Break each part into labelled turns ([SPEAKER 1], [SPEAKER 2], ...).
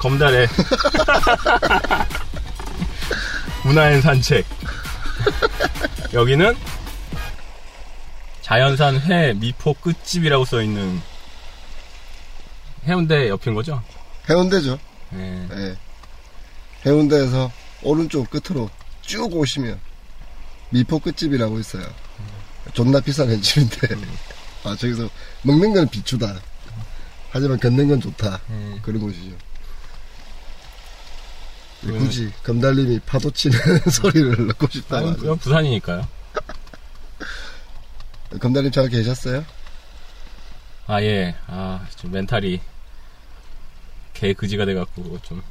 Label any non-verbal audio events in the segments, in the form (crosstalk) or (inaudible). [SPEAKER 1] 검달에 문화엔 산책 여기는 자연산 회 미포 끝집이라고 써있는 해운대 옆인 거죠?
[SPEAKER 2] 해운대죠.
[SPEAKER 1] 예.
[SPEAKER 2] 예. 해운대에서 오른쪽 끝으로 쭉 오시면 미포 끝집이라고 있어요. 존나 비싼 횟집인데 아 저기서 먹는 건 비추다. 하지만 걷는 건 좋다.
[SPEAKER 1] 음.
[SPEAKER 2] 그런 곳이죠.
[SPEAKER 1] 왜?
[SPEAKER 2] 굳이 검달님이 파도 치는 (laughs) 소리를 넣고 싶다.
[SPEAKER 1] 아니, 그건 부산이니까요.
[SPEAKER 2] 검달님 잘 계셨어요?
[SPEAKER 1] 아, 예. 아, 좀 멘탈이 개 그지가 돼갖고 좀.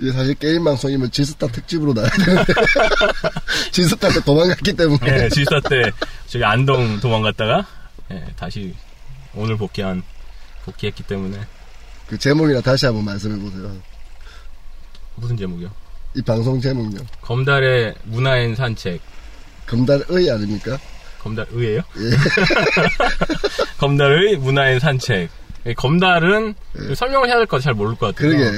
[SPEAKER 2] 이게 사실 게임 방송이면 지스타 특집으로 나야
[SPEAKER 1] (laughs)
[SPEAKER 2] 되는데 지스타가 도망갔기 때문에
[SPEAKER 1] 예, 질사 때 저기 안동 도망갔다가, 예, 다시 오늘 복귀한, 복귀했기 때문에.
[SPEAKER 2] 그 제목이나 다시 한번 말씀해 보세요.
[SPEAKER 1] 무슨 제목이요?
[SPEAKER 2] 이 방송 제목요.
[SPEAKER 1] 검달의 문화엔 산책.
[SPEAKER 2] 검달의 아닙니까?
[SPEAKER 1] 검달의예요
[SPEAKER 2] (laughs)
[SPEAKER 1] 검달의 문화엔 산책. 이 검달은 설명을 해야 될 것 잘 모를 것 같아요.
[SPEAKER 2] 예. 그러게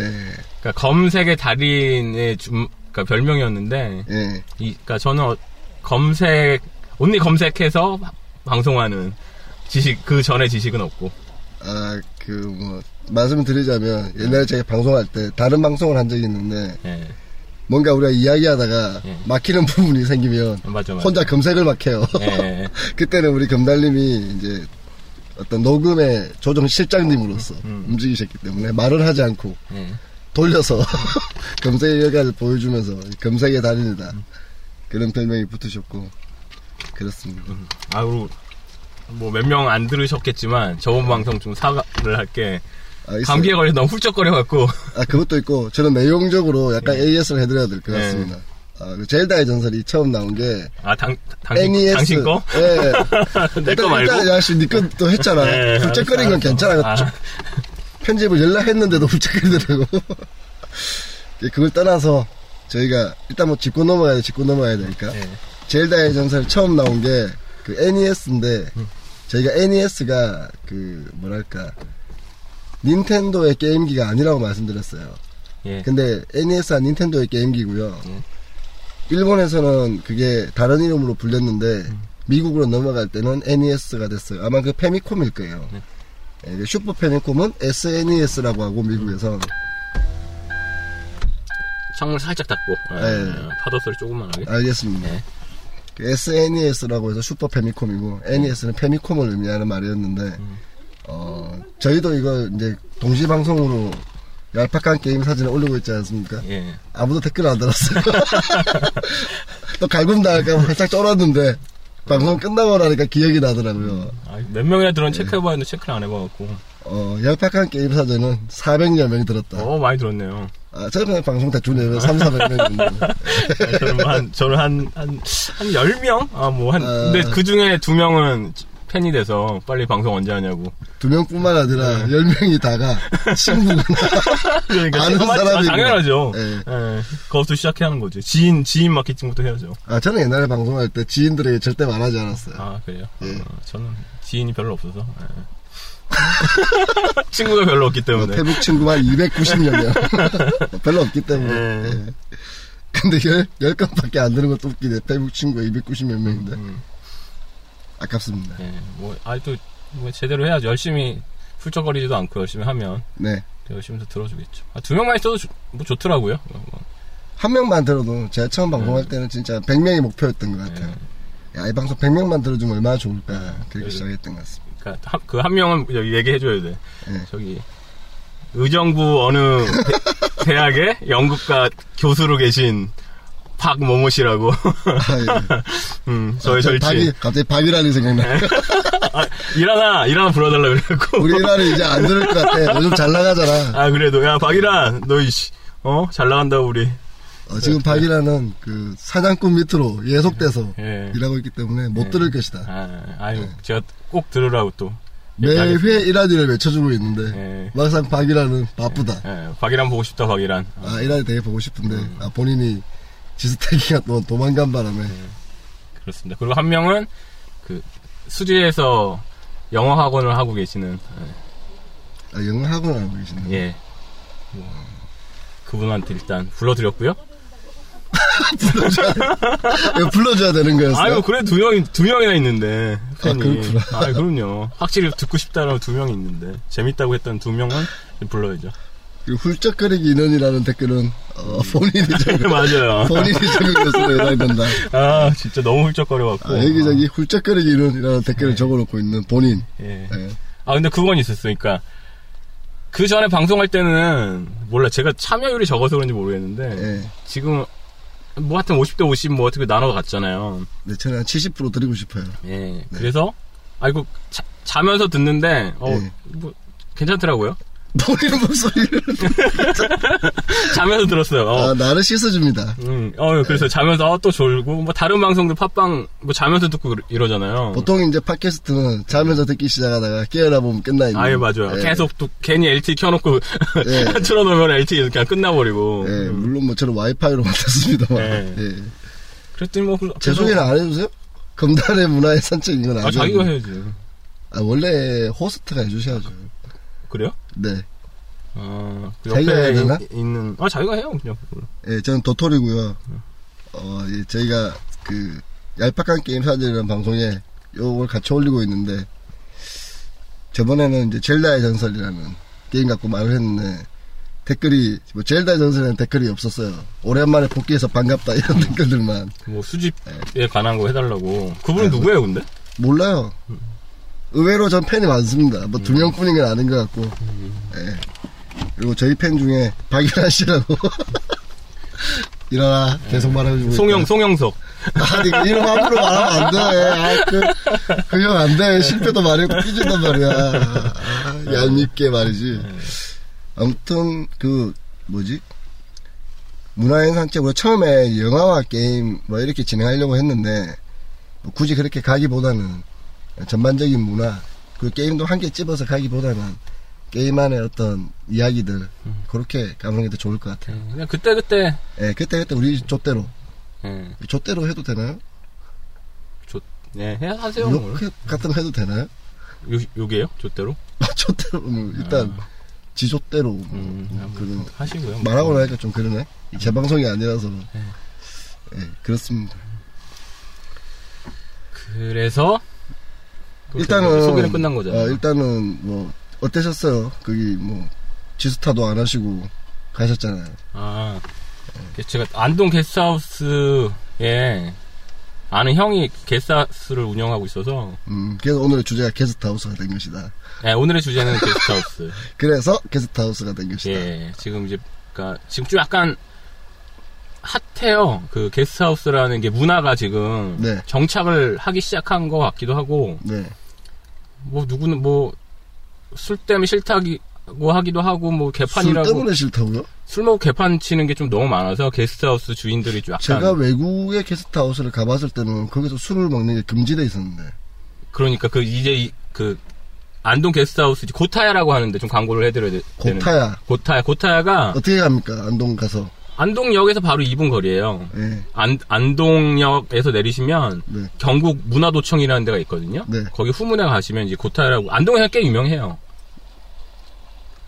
[SPEAKER 1] 그러니까 검색의 달인의 좀, 그러니까 별명이었는데,
[SPEAKER 2] 예
[SPEAKER 1] 이, 그러니까 저는 어- 검색 언니 검색해서 바- 방송하는 지식 그 전에 지식은 없고
[SPEAKER 2] 아 그 뭐 말씀을 드리자면 옛날에 제가 방송할 때 다른 방송을 한 적이 있는데
[SPEAKER 1] 예
[SPEAKER 2] 뭔가 우리가 이야기하다가
[SPEAKER 1] 예. 어,
[SPEAKER 2] 막히는 부분이 생기면
[SPEAKER 1] 맞죠 맞죠
[SPEAKER 2] 혼자 검색을 막 해요.
[SPEAKER 1] 예, 예, 예.
[SPEAKER 2] (laughs) 그때는 우리 검달님이 이제 어떤 녹음의 조정 실장님으로서
[SPEAKER 1] 음.
[SPEAKER 2] 움직이셨기 때문에 말을 하지 않고
[SPEAKER 1] 예.
[SPEAKER 2] 돌려서 (laughs) 검색의 결과를 보여주면서 검색의 달인이다
[SPEAKER 1] 음.
[SPEAKER 2] 그런 별명이 붙으셨고 그렇습니다.
[SPEAKER 1] 아 그리고 뭐 몇 명 안 들으셨겠지만 저번 방송 좀 사과를 할게
[SPEAKER 2] 아, 있어요.
[SPEAKER 1] 감기에 걸려 너무 훌쩍거려 갖고
[SPEAKER 2] 아, 그것도 있고, 저는 내용적으로 약간
[SPEAKER 1] 네.
[SPEAKER 2] AS를 해드려야 될 것 같습니다. 아, 그 젤다의 전설이 처음 나온 게,
[SPEAKER 1] 아당 당신
[SPEAKER 2] NES.
[SPEAKER 1] 당신 거? (laughs)
[SPEAKER 2] 예.
[SPEAKER 1] 내 거 말고
[SPEAKER 2] E 일단, 야씨, 니것도 했잖아.
[SPEAKER 1] 예,
[SPEAKER 2] 훌쩍거린 건
[SPEAKER 1] 알았어, 알았어.
[SPEAKER 2] 괜찮아. 쭉 편집을 연락했는데도 훌쩍거리더라고. (laughs) 예, 그걸 떠나서, 저희가, 일단 뭐 짚고 넘어가야 돼, 짚고 넘어가야 되니까.
[SPEAKER 1] 예.
[SPEAKER 2] 젤다의 전설 처음 나온 게, 그 NES인데,
[SPEAKER 1] 음.
[SPEAKER 2] 저희가 NES가, 그, 뭐랄까, 닌텐도의 게임기가 아니라고 말씀드렸어요.
[SPEAKER 1] 예.
[SPEAKER 2] 근데 NES와 닌텐도의 게임기고요.
[SPEAKER 1] 음.
[SPEAKER 2] 일본에서는 그게 다른 이름으로 불렸는데 미국으로 넘어갈 때는 NES가 됐어요. 아마 그 페미콤일 거예요. 예, 이제 슈퍼 페미콤은 SNES라고 하고 미국에서
[SPEAKER 1] 창문 살짝 닫고 예,
[SPEAKER 2] 예.
[SPEAKER 1] 예. 파도 소리 조금만 하게
[SPEAKER 2] 알겠습니다. 그
[SPEAKER 1] 예.
[SPEAKER 2] SNES라고 E 해서 슈퍼 페미콤이고 NES는 페미콤을 의미하는 말이었는데 어, 저희도 이거 이제 동시 방송으로 얄팍한 게임 사진을 올리고 있지 않습니까?
[SPEAKER 1] 예.
[SPEAKER 2] 아무도 댓글 안 달았어요. (laughs) 또 갈굼 나갈까 살짝 쫄았는데 방송 끝나고 나니까 기억이 나더라고요.
[SPEAKER 1] 아, 몇 명이나 들은
[SPEAKER 2] 네.
[SPEAKER 1] 체크해봤는데 체크를 안 해봐갖고
[SPEAKER 2] 어, 열팍한 게임 사전은 400여 명이 들었다.
[SPEAKER 1] 어 많이 들었네요.
[SPEAKER 2] 아, 저는 그냥 방송 대충 내면 3, 400명이었는데.
[SPEAKER 1] 저는 뭐 한, 저는 한, 한, 한 10명? 아, 뭐, 한,
[SPEAKER 2] 아.
[SPEAKER 1] 근데 그 중에 두 명은 팬이 돼서 빨리 방송 언제 하냐고. (laughs)
[SPEAKER 2] 두 명뿐만 아니라 10명이 다가 친구구나.
[SPEAKER 1] 그러니까,
[SPEAKER 2] 아는
[SPEAKER 1] 맞- 아,
[SPEAKER 2] 사람이구나.
[SPEAKER 1] 당연하죠.
[SPEAKER 2] 예.
[SPEAKER 1] 예. 그것부터 시작해야 하는 거지. 지인, 지인 마케팅부터 해야죠.
[SPEAKER 2] 아, 저는 옛날에 방송할 때 지인들에게 절대 말하지 않았어요.
[SPEAKER 1] 아, 그래요?
[SPEAKER 2] 예.
[SPEAKER 1] 어, 저는 지인이 별로 없어서.
[SPEAKER 2] (laughs)
[SPEAKER 1] 예. 친구가 별로 없기
[SPEAKER 2] 뭐
[SPEAKER 1] 때문에.
[SPEAKER 2] 태국 친구만 290여 명. (laughs) 별로 없기 때문에.
[SPEAKER 1] 예.
[SPEAKER 2] 예. 근데 열, 열 건밖에 안 되는 것도 웃기네. 태국 친구가 290몇 명인데.
[SPEAKER 1] 음.
[SPEAKER 2] 아깝습니다.
[SPEAKER 1] 예. 뭐, 아이 또, 뭐, 제대로 해야죠. 열심히 훌쩍거리지도 않고 열심히 하면.
[SPEAKER 2] 네.
[SPEAKER 1] 열심히 또 들어주겠죠. 아, 두 명만 있어도 좋- 뭐 좋더라고요. 뭐, 뭐.
[SPEAKER 2] 한 명만 들어도 제가 처음 방송할
[SPEAKER 1] 네.
[SPEAKER 2] 때는 진짜 100명이 목표였던 것 같아요. 야, 이 방송 100명만 들어주면 얼마나 좋을까.
[SPEAKER 1] 네.
[SPEAKER 2] 그렇게 시작했던 것
[SPEAKER 1] (laughs)
[SPEAKER 2] 같습니다.
[SPEAKER 1] 그러니까 그 한 명은 여기 얘기해줘야 돼.
[SPEAKER 2] 예.
[SPEAKER 1] 저기 의정부 어느
[SPEAKER 2] (laughs)
[SPEAKER 1] 대, 학의 연극과 교수로 계신 박모모 씨라고. (laughs)
[SPEAKER 2] 아, 예.
[SPEAKER 1] 음, 저의 절친.
[SPEAKER 2] 갑자기 박이, 갑자기 박이란이 생각나.
[SPEAKER 1] 아, 일하나 일하나 불러달라 그래갖고.
[SPEAKER 2] (laughs) 우리 이란이 이제 안 들을 것 같아. 요즘 잘 나가잖아.
[SPEAKER 1] 아 그래도 야 박이란 너 이씨 어잘 나간다 우리.
[SPEAKER 2] 어,
[SPEAKER 1] 네.
[SPEAKER 2] 지금 박이란은 그 사냥꾼 밑으로 예속돼서
[SPEAKER 1] 예.
[SPEAKER 2] 일하고 있기 때문에 못 들을 것이다.
[SPEAKER 1] 아, 아유 제가 꼭 들으라고 또. 네,
[SPEAKER 2] 매회 이란이를 외쳐주고 있는데
[SPEAKER 1] 예.
[SPEAKER 2] 막상 박이란은 바쁘다.
[SPEAKER 1] 예, 박이란 보고 싶다 박이란.
[SPEAKER 2] 아, 이란이 되게 보고 싶은데
[SPEAKER 1] 네.
[SPEAKER 2] 아, 본인이 지스타기가 또 도망간 바람에
[SPEAKER 1] 네. 그렇습니다. 그리고 한 명은 그 수지에서 영어 학원을 하고 계시는
[SPEAKER 2] 아, 영어 학원을 하고 계시네요.
[SPEAKER 1] 예. 뭐, 그분한테 일단 불러드렸고요.
[SPEAKER 2] 이거 불러줘야 되는 거였어요?
[SPEAKER 1] 아유 그래 두 명이 두 명이나 있는데 팬이.
[SPEAKER 2] 그렇구나.
[SPEAKER 1] 아 그럼요. 확실히 듣고 싶다라고 두 명이 있는데 재밌다고 했던 두 명은
[SPEAKER 2] (laughs)
[SPEAKER 1] 불러야죠. (laughs)
[SPEAKER 2] 이그 훌쩍거리기 인원이라는 댓글은 어, (laughs) 본인이 적은
[SPEAKER 1] 맞아요.
[SPEAKER 2] 본인이 적은 것으로 해당된다.
[SPEAKER 1] 아 진짜 너무 훌쩍거려갖고.
[SPEAKER 2] 아, 여기저기 훌쩍거리기 인원이라는 댓글을 적어놓고 있는 본인.
[SPEAKER 1] 예.
[SPEAKER 2] 예.
[SPEAKER 1] 아 근데 그건 있었어. 그러니까 그 전에 방송할 때는 몰라 제가 참여율이 적어서 그런지 모르겠는데
[SPEAKER 2] 예.
[SPEAKER 1] 지금 뭐 하여튼 50대 50 뭐 어떻게 나눠 갔잖아요.
[SPEAKER 2] 네, 저는 한 70% 드리고 싶어요.
[SPEAKER 1] 예.
[SPEAKER 2] 네.
[SPEAKER 1] 그래서 아이고 자, 자면서 듣는데 어
[SPEAKER 2] 예.
[SPEAKER 1] 뭐, 괜찮더라고요. (laughs)
[SPEAKER 2] 본인 목소리를.
[SPEAKER 1] 자면서 들었어요. 어.
[SPEAKER 2] 아, 나를 씻어줍니다.
[SPEAKER 1] 음, 어, 그래서 자면서 어, 또 졸고 뭐 다른 방송들 팟빵 뭐 자면서 듣고 그러- 이러잖아요.
[SPEAKER 2] 보통 이제 팟캐스트는 자면서 듣기 시작하다가 깨어나 보면 끝나 있는.
[SPEAKER 1] 아예 맞아요.
[SPEAKER 2] 예.
[SPEAKER 1] 계속 또 괜히 LTE 켜놓고 (laughs)
[SPEAKER 2] 예.
[SPEAKER 1] 틀어놓으면 LTE 그냥 끝나버리고. 음,
[SPEAKER 2] 예, 물론 뭐 저는 와이파이로 (laughs) 만났습니다만.
[SPEAKER 1] 예.
[SPEAKER 2] 예.
[SPEAKER 1] 그랬더니 뭐 그-
[SPEAKER 2] 제 소개는 안 해주세요? 검단의 문화의 산책 이건 안
[SPEAKER 1] 아, 자기가
[SPEAKER 2] 해요.
[SPEAKER 1] 해야지.
[SPEAKER 2] 아, 원래 호스트가 해주셔야죠.
[SPEAKER 1] 그래요?
[SPEAKER 2] 네.
[SPEAKER 1] 아, 그
[SPEAKER 2] 자기가 해야
[SPEAKER 1] 옆에
[SPEAKER 2] 되나?
[SPEAKER 1] 이- 있는 아 자기가 해요 그냥.
[SPEAKER 2] 예, 저는 도토리고요. 어, 예, 저희가 그 얄팍한 게임 사들이라는 방송에 요걸 같이 올리고 있는데 저번에는 이제 젤다의 전설이라는 게임 갖고 말을 했는데 댓글이 뭐 젤다의 전설에는 댓글이 없었어요. 오랜만에 복귀해서 반갑다 이런 댓글들만
[SPEAKER 1] 뭐 수집에 관한 거 해달라고. 그분은 누구예요 근데?
[SPEAKER 2] 몰라요. 의외로 전 팬이 많습니다. 뭐 두 명뿐인 건 아닌 것 같고. 예. 그리고 저희 팬 중에 박일환 씨라고 (laughs) 일어나 음. 계속 말해주고
[SPEAKER 1] 송영 송영석.
[SPEAKER 2] 아니, 그 이름 함부로 말하면 안 돼. 아, 그, 그 형 안 돼. 실패도 많이 했고, 삐진단 말이야. 아, 얄밉게 말이지. 아무튼, 그, 뭐지? 문화인 산책으로 처음에 영화와 게임, 뭐, 이렇게 진행하려고 했는데, 뭐 굳이 그렇게 가기보다는, 전반적인 문화, 그 게임도 한 개 찝어서 가기보다는, 게임 안의 어떤 이야기들, 그렇게 가는 게 더 좋을 것 같아요.
[SPEAKER 1] 그냥 그때 그때.
[SPEAKER 2] 예, 그때 그때 우리 좆대로.
[SPEAKER 1] 예,
[SPEAKER 2] 좆대로 해도 되나요?
[SPEAKER 1] 조, 예, 해 하세요. 뭐.
[SPEAKER 2] 이렇게 같은 거 해도 되나요? (laughs)
[SPEAKER 1] 요 요게요? 조대로?
[SPEAKER 2] 저대로 뭐 일단 지조대로 뭐
[SPEAKER 1] 아. 음,
[SPEAKER 2] 뭐 그런
[SPEAKER 1] 하시고요.
[SPEAKER 2] 말하고 나니까 좀 그러네. 재방송이 아니라서.
[SPEAKER 1] 네.
[SPEAKER 2] 예, 그렇습니다.
[SPEAKER 1] 그래서 그
[SPEAKER 2] 일단은
[SPEAKER 1] 소개는 끝난 거잖아요.
[SPEAKER 2] 어, 일단은 뭐 어떠셨어요? 거기 뭐 지스타도 안 하시고 가셨잖아요.
[SPEAKER 1] 아, 그 제가 안동 게스트하우스에 아는 형이 게스트하우스를 운영하고 있어서
[SPEAKER 2] 음, 그래서 오늘의 주제가 게스트하우스가 된 것이다.
[SPEAKER 1] 예, 오늘의 주제는 게스트하우스.
[SPEAKER 2] 그래서 게스트하우스가 된 것이다.
[SPEAKER 1] 예, 지금 이제 그러니까 지금 좀 약간 핫해요. 그 게스트하우스라는 게 문화가 지금
[SPEAKER 2] 네.
[SPEAKER 1] 정착을 하기 시작한 것 같기도 하고
[SPEAKER 2] 네,
[SPEAKER 1] 뭐 누구는 뭐 술 때문에 싫다고 하기도 하고 뭐
[SPEAKER 2] 술
[SPEAKER 1] 개판이라고
[SPEAKER 2] 때문에 싫다고요?
[SPEAKER 1] 술 먹고 개판 치는 게 좀 너무 많아서 게스트하우스 주인들이 좀 약간
[SPEAKER 2] 제가 외국의 게스트하우스를 가봤을 때는 거기서 술을 먹는 게 금지돼 있었는데
[SPEAKER 1] 그러니까 그 이제 이- 그 안동 게스트하우스 이제 고타야라고 하는데 좀 광고를 해드려야 되, 되는
[SPEAKER 2] 고타야
[SPEAKER 1] 고타야 고타야가
[SPEAKER 2] 어떻게 갑니까? 안동 가서
[SPEAKER 1] 안동역에서 바로 2분 거리예요.
[SPEAKER 2] 예,
[SPEAKER 1] 안, 안동역에서 내리시면
[SPEAKER 2] 네.
[SPEAKER 1] 경북 문화도청이라는 데가 있거든요.
[SPEAKER 2] 네.
[SPEAKER 1] 거기
[SPEAKER 2] 거기
[SPEAKER 1] 후문에 가시면 이제 고타야라고 안동에서 꽤 유명해요.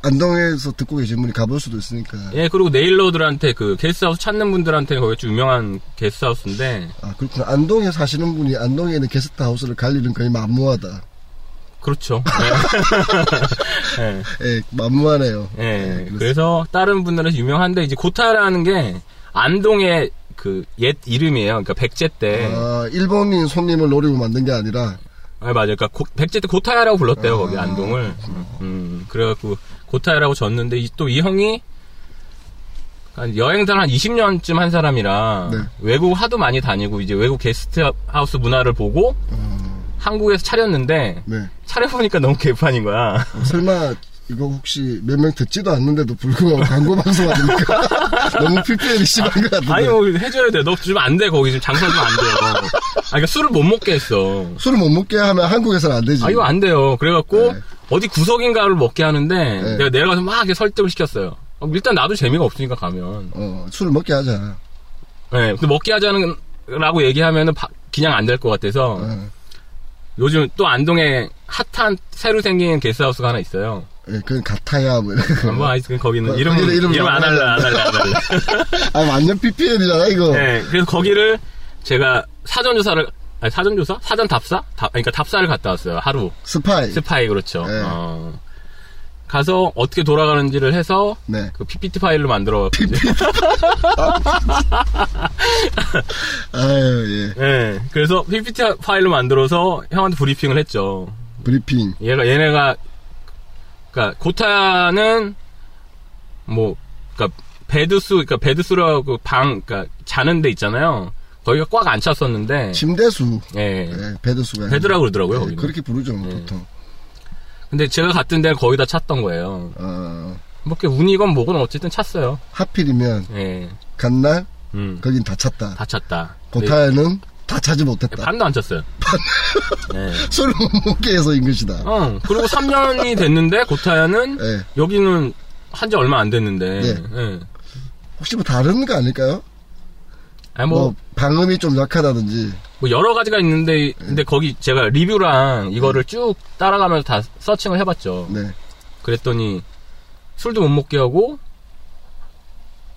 [SPEAKER 2] 안동에서 듣고 계신 분이 가볼 수도 있으니까.
[SPEAKER 1] 예, 그리고 네일러들한테 그 게스트하우스 찾는 분들한테 거기 좀 유명한 게스트하우스인데
[SPEAKER 2] 아 그렇구나. 안동에 사시는 분이 안동에 있는 게스트하우스를 갈 일은 거의 만무하다.
[SPEAKER 1] 그렇죠. 예. 예.
[SPEAKER 2] 예, 만무하네요.
[SPEAKER 1] 예, 그래서 다른 분들은 유명한데 이제 고타라는 게 안동의 그 옛 이름이에요. 그러니까 백제 때.
[SPEAKER 2] 아, 일본인 손님을 노리고 만든 게 아니라
[SPEAKER 1] 아, 맞아요. 그러니까 고- 백제 때 고타야라고 불렀대요. 거기
[SPEAKER 2] 아,
[SPEAKER 1] 안동을. 음, 그래갖고 고타야라고 졌는데 또 이 형이 한 여행사를 한 20년쯤 한 사람이라
[SPEAKER 2] 네.
[SPEAKER 1] 외국 하도 많이 다니고 이제 외국 게스트하우스 문화를 보고
[SPEAKER 2] 어,
[SPEAKER 1] 한국에서 차렸는데
[SPEAKER 2] 네.
[SPEAKER 1] 차려보니까 너무 개판인 거야.
[SPEAKER 2] 어, 설마 이거 혹시 몇 명 듣지도 않는데도
[SPEAKER 1] (laughs)
[SPEAKER 2] 불구하고 광고 방송 아닙니까? (laughs) 너무 PPL이 심한 것 같은데.
[SPEAKER 1] 아니 뭐 해줘야 돼. 너 주면 안 돼. 거기 지금 장사 좀 안 돼요. 아 그러니까 술을 못 먹게 했어.
[SPEAKER 2] 술을 못 먹게 하면 한국에서는 안 되지.
[SPEAKER 1] 아 이거 안 돼요. 그래갖고
[SPEAKER 2] 네.
[SPEAKER 1] 어디 구석인가를 먹게 하는데
[SPEAKER 2] 네.
[SPEAKER 1] 내가 내려가서 막 이렇게 설득을 시켰어요. 어, 일단 나도 재미가 없으니까 가면.
[SPEAKER 2] 어, 술을 먹게 하자.
[SPEAKER 1] 네, 근데 먹게 하자는 라고 얘기하면은 바- 그냥 안 될 것 같아서
[SPEAKER 2] 어,
[SPEAKER 1] 요즘 또 안동에 핫한 새로 생긴 게스트하우스가 하나 있어요.
[SPEAKER 2] 예, 그건 같아야 뭐 이런
[SPEAKER 1] (laughs)
[SPEAKER 2] 거.
[SPEAKER 1] 뭐 아이스크림 거기는
[SPEAKER 2] 어,
[SPEAKER 1] 이름
[SPEAKER 2] 거기는
[SPEAKER 1] 이름
[SPEAKER 2] 이름
[SPEAKER 1] 안 할래 안 할래 안 할래.
[SPEAKER 2] 아 완전 PPL이잖아 이거.
[SPEAKER 1] 네, 그래서 거기를 제가 사전 조사를 아니 사전 조사 사전 답사 답 그러니까 답사를 갔다 왔어요 하루
[SPEAKER 2] 스파이.
[SPEAKER 1] 스파이 그렇죠.
[SPEAKER 2] 네.
[SPEAKER 1] 어. 가서 어떻게 돌아가는지를 해서
[SPEAKER 2] 네.
[SPEAKER 1] 그 PPT 파일로 만들어.
[SPEAKER 2] 아유 예.
[SPEAKER 1] 네, 그래서 PPT 파일로 만들어서 형한테 브리핑을 했죠.
[SPEAKER 2] 브리핑.
[SPEAKER 1] 얘가 얘네가 그러니까 고타는 뭐 그러니까 베드수 그러니까 베드수라고 방 그러니까 자는 데 있잖아요. 거기가 꽉 안 찼었는데
[SPEAKER 2] 침대수.
[SPEAKER 1] 예.
[SPEAKER 2] 예, 배드수가. 아니라.
[SPEAKER 1] 베드라고 그러더라고요.
[SPEAKER 2] 예,
[SPEAKER 1] 거기는. 네.
[SPEAKER 2] 그렇게 부르죠 보통.
[SPEAKER 1] 근데 제가 갔던 데는 거의 다 찼던 거예요.
[SPEAKER 2] 어,
[SPEAKER 1] 뭐 이렇게 운이건 뭐건 어쨌든 찼어요.
[SPEAKER 2] 하필이면
[SPEAKER 1] 예.
[SPEAKER 2] 간날
[SPEAKER 1] 음.
[SPEAKER 2] 거긴 다 찼다.
[SPEAKER 1] 다 네. 찼다. 근데
[SPEAKER 2] 그 고타에는 다 차지 못했다.
[SPEAKER 1] 반도 안 찼어요. 예.
[SPEAKER 2] (laughs) 술을 못 먹게 해서 인 것이다.
[SPEAKER 1] 어, 그리고 3년이 됐는데 고타야는
[SPEAKER 2] 예.
[SPEAKER 1] 여기는 한 지 얼마 안 됐는데.
[SPEAKER 2] 네.
[SPEAKER 1] 예.
[SPEAKER 2] 혹시 뭐 다른 거 아닐까요?
[SPEAKER 1] 아니
[SPEAKER 2] 뭐,
[SPEAKER 1] 뭐,
[SPEAKER 2] 방음이 좀 약하다든지.
[SPEAKER 1] 뭐 여러 가지가 있는데 근데 거기 제가 리뷰랑
[SPEAKER 2] 음.
[SPEAKER 1] 이거를 쭉 따라가면서 다 서칭을 해봤죠.
[SPEAKER 2] 네.
[SPEAKER 1] 그랬더니 술도 못 먹게 하고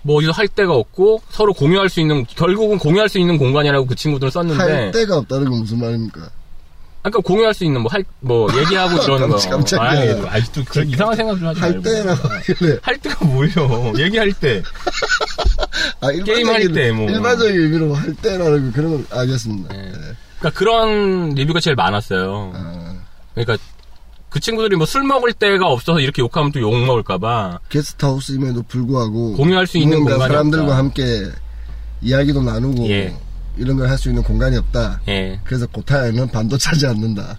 [SPEAKER 1] 뭐 어디서 할 데가 없고 서로 공유할 수 있는 결국은 공유할 수 있는 공간이라고 그 친구들은
[SPEAKER 2] 할
[SPEAKER 1] 썼는데
[SPEAKER 2] 데가 없다는 건 무슨 말입니까?
[SPEAKER 1] 아까 공유할 수 있는 뭐 할 뭐
[SPEAKER 2] (laughs)
[SPEAKER 1] 얘기하고 그러는 거.
[SPEAKER 2] 깜짝- 깜짝이야.
[SPEAKER 1] 아이, 아직도 그런 이상한 생각 좀 하지
[SPEAKER 2] 할
[SPEAKER 1] 말고.
[SPEAKER 2] 때라고 하길래.
[SPEAKER 1] 할 때가 뭐예요? (laughs) 얘기할 때.
[SPEAKER 2] 아,
[SPEAKER 1] 게임할 때 뭐.
[SPEAKER 2] 일반적인 의미로 뭐 할 때라는 거 그런 건 알겠습니다.
[SPEAKER 1] 네.
[SPEAKER 2] 예.
[SPEAKER 1] 그러니까 그런 리뷰가 제일 많았어요.
[SPEAKER 2] 아,
[SPEAKER 1] 그러니까 그 친구들이 뭐 술 먹을 데가 없어서 이렇게 욕하면 또 욕 먹을까봐.
[SPEAKER 2] 게스트하우스임에도 불구하고
[SPEAKER 1] 공유할 수 있는
[SPEAKER 2] 뭔가
[SPEAKER 1] 공간이
[SPEAKER 2] 사람들과
[SPEAKER 1] 없다.
[SPEAKER 2] 함께 이야기도 나누고
[SPEAKER 1] 예.
[SPEAKER 2] 이런 걸 할 수 있는 공간이 없다.
[SPEAKER 1] 예.
[SPEAKER 2] 그래서 고타에는 반도 차지 않는다.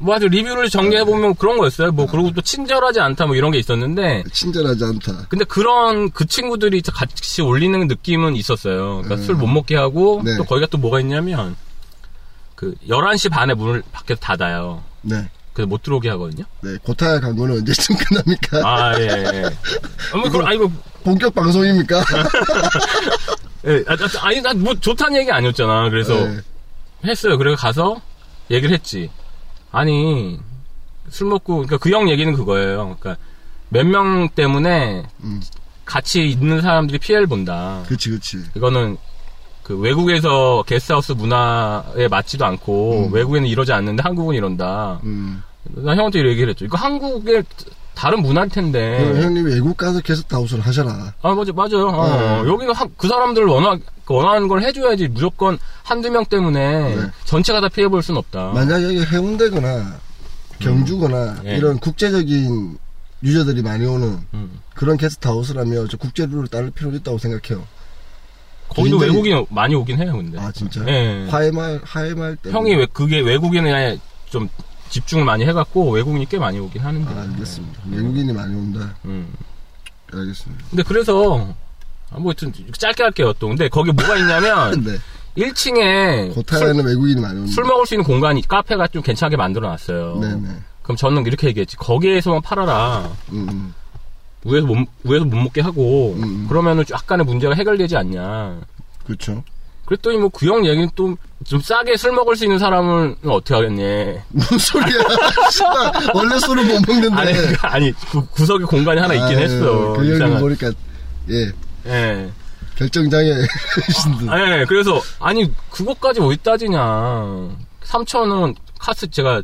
[SPEAKER 1] 뭐 아주 리뷰를 정리해 보면 그런 거였어요. 뭐 그리고 또 친절하지 않다 뭐 이런 게 있었는데.
[SPEAKER 2] 친절하지 않다.
[SPEAKER 1] 근데 그런 그 친구들이 같이 올리는 느낌은 있었어요. 그러니까
[SPEAKER 2] 음.
[SPEAKER 1] 술 못 먹게 하고
[SPEAKER 2] 네.
[SPEAKER 1] 또 거기가 또 뭐가 있냐면 그 11시 반에 문을 밖에서 닫아요.
[SPEAKER 2] 네.
[SPEAKER 1] 그래서 못 들어오게
[SPEAKER 2] (laughs)
[SPEAKER 1] 하거든요.
[SPEAKER 2] 네, 고타의 광고는 언제쯤 (laughs) 끝납니까?
[SPEAKER 1] 아, 예, 예. 아무 그아 이거 (laughs)
[SPEAKER 2] 본격 방송입니까?
[SPEAKER 1] 예, 아, 아, 아니 나 뭐 좋다는 얘기 아니었잖아. 그래서
[SPEAKER 2] 네.
[SPEAKER 1] 했어요. 그래 가서 얘기를 했지. 아니 술 먹고 그러니까 그 형 얘기는 그거예요. 그러니까 몇 명 때문에
[SPEAKER 2] 음.
[SPEAKER 1] 같이 있는 사람들이 피해를 본다.
[SPEAKER 2] 그치, 그치.
[SPEAKER 1] 이거는 그 외국에서 게스트하우스 문화에 맞지도 않고 외국에는 이러지 않는데 한국은 이런다.
[SPEAKER 2] 음.
[SPEAKER 1] 나 형한테 이렇게 얘기를 했죠. 이거 한국의 다른 문화일 텐데.
[SPEAKER 2] 그럼 형님 외국 가서 계속 다우스를 하셔라.
[SPEAKER 1] 아 맞아 맞아요. 어,
[SPEAKER 2] 네.
[SPEAKER 1] 여기는 한- 그 사람들 원하 그 원하는 걸 해줘야지 무조건 한두 명 때문에
[SPEAKER 2] 네.
[SPEAKER 1] 전체가 다 피해 볼 순 없다.
[SPEAKER 2] 만약에 여기 해운대거나 경주거나
[SPEAKER 1] 어. 음. 예.
[SPEAKER 2] 이런 국제적인 유저들이 많이 오는
[SPEAKER 1] 음.
[SPEAKER 2] 그런 게스트하우스라면 저 국제룰을 따를 필요도 있다고 생각해요.
[SPEAKER 1] 거기도
[SPEAKER 2] 굉장히-
[SPEAKER 1] 외국인 많이 오긴 해요, 근데.
[SPEAKER 2] 아, 네. 진짜?
[SPEAKER 1] 예.
[SPEAKER 2] 화해말, 화해말 때.
[SPEAKER 1] 형이 왜 그게 외국인에 좀 집중을 많이 해갖고 외국인이 꽤 많이 오긴 하는데.
[SPEAKER 2] 아, 알겠습니다. 외국인이 많이 온다.
[SPEAKER 1] 음.
[SPEAKER 2] 알겠습니다.
[SPEAKER 1] 근데 그래서 아, 뭐 하여튼 짧게 할게요 또. 근데 거기 뭐가
[SPEAKER 2] (laughs)
[SPEAKER 1] 있냐면
[SPEAKER 2] 근데
[SPEAKER 1] 1층에
[SPEAKER 2] 고타에는 외국인이 많이 온다.
[SPEAKER 1] 아, 네. 술 먹을 수 있는 공간이 카페가 좀 괜찮게 만들어놨어요.
[SPEAKER 2] 음. 네네.
[SPEAKER 1] 그럼 저는 이렇게 얘기했지. 거기에서만 팔아라.
[SPEAKER 2] 음, 음.
[SPEAKER 1] 위에서 못, 위에서 못 먹게 하고,
[SPEAKER 2] 음, 음.
[SPEAKER 1] 그러면은 약간의 문제가 해결되지 않냐.
[SPEAKER 2] (laughs) 그렇죠.
[SPEAKER 1] 그랬더니 뭐 그 형 얘기는 또, 좀 싸게 술 먹을 수 있는 사람은 어떻게 하겠니?
[SPEAKER 2] 뭔 소리야. (laughs) 씨발, 원래 술을 못 먹는데.
[SPEAKER 1] (laughs) 아니, 그러니까 아니, 구- 구석에 공간이 하나 있긴
[SPEAKER 2] 네. 아유,
[SPEAKER 1] 했어.
[SPEAKER 2] 그 형님
[SPEAKER 1] 이상한.
[SPEAKER 2] 보니까, 예,
[SPEAKER 1] 예.
[SPEAKER 2] 결정장애이신 (laughs) 듯.
[SPEAKER 1] 예, 그래서, 아니, 그것까지 왜 따지냐. 3천원, 카스, 제가,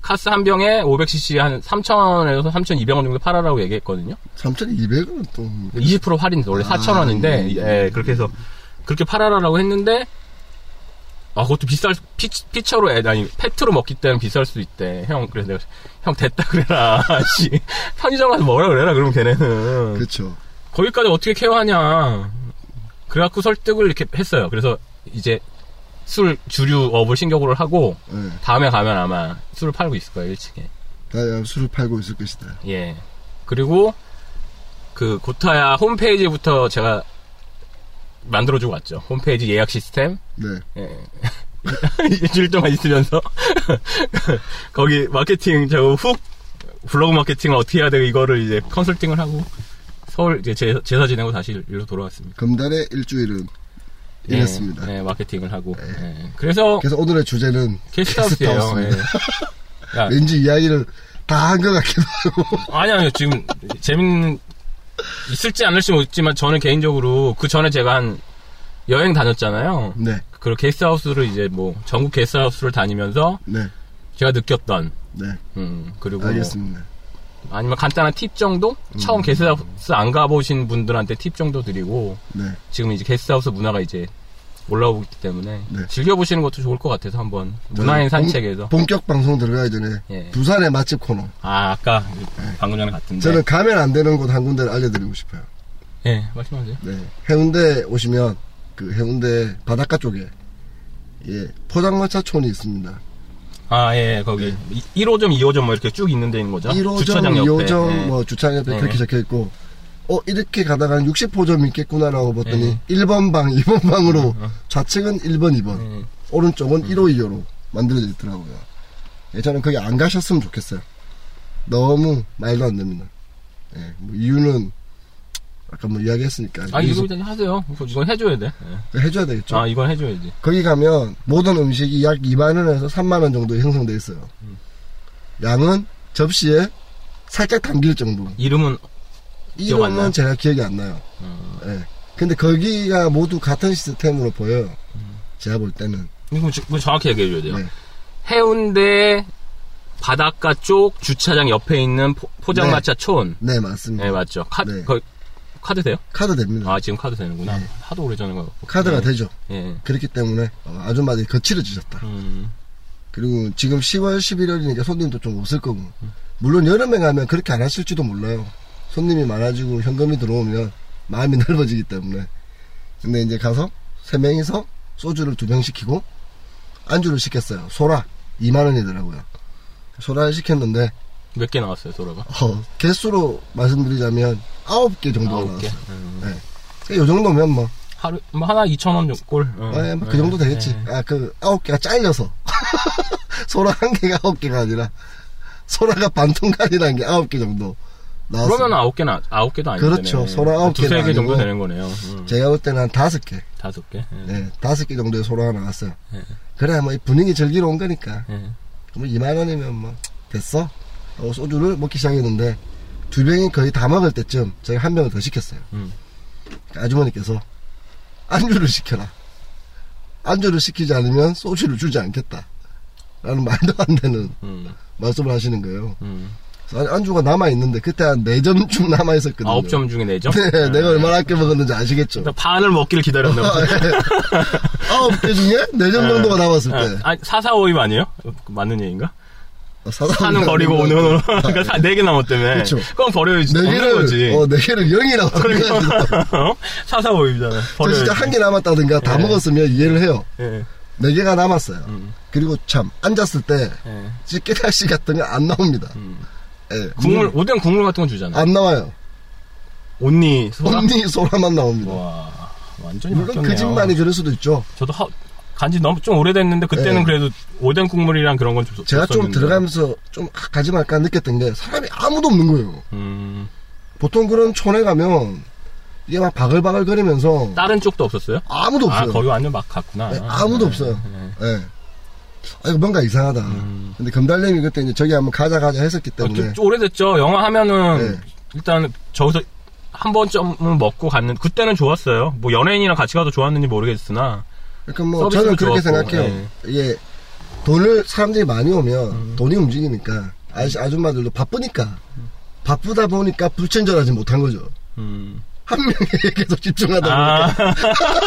[SPEAKER 1] 카스 한 병에 500cc 한 3,000원에서 3,200원 정도 팔아라고 얘기했거든요.
[SPEAKER 2] 3,200원은 또.
[SPEAKER 1] 20% 할인, 원래
[SPEAKER 2] 아,
[SPEAKER 1] 4,000원인데,
[SPEAKER 2] 예.
[SPEAKER 1] 예, 그렇게 해서, 그렇게 팔아라라고 했는데, 아, 그것도 비쌀, 수- 피, 피처로, 애- 아니, 페트로 먹기 때문에 비쌀 수도 있대. 형, 그래서 내가, 형 됐다 그래라. (laughs) 씨. 편의점 가서 먹으라 그래라, 그러면 걔네는.
[SPEAKER 2] 그렇죠.
[SPEAKER 1] 거기까지 어떻게 케어하냐. 그래갖고 설득을 이렇게 했어요. 그래서 이제 술 주류업을 신경을 하고
[SPEAKER 2] 예.
[SPEAKER 1] 다음에 가면 아마 술을 팔고 있을 거예요, 1층에.
[SPEAKER 2] 나 술을 팔고 있을 것이다.
[SPEAKER 1] 예. 그리고 그 고타야 홈페이지부터 제가 만들어주고 왔죠. 홈페이지 예약 시스템. (laughs)
[SPEAKER 2] 네.
[SPEAKER 1] 예. 일주일 동안 있으면서 (laughs) 거기 마케팅 저훅 블로그 마케팅을 어떻게 해야 되고 이거를 이제 컨설팅을 하고 서울 이제 제- 제사 지내고 다시 일로 돌아왔습니다.
[SPEAKER 2] 금달의 일주일은
[SPEAKER 1] 예,
[SPEAKER 2] 이랬습니다.
[SPEAKER 1] 예, 마케팅을 하고. 예. 그래서
[SPEAKER 2] 그래서 오늘의 주제는
[SPEAKER 1] 게스트하우스예요.
[SPEAKER 2] 게스트하우스입니다.
[SPEAKER 1] 예. 야,
[SPEAKER 2] 왠지 이야기를 다 한 것 같기도 하고.
[SPEAKER 1] 아니, 아니요. 지금, 재밌는, 있을지 않을 수 있지만, 저는 개인적으로, 그 전에 제가 한, 여행 다녔잖아요.
[SPEAKER 2] (laughs) 네,
[SPEAKER 1] 그리고 게스트하우스를 이제 뭐, 전국 게스트하우스를 다니면서,
[SPEAKER 2] 네,
[SPEAKER 1] 제가 느꼈던,
[SPEAKER 2] 네.
[SPEAKER 1] 음, 그리고. 뭐
[SPEAKER 2] 알겠습니다.
[SPEAKER 1] 아니면 간단한 팁 정도? 처음 게스트하우스 안 가보신 분들한테 팁 정도 드리고,
[SPEAKER 2] 네.
[SPEAKER 1] 지금 이제 게스트하우스 문화가 이제 올라오고 있기 때문에,
[SPEAKER 2] 네.
[SPEAKER 1] 즐겨보시는 것도 좋을 것 같아서 한번, 문화인 산책에서.
[SPEAKER 2] 본, 격 방송 들어가기 전에
[SPEAKER 1] 예.
[SPEAKER 2] 부산의 맛집 코너.
[SPEAKER 1] 아, 아까, 방금 전에 갔던데.
[SPEAKER 2] 네. 저는 가면 안 되는 곳 한 군데를 알려드리고 싶어요.
[SPEAKER 1] 예, 말씀하세요.
[SPEAKER 2] 네. 해운대 오시면 그 해운대 바닷가 쪽에 예 포장마차촌이 있습니다.
[SPEAKER 1] 아, 예, 거기. 1호점, 2호점 뭐 이렇게 쭉 있는 데 있는 거죠?
[SPEAKER 2] 네. 1호점,
[SPEAKER 1] 주차장 옆에.
[SPEAKER 2] 2호점,
[SPEAKER 1] 예.
[SPEAKER 2] 뭐 주차장 옆에
[SPEAKER 1] 네.
[SPEAKER 2] 그렇게 적혀 있고, 어 이렇게 가다가 60호점 있겠구나라고 봤더니
[SPEAKER 1] 네. 어.
[SPEAKER 2] 1번 방, 2번 방으로 좌측은 1번, 2번,
[SPEAKER 1] 네.
[SPEAKER 2] 오른쪽은 1호, 2호로 만들어져 있더라고요. 예, 저는 거기 안 가셨으면 좋겠어요. 너무 말도 안 됩니다. 예, 뭐 이유는 아까 뭐 이야기했으니까
[SPEAKER 1] 아,
[SPEAKER 2] 여기서
[SPEAKER 1] 이거 일단 하세요. 이거- 이건 해줘야 돼. 예.
[SPEAKER 2] 해줘야 되겠죠.
[SPEAKER 1] 아, 이건 해줘야지.
[SPEAKER 2] 거기 가면 모든 음식이 약 2만 원에서 3만 원 정도 형성돼 있어요. 양은 접시에 살짝 담길 정도.
[SPEAKER 1] 이름은, 기억 안 나요?
[SPEAKER 2] 이름은 제가 기억이 안 나요.
[SPEAKER 1] 음.
[SPEAKER 2] 예. 근데 거기가 모두 같은 시스템으로 보여요.
[SPEAKER 1] 음.
[SPEAKER 2] 제가 볼 때는.
[SPEAKER 1] 이거 지- 이거 정확히 얘기해줘야 돼요.
[SPEAKER 2] 네.
[SPEAKER 1] 해운대 바닷가 쪽 주차장 옆에 있는 포, 포장마차 촌.
[SPEAKER 2] 네,
[SPEAKER 1] 예,
[SPEAKER 2] 맞습니다.
[SPEAKER 1] 맞죠. 카드,
[SPEAKER 2] 네.
[SPEAKER 1] 거, 카드 돼요?
[SPEAKER 2] 카드 됩니다.
[SPEAKER 1] 아, 지금 카드 되는구나.
[SPEAKER 2] 네.
[SPEAKER 1] 하도 오래 전에 가고.
[SPEAKER 2] 카드가 되죠.
[SPEAKER 1] 예.
[SPEAKER 2] 그렇기 때문에 어, 아줌마들이 거칠어지셨다.
[SPEAKER 1] 음,
[SPEAKER 2] 그리고 지금 10월, 11월이니까 손님도 좀 없을 거고. 물론 여름에 가면 그렇게 안 하실지도 몰라요. 손님이 많아지고 현금이 들어오면 마음이 (laughs) 넓어지기 때문에. 근데 이제 가서 세 명이서 소주를 두 병 시키고 안주를 시켰어요. 소라 2만 원이더라고요. 소라를 시켰는데
[SPEAKER 1] 몇 개 나왔어요, 소라가?
[SPEAKER 2] 어, 개수로 말씀드리자면 아홉 개 정도
[SPEAKER 1] 아홉 개.
[SPEAKER 2] 나왔어요.
[SPEAKER 1] 음.
[SPEAKER 2] 네. 그요 정도면 뭐,
[SPEAKER 1] 하루, 뭐 하나 2,000원 꼴. 음.
[SPEAKER 2] 아, 예, 뭐그 정도 되겠지.
[SPEAKER 1] 네.
[SPEAKER 2] 아, 그 아홉 개가 잘려서 (laughs) 소라 한 개가 아홉 개가 아니라 소라가 반통간이라는 게 아홉 개 정도 나왔어요.
[SPEAKER 1] 그러면 아홉 개나 아홉 개도 아니고
[SPEAKER 2] 그렇죠. 소라 아홉
[SPEAKER 1] 두세
[SPEAKER 2] 개는
[SPEAKER 1] 개 정도
[SPEAKER 2] 아니고.
[SPEAKER 1] 되는 거네요. 음,
[SPEAKER 2] 제가 볼 때는 한 다섯 개,
[SPEAKER 1] 다섯 개. 예.
[SPEAKER 2] 네, 다섯 개 정도의 소라가 나왔어요.
[SPEAKER 1] 예.
[SPEAKER 2] 그래, 뭐이 분위기 즐기러 온 거니까.
[SPEAKER 1] 예.
[SPEAKER 2] 그럼 2만 원이면 뭐 됐어. 하고 소주를 먹기 시작했는데 두 병이 거의 다 먹을 때쯤 제가 한 병을 더 시켰어요. 그러니까
[SPEAKER 1] 음.
[SPEAKER 2] 아주머니께서 안주를 시켜라. 안주를 시키지 않으면 소주를 주지 않겠다. 라는 말도 안 되는
[SPEAKER 1] 음,
[SPEAKER 2] 말씀을 하시는 거예요.
[SPEAKER 1] 음.
[SPEAKER 2] 그래서 아니, 안주가 남아있는데 그때 한 4점쯤 남아있었거든요.
[SPEAKER 1] 아홉 점 중에 네 점.
[SPEAKER 2] (laughs) 네, 내가 얼마나 아껴 먹었는지 아시겠죠? 네.
[SPEAKER 1] 그러니까 반을 먹기를
[SPEAKER 2] (laughs)
[SPEAKER 1] 기다렸나 보다.
[SPEAKER 2] 아홉 개 중에 4점 정도가 남았을
[SPEAKER 1] 예.
[SPEAKER 2] 때.
[SPEAKER 1] 아, 사사오임 아니에요? 맞는 얘기인가?
[SPEAKER 2] 사다
[SPEAKER 1] 사는 버리고 오는 오는. 그러니까 네개 남았다며.
[SPEAKER 2] 아, 그쵸.
[SPEAKER 1] 그건 버려야지.
[SPEAKER 2] 네
[SPEAKER 1] 없는 거지.
[SPEAKER 2] 개를,
[SPEAKER 1] (laughs)
[SPEAKER 2] 어, 네 개를 0이라고 생각하시죠.
[SPEAKER 1] 그러니까 사사오임이잖아.
[SPEAKER 2] 저
[SPEAKER 1] 버려야지.
[SPEAKER 2] 진짜 한 개 남았다든가 다
[SPEAKER 1] 예.
[SPEAKER 2] 먹었으면 이해를 해요.
[SPEAKER 1] 예.
[SPEAKER 2] 네 개가 남았어요.
[SPEAKER 1] 음.
[SPEAKER 2] 그리고 참, 앉았을 때,
[SPEAKER 1] 예.
[SPEAKER 2] 깨달씨 같은 거 안 나옵니다. 예,
[SPEAKER 1] 음. 국물
[SPEAKER 2] 물론
[SPEAKER 1] 오뎅 국물 같은 건 주잖아.
[SPEAKER 2] 안 나와요.
[SPEAKER 1] 온니 소라. 뭐,
[SPEAKER 2] 언니 소라만 나옵니다.
[SPEAKER 1] 와 완전히
[SPEAKER 2] 물론
[SPEAKER 1] 바뀌었네요.
[SPEAKER 2] 거짓말이 그럴 수도 있죠.
[SPEAKER 1] 저도 하, 간지 너무 좀 오래됐는데 그때는
[SPEAKER 2] 예.
[SPEAKER 1] 그래도 오뎅 국물이랑 그런 건 좀.
[SPEAKER 2] 제가 좀
[SPEAKER 1] 없었는데.
[SPEAKER 2] 들어가면서 좀 아, 가지 말까 느꼈던 게 사람이 아무도 없는 거예요.
[SPEAKER 1] 음,
[SPEAKER 2] 보통 그런 촌에 가면 이게 막 바글바글 거리면서
[SPEAKER 1] 다른 쪽도 없었어요?
[SPEAKER 2] 아무도
[SPEAKER 1] 아,
[SPEAKER 2] 없어요.
[SPEAKER 1] 거기 완전 막 갔구나.
[SPEAKER 2] 네, 아무도 없어요. 예. 아, 이거 뭔가 이상하다. 근데 금달님이 그때 이제 저기 한번 가자 가자 했었기
[SPEAKER 1] 어, 음. 좀-
[SPEAKER 2] 때문에
[SPEAKER 1] 좀 오래됐죠. 영화 하면은
[SPEAKER 2] 네.
[SPEAKER 1] 일단 저기서 한 번쯤은 먹고 갔는 그때는 좋았어요. 뭐 연예인이랑 같이 가도 좋았는지 모르겠으나
[SPEAKER 2] 그러니까 뭐
[SPEAKER 1] 서비스도
[SPEAKER 2] 저는 그렇게
[SPEAKER 1] 좋았고, 예.
[SPEAKER 2] 생각해요. 이게 돈을 사람들이 많이 오면
[SPEAKER 1] 음.
[SPEAKER 2] 돈이 움직이니까 아저씨 아줌마들도 바쁘니까 바쁘다 보니까 불친절하지 못한 거죠.
[SPEAKER 1] 음.
[SPEAKER 2] 한 명에 (laughs) 계속 집중하다 보니까
[SPEAKER 1] 아 (laughs)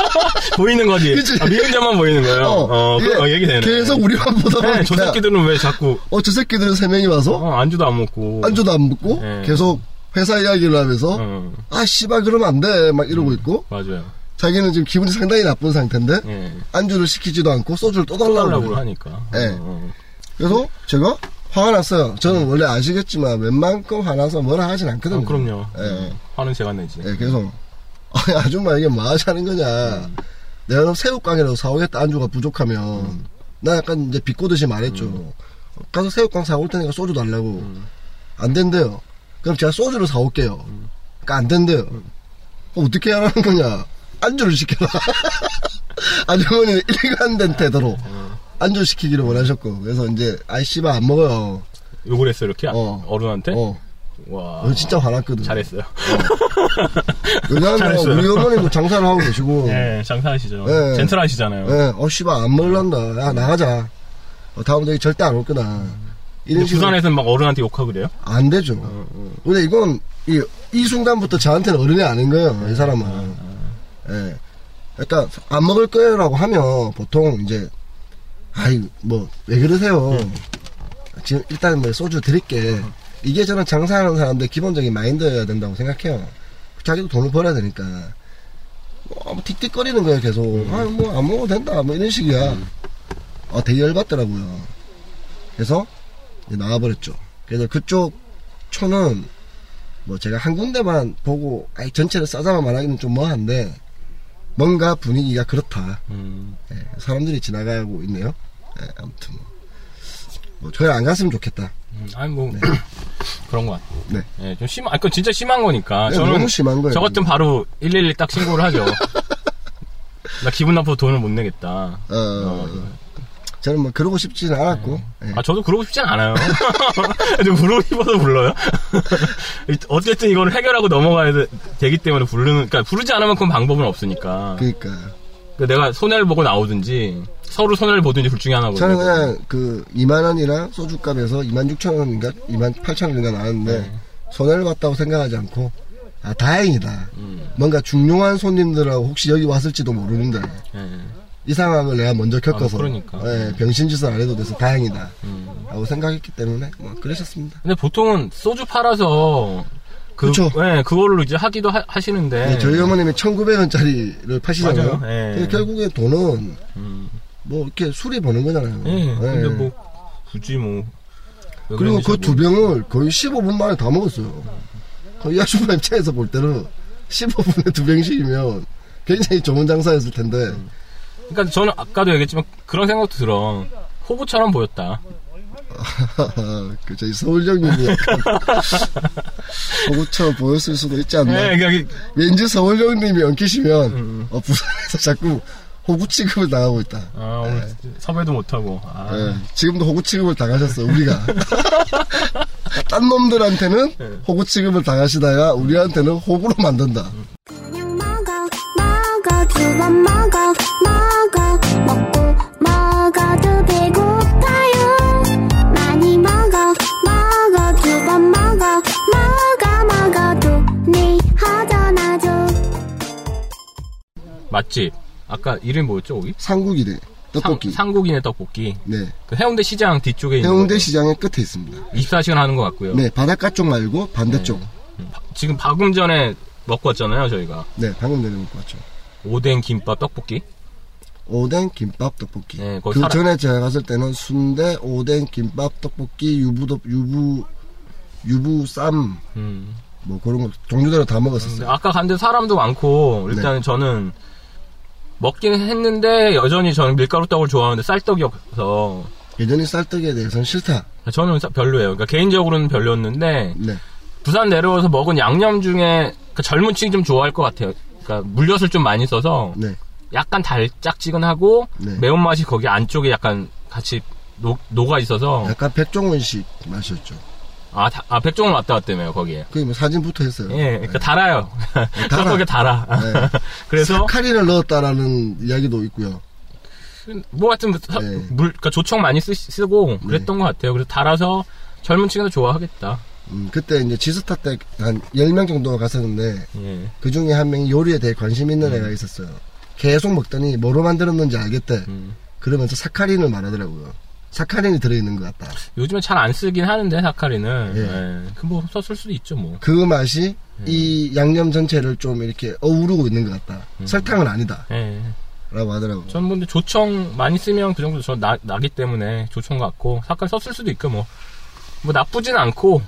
[SPEAKER 1] 보이는 거지.
[SPEAKER 2] 네, 그치?
[SPEAKER 1] 아, 미운 점만 보이는 거예요. 어,
[SPEAKER 2] 이게
[SPEAKER 1] 그, 어, 얘기 되네.
[SPEAKER 2] 계속 우리만 보다 보니까
[SPEAKER 1] 네, 저 새끼들은 왜 자꾸
[SPEAKER 2] 어 저 새끼들은 세 명이 와서
[SPEAKER 1] 어, 안주도 안 먹고
[SPEAKER 2] 안주도 안 먹고
[SPEAKER 1] 네.
[SPEAKER 2] 계속 회사 이야기를 하면서
[SPEAKER 1] 어, 음.
[SPEAKER 2] 아 씨발 그러면 안 돼 막 이러고 있고
[SPEAKER 1] 맞아요.
[SPEAKER 2] 자기는 지금 기분이 상당히 나쁜 상태인데
[SPEAKER 1] 예.
[SPEAKER 2] 안주를 시키지도 않고 소주를 또 달라고
[SPEAKER 1] 떠달라고
[SPEAKER 2] 그래요.
[SPEAKER 1] 하니까.
[SPEAKER 2] 예.
[SPEAKER 1] 어, 어.
[SPEAKER 2] 그래서 제가 화가 났어요. 저는 원래 아시겠지만 웬만큼 화나서 뭐라 하진 않거든요.
[SPEAKER 1] 아, 그럼요.
[SPEAKER 2] 예, 예.
[SPEAKER 1] 화는 제가 내지.
[SPEAKER 2] 예, 그래서 (laughs) 아니, 아줌마 이게 뭐 하자는 거냐. 내가 그럼 새우깡이라도 사오겠다 안주가 부족하면 나 약간 이제 비꼬듯이 말했죠. 가서 새우깡 사올 테니까 소주 달라고. 안 된대요. 그럼 제가 소주를 사올게요. 그러니까 안 된대요. 그럼 어떻게 하라는 거냐? 안주를 시켜라. (laughs) 아주머니는 일관된 태도로 안주 시키기를 원하셨고 그래서 이제 아이 씨발 안 먹어요.
[SPEAKER 1] 욕을 했어 이렇게
[SPEAKER 2] 어.
[SPEAKER 1] 어. 른한테
[SPEAKER 2] 어.
[SPEAKER 1] 와
[SPEAKER 2] 어, 진짜 화났거든.
[SPEAKER 1] 잘했어요.
[SPEAKER 2] 왜냐하면
[SPEAKER 1] 잘했어요.
[SPEAKER 2] 우리 어머님도 장사를 하고 계시고,
[SPEAKER 1] 예, 장사하시죠.
[SPEAKER 2] 예.
[SPEAKER 1] 젠틀하시잖아요.
[SPEAKER 2] 예, 어, 씨발, 안 먹는다. 야, 나가자. 어, 다음 대회 절대 안 올 거다. 이런
[SPEAKER 1] 근데
[SPEAKER 2] 식으로.
[SPEAKER 1] 부산에서는 막 어른한테 욕하고 그래요?
[SPEAKER 2] 안 되죠. 근데 이건, 이, 이 순간부터 저한테는 어른이 아닌 거예요, 이 사람은. 예. 그러니까, 안 먹을 거예요라고 하면, 보통, 이제, 아이, 뭐, 왜 그러세요. 지금 일단 뭐 소주 드릴게. 이게 저는 장사하는 사람들 기본적인 마인드여야 된다고 생각해요. 자기도 돈을 벌어야 되니까. 뭐, 틱틱거리는 거예요, 계속. 아, 뭐, 안 먹어도 된다. 뭐, 이런 식이야. 아, 되게 열받더라고요. 그래서, 이제 나와버렸죠. 그래서 그쪽 초는, 뭐, 제가 한 군데만 보고, 아예 전체를 싸잡아 말하기는 좀 뭐한데, 뭔가 분위기가 그렇다.
[SPEAKER 1] 음,
[SPEAKER 2] 예, 사람들이 지나가고 있네요. 예, 아무튼 뭐. 뭐 저희 안 갔으면 좋겠다.
[SPEAKER 1] 음, 아니 뭐 (clears throat) 그런 것 같아요.
[SPEAKER 2] 네.
[SPEAKER 1] 예, 좀 심한, 아, 그건 진짜 심한 거니까.
[SPEAKER 2] 네,
[SPEAKER 1] 아, 저는
[SPEAKER 2] 너무 심한 거예요.
[SPEAKER 1] 저 같은 바로 111 딱 신고를
[SPEAKER 2] (laughs)
[SPEAKER 1] 하죠. 나 기분 나빠서 돈을 못 내겠다.
[SPEAKER 2] 어, 저는 뭐 그러고 싶지는 않았고. 예.
[SPEAKER 1] 아, 저도 그러고 싶진 않아요. (laughs) 근데 물어 입어서 불러요. (laughs) 어쨌든 이거를 해결하고 넘어가야 되, 되기 때문에 부르는, 그러니까 부르지 않으면 그건 방법은 없으니까.
[SPEAKER 2] 그러니까
[SPEAKER 1] 그러니까 내가 손해를 보고 나오든지, 서로 손해를 보든지 둘 중에 하나거든요.
[SPEAKER 2] 저는 그냥 그 2만 원이나 소주값에서 2만 6천 원인가 2만 8천 원인가 나왔는데
[SPEAKER 1] 네.
[SPEAKER 2] 손해를 봤다고 생각하지 않고 아 다행이다.
[SPEAKER 1] 음.
[SPEAKER 2] 뭔가 중요한 손님들하고 혹시 여기 왔을지도 모르는데
[SPEAKER 1] 예.
[SPEAKER 2] 이 상황을 내가 먼저 겪어서
[SPEAKER 1] 그러니까. 음.
[SPEAKER 2] 예, 병신짓을 안 해도 돼서 다행이다. 라고 생각했기 때문에 뭐 그러셨습니다.
[SPEAKER 1] 근데 보통은 소주 팔아서, 그,
[SPEAKER 2] 그쵸.
[SPEAKER 1] 예, 그걸로 이제 하기도 하, 시는데
[SPEAKER 2] 네, 저희 어머님이 1900원짜리를 파시잖아요.
[SPEAKER 1] 맞아요. 예.
[SPEAKER 2] 근데 결국에 돈은 뭐 이렇게 술이 버는 거잖아요.
[SPEAKER 1] 예, 근데
[SPEAKER 2] 예.
[SPEAKER 1] 뭐, 굳이 뭐. 왜
[SPEAKER 2] 그리고
[SPEAKER 1] 그런지
[SPEAKER 2] 그
[SPEAKER 1] 잘
[SPEAKER 2] 두 병을 거의 15분 만에 다 먹었어요. 그 야수부님 차에서 볼 때는 15분에 두 병씩이면 굉장히 좋은 장사였을 텐데
[SPEAKER 1] 모르- 그러니까 저는 아까도 얘기했지만 그런 생각도 들어. 호구처럼 보였다.
[SPEAKER 2] (laughs) 그 저희 서울 형님이 (laughs) 약간 고구처럼 보였을 수도 있지 않나.
[SPEAKER 1] 예, 그러니까
[SPEAKER 2] 왠지 서울 형님이 엉키시면 어, 부산에서 자꾸 호구 취급을 당하고 있다.
[SPEAKER 1] 아, 오늘 섭외도 못하고. 아,
[SPEAKER 2] 예, 지금도 호구 취급을 당하셨어 (laughs) 우리가 딴 놈들한테는 호구 취급을 당하시다가 우리한테는 호구로 만든다
[SPEAKER 3] 그냥 먹어 먹어 두 번 먹어 먹어 먹고 먹어도 배고파요 많이 먹어 먹어 두 번 먹어 먹어 먹어도 네 허전하죠
[SPEAKER 1] 맛집. 아까 이름 뭐였죠, 거기?
[SPEAKER 2] 상국이래 떡볶이
[SPEAKER 1] 상, 국인의 떡볶이.
[SPEAKER 2] 네
[SPEAKER 1] 그 해운대 시장 뒤쪽에 있는.
[SPEAKER 2] 해운대
[SPEAKER 1] 거죠.
[SPEAKER 2] 시장의 끝에 있습니다
[SPEAKER 1] 24시간 하는 것 같고요.
[SPEAKER 2] 네 바닷가 쪽 말고 반대쪽
[SPEAKER 1] 네. 바- 지금 방금 전에 먹고 왔잖아요, 저희가.
[SPEAKER 2] 네 방금 내려온 것 같죠
[SPEAKER 1] 오뎅, 김밥, 떡볶이.
[SPEAKER 2] 오뎅 김밥 떡볶이
[SPEAKER 1] 네,
[SPEAKER 2] 그
[SPEAKER 1] 거기 살아-
[SPEAKER 2] 전에 제가 갔을 때는 순대 오뎅 김밥 떡볶이 유부 덮- 유부 유부 쌈뭐
[SPEAKER 1] 음.
[SPEAKER 2] 그런 거 종류대로 다
[SPEAKER 1] 근데
[SPEAKER 2] 먹었었어요
[SPEAKER 1] 네, 아까 갔는데 사람도 많고,
[SPEAKER 2] 네.
[SPEAKER 1] 일단은 저는 먹긴 했는데, 여전히 저는 밀가루 떡을 좋아하는데 쌀떡이 없어서,
[SPEAKER 2] 예전에 쌀떡에 대해서는 싫다
[SPEAKER 1] 저는 사- 별로예요. 그러니까 개인적으로는 별로였는데,
[SPEAKER 2] 네
[SPEAKER 1] 부산 내려와서 먹은 양념 중에 그 젊은 층이 좀 좋아할 것 같아요. 그러니까 물엿을 좀 많이 써서
[SPEAKER 2] 네.
[SPEAKER 1] 약간 달짝지근하고
[SPEAKER 2] 네.
[SPEAKER 1] 매운맛이 거기 안쪽에 약간 같이 녹, 녹아 있어서
[SPEAKER 2] 약간 백종원식 맛이었죠.
[SPEAKER 1] 아, 다- 아 백종원 왔다 갔다며요 거기에
[SPEAKER 2] 그게 뭐 사진부터 했어요.
[SPEAKER 1] 예 그러니까 달아요
[SPEAKER 2] 네. 달아.
[SPEAKER 1] (laughs) 떡국에 달아
[SPEAKER 2] 네.
[SPEAKER 1] (laughs) 그래서
[SPEAKER 2] 카리를 넣었다라는 이야기도 있고요.
[SPEAKER 1] 뭐 하여튼 서-
[SPEAKER 2] 네.
[SPEAKER 1] 물 그러니까 조청 많이 쓰, 고 그랬던 것 같아요 그래서 달아서 젊은 층에도 좋아하겠다
[SPEAKER 2] 음, 그때 이제 지스타 때 한 10명 정도가 갔었는데
[SPEAKER 1] 예
[SPEAKER 2] 그 중에 한 명이 요리에 대해 관심 있는 애가 있었어요. 계속 먹더니 뭐로 만들었는지 알겠대.
[SPEAKER 1] 음.
[SPEAKER 2] 그러면서 사카린을 말하더라고요. 사카린이 들어있는 것 같다.
[SPEAKER 1] 요즘에 잘 안 쓰긴 하는데 사카린을
[SPEAKER 2] 예.
[SPEAKER 1] 예. 그뭐 썼을 수도 있죠 뭐
[SPEAKER 2] 그 맛이 이 양념 전체를 좀 이렇게 어우르고 있는 것 같다. 설탕은 아니다.
[SPEAKER 1] 예.
[SPEAKER 2] 라고 하더라고요.
[SPEAKER 1] 전뭐 근데 조청 많이 쓰면 그 정도 저 나, 나기 때문에 조청 같고 사건 썼을 수도 있고 뭐 뭐 나쁘진 않고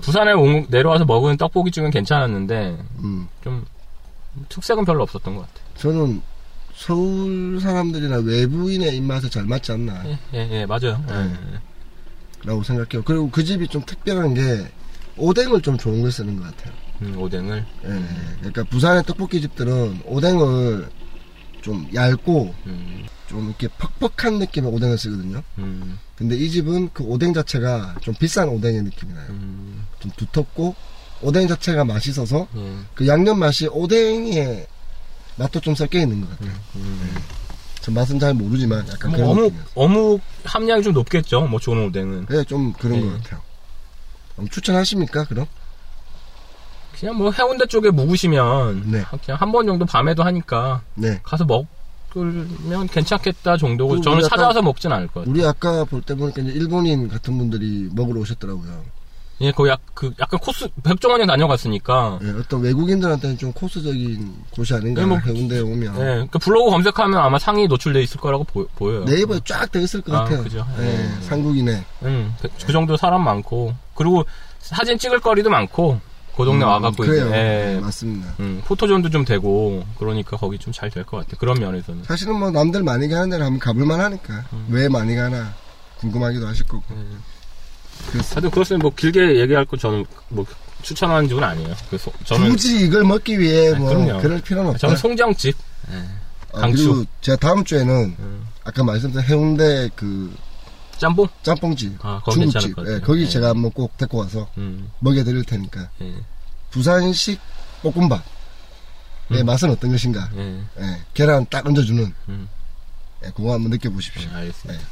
[SPEAKER 1] 부산에 온- 내려와서 먹은 떡볶이 중엔 괜찮았는데
[SPEAKER 2] 음,
[SPEAKER 1] 좀 특색은 별로 없었던 것 같아요.
[SPEAKER 2] 저는 서울 사람들이나 외부인의 입맛에 잘 맞지 않나.
[SPEAKER 1] 예, 예, 예, 맞아요.
[SPEAKER 2] 네.
[SPEAKER 1] 예, 예.
[SPEAKER 2] 라고 생각해요. 그리고 그 집이 좀 특별한 게 오뎅을 좀 좋은 걸 쓰는 것 같아요.
[SPEAKER 1] 음, 오뎅을
[SPEAKER 2] 예, 예. 그러니까 부산의 떡볶이 집들은 오뎅을 좀 얇고
[SPEAKER 1] 음,
[SPEAKER 2] 좀 이렇게 퍽퍽한 느낌의 오뎅을 쓰거든요.
[SPEAKER 1] 음,
[SPEAKER 2] 근데 이 집은 그 오뎅 자체가 좀 비싼 오뎅의 느낌이 나요.
[SPEAKER 1] 음,
[SPEAKER 2] 좀 두텁고 오뎅 자체가 맛있어서
[SPEAKER 1] 예.
[SPEAKER 2] 그 양념 맛이 오뎅의 맛도 좀 섞여 있는 것 같아요.
[SPEAKER 1] 음,
[SPEAKER 2] 전 맛은 잘 모르지만 약간
[SPEAKER 1] 뭐
[SPEAKER 2] 그런
[SPEAKER 1] 어묵,
[SPEAKER 2] 느낌이에요.
[SPEAKER 1] 어묵 함량이 좀 높겠죠. 뭐 좋은 오뎅은.
[SPEAKER 2] 네, 좀 그런
[SPEAKER 1] 네.
[SPEAKER 2] 것 같아요. 그럼 추천하십니까? 그럼
[SPEAKER 1] 그냥 뭐 해운대 쪽에 묵으시면
[SPEAKER 2] 네.
[SPEAKER 1] 그냥 한 번 정도 밤에도 하니까
[SPEAKER 2] 네.
[SPEAKER 1] 가서 먹으면 괜찮겠다 정도고
[SPEAKER 2] 그리고
[SPEAKER 1] 저는
[SPEAKER 2] 약간-
[SPEAKER 1] 찾아와서 먹진 않을 것 같아요.
[SPEAKER 2] 우리 아까 볼 때 보니까 이제 일본인 같은 분들이 먹으러 오셨더라고요.
[SPEAKER 1] 예, 거의 약, 그 약간 코스 백종원이 다녀갔으니까
[SPEAKER 2] 예, 어떤 외국인들한테는 좀 코스적인 곳이 아닌가
[SPEAKER 1] 네, 뭐-
[SPEAKER 2] 해운대에 오면
[SPEAKER 1] 예, 그러니까 블로그 검색하면 아마 상위 노출돼 있을 거라고 보, 보여요.
[SPEAKER 2] 네이버에 쫙 되어 있을 것
[SPEAKER 1] 아,
[SPEAKER 2] 같아요.
[SPEAKER 1] 그죠.
[SPEAKER 2] 예,
[SPEAKER 1] 네.
[SPEAKER 2] 상국이네.
[SPEAKER 1] 음, 그, 그 정도 사람 많고 그리고 사진 찍을 거리도 많고 그 동네
[SPEAKER 2] 음,
[SPEAKER 1] 와갖고
[SPEAKER 2] 그래요.
[SPEAKER 1] 이제 예,
[SPEAKER 2] 맞습니다.
[SPEAKER 1] 음, 포토존도 좀 되고 그러니까 거기 좀 잘 될 것 같아요. 그런 면에서는.
[SPEAKER 2] 사실은 뭐 남들 많이 가는 데를 한번 가볼만 하니까
[SPEAKER 1] 음.
[SPEAKER 2] 왜 많이 가나 궁금하기도 하실 거고 그래서
[SPEAKER 1] 다들 그렇습니다. 뭐 길게 얘기할 거 저는 뭐 추천하는 집은 아니에요. 그래서 저는
[SPEAKER 2] 굳이 이걸 먹기 위해
[SPEAKER 1] 아,
[SPEAKER 2] 뭐
[SPEAKER 1] 그럼요.
[SPEAKER 2] 그럴 필요는 없다.
[SPEAKER 1] 저는 송정집.
[SPEAKER 2] 아,
[SPEAKER 1] 강추.
[SPEAKER 2] 그리고 제가 다음 주에는 아까 말씀드린 해운대 그
[SPEAKER 1] 짬뽕?
[SPEAKER 2] 짬뽕집
[SPEAKER 1] 아, 거기 괜찮을
[SPEAKER 2] 중국집
[SPEAKER 1] 것
[SPEAKER 2] 예,
[SPEAKER 1] 같아요.
[SPEAKER 2] 거기
[SPEAKER 1] 예.
[SPEAKER 2] 제가 한번 꼭 데리고 와서
[SPEAKER 1] 음,
[SPEAKER 2] 먹여드릴 테니까
[SPEAKER 1] 예,
[SPEAKER 2] 부산식 볶음밥의 맛은 어떤 것인가?
[SPEAKER 1] 예,
[SPEAKER 2] 예, 계란 딱 얹어주는
[SPEAKER 1] 음.
[SPEAKER 2] 예, 그거 한번 느껴보십시오.
[SPEAKER 1] 예, 알겠습니다.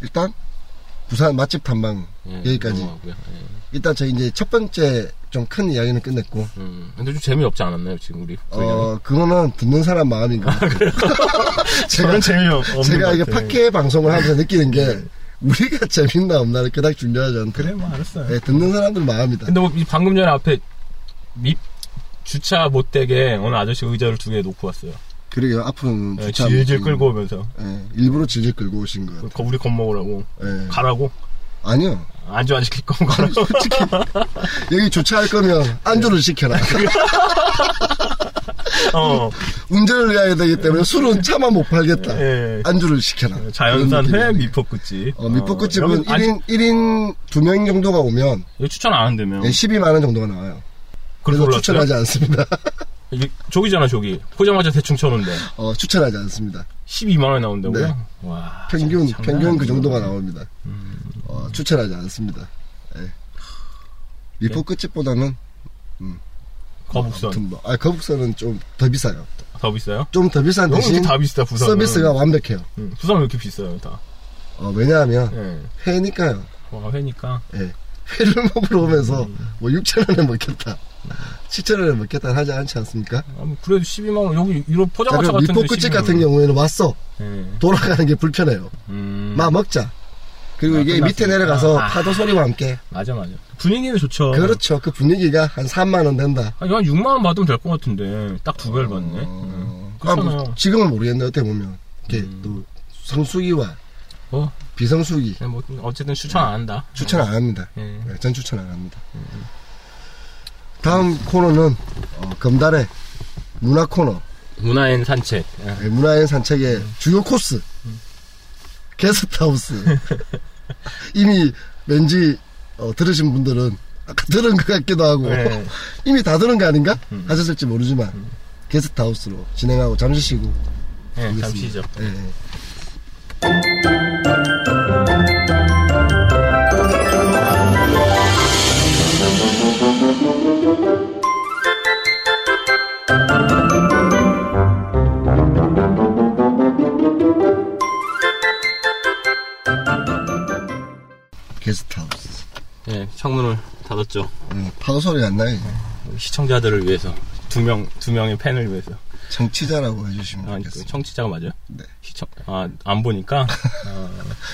[SPEAKER 2] 일단 부산 맛집 탐방
[SPEAKER 1] 예,
[SPEAKER 2] 여기까지.
[SPEAKER 1] 넘어가고요. 예,
[SPEAKER 2] 일단 저희 이제 첫 번째 좀 큰 이야기는 끝냈고
[SPEAKER 1] 음. 근데 좀 재미없지 않았나요, 지금 우리?
[SPEAKER 2] 어 그거는 듣는 사람 마음인 것 같아요. (laughs) 제가
[SPEAKER 1] 재미없.
[SPEAKER 2] 제가 이게 팟캐 방송을 하면서 느끼는 게 우리가 (laughs) 재밌나 없나를 그닥 중요하지 않다.
[SPEAKER 1] 네. 뭐 알았어요.
[SPEAKER 2] 예, 듣는 사람들 마음이다.
[SPEAKER 1] 근데 뭐이 방금 전에 앞에 밉 주차 못되게 어느 아저씨 의자를 두 개 놓고 왔어요.
[SPEAKER 2] 그러게요. 앞으로는
[SPEAKER 1] 예,
[SPEAKER 2] 네, 주차
[SPEAKER 1] 질질
[SPEAKER 2] 못-
[SPEAKER 1] 끌고 오면서
[SPEAKER 2] 예, 일부러 질질 끌고 오신 것 같아요.
[SPEAKER 1] 거- 우리 겁먹으라고
[SPEAKER 2] 예.
[SPEAKER 1] 그, 가라고
[SPEAKER 2] 아니요.
[SPEAKER 1] 안주 안 시킬 거면 가라고.
[SPEAKER 2] (laughs) 솔직히 여기 주차할 거면
[SPEAKER 1] 네.
[SPEAKER 2] 안주를
[SPEAKER 1] (laughs)
[SPEAKER 2] 시켜라.
[SPEAKER 1] 어,
[SPEAKER 2] 운전을 해야 되기 때문에 술은 차만 못 팔겠다.
[SPEAKER 1] 예.
[SPEAKER 2] 안주를 시켜라.
[SPEAKER 1] 자연산
[SPEAKER 2] 그런
[SPEAKER 1] 회
[SPEAKER 2] 느낌이네.
[SPEAKER 1] 미포끝집.
[SPEAKER 2] 어, 밑볶음집은
[SPEAKER 1] 여러분, 아직
[SPEAKER 2] 1인, 1인 2명 정도가 오면 예,
[SPEAKER 1] 이거 추천 안 한다며.
[SPEAKER 2] 12만원 정도가 나와요. 그래서
[SPEAKER 1] 올랐어요?
[SPEAKER 2] 네, 추천하지 않습니다. (laughs)
[SPEAKER 1] 이게 저기잖아, 저기. 포장마차 대충 쳐놓은데.
[SPEAKER 2] 어, 추천하지 않습니다.
[SPEAKER 1] 12만원 나온다고요?
[SPEAKER 2] 네.
[SPEAKER 1] 와.
[SPEAKER 2] 평균,
[SPEAKER 1] 장난
[SPEAKER 2] 평균 그
[SPEAKER 1] 아니구나. 음.
[SPEAKER 2] 정도가 나옵니다. 어, 추천하지 않습니다. 예. 미포
[SPEAKER 1] 네.
[SPEAKER 2] 끝집보다는,
[SPEAKER 1] 거북선.
[SPEAKER 2] 아무튼 뭐, 아, 거북선은 좀 더 비싸요.
[SPEAKER 1] 더 비싸요?
[SPEAKER 2] 좀 더 비싼
[SPEAKER 1] 너무
[SPEAKER 2] 대신
[SPEAKER 1] 이렇게 다 비싸, 부산은.
[SPEAKER 2] 서비스가 완벽해요.
[SPEAKER 1] 응, 부산 왜 이렇게 비싸요, 다.
[SPEAKER 2] 어, 왜냐하면
[SPEAKER 1] 예.
[SPEAKER 2] 회니까요.
[SPEAKER 1] 와, 회니까.
[SPEAKER 2] 예. 회를 먹으러 오면서
[SPEAKER 1] 음.
[SPEAKER 2] 뭐 6천원에 먹겠다. 7천원에 먹겠다 하지 않지 않습니까?
[SPEAKER 1] 아, 뭐 그래도 12만원, 여기, 이런 포장마차
[SPEAKER 2] 그리고
[SPEAKER 1] 같은데.
[SPEAKER 2] 미포 끝집
[SPEAKER 1] 12만 원.
[SPEAKER 2] 같은 경우에는 왔어.
[SPEAKER 1] 예.
[SPEAKER 2] 돌아가는 게 불편해요.
[SPEAKER 1] 음.
[SPEAKER 2] 막 먹자. 그리고
[SPEAKER 1] 아,
[SPEAKER 2] 이게 밑에
[SPEAKER 1] 끝났으니까.
[SPEAKER 2] 내려가서
[SPEAKER 1] 아. 어.
[SPEAKER 2] 파도 소리와 함께.
[SPEAKER 1] 맞아, 맞아. 분위기는 좋죠.
[SPEAKER 2] 그렇죠. 그 분위기가 한 3만원 된다.
[SPEAKER 1] 아니, 한 6만원 받으면 될 것 같은데. 딱 두 배를 받네. 응.
[SPEAKER 2] 아,
[SPEAKER 1] 그렇잖아요. 음.
[SPEAKER 2] 뭐, 지금은 모르겠네, 어떻게 보면. 이렇게 또 성수기와
[SPEAKER 1] 어,
[SPEAKER 2] 비성수기.
[SPEAKER 1] 그냥 뭐, 어쨌든 추천 안 한다.
[SPEAKER 2] 추천 안 합니다.
[SPEAKER 1] 예.
[SPEAKER 2] 네, 전 추천 안 합니다. 음. 다음 코너는, 어, 검달의 문화 코너.
[SPEAKER 1] 문화엔 산책. 예.
[SPEAKER 2] 네, 문화의 산책의 주요 코스. 게스트하우스. 이미 왠지 어, 들으신 분들은 아까 들은 것 같기도 하고
[SPEAKER 1] 네.
[SPEAKER 2] (laughs) 이미 다 들은 거 아닌가? 하셨을지 모르지만 게스트하우스로 진행하고 잠시 쉬고
[SPEAKER 1] 예,
[SPEAKER 2] 가겠습니다.
[SPEAKER 1] 잠시죠.
[SPEAKER 2] 예, 예. 게스트하우스
[SPEAKER 1] 예, 창문을 닫았죠.
[SPEAKER 2] 음, 파도 소리가 안 나요 이제.
[SPEAKER 1] 시청자들을 위해서 두 명, 두 명의 팬을 위해서.
[SPEAKER 2] 청취자라고 해주시면
[SPEAKER 1] 아, 그
[SPEAKER 2] 좋겠습니다
[SPEAKER 1] 청취자가 맞아요?
[SPEAKER 2] 네.
[SPEAKER 1] 시청, 아, 안
[SPEAKER 2] (laughs)
[SPEAKER 1] 보니까.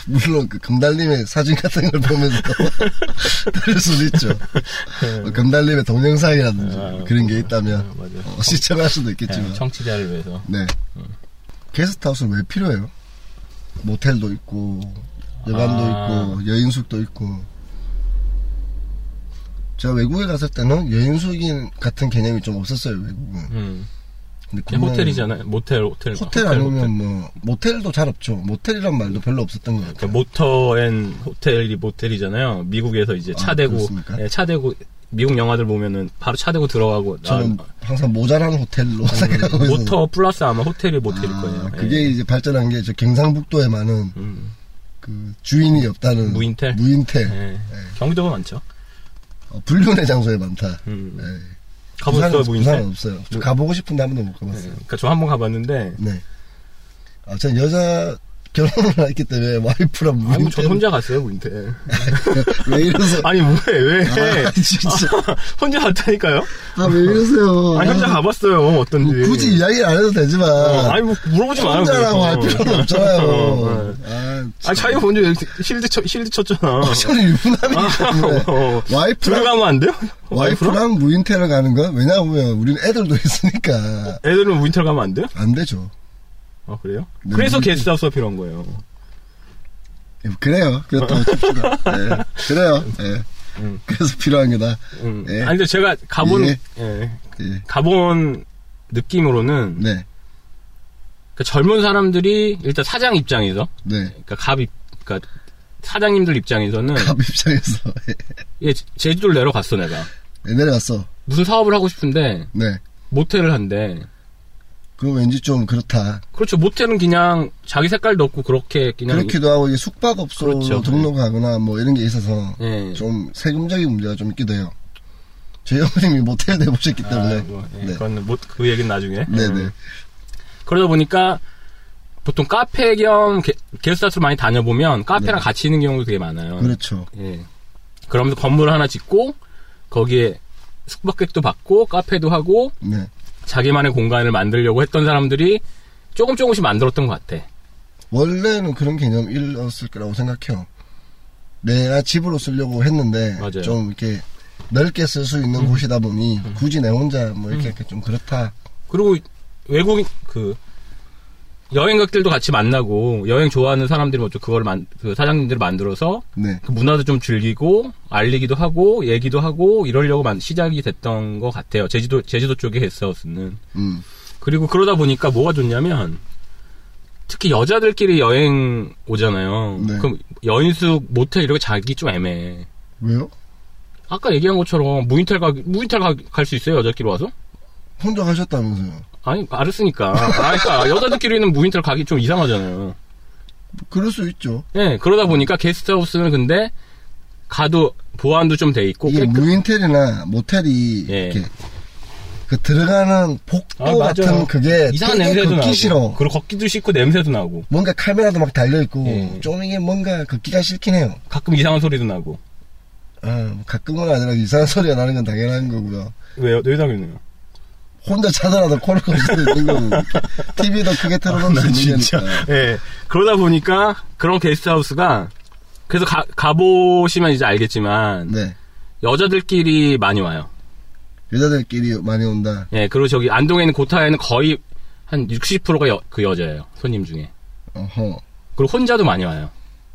[SPEAKER 2] 물론 그 금달님의 사진 같은
[SPEAKER 1] (laughs)
[SPEAKER 2] 걸 보면서 들을 수도 있죠. 어, 금달님의 동영상이라든지
[SPEAKER 1] 아,
[SPEAKER 2] 그런 게 있다면
[SPEAKER 1] 맞아요.
[SPEAKER 2] (laughs) 어, 시청할 수도
[SPEAKER 1] 예,
[SPEAKER 2] 있겠지만.
[SPEAKER 1] 청취자를 위해서.
[SPEAKER 2] 네. 게스트하우스는 왜 필요해요? 모텔도 있고 여관도
[SPEAKER 1] 아.
[SPEAKER 2] 있고 여인숙도 있고. 제가 외국에 갔을 때는 여인숙인 같은 개념이 좀 없었어요 외국은.
[SPEAKER 1] 음.
[SPEAKER 2] 근데
[SPEAKER 1] 그냥
[SPEAKER 2] 국내는
[SPEAKER 1] 호텔이잖아요. 모텔, 호텔.
[SPEAKER 2] 호텔
[SPEAKER 1] 모텔.
[SPEAKER 2] 아니면 뭐 모텔도 잘 없죠. 모텔이란 말도 별로 없었던 것
[SPEAKER 1] 그러니까
[SPEAKER 2] 같아요.
[SPEAKER 1] 모터 앤 호텔이 모텔이잖아요. 미국에서 이제
[SPEAKER 2] 아,
[SPEAKER 1] 차 대고,
[SPEAKER 2] 그렇습니까?
[SPEAKER 1] 예, 차 대고, 미국 영화들 보면은 바로 차 대고 들어가고. 나-
[SPEAKER 2] 저는 항상 모자란 호텔로 (laughs) 생각하고 있어서.
[SPEAKER 1] 모터 플러스 아마 호텔이 모텔일
[SPEAKER 2] 아,
[SPEAKER 1] 거예요.
[SPEAKER 2] 그게
[SPEAKER 1] 예.
[SPEAKER 2] 이제 발전한 게 저 경상북도에 많은
[SPEAKER 1] 음,
[SPEAKER 2] 그 주인이 없다는
[SPEAKER 1] 무인텔?
[SPEAKER 2] 무인텔
[SPEAKER 1] 예. 경기도가 많죠.
[SPEAKER 2] 어, 불륜의 장소에 많다.
[SPEAKER 1] 음.
[SPEAKER 2] 예.
[SPEAKER 1] 가보셨어요
[SPEAKER 2] 부산은- 부산은
[SPEAKER 1] 무인텔? 뭐-
[SPEAKER 2] 없어요. 저 가보고 싶은데 한 번도 못
[SPEAKER 1] 예.
[SPEAKER 2] 가봤어요.
[SPEAKER 1] 그러니까 저 한 번 가봤는데
[SPEAKER 2] 네. 아, 전 여자 결혼을 했기 때문에 와이프랑
[SPEAKER 1] 아니 뭐
[SPEAKER 2] 무인텔
[SPEAKER 1] 저 혼자 갔어요 무인텔.
[SPEAKER 2] (laughs) 왜 이러세요?
[SPEAKER 1] 아니 예. 뭐해 왜?
[SPEAKER 2] 아, 진짜.
[SPEAKER 1] (laughs) 혼자 갔다니까요.
[SPEAKER 2] 아, 왜 이러세요?
[SPEAKER 1] 아니 혼자 가봤어요
[SPEAKER 2] 뭐
[SPEAKER 1] 어떤지.
[SPEAKER 2] 굳이 이야기를 안 해도 되지만.
[SPEAKER 1] 어, 아니 뭐 물어보지 마요.
[SPEAKER 2] 혼자라고 할 필요는 없잖아요.
[SPEAKER 1] 어, 네.
[SPEAKER 2] 아, 어,
[SPEAKER 1] 아 자기가 먼저 이렇게 실드 쳐 실드 쳤잖아.
[SPEAKER 2] 저는 유부남이기 때문에.
[SPEAKER 1] 어.
[SPEAKER 2] 와이프랑,
[SPEAKER 1] 들어가면 안 돼요? 와이프랑?
[SPEAKER 2] 와이프랑 무인텔을 가는 건? 왜냐하면 우리는 애들도 (laughs) 있으니까.
[SPEAKER 1] 애들은 무인텔 가면 안 돼요?
[SPEAKER 2] 안 되죠.
[SPEAKER 1] 아 그래요?
[SPEAKER 2] 네,
[SPEAKER 1] 그래서
[SPEAKER 2] 무인텔.
[SPEAKER 1] 게스트하우스가 필요한 거예요.
[SPEAKER 2] 그래요. 그렇다고 칩시다. 예. 그래요. 예.
[SPEAKER 1] 음.
[SPEAKER 2] 그래서 필요한 게다.
[SPEAKER 1] 음.
[SPEAKER 2] 예.
[SPEAKER 1] 아니 근데 제가 가본
[SPEAKER 2] 예.
[SPEAKER 1] 예.
[SPEAKER 2] 예.
[SPEAKER 1] 가본 느낌으로는
[SPEAKER 2] 네.
[SPEAKER 1] 그러니까 젊은 사람들이 일단 사장 입장에서
[SPEAKER 2] 네.
[SPEAKER 1] 그러니까 갑 입, 그러니까 사장님들 입장에서는
[SPEAKER 2] 갑 입장에서.
[SPEAKER 1] 예, 제- 제주도를 내려갔어 내가
[SPEAKER 2] 예. 내려갔어.
[SPEAKER 1] 무슨 사업을 하고 싶은데
[SPEAKER 2] 네.
[SPEAKER 1] 모텔을 한대
[SPEAKER 2] 그럼 왠지 좀 그렇다.
[SPEAKER 1] 그렇죠 모텔은 그냥 자기 색깔도 없고 그렇게 그냥
[SPEAKER 2] 그렇기도 하고 이게 숙박업소로
[SPEAKER 1] 그렇죠.
[SPEAKER 2] 등록하거나 뭐 이런 게 있어서
[SPEAKER 1] 예.
[SPEAKER 2] 좀 세금적인 문제가 좀 있기도 해요. 저희 어머님이 모텔 내보셨기 때문에.
[SPEAKER 1] 아, 뭐, 예,
[SPEAKER 2] 네.
[SPEAKER 1] 그건 못- 그 얘기는 나중에
[SPEAKER 2] 네네.
[SPEAKER 1] 음. 그러다 보니까 보통 카페 겸 게, 게스트하우스를 많이 다녀보면 카페랑
[SPEAKER 2] 네.
[SPEAKER 1] 같이 있는 경우도 되게 많아요
[SPEAKER 2] 그렇죠.
[SPEAKER 1] 예. 그러면서 건물 하나 짓고 거기에 숙박객도 받고 카페도 하고
[SPEAKER 2] 네.
[SPEAKER 1] 자기만의 공간을 만들려고 했던 사람들이 조금 조금씩 만들었던 것 같아.
[SPEAKER 2] 원래는 그런 개념이었을 거라고 생각해요. 내가 집으로 쓰려고 했는데
[SPEAKER 1] 맞아요. 음.
[SPEAKER 2] 좀 이렇게 넓게 쓸 수 있는 곳이다 보니 굳이 내 혼자 뭐 이렇게, 이렇게 좀 그렇다.
[SPEAKER 1] 그리고 외국인 그 여행객들도 같이 만나고 여행 좋아하는 사람들이 먼저 그걸 만, 그 사장님들을 만들어서
[SPEAKER 2] 네.
[SPEAKER 1] 그 문화도 좀 즐기고 알리기도 하고 얘기도 하고 이러려고 만- 시작이 됐던 것 같아요. 제주도 제주도 쪽에 했었는.
[SPEAKER 2] 음.
[SPEAKER 1] 그리고 그러다 보니까 뭐가 좋냐면 특히 여자들끼리 여행 오잖아요.
[SPEAKER 2] 네.
[SPEAKER 1] 그럼 여인숙 모텔 이렇게 자기 좀 애매해.
[SPEAKER 2] 왜요?
[SPEAKER 1] 아까 얘기한 것처럼 무인텔 가 무인텔 갈 수 있어요 여자끼리 와서?
[SPEAKER 2] 혼자 가셨다면서요.
[SPEAKER 1] 아니 알았으니까. 아, 그러니까 여자들끼리는 무인텔 가기 좀 이상하잖아요.
[SPEAKER 2] 그럴 수 있죠.
[SPEAKER 1] 예 그러다 보니까 게스트하우스는 근데 가도 보안도 좀 돼 있고 그,
[SPEAKER 2] 이게
[SPEAKER 1] 깨끗-
[SPEAKER 2] 무인텔이나 모텔이
[SPEAKER 1] 예.
[SPEAKER 2] 이렇게 그 들어가는 복도
[SPEAKER 1] 아, 맞아요.
[SPEAKER 2] 같은 그게
[SPEAKER 1] 이상한
[SPEAKER 2] 되게
[SPEAKER 1] 냄새도
[SPEAKER 2] 걷기
[SPEAKER 1] 나고
[SPEAKER 2] 싫어.
[SPEAKER 1] 그리고 걷기도 싫고 냄새도 나고
[SPEAKER 2] 뭔가 카메라도 막 달려 있고
[SPEAKER 1] 예.
[SPEAKER 2] 좀 이게 뭔가 걷기가 싫긴 해요.
[SPEAKER 1] 가끔 이상한 소리도 나고
[SPEAKER 2] 아, 뭐 가끔은 아니라 이상한 (laughs) 소리가 나는 건 당연한 거고요.
[SPEAKER 1] 왜요? 왜 당연해요?
[SPEAKER 2] 혼자 자더라도 코를 걸 수도 있는 거고 TV도 크게
[SPEAKER 1] 아,
[SPEAKER 2] 틀어놓을 수 있는 거니까.
[SPEAKER 1] 예. 그러다 보니까 그런 게스트하우스가 그래서 가, 가보시면 이제 알겠지만
[SPEAKER 2] 네.
[SPEAKER 1] 여자들끼리 많이 와요.
[SPEAKER 2] 여자들끼리 많이 온다.
[SPEAKER 1] 예. 그리고 저기 안동에 있는 고타에는 거의 한 60%가 여, 그 여자예요. 손님 중에.
[SPEAKER 2] 어허.
[SPEAKER 1] 그리고 혼자도 많이 와요.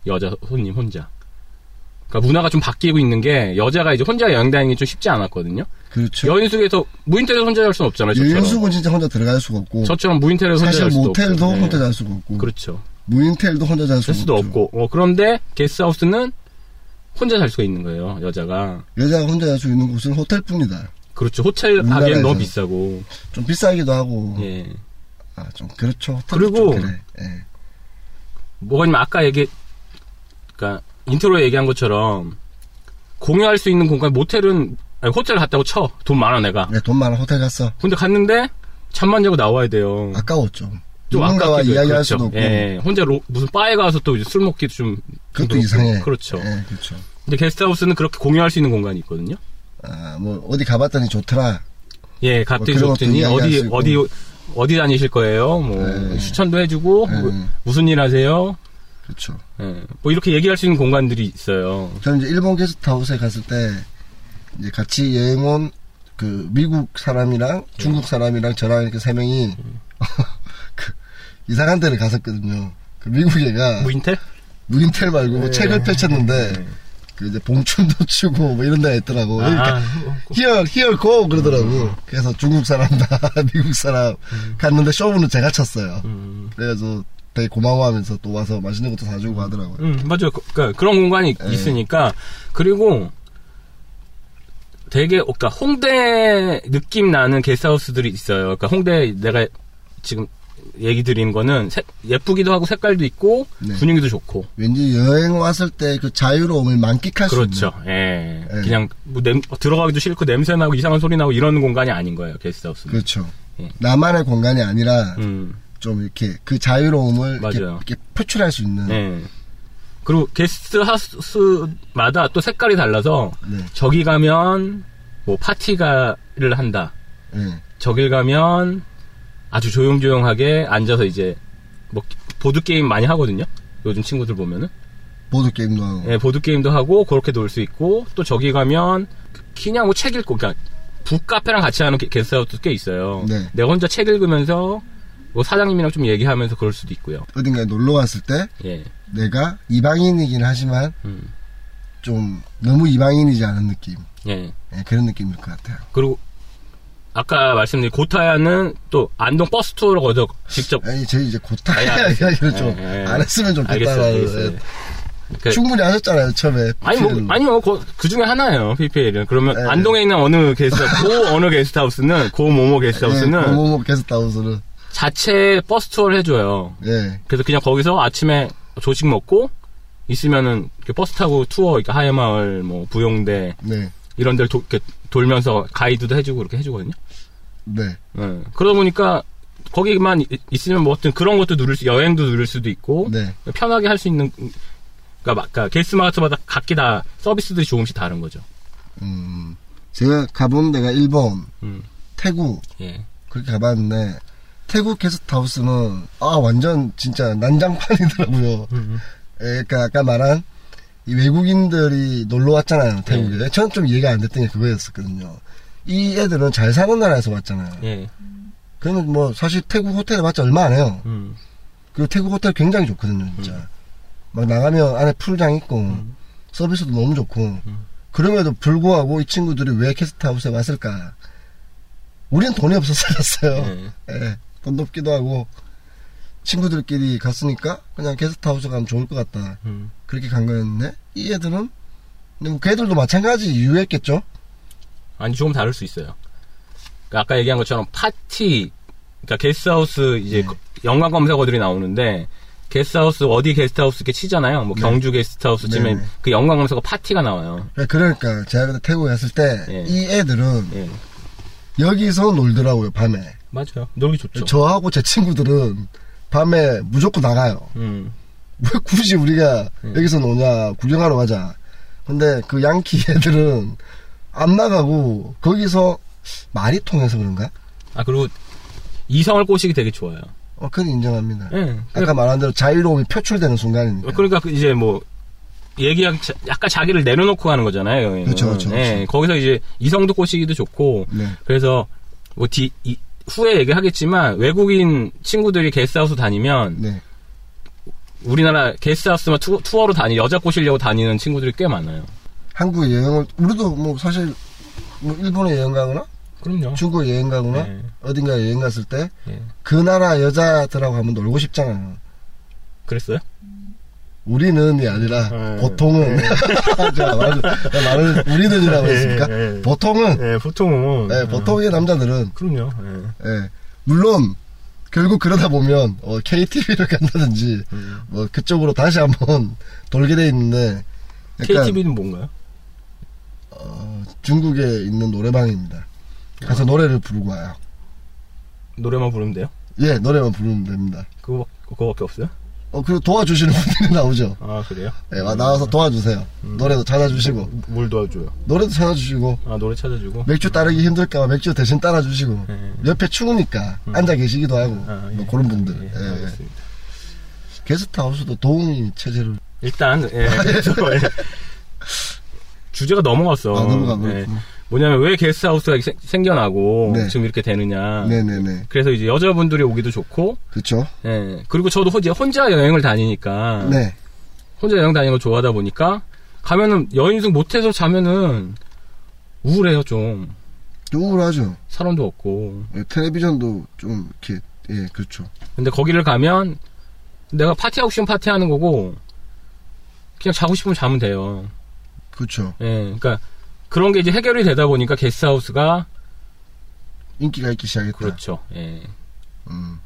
[SPEAKER 1] 여자 손님 혼자. 그러니까 문화가 좀 바뀌고 있는 게 여자가 이제 혼자 여행 다니기 좀 쉽지 않았거든요.
[SPEAKER 2] 그렇죠.
[SPEAKER 1] 여인숙에서 무인텔에서 혼자 잘 수는 없잖아요. 저처럼.
[SPEAKER 2] 여인숙은 진짜 혼자 들어갈 수가 없고
[SPEAKER 1] 저처럼 무인텔에서 혼자
[SPEAKER 2] 사실
[SPEAKER 1] 잘 수도
[SPEAKER 2] 모텔도
[SPEAKER 1] 없고. 예.
[SPEAKER 2] 혼자 잘 수가 없고
[SPEAKER 1] 그렇죠.
[SPEAKER 2] 무인텔도 혼자 잘
[SPEAKER 1] 될
[SPEAKER 2] 수가
[SPEAKER 1] 수도
[SPEAKER 2] 없죠.
[SPEAKER 1] 없고. 어, 그런데 게스트하우스는 혼자 살 수가 있는 거예요. 여자가.
[SPEAKER 2] 여자가 혼자 잘 수 있는 곳은 호텔뿐이다.
[SPEAKER 1] 그렇죠. 호텔
[SPEAKER 2] 음, 우리나라에서.
[SPEAKER 1] 가기엔 너무 비싸고.
[SPEAKER 2] 좀 비싸기도 하고
[SPEAKER 1] 예.
[SPEAKER 2] 아, 좀 그렇죠. 호텔도
[SPEAKER 1] 그리고-
[SPEAKER 2] 좀 그래. 예.
[SPEAKER 1] 뭐가 있냐면 아까 얘기, 그니까 인트로에 얘기한 것처럼 공유할 수 있는 공간, 모텔은, 아니, 호텔 갔다고 쳐. 돈 많아, 내가.
[SPEAKER 2] 네, 돈 많아 호텔 갔어.
[SPEAKER 1] 근데 갔는데 잠만 자고 나와야 돼요.
[SPEAKER 2] 아까웠죠.
[SPEAKER 1] 음. 좀
[SPEAKER 2] 누군가와
[SPEAKER 1] 아깝기도 해요.
[SPEAKER 2] 이야기할
[SPEAKER 1] 그렇죠.
[SPEAKER 2] 수도 없고
[SPEAKER 1] 예. 혼자 로- 무슨 바에 가서 또 술 먹기도 좀.
[SPEAKER 2] 그것도
[SPEAKER 1] 그렇고.
[SPEAKER 2] 이상해.
[SPEAKER 1] 그렇죠.
[SPEAKER 2] 예, 그렇죠.
[SPEAKER 1] 근데 게스트하우스는 그렇게 공유할 수 있는 공간이 있거든요.
[SPEAKER 2] 아, 뭐 어디 가봤더니 좋더라.
[SPEAKER 1] 예, 갑자기
[SPEAKER 2] 뭐 그런 것도
[SPEAKER 1] 줬더니
[SPEAKER 2] 이야기할 수
[SPEAKER 1] 어디
[SPEAKER 2] 있고.
[SPEAKER 1] 어디 어디 다니실 거예요? 뭐
[SPEAKER 2] 예.
[SPEAKER 1] 추천도 해주고
[SPEAKER 2] 예.
[SPEAKER 1] 뭐, 무슨 일 하세요?
[SPEAKER 2] 그렇죠.
[SPEAKER 1] 예, 뭐 이렇게 얘기할 수 있는 공간들이 있어요.
[SPEAKER 2] 저는 이제 일본 게스트하우스에 갔을 때 이제 같이 여행 온 그 미국 사람이랑 중국 사람이랑 저랑 이렇게 세 명이 (laughs) 그 이상한 데를 갔었거든요. 그 미국 애가
[SPEAKER 1] 뭐 무인텔?
[SPEAKER 2] 무인텔 말고 뭐
[SPEAKER 1] 예.
[SPEAKER 2] 책을 펼쳤는데 그 이제 봉춤도 추고 뭐 이런 데가 있더라고.
[SPEAKER 1] 네. 아, 음.
[SPEAKER 2] 그러니까 히얼 히얼 고 그러더라고. 그래서 중국 사람다 (laughs) 미국 사람 갔는데 쇼부는 제가 쳤어요.
[SPEAKER 1] 음,
[SPEAKER 2] 그래서 되게 고마워하면서 또 와서 맛있는 것도 사주고 하더라고요.
[SPEAKER 1] 음, 맞아요. 그- 그러니까 그런 공간이 있- 있으니까 그리고 되게, 어, 그러니까 홍대 느낌 나는 게스트하우스들이 있어요. 그러니까 홍대 내가 지금 얘기 드린 거는 색- 예쁘기도 하고 색깔도 있고
[SPEAKER 2] 네.
[SPEAKER 1] 분위기도 좋고.
[SPEAKER 2] 왠지 여행 왔을 때 그 자유로움을 만끽할 수
[SPEAKER 1] 그렇죠. 예. 그냥 뭐 냄- 들어가기도 싫고 냄새 나고 이상한 소리 나고 이런 공간이 아닌 거예요. 게스트하우스는.
[SPEAKER 2] 있는 그렇죠.
[SPEAKER 1] 예.
[SPEAKER 2] 나만의 공간이 아니라
[SPEAKER 1] 음.
[SPEAKER 2] 좀 이렇게 그 자유로움을 이렇게,
[SPEAKER 1] 맞아요.
[SPEAKER 2] 이렇게 표출할 수 있는
[SPEAKER 1] 예. 그리고 게스트하우스마다 또 색깔이 달라서
[SPEAKER 2] 네.
[SPEAKER 1] 저기 가면 뭐 파티가를 한다.
[SPEAKER 2] 예.
[SPEAKER 1] 저길 가면 아주 조용조용하게 앉아서 이제 뭐 보드 게임 많이 하거든요. 요즘 친구들 보면은 예,
[SPEAKER 2] 보드 게임도 하고
[SPEAKER 1] 보드 게임도 하고 그렇게 놀 수 있고 또 저기 가면 그냥 뭐 책 읽고 그냥 북 카페랑 같이 하는 게- 게스트하우스 꽤 있어요.
[SPEAKER 2] 네.
[SPEAKER 1] 내가 혼자 책 읽으면서 뭐 사장님이랑 좀 얘기하면서 그럴 수도 있고요.
[SPEAKER 2] 어딘가에 놀러 갔을 때
[SPEAKER 1] 예.
[SPEAKER 2] 내가 이방인이긴 하지만
[SPEAKER 1] 음.
[SPEAKER 2] 좀 너무 이방인이지 않은 느낌
[SPEAKER 1] 예.
[SPEAKER 2] 예, 그런 느낌일 것 같아요.
[SPEAKER 1] 그리고 아까 말씀드린 고타야는 또 안동 버스 투어로 거저 직접
[SPEAKER 2] 아니 제 이제
[SPEAKER 1] 아니,
[SPEAKER 2] 고타야
[SPEAKER 1] 알겠어요.
[SPEAKER 2] 이야기를
[SPEAKER 1] 예, 예.
[SPEAKER 2] 좀안 했으면 좀
[SPEAKER 1] 알겠어요.
[SPEAKER 2] 됐다라는
[SPEAKER 1] 알겠어요.
[SPEAKER 2] 예.
[SPEAKER 1] 그러니까
[SPEAKER 2] 충분히 하셨잖아요 처음에
[SPEAKER 1] 아니 뭐
[SPEAKER 2] PPL 로.
[SPEAKER 1] 아니요 그, 그 중에 하나예요 PPL은 그러면
[SPEAKER 2] 네.
[SPEAKER 1] 안동에 있는 어느 게스트
[SPEAKER 2] (laughs)
[SPEAKER 1] 고 어느 게스트하우스는 고 모모 게스트하우스는
[SPEAKER 2] 예, 고모모 계속 다운서는
[SPEAKER 1] 자체 버스 투어를 해줘요
[SPEAKER 2] 예
[SPEAKER 1] 그래서 그냥 거기서 아침에 조식 먹고 있으면은 이렇게 버스 타고 투어 그러니까 하회마을 뭐 부용대
[SPEAKER 2] 네
[SPEAKER 1] 이런 데를 도- 이렇게 돌면서 가이드도 해주고 이렇게 해주거든요
[SPEAKER 2] 네.
[SPEAKER 1] 예. 그러다 보니까 거기만 이- 있으면 뭐 어떤 그런 것도 누릴 수 여행도 누릴 수도 있고
[SPEAKER 2] 네.
[SPEAKER 1] 편하게 할 수 있는 그러니까, 막- 그러니까 게스트마다 각기 다 서비스들이 조금씩 다른 거죠
[SPEAKER 2] 음, 제가 가본 데가 일본,
[SPEAKER 1] 음.
[SPEAKER 2] 태국
[SPEAKER 1] 예.
[SPEAKER 2] 그렇게 가봤는데 태국 게스트하우스는 아 완전 진짜 난장판이더라고요. 예, 그러니까 아까 말한 이 외국인들이 놀러 왔잖아요 태국에. 저는 좀 이해가 안 됐던 게 그거였었거든요. 이 애들은 잘 사는 나라에서 왔잖아요.
[SPEAKER 1] 예.
[SPEAKER 2] 그러면 뭐 사실 태국 호텔에 왔자 얼마 안 해요.
[SPEAKER 1] 음.
[SPEAKER 2] 그리고 태국 호텔 굉장히 좋거든요, 진짜. 막 나가면 안에 풀장 있고, 서비스도 너무 좋고, 그럼에도 불구하고 이 친구들이 왜 캐스트하우스에 왔을까? 우리는 돈이 없어서 갔어요.
[SPEAKER 1] 네.
[SPEAKER 2] 예, 돈도 없기도 하고, 친구들끼리 갔으니까 그냥 게스트하우스 가면 좋을 것 같다.
[SPEAKER 1] 음.
[SPEAKER 2] 그렇게 간 거였는데, 이 애들은, 근데 뭐 걔들도 마찬가지 이유였겠죠?
[SPEAKER 1] 아니 조금 다를 수 있어요. 그러니까 아까 얘기한 것처럼 파티, 그러니까 게스트하우스 이제 거- 연관 검색어들이 나오는데 게스트하우스 어디 게스트하우스 이렇게 치잖아요. 뭐 경주 게스트하우스 치면
[SPEAKER 2] 네, 네.
[SPEAKER 1] 그 연관 검색어 파티가 나와요.
[SPEAKER 2] 그러니까 제가 그때 태국에 갔을 때,
[SPEAKER 1] 네.
[SPEAKER 2] 이 애들은
[SPEAKER 1] 예,
[SPEAKER 2] 여기서 놀더라고요, 밤에.
[SPEAKER 1] 맞아요. 놀기 좋죠.
[SPEAKER 2] 저하고 제 친구들은 밤에 무조건 나가요. (laughs)
[SPEAKER 1] 음,
[SPEAKER 2] 왜 굳이 우리가
[SPEAKER 1] 예.
[SPEAKER 2] 여기서 노냐, 구경하러 가자. 근데 그 양키 (laughs) 애들은 안 나가고 거기서 말이 통해서 그런가?
[SPEAKER 1] 아 그리고 이성을 꼬시기 되게 좋아요.
[SPEAKER 2] 어, 그건 인정합니다.
[SPEAKER 1] 예.
[SPEAKER 2] 아까 말한 대로 자유로움이 표출되는 순간이니까.
[SPEAKER 1] 그러니까 그 이제 뭐 얘기하기 자- 약간 자기를 내려놓고 하는 거잖아요. 여행은.
[SPEAKER 2] 그쵸, 그쵸,
[SPEAKER 1] 예,
[SPEAKER 2] 그쵸.
[SPEAKER 1] 거기서 이제 이성도 꼬시기도 좋고
[SPEAKER 2] 네.
[SPEAKER 1] 그래서 뭐 뒤, 이- 후에 얘기하겠지만 외국인 친구들이 게스트하우스 다니면
[SPEAKER 2] 네.
[SPEAKER 1] 우리나라 게스트하우스만 투, 투어로 다니 여자 꼬시려고 다니는 친구들이 꽤 많아요.
[SPEAKER 2] 한국 여행을, 우리도 뭐 사실 뭐 일본에 여행 가거나
[SPEAKER 1] 그럼요.
[SPEAKER 2] 중국 여행 가거나
[SPEAKER 1] 네.
[SPEAKER 2] 어딘가 여행 갔을 때
[SPEAKER 1] 예.
[SPEAKER 2] 그 나라 여자들하고 한번 놀고 싶잖아요.
[SPEAKER 1] 그랬어요?
[SPEAKER 2] 우리는이 아니라
[SPEAKER 1] 예.
[SPEAKER 2] 보통은 (laughs) 제가 말을, 말을 우리는이라고 했습니까?
[SPEAKER 1] 예, 예.
[SPEAKER 2] 보통은
[SPEAKER 1] 예, 보통은
[SPEAKER 2] 예, 보통의 남자들은
[SPEAKER 1] 그럼요.
[SPEAKER 2] 예, 물론 결국 그러다 보면 어, KTV를 (laughs) 간다든지
[SPEAKER 1] 음.
[SPEAKER 2] 뭐 그쪽으로 다시 한번 (laughs) 돌게 돼 있는데 약간
[SPEAKER 1] KTV는 뭔가요?
[SPEAKER 2] 어, 중국에 있는 노래방입니다. 가서 노래를 부르고 와요.
[SPEAKER 1] 노래만 부르면 돼요?
[SPEAKER 2] 예, 노래만 부르면 됩니다.
[SPEAKER 1] 그거 그거밖에 없어요?
[SPEAKER 2] 어, 그리고 도와주시는 (laughs) 분들이 나오죠.
[SPEAKER 1] 아 그래요?
[SPEAKER 2] 예, 와, 나와서 도와주세요. 노래도 찾아주시고
[SPEAKER 1] 뭘 도와줘요?
[SPEAKER 2] 노래도 찾아주시고
[SPEAKER 1] 아 노래 찾아주고.
[SPEAKER 2] 맥주 따르기 힘들까봐 맥주 대신 따라주시고 옆에 추우니까 앉아 계시기도 하고
[SPEAKER 1] 예. 음. 아, 예.
[SPEAKER 2] 뭐 그런 분들
[SPEAKER 1] 예,
[SPEAKER 2] 예, 예.
[SPEAKER 1] 알겠습니다.
[SPEAKER 2] 게스트하우스도 도우미 체제를
[SPEAKER 1] 일단
[SPEAKER 2] (laughs)
[SPEAKER 1] 예,
[SPEAKER 2] 아,
[SPEAKER 1] 저, 예. (laughs) 주제가 넘어갔어.
[SPEAKER 2] 네.
[SPEAKER 1] 네.
[SPEAKER 2] 아, 넘어간 거였구나.
[SPEAKER 1] 뭐냐면 왜 게스트하우스가 생- 생겨나고
[SPEAKER 2] 네.
[SPEAKER 1] 지금 이렇게 되느냐.
[SPEAKER 2] 네네네
[SPEAKER 1] 그래서 이제 여자분들이 오기도 좋고,
[SPEAKER 2] 그쵸
[SPEAKER 1] 예. 그리고 저도 혼자, 혼자 여행을 다니니까,
[SPEAKER 2] 네
[SPEAKER 1] 혼자 여행 다니는 걸 좋아하다 보니까, 가면은 여인숙 못해서 자면은 우울해요, 좀.
[SPEAKER 2] 우울하죠
[SPEAKER 1] 사람도 없고.
[SPEAKER 2] 예, 텔레비전도 좀 이렇게 예 그렇죠
[SPEAKER 1] 근데 거기를 가면 내가 파티하고 싶으면 파티하는 거고, 그냥 자고 싶으면 자면 돼요.
[SPEAKER 2] 그렇죠
[SPEAKER 1] 예, 그러니까 그런 게 이제 해결이 되다 보니까 게스트하우스가
[SPEAKER 2] 인기가 있기 시작했다.
[SPEAKER 1] 그렇죠. 예.
[SPEAKER 2] 음.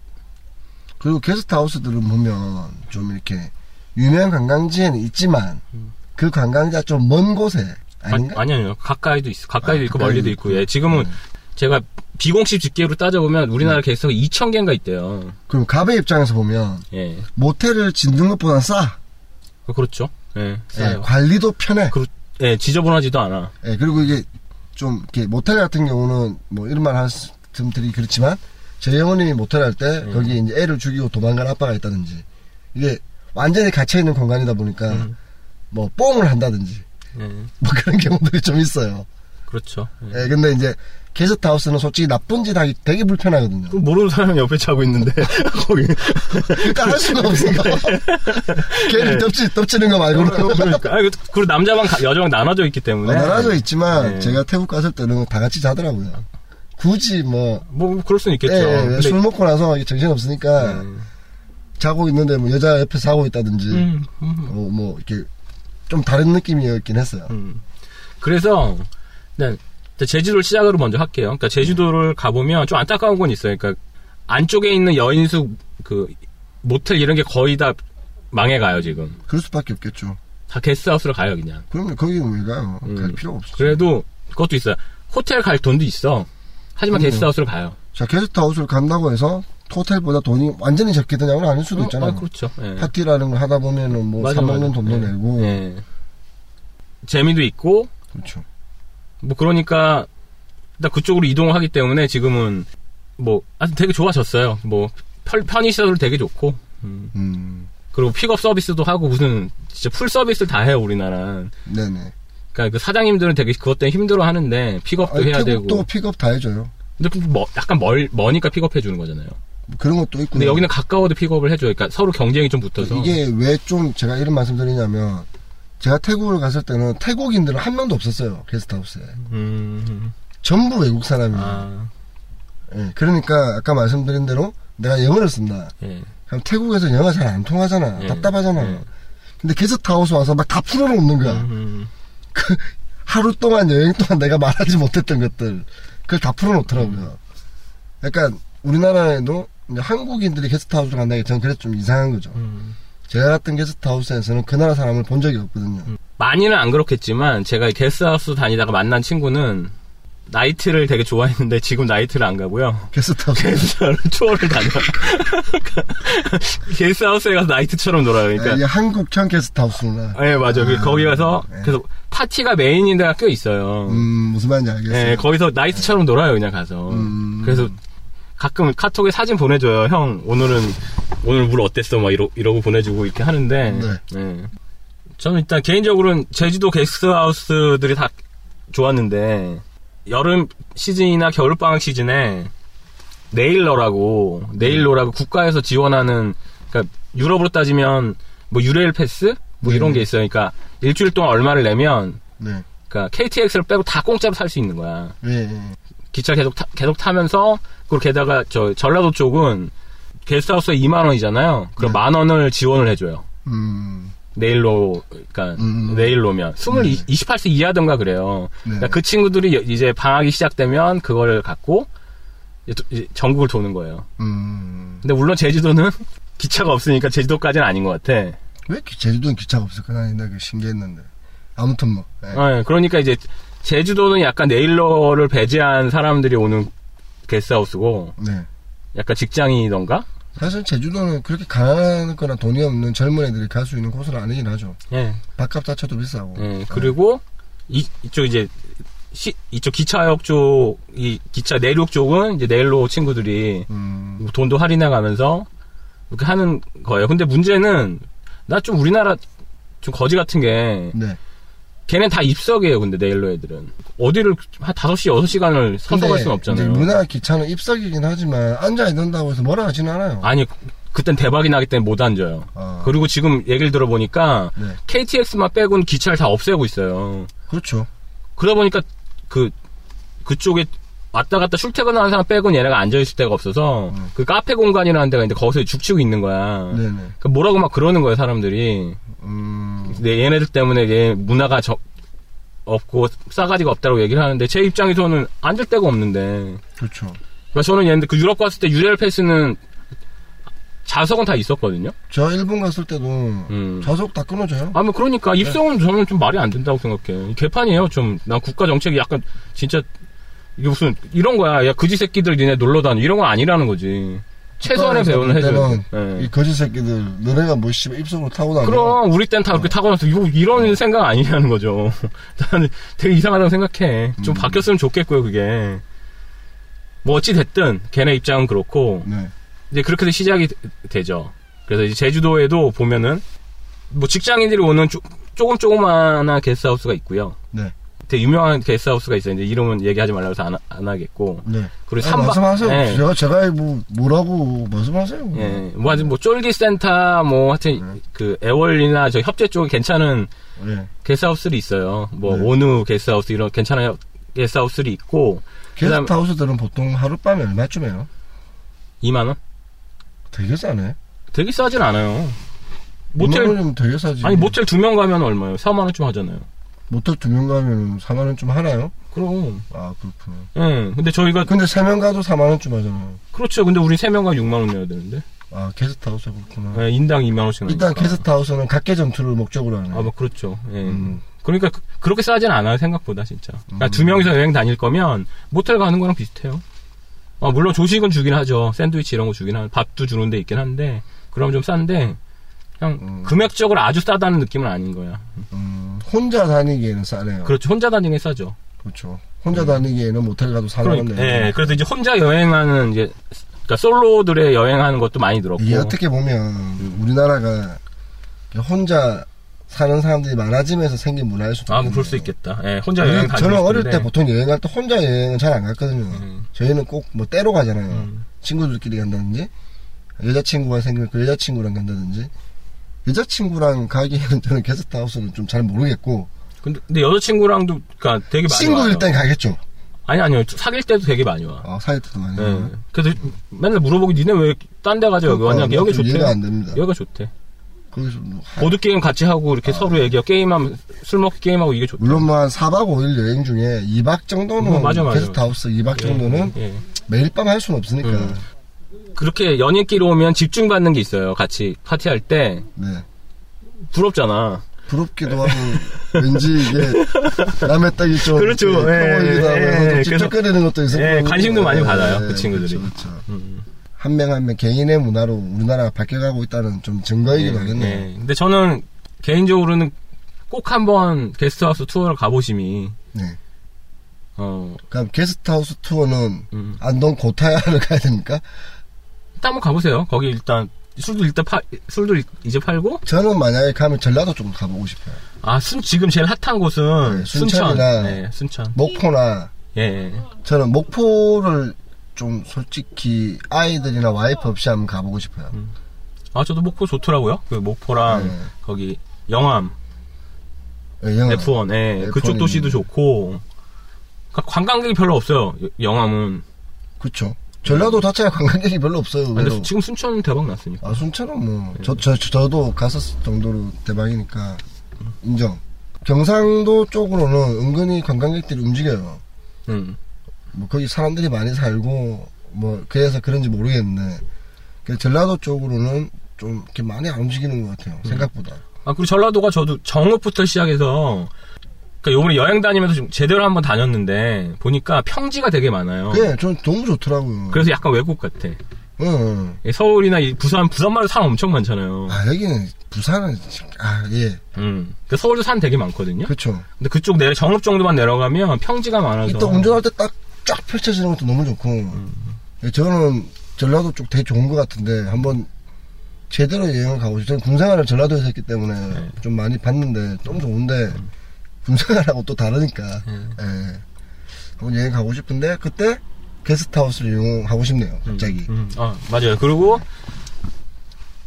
[SPEAKER 2] 그리고 게스트하우스들은 보면 좀 이렇게 유명 관광지에는 있지만 그 관광지가 좀 먼 곳에 아닌가?
[SPEAKER 1] 아, 아니 아니요. 가까이도 있어. 가까이도
[SPEAKER 2] 아,
[SPEAKER 1] 있고
[SPEAKER 2] 가까이도
[SPEAKER 1] 멀리도
[SPEAKER 2] 있고.
[SPEAKER 1] 있고. 예. 지금은 제가 비공식 집계로 따져보면 우리나라 게스트가 2,000개인가 있대요.
[SPEAKER 2] 그럼 가베 입장에서 보면
[SPEAKER 1] 예.
[SPEAKER 2] 모텔을 짓는 것보다 싸.
[SPEAKER 1] 그- 그렇죠. 예.
[SPEAKER 2] 예,
[SPEAKER 1] 싸요.
[SPEAKER 2] 관리도 편해.
[SPEAKER 1] 그, 예, 지저분하지도 않아.
[SPEAKER 2] 예, 그리고 이게 좀 이렇게 모텔 같은 경우는 뭐 이런 말 말씀드리기 그렇지만 제 어머님이 모텔 할 때 거기에 이제 애를 죽이고 도망간 아빠가 있다든지 이게 완전히 갇혀 있는 공간이다 보니까 뭐 뽕을 한다든지
[SPEAKER 1] 예.
[SPEAKER 2] 뭐 그런 경우들이 좀 있어요.
[SPEAKER 1] 그렇죠. 예.
[SPEAKER 2] 예, 근데 이제 게스트하우스는 솔직히 나쁜 짓 하기 되게 불편하거든요.
[SPEAKER 1] 그 모르는 사람이 옆에 자고 있는데 (laughs) 거기
[SPEAKER 2] 일단 그러니까 할 수가 없으니까
[SPEAKER 1] 네.
[SPEAKER 2] 걔를 덮치, 덮치는 거 말고는
[SPEAKER 1] 그러니까 아니, 그- 그리고 남자만 가- 여자만 아, 나눠져 있기 때문에
[SPEAKER 2] 나눠져 있지만
[SPEAKER 1] 예.
[SPEAKER 2] 제가 태국 갔을 때는 다 같이 자더라고요. 굳이 뭐
[SPEAKER 1] 뭐 그럴 수는 있겠죠.
[SPEAKER 2] 예, 예,
[SPEAKER 1] 근데 음, 네.
[SPEAKER 2] 술 먹고 나서 이게 정신없으니까 자고 있는데 뭐 여자 옆에 자고 있다든지
[SPEAKER 1] 음, 음,
[SPEAKER 2] 뭐, 뭐 이렇게 좀 다른 느낌이었긴 했어요.
[SPEAKER 1] 음. 그래서 네, 일단 제주도를 시작으로 먼저 할게요. 그러니까 제주도를 가보면 좀 안타까운 건 있어요. 그러니까 안쪽에 있는 여인숙 그 모텔 이런 게 거의 다 망해가요 지금.
[SPEAKER 2] 그럴 수밖에 없겠죠.
[SPEAKER 1] 다 게스트하우스로 가요 그냥.
[SPEAKER 2] 그러면 거기는 왜 가요? 뭐 갈 필요가 없죠.
[SPEAKER 1] 음. 그래도 그것도 있어요. 호텔 갈 돈도 있어. 하지만
[SPEAKER 2] 그럼요.
[SPEAKER 1] 게스트하우스로 가요.
[SPEAKER 2] 자 게스트하우스를 간다고 해서 호텔보다 돈이 완전히 적게 드냐고는 아닐 수도 어, 있잖아요.
[SPEAKER 1] 아, 그렇죠. 예.
[SPEAKER 2] 파티라는 거 하다 보면은 뭐
[SPEAKER 1] 맞아,
[SPEAKER 2] 사먹는
[SPEAKER 1] 맞아.
[SPEAKER 2] 돈도
[SPEAKER 1] 예.
[SPEAKER 2] 내고
[SPEAKER 1] 예. 재미도 있고
[SPEAKER 2] 그렇죠.
[SPEAKER 1] 뭐 그러니까 일단 그쪽으로 이동을 하기 때문에 지금은 뭐 하여튼 되게 좋아졌어요. 뭐 편, 편의시설도 되게 좋고 음.
[SPEAKER 2] 음,
[SPEAKER 1] 그리고 픽업 서비스도 하고 무슨 진짜 풀 서비스를 다 해요 우리나라.
[SPEAKER 2] 네네.
[SPEAKER 1] 그러니까 그 사장님들은 되게 그것 때문에 힘들어하는데 픽업도
[SPEAKER 2] 아니,
[SPEAKER 1] 해야
[SPEAKER 2] 태국도
[SPEAKER 1] 되고
[SPEAKER 2] 픽업 다 해줘요.
[SPEAKER 1] 근데 좀 멀- 약간 멀 머니까 픽업해 주는 거잖아요.
[SPEAKER 2] 뭐 그런 것도 있고.
[SPEAKER 1] 근데 여기는 가까워도 픽업을 해줘요. 그러니까 서로 경쟁이 좀 붙어서
[SPEAKER 2] 이게 왜 좀 제가 이런 말씀드리냐면 제가 태국을 갔을 때는 태국인들은 한 명도 없었어요 게스트하우스에.
[SPEAKER 1] 음,
[SPEAKER 2] 전부 외국 사람이에요.
[SPEAKER 1] 아,
[SPEAKER 2] 예, 그러니까 아까 말씀드린 대로 내가 영어를 쓴다.
[SPEAKER 1] 예,
[SPEAKER 2] 그럼 태국에서 영어 잘 안 통하잖아.
[SPEAKER 1] 예.
[SPEAKER 2] 답답하잖아요.
[SPEAKER 1] 예.
[SPEAKER 2] 근데 게스트하우스 와서 막 다 풀어놓는 거야.
[SPEAKER 1] 음,
[SPEAKER 2] 그 하루 동안 여행 동안 내가 말하지 못했던 것들 그걸 다 풀어놓더라고요. 약간 우리나라에도 이제 한국인들이 게스트하우스를 간다는 게 저는 그래서 좀 이상한 거죠.
[SPEAKER 1] 음.
[SPEAKER 2] 제가 갔던 게스트하우스에서는 그 나라 사람을 본 적이 없거든요.
[SPEAKER 1] 많이는 안 그렇겠지만 제가 게스트하우스 다니다가 만난 친구는 나이트를 되게 좋아했는데 지금 나이트를 안 가고요. (laughs)
[SPEAKER 2] (laughs) 게스트하우스.
[SPEAKER 1] 저는 투어를 다녀. (laughs) 게스트하우스에 가서 나이트처럼 놀아요.
[SPEAKER 2] 아, 이게
[SPEAKER 1] 그러니까
[SPEAKER 2] 한국형 게스트하우스구나.
[SPEAKER 1] 예 맞아요. 그 거기 가서
[SPEAKER 2] 예.
[SPEAKER 1] 그래서 파티가 메인인 데가 꽤 있어요.
[SPEAKER 2] 음, 무슨 말인지 알겠어요.
[SPEAKER 1] 예, 거기서 나이트처럼 놀아요 그냥 가서.
[SPEAKER 2] 음.
[SPEAKER 1] 그래서 가끔 카톡에 사진 보내줘요. 형 오늘은 오늘 물 어땠어? 막 이러, 이러고 보내주고 이렇게 하는데.
[SPEAKER 2] 네.
[SPEAKER 1] 예. 저는 일단 개인적으로는 제주도 게스트하우스들이 다 좋았는데 여름 시즌이나 겨울 방학 시즌에 네일러라고 네일러라고 국가에서 지원하는 그러니까 유럽으로 따지면 뭐 유레일 패스 뭐 이런
[SPEAKER 2] 네.
[SPEAKER 1] 게 있어요. 그러니까 일주일 동안 얼마를 내면
[SPEAKER 2] 네.
[SPEAKER 1] 그러니까 KTX를 빼고 다 공짜로 탈 수 있는 거야.
[SPEAKER 2] 예, 예.
[SPEAKER 1] 기차 계속 타, 계속 타면서 그리고 게다가 저 전라도 쪽은 게스트하우스에 2만 원이잖아요. 그럼
[SPEAKER 2] 네.
[SPEAKER 1] 만 원을 지원을 해줘요.
[SPEAKER 2] 음,
[SPEAKER 1] 네일로 그러니까
[SPEAKER 2] 음.
[SPEAKER 1] 네일로면 20,
[SPEAKER 2] 네.
[SPEAKER 1] 28세 이하던가 그래요.
[SPEAKER 2] 네.
[SPEAKER 1] 그러니까 그 친구들이 여- 이제 방학이 시작되면 그걸 갖고 이제 도- 이제 전국을 도는 거예요.
[SPEAKER 2] 음.
[SPEAKER 1] 근데 물론 제주도는 (laughs) 기차가 없으니까 제주도까지는 아닌 것
[SPEAKER 2] 네.
[SPEAKER 1] 같아.
[SPEAKER 2] 왜 기- 제주도는 기차가 없을까? 난 옛날에 그 신기했는데. 아무튼 뭐. 예.
[SPEAKER 1] 예, 그러니까 이제 제주도는 약간 네일러를 배제한 사람들이 오는 게스트하우스고
[SPEAKER 2] 네.
[SPEAKER 1] 약간 직장이던가
[SPEAKER 2] 사실 제주도는 그렇게 가난한 거나 돈이 없는 젊은 애들이 갈 수 있는 곳은 아니긴 하죠.
[SPEAKER 1] 예,
[SPEAKER 2] 밥값 자체도 비싸고.
[SPEAKER 1] 예, 그리고 이, 이쪽 이제 시- 이쪽 기차역 쪽, 이 기차 내륙 쪽은 이제 네일로 친구들이
[SPEAKER 2] 음,
[SPEAKER 1] 뭐 돈도 할인해 가면서 이렇게 하는 거예요. 근데 문제는 나 좀 우리나라 좀 거지 같은 게
[SPEAKER 2] 네.
[SPEAKER 1] 걔는 다 입석이에요. 근데 네일로 애들은 어디를 한 5시, 6시간을 서서 갈 수는
[SPEAKER 2] 근데
[SPEAKER 1] 없잖아요.
[SPEAKER 2] 이제 문화 기차는 입석이긴 하지만 앉아야 된다고 해서 뭐라 하진 않아요.
[SPEAKER 1] 아니 그땐 대박이 나기 때문에 못 앉아요.
[SPEAKER 2] 아.
[SPEAKER 1] 그리고 지금 얘기를 들어보니까
[SPEAKER 2] 네.
[SPEAKER 1] KTX만 빼고는 기차를 다 없애고 있어요.
[SPEAKER 2] 그렇죠.
[SPEAKER 1] 그러다 보니까 그 그쪽에 왔다 갔다 출퇴근하는 사람 빼고는 얘네가 앉아 있을 데가 없어서 그 카페 공간이라는 데가 있는데 거기서 죽치고 있는 거야.
[SPEAKER 2] 네네.
[SPEAKER 1] 그 뭐라고 막 그러는 거예요 사람들이.
[SPEAKER 2] 음,
[SPEAKER 1] 근데 얘네들 때문에 얘 문화가 저, 없고 싸가지가 없다고 얘기를 하는데 제 입장에서는 앉을 데가 없는데
[SPEAKER 2] 그렇죠.
[SPEAKER 1] 그러니까 저는 옛날 그 유럽 갔을 때 유레일 패스는 좌석은 다 있었거든요.
[SPEAKER 2] 제가 일본 갔을 때도
[SPEAKER 1] 음.
[SPEAKER 2] 좌석 다 끊어져요.
[SPEAKER 1] 아, 뭐 그러니까 입성은 저는 좀 말이 안 된다고 생각해. 개판이에요. 좀 난 국가 정책이 약간 진짜 이게 무슨 이런 거야. 야 그지 새끼들 니네 놀러 다니 이런 건 아니라는 거지. 최소한의 배우는 해줘야 돼.
[SPEAKER 2] 그러니까 이
[SPEAKER 1] 예.
[SPEAKER 2] 거지 새끼들 너네가 뭐 씨발 입성으로 타고 다니고
[SPEAKER 1] 그럼 우리 땐 다 그렇게 타고나서 이거 이런 생각 아니냐는 거죠. (laughs) 나는 되게 이상하다고 생각해. 좀 바뀌었으면 좋겠고요. 그게 뭐 어찌 됐든 걔네 입장은 그렇고
[SPEAKER 2] 네.
[SPEAKER 1] 이제 그렇게 해서 시작이 되- 되죠. 그래서 이제 제주도에도 보면은 뭐 직장인들이 오는 조, 조금 조그마한 게스트하우스가 있고요.
[SPEAKER 2] 네.
[SPEAKER 1] 되게 유명한 게스트하우스가 있어요. 이제 이름은 얘기하지 말라고 해서 안, 하- 안 하겠고.
[SPEAKER 2] 네.
[SPEAKER 1] 그리고
[SPEAKER 2] 아니,
[SPEAKER 1] 삼박-
[SPEAKER 2] 말씀하세요.
[SPEAKER 1] 예.
[SPEAKER 2] 제가 제가 뭐 뭐라고 말씀하세요.
[SPEAKER 1] 예. 뭐 아직 뭐 쫄기센터 뭐 하여튼
[SPEAKER 2] 음.
[SPEAKER 1] 그 애월이나 저 협재 쪽에 괜찮은
[SPEAKER 2] 예.
[SPEAKER 1] 게스트하우스들이 있어요. 뭐
[SPEAKER 2] 네.
[SPEAKER 1] 온우 게스트하우스 이런 괜찮은 게스트하우스들이 있고. 그다음-
[SPEAKER 2] 게스트하우스들은 보통 하룻밤에 얼마쯤에요?
[SPEAKER 1] 2만 원?
[SPEAKER 2] 되게 싸네.
[SPEAKER 1] 되게 싸진 않아요.
[SPEAKER 2] 이만
[SPEAKER 1] 모텔
[SPEAKER 2] 원이면 되게 싸지.
[SPEAKER 1] 아니 모텔 두 명 가면 얼마예요? 4만 원쯤 하잖아요.
[SPEAKER 2] 모텔 두명 가면 4만 원쯤 하나요?
[SPEAKER 1] 그럼.
[SPEAKER 2] 아 그렇구나.
[SPEAKER 1] 예. 근데 저희가
[SPEAKER 2] 근데 세 명 가도 4만 원쯤 하잖아요.
[SPEAKER 1] 그렇죠. 근데 우리 세 명 가면 6만 원 내야 되는데.
[SPEAKER 2] 아 게스트하우스 그렇구나.
[SPEAKER 1] 예, 인당 2만 원씩 나니까.
[SPEAKER 2] 일단 게스트하우스는 각계 전투를 목적으로 하는.
[SPEAKER 1] 아, 뭐 그렇죠. 예.
[SPEAKER 2] 음.
[SPEAKER 1] 그러니까 그, 렇게 싸진 않아요 생각보다 진짜. 그러니까 두 명이서 여행 다닐 거면 모텔 가는 거랑 비슷해요. 아, 물론 조식은 주긴 하죠. 샌드위치 이런 거 주긴 하는 밥도 주는 데 있긴 한데 그럼 좀 싼데 그냥 금액적으로 아주 싸다는 느낌은 아닌 거야.
[SPEAKER 2] 음, 혼자 다니기에는 싸네요.
[SPEAKER 1] 그렇죠. 혼자 다니는 게 싸죠.
[SPEAKER 2] 그렇죠. 혼자 다니기에는 모텔 가도 4만 원
[SPEAKER 1] 그러니까
[SPEAKER 2] 내요.
[SPEAKER 1] 예. 그래서 이제 혼자 여행하는 이제 그러니까 솔로들의 여행하는 것도 많이 늘었고.
[SPEAKER 2] 이게 어떻게 보면 우리나라가 혼자 사는 사람들이 많아지면서 생긴 문화일 수도
[SPEAKER 1] 아, 뭐 그럴 수
[SPEAKER 2] 있겠네요.
[SPEAKER 1] 있겠다. 예. 혼자 여행 다니는
[SPEAKER 2] 저는 어릴
[SPEAKER 1] 스타일인데.
[SPEAKER 2] 때 보통 여행 갈 때 혼자 여행은 잘 안 갔거든요.
[SPEAKER 1] 음.
[SPEAKER 2] 저희는 꼭 뭐 때로 가잖아요.
[SPEAKER 1] 음.
[SPEAKER 2] 친구들끼리 간다든지 여자친구가 생기면 그 여자친구랑 간다든지 여자친구랑 가기에는 저는 게스트하우스는 좀 잘 모르겠고
[SPEAKER 1] 근데, 근데 여자친구랑도 그러니까 되게 많이 와요.
[SPEAKER 2] 친구일 땐 가겠죠.
[SPEAKER 1] 아니 아니요 사귈 때도 되게 많이 와.
[SPEAKER 2] 어, 사이트도 많이.
[SPEAKER 1] 예.
[SPEAKER 2] 가요.
[SPEAKER 1] 그래서 맨날 물어보기 니네 왜 딴 데 가자 여기 왔냐
[SPEAKER 2] 그러니까
[SPEAKER 1] 여기
[SPEAKER 2] 좀
[SPEAKER 1] 좋대.
[SPEAKER 2] 이해가 안 됩니다. 아.
[SPEAKER 1] 여기가 좋대.
[SPEAKER 2] 거기서 뭐 하-
[SPEAKER 1] 보드 게임 같이 하고 이렇게 서로 얘기하고 게임하면 술 먹기 게임하고 이게 좋대.
[SPEAKER 2] 물론 뭐한 4박 5일 여행 중에 2박 정도는
[SPEAKER 1] 음, 맞아, 맞아.
[SPEAKER 2] 게스트하우스 2박 정도는
[SPEAKER 1] 예.
[SPEAKER 2] 매일 밤 할 수는 없으니까.
[SPEAKER 1] 음. 그렇게 연인끼리 오면 집중받는 게 있어요. 같이 파티할 때
[SPEAKER 2] 네.
[SPEAKER 1] 부럽잖아.
[SPEAKER 2] 부럽기도 하고 왠지 이게 남의 딸이 좀
[SPEAKER 1] 그렇죠.
[SPEAKER 2] 이렇게
[SPEAKER 1] 예,
[SPEAKER 2] 평온이기도 하고
[SPEAKER 1] 예,
[SPEAKER 2] 해서
[SPEAKER 1] 예, 그래서-
[SPEAKER 2] 직접 끓이는 것도 있었고
[SPEAKER 1] 예, 관심도 많이 받아요, 그 친구들이. 음.
[SPEAKER 2] 한 명 한 명 개인의 문화로 우리나라가 바뀌어가고 있다는 좀 증거이기도 하겠네요.
[SPEAKER 1] 예. 근데 저는 개인적으로는 꼭 한번 게스트하우스 투어를 가보심이
[SPEAKER 2] 네.
[SPEAKER 1] 어
[SPEAKER 2] 그럼 게스트하우스 투어는
[SPEAKER 1] 음.
[SPEAKER 2] 안동 고타야를 (laughs) 가야 됩니까?
[SPEAKER 1] 일단 한번 가보세요. 거기 일단 술도 일단 파 술도 이제 팔고
[SPEAKER 2] 저는 만약에 가면 전라도 쪽 가보고 싶어요.
[SPEAKER 1] 아 순, 지금 제일 핫한 곳은
[SPEAKER 2] 네,
[SPEAKER 1] 순천.
[SPEAKER 2] 순천이나-
[SPEAKER 1] 예, 순천.
[SPEAKER 2] 목포나
[SPEAKER 1] 예, 예.
[SPEAKER 2] 저는 목포를 좀 솔직히 아이들이나 와이프 없이 한번 가보고 싶어요.
[SPEAKER 1] 아 저도 목포 좋더라고요. 그 목포랑
[SPEAKER 2] 네.
[SPEAKER 1] 거기 영암,
[SPEAKER 2] 예, 영화.
[SPEAKER 1] F1, 예,
[SPEAKER 2] F1
[SPEAKER 1] 그쪽
[SPEAKER 2] 이-
[SPEAKER 1] 도시도 좋고 그러니까 관광객이 별로 없어요. 여- 영암은.
[SPEAKER 2] 그쵸. 전라도 자체가 관광객이 별로 없어요.
[SPEAKER 1] 아, 근데
[SPEAKER 2] 의외로.
[SPEAKER 1] 지금 순천 대박 났으니까.
[SPEAKER 2] 아, 순천은 뭐, 저, 저, 저, 도 갔었을 정도로 대박이니까, 인정. 경상도 쪽으로는 은근히 관광객들이 움직여요.
[SPEAKER 1] 음.
[SPEAKER 2] 뭐, 거기 사람들이 많이 살고, 뭐, 그래서 그런지 모르겠는데, 그 전라도 쪽으로는 좀 이렇게 많이 안 움직이는 것 같아요. 생각보다.
[SPEAKER 1] 아 그리고 전라도가 저도 정읍부터 시작해서 그러니까 요번에 여행 다니면서 좀 제대로 한번 다녔는데 보니까 평지가 되게 많아요.
[SPEAKER 2] 예, 전 너무 좋더라고요.
[SPEAKER 1] 어. 그래서 약간 외국 같아.
[SPEAKER 2] 응, 응.
[SPEAKER 1] 예, 서울이나 이 부산 부산마을 사람 엄청 많잖아요.
[SPEAKER 2] 아, 여기는, 부산은, 진- 아, 예.
[SPEAKER 1] 음. 그러니까 서울도 산 되게 많거든요.
[SPEAKER 2] 그쵸.
[SPEAKER 1] 근데 그쪽 내려 정읍 정도만 내려가면 평지가 많아서 음.
[SPEAKER 2] 이따 운전할 때 딱, 쫙 펼쳐지는 것도 너무 좋고, 예, 저는 전라도 쪽 되게 좋은 것 같은데, 한번 제대로 여행을 가고 싶어요. 저는 군생활을 전라도에서 했기 때문에
[SPEAKER 1] 네.
[SPEAKER 2] 좀 많이 봤는데, 좀 좋은데, 군생활하고 또 다르니까,
[SPEAKER 1] 네.
[SPEAKER 2] 예. 한번 여행 가고 싶은데, 그때 게스트하우스를 이용하고 싶네요, 갑자기.
[SPEAKER 1] 음, 아, 맞아요. 그리고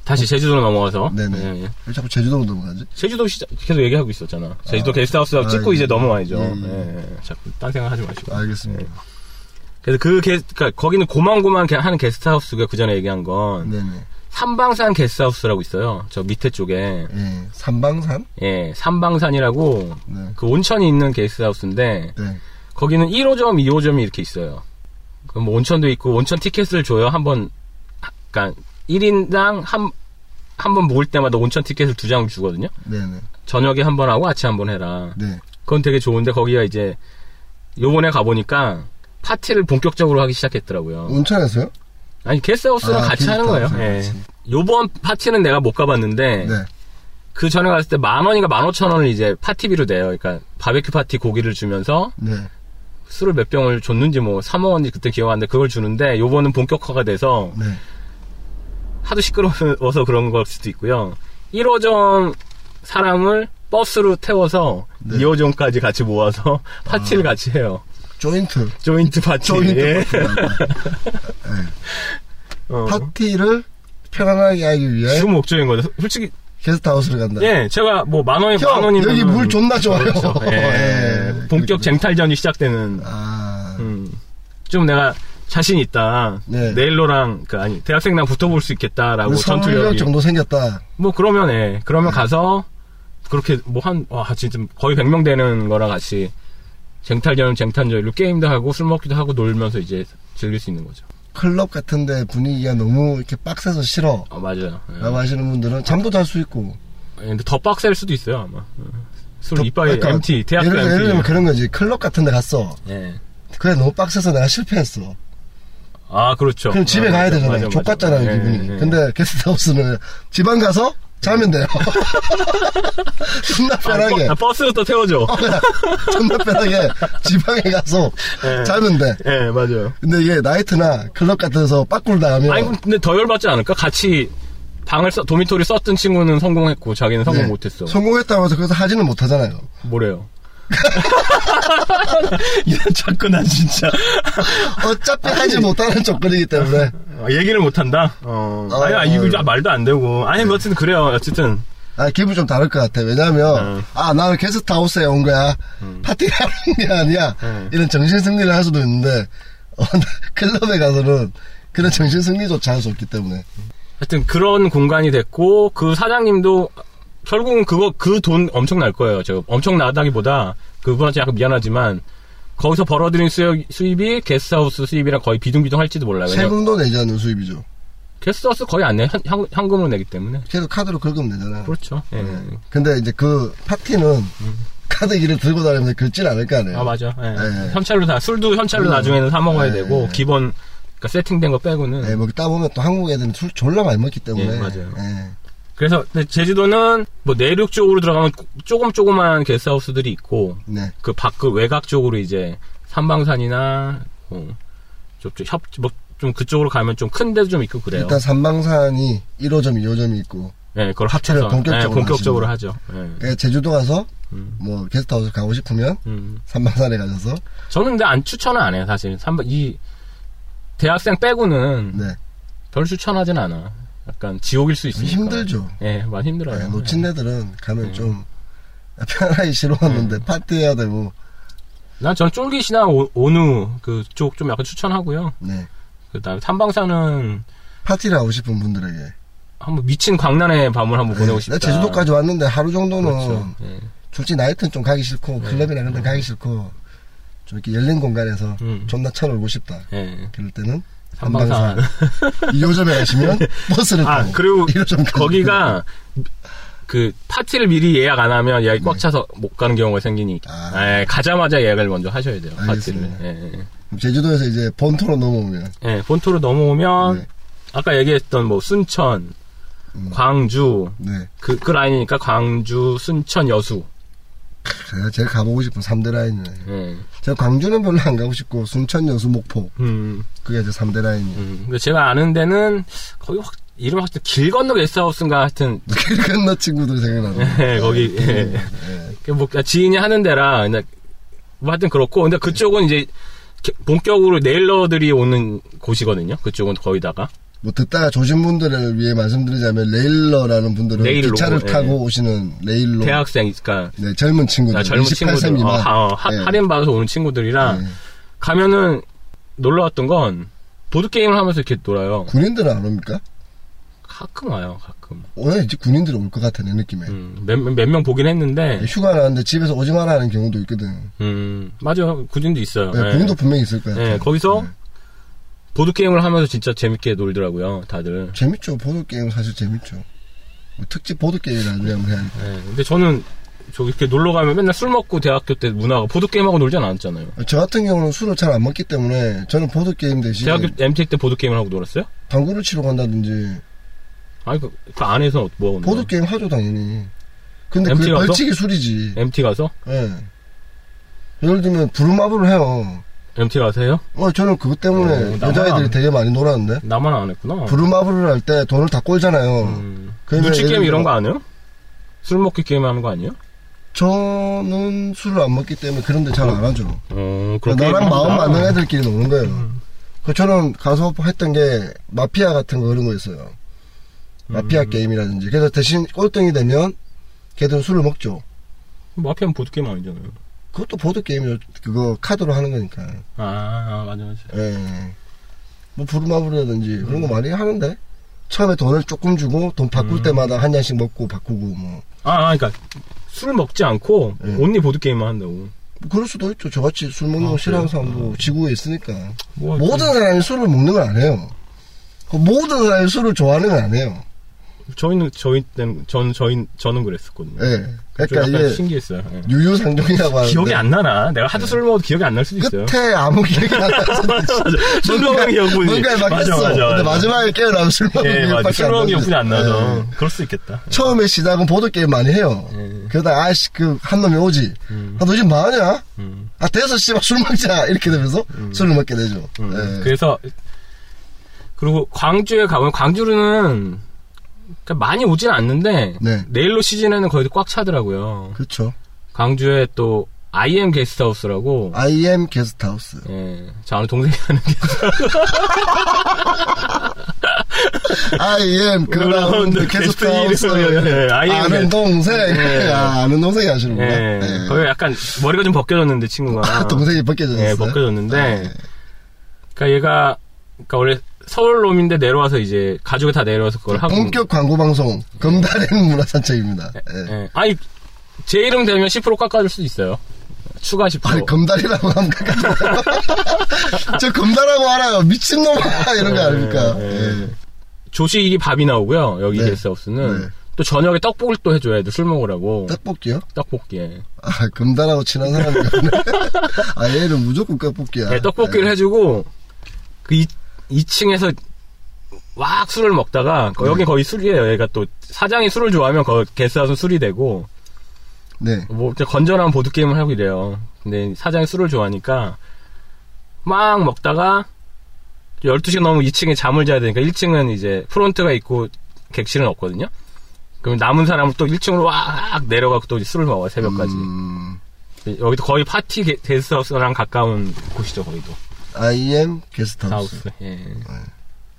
[SPEAKER 1] 다시 제주도로 넘어가서
[SPEAKER 2] 음. 네네.
[SPEAKER 1] 예, 예.
[SPEAKER 2] 왜 자꾸 제주도로 넘어가지?
[SPEAKER 1] 제주도 시작 계속 얘기하고 있었잖아. 제주도 게스트하우스
[SPEAKER 2] 아,
[SPEAKER 1] 찍고
[SPEAKER 2] 예.
[SPEAKER 1] 이제 넘어와야죠.
[SPEAKER 2] 음. 아.
[SPEAKER 1] 예, 자꾸 딴 생각하지 마시고.
[SPEAKER 2] 알겠습니다.
[SPEAKER 1] 그래서 그 게, 그러니까 거기는 고만고만 게- 하는 게스트하우스가 그 전에 얘기한 건
[SPEAKER 2] 네네.
[SPEAKER 1] 삼방산 게스트하우스라고 있어요. 저 밑에 쪽에.
[SPEAKER 2] 예, 삼방산?
[SPEAKER 1] 예, 삼방산이라고
[SPEAKER 2] 네.
[SPEAKER 1] 그 온천이 있는 게스트하우스인데
[SPEAKER 2] 네.
[SPEAKER 1] 거기는 1호점, 2호점이 이렇게 있어요. 그럼 뭐 온천도 있고 온천 티켓을 줘요. 한번 그러니까 1인당 한 한 번 묵을 때마다 온천 티켓을 두 장 주거든요.
[SPEAKER 2] 네네.
[SPEAKER 1] 저녁에 한 번 하고 아침에 한 번 해라.
[SPEAKER 2] 네.
[SPEAKER 1] 그건 되게 좋은데 거기가 이제 요번에 가보니까 파티를 본격적으로 하기 시작했더라고요.
[SPEAKER 2] 온천에서요?
[SPEAKER 1] 아니 게스트하우스랑
[SPEAKER 2] 아,
[SPEAKER 1] 같이 하는 거예요.
[SPEAKER 2] 게스트하우스랑
[SPEAKER 1] 예.
[SPEAKER 2] 같이.
[SPEAKER 1] 요번 파티는 내가 못 가봤는데
[SPEAKER 2] 네.
[SPEAKER 1] 그 전에 갔을 때 만 원인가 만 오천 원을 이제 파티비로 내요. 그러니까 바베큐 파티 고기를 주면서
[SPEAKER 2] 네.
[SPEAKER 1] 술을 몇 병을 줬는지 뭐 3억 원인지 그때 기억하는데 그걸 주는데 요번은 본격화가 돼서
[SPEAKER 2] 네.
[SPEAKER 1] 하도 시끄러워서 그런 걸 수도 있고요. 1호점 사람을 버스로 태워서
[SPEAKER 2] 네.
[SPEAKER 1] 2호점까지 같이 모아서 (laughs) 파티를 같이 해요.
[SPEAKER 2] 조인트.
[SPEAKER 1] 조인트 파티.
[SPEAKER 2] 조인트.
[SPEAKER 1] 예. 어.
[SPEAKER 2] 예. 파티를 편안하게 하기 위해
[SPEAKER 1] 주 목적인 거죠. 솔직히
[SPEAKER 2] 게스트하우스를 간다.
[SPEAKER 1] 예, 제가 뭐 만 원에 만
[SPEAKER 2] 형,
[SPEAKER 1] 원이면
[SPEAKER 2] 여기 물 존나 좋아요.
[SPEAKER 1] 그렇죠. 예.
[SPEAKER 2] 예.
[SPEAKER 1] 본격 쟁탈전이 시작되는
[SPEAKER 2] 아,
[SPEAKER 1] 음, 좀 내가 자신 있다.
[SPEAKER 2] 네.
[SPEAKER 1] 네일로랑 그 아니 대학생랑 붙어볼 수 있겠다라고
[SPEAKER 2] 우리
[SPEAKER 1] 전투력이
[SPEAKER 2] 서울역 정도 생겼다.
[SPEAKER 1] 뭐 그러면 예. 그러면
[SPEAKER 2] 음.
[SPEAKER 1] 가서 그렇게 뭐 한 와 진짜 거의 100명 되는 거랑 같이 쟁탈전 쟁탈전으로 게임도 하고 술 먹기도 하고 놀면서 이제 즐길 수 있는 거죠.
[SPEAKER 2] 클럽 같은데 분위기가 너무 이렇게 빡세서 싫어.
[SPEAKER 1] 어, 맞아요. 예.
[SPEAKER 2] 라고 하시는 분들은 잠도 잘 수 있고.
[SPEAKER 1] 예, 근데 더 빡셀 수도 있어요 아마. 예. 술 이빨
[SPEAKER 2] 그러니까
[SPEAKER 1] MT 대학교
[SPEAKER 2] 예를, 예를 들면
[SPEAKER 1] MT.
[SPEAKER 2] 그런 거지. 클럽 같은 데 갔어.
[SPEAKER 1] 예.
[SPEAKER 2] 그래, 너무 빡세서 내가 실패했어.
[SPEAKER 1] 아 그렇죠.
[SPEAKER 2] 그럼 집에
[SPEAKER 1] 아,
[SPEAKER 2] 가야
[SPEAKER 1] 맞아,
[SPEAKER 2] 되잖아요.
[SPEAKER 1] 맞아,
[SPEAKER 2] 족
[SPEAKER 1] 맞아.
[SPEAKER 2] 같잖아요,
[SPEAKER 1] 예,
[SPEAKER 2] 기분이.
[SPEAKER 1] 예.
[SPEAKER 2] 근데 게스트하우스는 집안 가서 자면 돼요. (laughs) 존나
[SPEAKER 1] 아,
[SPEAKER 2] 편하게.
[SPEAKER 1] 버- 아, 버스로 또
[SPEAKER 2] (laughs)
[SPEAKER 1] 태워줘.
[SPEAKER 2] 존나 편하게 지방에 가서
[SPEAKER 1] 예.
[SPEAKER 2] 자면 돼.
[SPEAKER 1] 예, 맞아요.
[SPEAKER 2] 근데 이게 나이트나 클럽 같은 데서 빠꿀
[SPEAKER 1] 아니,
[SPEAKER 2] 당하면
[SPEAKER 1] 근데 더 열받지 않을까? 같이 방을 써, 도미토리 썼던 친구는 성공했고, 자기는 성공 못했어.
[SPEAKER 2] 예, 네. 성공했다고 해서 그래서 하지는 못하잖아요.
[SPEAKER 1] 뭐래요? (laughs) 이자꾸난 진짜.
[SPEAKER 2] 어차피 하지 못하는 조건이기 때문에
[SPEAKER 1] 어, 얘기를 못한다? 어.
[SPEAKER 2] 어,
[SPEAKER 1] 아니, 아니, 이거
[SPEAKER 2] 어.
[SPEAKER 1] 말도 안 되고. 아니, 뭐, 어쨌든 그래요. 어쨌든.
[SPEAKER 2] 아 기분 좀 다를 것 같아. 왜냐하면
[SPEAKER 1] 음.
[SPEAKER 2] 아 나는 게스트하우스에 온 거야. 파티하는 게 아니야.
[SPEAKER 1] 음.
[SPEAKER 2] 이런 정신 승리를 할 수도 있는데 어, (laughs) 클럽에 가서는 그런 정신 승리조차 할 수 없기 때문에
[SPEAKER 1] 하여튼 그런 공간이 됐고, 그 사장님도 결국은 그거, 그 돈 엄청날 거예요. 저 엄청나다기보다 그분한테 약간 미안하지만, 거기서 벌어들인 수요- 수입이 게스트하우스 수입이랑 거의 비등비등 할지도 몰라요. 아, 왜냐면
[SPEAKER 2] 세금도 내지 않는 수입이죠.
[SPEAKER 1] 게스트하우스 거의 안 내. 현, 현, 현금으로 내기 때문에.
[SPEAKER 2] 계속 카드로 긁으면 되잖아요.
[SPEAKER 1] 그렇죠. 예.
[SPEAKER 2] 근데 이제 그 파티는 카드기를 들고 다니면서 긁질 않을 거 아니에요.
[SPEAKER 1] 음. 아 맞아. 예.
[SPEAKER 2] 예.
[SPEAKER 1] 현찰로 다 술도 현찰로
[SPEAKER 2] 음.
[SPEAKER 1] 나중에는 사 먹어야
[SPEAKER 2] 예.
[SPEAKER 1] 되고 기본 그러니까 세팅된 거 빼고는.
[SPEAKER 2] 예, 먹다 보면 또 한국 애들은 술 졸라 많이 먹기 때문에.
[SPEAKER 1] 예, 맞아요.
[SPEAKER 2] 예.
[SPEAKER 1] 그래서 근데 제주도는 뭐 내륙 쪽으로 들어가면 조- 조금 조그만 게스트하우스들이 있고
[SPEAKER 2] 네.
[SPEAKER 1] 그 밖을 외곽 쪽으로 이제 삼방산이나 뭐 좀협뭐좀 그쪽으로 가면 좀 큰 데도 좀 있고 그래요.
[SPEAKER 2] 일단 삼방산이 1호점, 2호점이 있고,
[SPEAKER 1] 예, 그걸
[SPEAKER 2] 합체를
[SPEAKER 1] 합쳐서
[SPEAKER 2] 본격적으로
[SPEAKER 1] 예, 본격적으로
[SPEAKER 2] 하시는
[SPEAKER 1] 하죠. 예.
[SPEAKER 2] 예, 제주도 가서,
[SPEAKER 1] 음.
[SPEAKER 2] 뭐, 게스트하우스 가고 싶으면,
[SPEAKER 1] 음.
[SPEAKER 2] 삼방산에 가셔서,
[SPEAKER 1] 저는 근데 안 추천은 안 해요, 사실. 삼방 이 대학생 빼고는
[SPEAKER 2] 네.
[SPEAKER 1] 덜 추천하진 않아. 약간 지옥일 수 있으니까.
[SPEAKER 2] 힘들죠.
[SPEAKER 1] 예, 많이 힘들어요. 네.
[SPEAKER 2] 예, 놓친 애들은 가면 좀, (laughs) 편하게 싫어하는데, 파티해야 되고,
[SPEAKER 1] 난 전 쫄깃이나 오, 오누 그쪽 좀 약간 추천하고요.
[SPEAKER 2] 네.
[SPEAKER 1] 그다음에 삼방산은
[SPEAKER 2] 파티를 하고 싶은 분들에게.
[SPEAKER 1] 한번 미친 광란의 밤을 한번 뭐 보내고 싶다.
[SPEAKER 2] 나 네, 제주도까지 왔는데 하루 정도는,
[SPEAKER 1] 그렇죠. 네. 예.
[SPEAKER 2] 솔직히 나이트는 좀 가기 싫고, 클럽이나 그런 데 가기 싫고, 좀 이렇게 열린 공간에서
[SPEAKER 1] 음.
[SPEAKER 2] 존나 쳐놀고 싶다.
[SPEAKER 1] 예.
[SPEAKER 2] 그럴 때는,
[SPEAKER 1] 삼방산. (laughs)
[SPEAKER 2] 2호점에 가시면, 버스를 타고.
[SPEAKER 1] 아, 그리고
[SPEAKER 2] 1호점 까지.
[SPEAKER 1] (laughs) 거기가 그 파티를 미리 예약 안 하면 예약이 꽉 차서 못 가는 경우가 생기니까.
[SPEAKER 2] 네. 아.
[SPEAKER 1] 예, 가자마자 예약을 먼저 하셔야 돼요.
[SPEAKER 2] 알겠습니다.
[SPEAKER 1] 파티를. 예, 예.
[SPEAKER 2] (laughs) 제주도에서 이제 본토로 넘어오면
[SPEAKER 1] 예, 본토로 넘어오면
[SPEAKER 2] 네. 음.
[SPEAKER 1] 아까 얘기했던 뭐 순천, 광주
[SPEAKER 2] 네
[SPEAKER 1] 그, 그 라인이니까 광주, 순천, 여수.
[SPEAKER 2] 제가 제일 가보고 싶은 3대 라인이에요
[SPEAKER 1] 예.
[SPEAKER 2] 제가 광주는 별로 안 가고 싶고 순천 여수 목포
[SPEAKER 1] 음,
[SPEAKER 2] 그게 이제 3대 라인이에요 (laughs)
[SPEAKER 1] 음. 근데 제가 아는 데는 거기 확 이름 확실 길 건너 게스트하우스인가 하여튼 (laughs)
[SPEAKER 2] 길 건너 친구들 생각나네
[SPEAKER 1] 예,
[SPEAKER 2] 음,
[SPEAKER 1] 거기 예. 그뭐 지인이 하는 데라 그냥 뭐 하여튼 그렇고 근데 그쪽은 이제 게- 본격으로 네일러들이 오는 곳이거든요. 그쪽은 거의다가
[SPEAKER 2] 뭐 듣다가 조신 분들을 위해 말씀드리자면 레일러라는 분들은
[SPEAKER 1] 레일로,
[SPEAKER 2] 기차를
[SPEAKER 1] 예.
[SPEAKER 2] 타고 오시는 레일러
[SPEAKER 1] 대학생 그러니까
[SPEAKER 2] 네 젊은 친구들
[SPEAKER 1] 아, 젊은
[SPEAKER 2] 28세
[SPEAKER 1] 친구들 어,
[SPEAKER 2] 미만
[SPEAKER 1] 하, 어, 하-
[SPEAKER 2] 예.
[SPEAKER 1] 할인 받아서 오는 친구들이랑
[SPEAKER 2] 예.
[SPEAKER 1] 가면은 놀러 왔던 건 보드 게임을 하면서 이렇게 놀아요.
[SPEAKER 2] 군인들은 안 옵니까?
[SPEAKER 1] 가끔 와요, 가끔.
[SPEAKER 2] 오늘 이제 군인들이 올 것 같아 내 느낌에 네,
[SPEAKER 1] 음, 네. 몇, 몇 명 보긴 했는데,
[SPEAKER 2] 휴가 나는데 집에서 오지 마라 하는 경우도 있거든
[SPEAKER 1] 음, 맞아요. 군인도 있어요.
[SPEAKER 2] 네,
[SPEAKER 1] 예.
[SPEAKER 2] 군인도 분명히 있을 거야
[SPEAKER 1] 예,
[SPEAKER 2] 네.
[SPEAKER 1] 거기서 보드게임을 하면서 진짜 재밌게 놀더라고요, 다들.
[SPEAKER 2] 재밌죠 보드게임 사실 재밌죠 뭐 특집 보드게임이라 그냥 해야 돼.
[SPEAKER 1] 예, 근데 저는 저기 이렇게 놀러 가면 맨날 술 먹고 대학교 때 문화가 보드게임하고 놀진 않았잖아요.
[SPEAKER 2] 저 같은 경우는 술을 잘 안 먹기 때문에 저는 보드게임 대신에
[SPEAKER 1] 대학교 MT학 때 보드게임을 하고 놀았어요?
[SPEAKER 2] 당구를 치러 간다든지
[SPEAKER 1] 아니, 그, 그 안에서 뭐, 하고 놀아요?
[SPEAKER 2] 보드게임 하죠 당연히 근데
[SPEAKER 1] MT
[SPEAKER 2] 그게
[SPEAKER 1] 가서?
[SPEAKER 2] 벌칙이 술이지
[SPEAKER 1] MT 가서?
[SPEAKER 2] 예. 예를 들면 부루마블을 해요
[SPEAKER 1] MT 가서 해요?
[SPEAKER 2] 어, 저는 그것
[SPEAKER 1] 어,
[SPEAKER 2] 때문에
[SPEAKER 1] 나만
[SPEAKER 2] 여자애들이
[SPEAKER 1] 안-
[SPEAKER 2] 되게 많이 놀았는데
[SPEAKER 1] 나만 안 했구나.
[SPEAKER 2] 부루마블을 할 때 돈을 다 꼴잖아요
[SPEAKER 1] 음.
[SPEAKER 2] 그러면
[SPEAKER 1] 눈치
[SPEAKER 2] 예를
[SPEAKER 1] 게임 이런
[SPEAKER 2] 들어-
[SPEAKER 1] 거 안 해요? 술 먹기 게임 하는 거 아니에요?
[SPEAKER 2] 저는 술을 안 먹기 때문에 그런 데 잘 안 하죠.
[SPEAKER 1] 어, 그런
[SPEAKER 2] 그러니까 나랑
[SPEAKER 1] 게임을
[SPEAKER 2] 마음
[SPEAKER 1] 하는구나. 음.
[SPEAKER 2] 맞는 애들끼리 노는 거예요. 그 저는 가서 했던 게 마피아 같은 거 그런 거 있어요.
[SPEAKER 1] 음.
[SPEAKER 2] 마피아 게임이라든지. 그래서 대신 꼴등이 되면 걔들은 술을 먹죠.
[SPEAKER 1] 마피아는 뭐 보드게임 아니잖아요.
[SPEAKER 2] 그것도 보드 게임이죠. 그거 카드로 하는 거니까.
[SPEAKER 1] 아, 아, 맞아, 맞아.
[SPEAKER 2] 예. 뭐 부르마블이라든지 그런 거 많이 하는데 처음에 돈을 조금 주고 돈 바꿀
[SPEAKER 1] 음.
[SPEAKER 2] 때마다 한 잔씩 먹고 바꾸고 뭐
[SPEAKER 1] 아, 아, 그러니까 술을 먹지 않고
[SPEAKER 2] 예.
[SPEAKER 1] 온리 보드게임만 한다고.
[SPEAKER 2] 뭐 그럴 수도 있죠. 저같이 술 먹는
[SPEAKER 1] 아,
[SPEAKER 2] 거 싫어하는
[SPEAKER 1] 그래요?
[SPEAKER 2] 사람도 지구에 있으니까.
[SPEAKER 1] 뭐,
[SPEAKER 2] 모든 사람이 술을 먹는 건 아니에요. 그 모든 사람이 술을 좋아하는 건 아니에요.
[SPEAKER 1] 저희는 저희 때는 전 저희 저는 그랬었거든요.
[SPEAKER 2] 예.
[SPEAKER 1] 좀
[SPEAKER 2] 그러니까
[SPEAKER 1] 약간
[SPEAKER 2] 이게
[SPEAKER 1] 신기했어요. 예.
[SPEAKER 2] 유유상종이라고 하는데
[SPEAKER 1] 기억이 안 나나? 내가 하도 술을 먹어도 기억이 안 날 수도 있어요.
[SPEAKER 2] 끝에 아무 기억이 안 나서
[SPEAKER 1] (laughs) 술먹은 기억뿐이.
[SPEAKER 2] 뭔가에 막
[SPEAKER 1] 맞아,
[SPEAKER 2] 했어.
[SPEAKER 1] 맞아, 맞아.
[SPEAKER 2] 근데 마지막에 깨어나면 술 먹은
[SPEAKER 1] 예,
[SPEAKER 2] 기억밖에
[SPEAKER 1] 맞아.
[SPEAKER 2] 안
[SPEAKER 1] 술먹은
[SPEAKER 2] 나지.
[SPEAKER 1] 기억뿐이 안 나서.
[SPEAKER 2] 예.
[SPEAKER 1] 그럴 수 있겠다.
[SPEAKER 2] 처음에 시작은 보드게임 많이 해요.
[SPEAKER 1] 예,
[SPEAKER 2] 그러다 아씨 그 한 놈이 오지. 아, 너 지금 뭐하냐?
[SPEAKER 1] 음.
[SPEAKER 2] 아, 돼서 씨발 술 먹자. (laughs) 이렇게 되면서 술을 먹게 되죠.
[SPEAKER 1] 음.
[SPEAKER 2] 예.
[SPEAKER 1] 그래서 그리고 광주에 가면 광주는 그러니까 많이 오진 않는데
[SPEAKER 2] 네.
[SPEAKER 1] 내일로 시즌에는 거의 꽉 차더라고요.
[SPEAKER 2] 그렇죠.
[SPEAKER 1] 광주에 또 IM 게스트하우스라고
[SPEAKER 2] I am 게스트하우스.
[SPEAKER 1] 예. 저 아는 동생이 하는 게
[SPEAKER 2] I am 그라운드
[SPEAKER 1] (laughs) 그라운드
[SPEAKER 2] 게스트하우스.
[SPEAKER 1] 게스트 이름이에요. 예, I am
[SPEAKER 2] 아는
[SPEAKER 1] 게스트.
[SPEAKER 2] 동생.
[SPEAKER 1] 예.
[SPEAKER 2] (laughs) 아, 아는 동생이
[SPEAKER 1] 예.
[SPEAKER 2] 하시는구나. 예.
[SPEAKER 1] 거기 약간 머리가 좀 벗겨졌는데 친구가
[SPEAKER 2] (laughs) 아, 동생이 벗겨졌어요.
[SPEAKER 1] 예, 벗겨졌는데
[SPEAKER 2] 네.
[SPEAKER 1] 그러니까 얘가 그러니까 원래 서울 놈인데 내려와서 이제 가족이 다 내려와서 그걸 하고
[SPEAKER 2] 본격 광고 방송 검달의 문화산책입니다. 예.
[SPEAKER 1] 예. 아니 제 이름 되면 10% 깎아줄 수 있어요. 추가 10%.
[SPEAKER 2] 아니 그- 검달이라고 하면 그러니까. (laughs) 저 검달하고 알아요 미친놈아 이런 거 아닙니까
[SPEAKER 1] 예,
[SPEAKER 2] 예.
[SPEAKER 1] 예. 조식이 밥이 나오고요. 여기
[SPEAKER 2] 네.
[SPEAKER 1] 게스트하우스는
[SPEAKER 2] 네.
[SPEAKER 1] 또 저녁에 떡볶이 또 해줘야 돼. 술 먹으라고
[SPEAKER 2] 떡볶이요?
[SPEAKER 1] 떡볶이에
[SPEAKER 2] 아 검달하고 친한 사람이구나 (laughs) 아 얘는 무조건 떡볶이야
[SPEAKER 1] 네, 떡볶이를 해주고 그 2, 2층에서 막 술을 먹다가 그
[SPEAKER 2] 네.
[SPEAKER 1] 여기 는 거의 술이에요. 얘가 또 사장이 술을 좋아하면 거 게스트하우스 술이 되고
[SPEAKER 2] 네
[SPEAKER 1] 뭐 이렇게 건전한 보드 게임을 하고 이래요. 근데 사장이 술을 좋아하니까 막 먹다가 12시 넘으면 2층에 잠을 자야 되니까 1층은 이제 프론트가 있고 객실은 없거든요. 그럼 남은 사람을 또 1층으로 와악 네, 내려가고 또 이제 술을 먹어요, 새벽까지.
[SPEAKER 2] 음,
[SPEAKER 1] 여기도 거의 파티 게- 게스트하우스랑 가까운 곳이죠, 거기도.
[SPEAKER 2] I am 게스트하우스
[SPEAKER 1] 하우스. 예.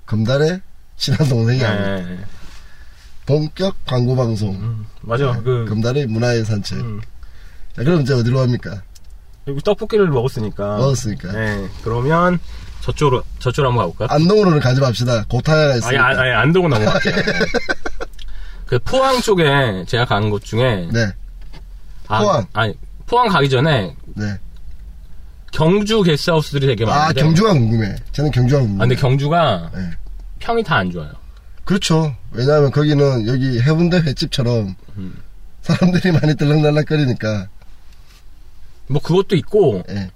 [SPEAKER 2] 검달의 친한 동생이
[SPEAKER 1] 예,
[SPEAKER 2] 아니야
[SPEAKER 1] 예, 예.
[SPEAKER 2] 본격 광고 방송
[SPEAKER 1] 맞아. 그,
[SPEAKER 2] 검달의 문화의 산책
[SPEAKER 1] 음.
[SPEAKER 2] 자, 그럼 이제 어디로 갑니까
[SPEAKER 1] 그리고 떡볶이를 먹었으니까.
[SPEAKER 2] 먹었으니까
[SPEAKER 1] 예. 그러면 저쪽으로, 저쪽으로 한번 가볼까요?
[SPEAKER 2] 안동으로는 가지 맙시다 고타야가
[SPEAKER 1] 아니,
[SPEAKER 2] 있으니까
[SPEAKER 1] 아, 아니 안동은
[SPEAKER 2] 네.
[SPEAKER 1] 넘어갈게요. 그 포항 쪽에 제가 간 곳 중에
[SPEAKER 2] 네
[SPEAKER 1] 아,
[SPEAKER 2] 포항.
[SPEAKER 1] 아니 포항 가기 전에
[SPEAKER 2] 네.
[SPEAKER 1] 경주 게스트하우스들이 되게
[SPEAKER 2] 아,
[SPEAKER 1] 많은데
[SPEAKER 2] 경주가 궁금해. 저는 경주가 궁금해.
[SPEAKER 1] 네, 아, 근데 경주가
[SPEAKER 2] 네.
[SPEAKER 1] 평이 다 안 좋아요.
[SPEAKER 2] 그렇죠. 왜냐하면 거기는 여기 해운대 횟집처럼
[SPEAKER 1] 음.
[SPEAKER 2] 사람들이 많이 들락날락거리니까.
[SPEAKER 1] 뭐 그것도 있고
[SPEAKER 2] 예.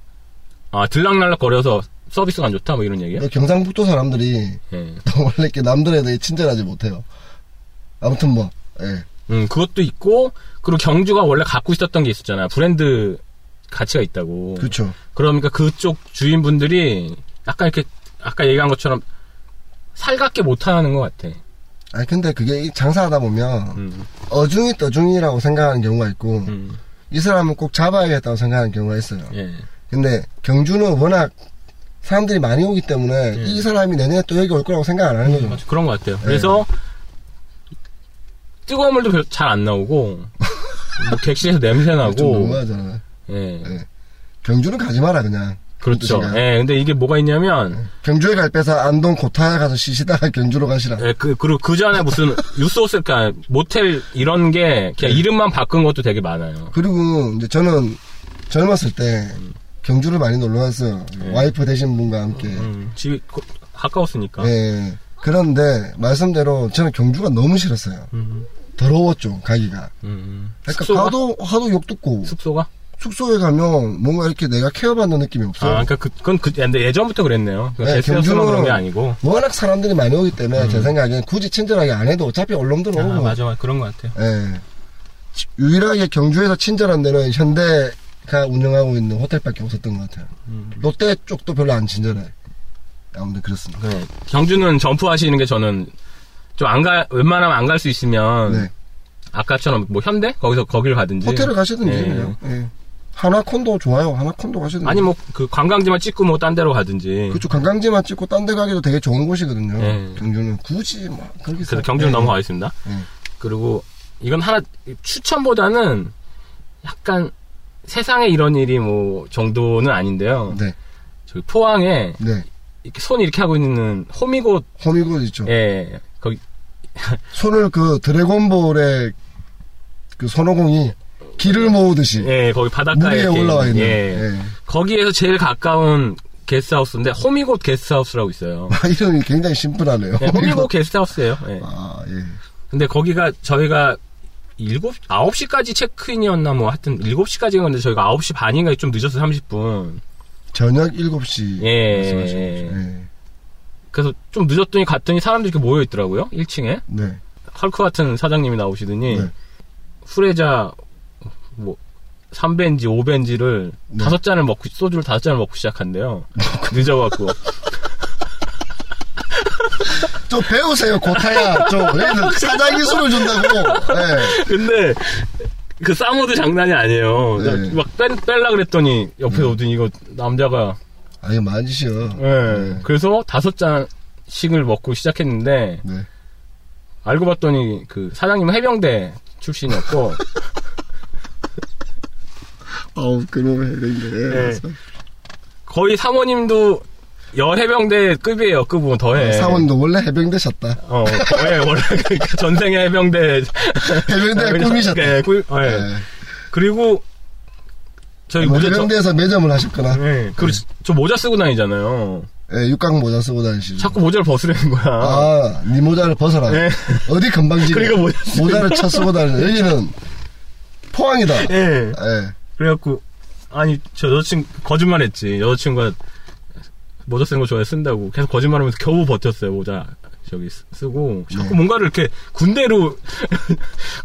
[SPEAKER 1] 아 들락날락 거려서 서비스가 안 좋다 뭐 이런 얘기예요.
[SPEAKER 2] 그 경상북도 사람들이
[SPEAKER 1] 예.
[SPEAKER 2] 또 원래 이렇게 남들에 대해 친절하지 못해요. 아무튼 뭐, 예.
[SPEAKER 1] 음 그것도 있고 그리고 경주가 원래 갖고 있었던 게 있었잖아요. 브랜드 가치가 있다고.
[SPEAKER 2] 그렇죠.
[SPEAKER 1] 그러니까 그쪽 주인분들이 약간 이렇게 아까 얘기한 것처럼 살갑게 못하는 것 같아.
[SPEAKER 2] 아니 근데 그게 이 장사하다 보면
[SPEAKER 1] 음,
[SPEAKER 2] 어중이 떠중이라고 생각하는 경우가 있고
[SPEAKER 1] 음,
[SPEAKER 2] 이 사람은 꼭 잡아야겠다고 생각하는 경우가 있어요.
[SPEAKER 1] 예.
[SPEAKER 2] 근데 경주는 워낙 사람들이 많이 오기 때문에
[SPEAKER 1] 예. 음.
[SPEAKER 2] 이 사람이 내년에 또 여기 올 거라고 생각 안 하는 거죠.
[SPEAKER 1] 맞아, 그런 것 같아요. 그래서 뜨거운 물도 잘 안 나오고 뭐 객실에서 냄새
[SPEAKER 2] 좀
[SPEAKER 1] 나고
[SPEAKER 2] 너무하잖아. 네.
[SPEAKER 1] 예.
[SPEAKER 2] 경주는 가지 마라 그냥.
[SPEAKER 1] 그렇죠.
[SPEAKER 2] 뜻인가요?
[SPEAKER 1] 예, 근데 이게 뭐가 있냐면,
[SPEAKER 2] 경주에 갈 빼서 안동 고타에 가서 쉬시다가 (laughs) 경주로 가시라.
[SPEAKER 1] 예, 그, 그리고 그 전에
[SPEAKER 2] (laughs)
[SPEAKER 1] 무슨, 유스호스, 그니까, 모텔, 이런 게, 그냥
[SPEAKER 2] 네.
[SPEAKER 1] 이름만 바꾼 것도 되게 많아요.
[SPEAKER 2] 그리고 이제 저는 젊었을 때 경주를 많이 놀러 갔어요. 와이프 되신 분과 함께.
[SPEAKER 1] 네. 음, 집이, 거- 가까웠으니까.
[SPEAKER 2] 예. 그런데 말씀대로 저는 경주가 너무 싫었어요.
[SPEAKER 1] 음,
[SPEAKER 2] 더러웠죠 가기가.
[SPEAKER 1] 음.
[SPEAKER 2] 그러니까
[SPEAKER 1] 숙소가?
[SPEAKER 2] 하도 하도 욕 듣고
[SPEAKER 1] 숙소가?
[SPEAKER 2] 숙소에 가면 뭔가 이렇게 내가 케어받는 느낌이
[SPEAKER 1] 아,
[SPEAKER 2] 없어요.
[SPEAKER 1] 그러니까 그, 그건 그, 근데 예전부터 그랬네요. 그러니까
[SPEAKER 2] 네,
[SPEAKER 1] 제스였으면
[SPEAKER 2] 경주는-
[SPEAKER 1] 그런 게 아니고.
[SPEAKER 2] 워낙 사람들이 많이 오기 때문에 제 생각에는 굳이 친절하게 안 해도 어차피 언론들
[SPEAKER 1] 음. 아,
[SPEAKER 2] 오고
[SPEAKER 1] 맞아, 맞아. 그런 것 같아요.
[SPEAKER 2] 예. 지- 유일하게 경주에서 친절한 데는 현대가 운영하고 있는 호텔밖에 없었던 것 같아요.
[SPEAKER 1] 음.
[SPEAKER 2] 롯데 쪽도 별로 안 친절해. 아무튼 그렇습니다.
[SPEAKER 1] 네. 경주는 점프하시는 게 저는 좀 안 가, 웬만하면 안 갈 수 있으면
[SPEAKER 2] 네.
[SPEAKER 1] 아까처럼 뭐 현대 거기서 거길 가든지
[SPEAKER 2] 호텔을 가시든지
[SPEAKER 1] 예.
[SPEAKER 2] 그냥. 예. 하나콘도 좋아요. 하나콘도 가시든지.
[SPEAKER 1] 아니 뭐 그 관광지만 찍고 뭐 딴 데로 가든지
[SPEAKER 2] 그쪽 관광지만 찍고 딴 데 가기도 되게 좋은 곳이거든요.
[SPEAKER 1] 예.
[SPEAKER 2] 경주는 굳이 막 그렇게
[SPEAKER 1] 그래서 경주는 넘어가겠습니다.
[SPEAKER 2] 네.
[SPEAKER 1] 그리고 이건 하나 추천보다는 약간 세상에 이런 일이 뭐 정도는 아닌데요.
[SPEAKER 2] 네.
[SPEAKER 1] 저기 포항에
[SPEAKER 2] 네.
[SPEAKER 1] 이렇게 손 이렇게 하고 있는 호미곶
[SPEAKER 2] 호미곶 있죠.
[SPEAKER 1] 예 거기
[SPEAKER 2] 손을 그 드래곤볼의 그 손오공이 길을 모으듯이
[SPEAKER 1] 예 거기 바닷가에
[SPEAKER 2] 물 위에
[SPEAKER 1] 이렇게
[SPEAKER 2] 올라와 있는.
[SPEAKER 1] 예.
[SPEAKER 2] 예.
[SPEAKER 1] 거기에서 제일 가까운 게스트하우스인데 호미곶 게스트하우스라고
[SPEAKER 2] (laughs)
[SPEAKER 1] 있어요.
[SPEAKER 2] 아, 이름이 굉장히 심플하네요. (laughs)
[SPEAKER 1] 네, 호미곶 게스트하우스예요. 예.
[SPEAKER 2] 아, 예.
[SPEAKER 1] 근데 거기가 저희가 일곱 아홉 시까지 체크인이었나 뭐 하여튼 일곱 시까지인 건데 저희가 아홉 시 반인가 좀 늦었어 30분.
[SPEAKER 2] 저녁 7시.
[SPEAKER 1] 예,
[SPEAKER 2] 말씀하신
[SPEAKER 1] 예,
[SPEAKER 2] 거죠. 예.
[SPEAKER 1] 그래서 좀 늦었더니 갔더니 사람들이 이렇게 모여 있더라고요. 1층에.
[SPEAKER 2] 네.
[SPEAKER 1] 헐크 같은 사장님이 나오시더니
[SPEAKER 2] 네.
[SPEAKER 1] 후레자 뭐 3배인지 5배인지를
[SPEAKER 2] 네.
[SPEAKER 1] 다섯 잔을 먹고 소주를 다섯 잔을 먹고 시작한대요. (laughs) 늦어갖고
[SPEAKER 2] 좀 배우세요, 고타야. 좀, 얘는 사장이 술을 준다고. 예.
[SPEAKER 1] 근데 그 싸모도 장난이 아니에요.
[SPEAKER 2] 네.
[SPEAKER 1] 막 뺄, 뺄라 그랬더니 옆에 오더니 이거 남자가
[SPEAKER 2] 아, 이거 맞으시오.
[SPEAKER 1] 예. 그래서 다섯 잔씩을 먹고 시작했는데
[SPEAKER 2] 네.
[SPEAKER 1] 알고 봤더니 그 사장님은 해병대
[SPEAKER 2] (laughs)
[SPEAKER 1] 출신이었고
[SPEAKER 2] 아우, 그놈의
[SPEAKER 1] 예.
[SPEAKER 2] 해병대.
[SPEAKER 1] 거의 사모님도 여해병대 급이에요. 급은 더해.
[SPEAKER 2] 어, 사원도 원래 해병대셨다.
[SPEAKER 1] 어, 예, 원래 (laughs) 그러니까 전생에 해병대 (laughs)
[SPEAKER 2] 해병대의 꿈이셨다.
[SPEAKER 1] 예, 꿈, 예.
[SPEAKER 2] 예.
[SPEAKER 1] 그리고 저희
[SPEAKER 2] 뭐
[SPEAKER 1] 모자 저,
[SPEAKER 2] 해병대에서 매점을 하셨거나,
[SPEAKER 1] 예. 그리고 저 모자 쓰고 다니잖아요.
[SPEAKER 2] 예, 육각 모자 쓰고 다니시죠.
[SPEAKER 1] 자꾸 모자를 벗으려는 거야.
[SPEAKER 2] 아, 네 모자를 벗어라.
[SPEAKER 1] 예.
[SPEAKER 2] 어디 금방지
[SPEAKER 1] 그러니까 모자 쓰고
[SPEAKER 2] 모자를 쳐 쓰고 다니는 여기는 포항이다. 예.
[SPEAKER 1] 예. 그래갖고 아니 저 여자친 구 거짓말했지 여자친구가 모자 쓴 거 좋아해 쓴다고 계속 거짓말하면서 겨우 버텼어요 모자 저기 쓰- 쓰고 자꾸
[SPEAKER 2] 네.
[SPEAKER 1] 뭔가를 이렇게 군대로 (laughs)
[SPEAKER 2] 아,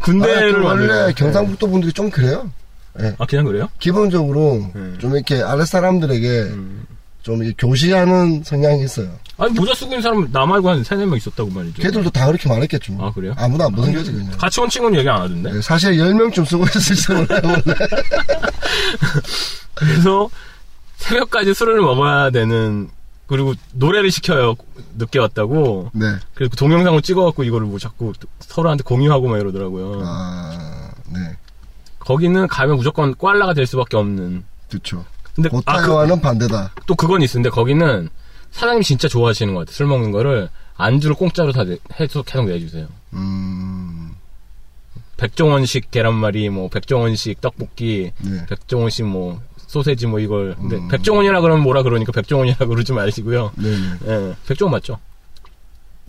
[SPEAKER 1] 군대를
[SPEAKER 2] 또 원래
[SPEAKER 1] 만들어요.
[SPEAKER 2] 경상북도 분들이 좀 그래요.
[SPEAKER 1] 아 그냥 그래요?
[SPEAKER 2] 기본적으로
[SPEAKER 1] 음.
[SPEAKER 2] 좀 이렇게 아랫 사람들에게 좀 이렇게 교시하는 성향이 있어요.
[SPEAKER 1] 아니 모자 쓰고 있는 사람 나 말고 한 세네 명 있었다고 말이죠.
[SPEAKER 2] 걔들도 다 그렇게 말했겠죠.
[SPEAKER 1] 아, 그래요?
[SPEAKER 2] 아무도 안 보는 거지 그냥.
[SPEAKER 1] 같이 온 친구는 얘기 안 하던데.
[SPEAKER 2] 네, 사실 10명쯤 쓰고 있을지도 몰라요. 원래.
[SPEAKER 1] 그래서 새벽까지 술을 먹어야 되는 그리고 노래를 시켜요 늦게 왔다고.
[SPEAKER 2] 네.
[SPEAKER 1] 그리고 동영상을 찍어갖고 이거를 뭐 자꾸 서로한테 공유하고 막 이러더라고요.
[SPEAKER 2] 아, 네.
[SPEAKER 1] 거기는 가면 무조건 꽐라가 될 수밖에 없는.
[SPEAKER 2] 그렇죠.
[SPEAKER 1] 근데 아, 그-
[SPEAKER 2] 고타와는 반대다.
[SPEAKER 1] 또 그건 있는데 거기는 사장님 진짜 좋아하시는 것 같아. 술 먹는 거를 안주를 공짜로 다 내, 해서 계속 내주세요.
[SPEAKER 2] 음.
[SPEAKER 1] 백종원식 계란말이, 뭐 백종원식 떡볶이,
[SPEAKER 2] 네. 음.
[SPEAKER 1] 백종원식 뭐 소세지 뭐 이걸. 근데 백종원이라 그러면 뭐라 그러니까 백종원이라 그러지 마시고요.
[SPEAKER 2] 네, 네.
[SPEAKER 1] 예, 백종원 맞죠?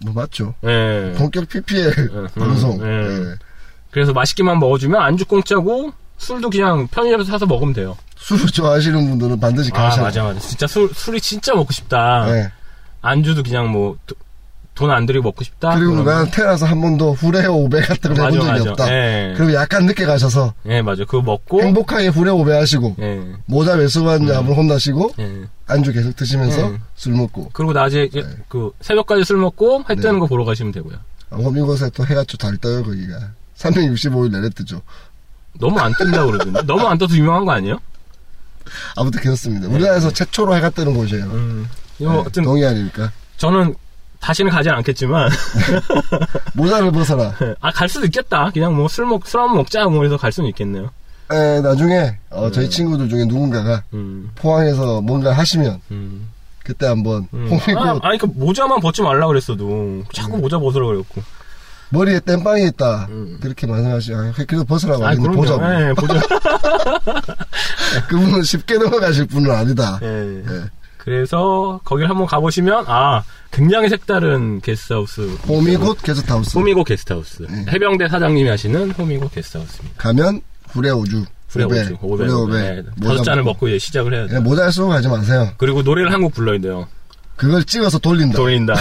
[SPEAKER 2] 뭐 맞죠.
[SPEAKER 1] 예. 네.
[SPEAKER 2] 본격 PPL 방송.
[SPEAKER 1] 음.
[SPEAKER 2] 예.
[SPEAKER 1] 그래서 맛있게만 먹어주면 안주 공짜고 술도 그냥 편의점에서 사서 먹으면 돼요.
[SPEAKER 2] 술을 좋아하시는 분들은 반드시
[SPEAKER 1] 아
[SPEAKER 2] 가셔야
[SPEAKER 1] 맞아 맞아. 진짜 술 술이 진짜 먹고 싶다.
[SPEAKER 2] 네.
[SPEAKER 1] 안주도 그냥 뭐 돈 안 들이고 먹고 싶다.
[SPEAKER 2] 그리고
[SPEAKER 1] 아, 그러면-
[SPEAKER 2] 나는 테라서 한 번도 후레 500 같은 걸
[SPEAKER 1] 맞아,
[SPEAKER 2] 해본 적이
[SPEAKER 1] 맞아.
[SPEAKER 2] 없다.
[SPEAKER 1] 예.
[SPEAKER 2] 그리고 약간 늦게 가셔서
[SPEAKER 1] 예, 맞아. 그거 먹고.
[SPEAKER 2] 행복하게 후레 500 하시고
[SPEAKER 1] 예.
[SPEAKER 2] 모자 왜 쓰고 왔냐 한번 혼나시고
[SPEAKER 1] 예.
[SPEAKER 2] 안주 계속 드시면서
[SPEAKER 1] 음.
[SPEAKER 2] 술 먹고
[SPEAKER 1] 그리고 낮에 이제
[SPEAKER 2] 네.
[SPEAKER 1] 그 새벽까지 술 먹고 해 뜨는 거 보러 가시면 되고요.
[SPEAKER 2] 아, 호미곶에 또 해가 또 잘 떠요 거기가 365일 내내 뜨죠.
[SPEAKER 1] 너무 안 뜬다 그러던데. (laughs) 너무 안 떠서 유명한 거 아니에요?
[SPEAKER 2] 아무튼 그렇습니다. 우리나라에서 최초로 해가 뜨는 곳이에요.
[SPEAKER 1] 음. 이거
[SPEAKER 2] 네,
[SPEAKER 1] 뭐 어쨌든
[SPEAKER 2] 동의 아닙니까?
[SPEAKER 1] 저는 다시는 가진 않겠지만 (laughs)
[SPEAKER 2] 모자를 벗어라.
[SPEAKER 1] 아 갈 수도 있겠다. 그냥 뭐 술 먹 술 한번 먹자 뭐 해서 갈 수는 있겠네요.
[SPEAKER 2] 에, 나중에 어, 저희 친구들 중에 누군가가
[SPEAKER 1] 음,
[SPEAKER 2] 포항에서 뭔가 하시면
[SPEAKER 1] 음.
[SPEAKER 2] 그때 한번
[SPEAKER 1] 음.
[SPEAKER 2] 홍익호
[SPEAKER 1] 아, 아니, 그 모자만 벗지 말라 그랬어도
[SPEAKER 2] 네.
[SPEAKER 1] 자꾸 모자 벗으라 그랬고.
[SPEAKER 2] 머리에 땜빵이 있다
[SPEAKER 1] 음.
[SPEAKER 2] 그렇게 말씀하시죠. 아, 그래도 벗으라고
[SPEAKER 1] 아니,
[SPEAKER 2] 하는데
[SPEAKER 1] 그럼요.
[SPEAKER 2] 보자.
[SPEAKER 1] 예, 보자.
[SPEAKER 2] 그분은 쉽게 넘어가실 분은 아니다.
[SPEAKER 1] 예. 그래서 거기를 한번 가보시면 아 굉장히 색다른 게스트하우스
[SPEAKER 2] 봄이 곧 게스트하우스
[SPEAKER 1] 호미고 게스트하우스
[SPEAKER 2] 예.
[SPEAKER 1] 해병대 사장님이 하시는 호미고 게스트하우스입니다.
[SPEAKER 2] 가면 구례 오주
[SPEAKER 1] 후레오즈
[SPEAKER 2] 구례 오배
[SPEAKER 1] 오베 네, 다섯 잔을 먹고 이제 시작을 해야 돼.
[SPEAKER 2] 예,
[SPEAKER 1] 요
[SPEAKER 2] 모자를 쓰고 가지 마세요.
[SPEAKER 1] 그리고 노래를 한 곡 불러야 돼요.
[SPEAKER 2] 그걸 찍어서 돌린다.
[SPEAKER 1] 돌린다.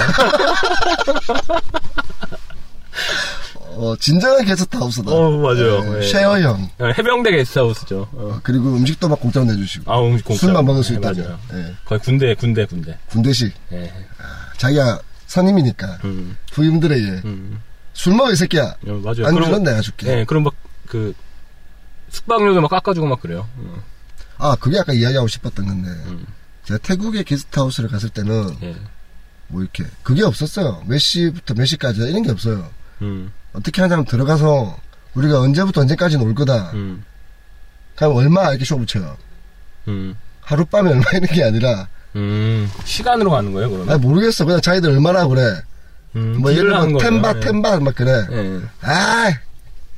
[SPEAKER 2] 어, 진정한 게스트하우스다.
[SPEAKER 1] 어, 맞아요.
[SPEAKER 2] 예,
[SPEAKER 1] 예.
[SPEAKER 2] 쉐어형.
[SPEAKER 1] 예, 해병대 게스트하우스죠.
[SPEAKER 2] 어, 그리고 음식도 막 공짜로 내주시고
[SPEAKER 1] 아, 음, 공짜.
[SPEAKER 2] 술만 먹을 수
[SPEAKER 1] 예,
[SPEAKER 2] 있다고.
[SPEAKER 1] 맞아요.
[SPEAKER 2] 예,
[SPEAKER 1] 거의 군대, 군대, 군대.
[SPEAKER 2] 군대식. 아,
[SPEAKER 1] 예.
[SPEAKER 2] 자기야 선임이니까
[SPEAKER 1] 음,
[SPEAKER 2] 부임들에게
[SPEAKER 1] 음.
[SPEAKER 2] 술 먹어 이 새끼야.
[SPEAKER 1] 예, 맞아요.
[SPEAKER 2] 안
[SPEAKER 1] 그럼-
[SPEAKER 2] 주면 내가 줄게.
[SPEAKER 1] 예, 그럼 막, 그, 숙박료도 막 깎아주고 막 그래요. 음,
[SPEAKER 2] 아 그게 아까 이야기하고 싶었던 건데 제가 태국의 게스트하우스를 갔을 때는
[SPEAKER 1] 예.
[SPEAKER 2] 뭐 이렇게 그게 없었어요. 몇 시부터 몇 시까지 이런 게 없어요.
[SPEAKER 1] 음,
[SPEAKER 2] 어떻게 하냐면 들어가서 우리가 언제부터 언제까지 놀 거다.
[SPEAKER 1] 음,
[SPEAKER 2] 그럼 얼마 이렇게 쇼 붙여요.
[SPEAKER 1] 음.
[SPEAKER 2] 하룻밤에 얼마 이런 게 아니라
[SPEAKER 1] 음, 시간으로 가는 거예요, 그러면?
[SPEAKER 2] 아 모르겠어. 그냥 자기들 얼마나 그래.
[SPEAKER 1] 음,
[SPEAKER 2] 뭐
[SPEAKER 1] 딜을
[SPEAKER 2] 예를 들면
[SPEAKER 1] 하는 거예요.
[SPEAKER 2] 텐바 텐바 막 그래.
[SPEAKER 1] 예. 예.
[SPEAKER 2] 아,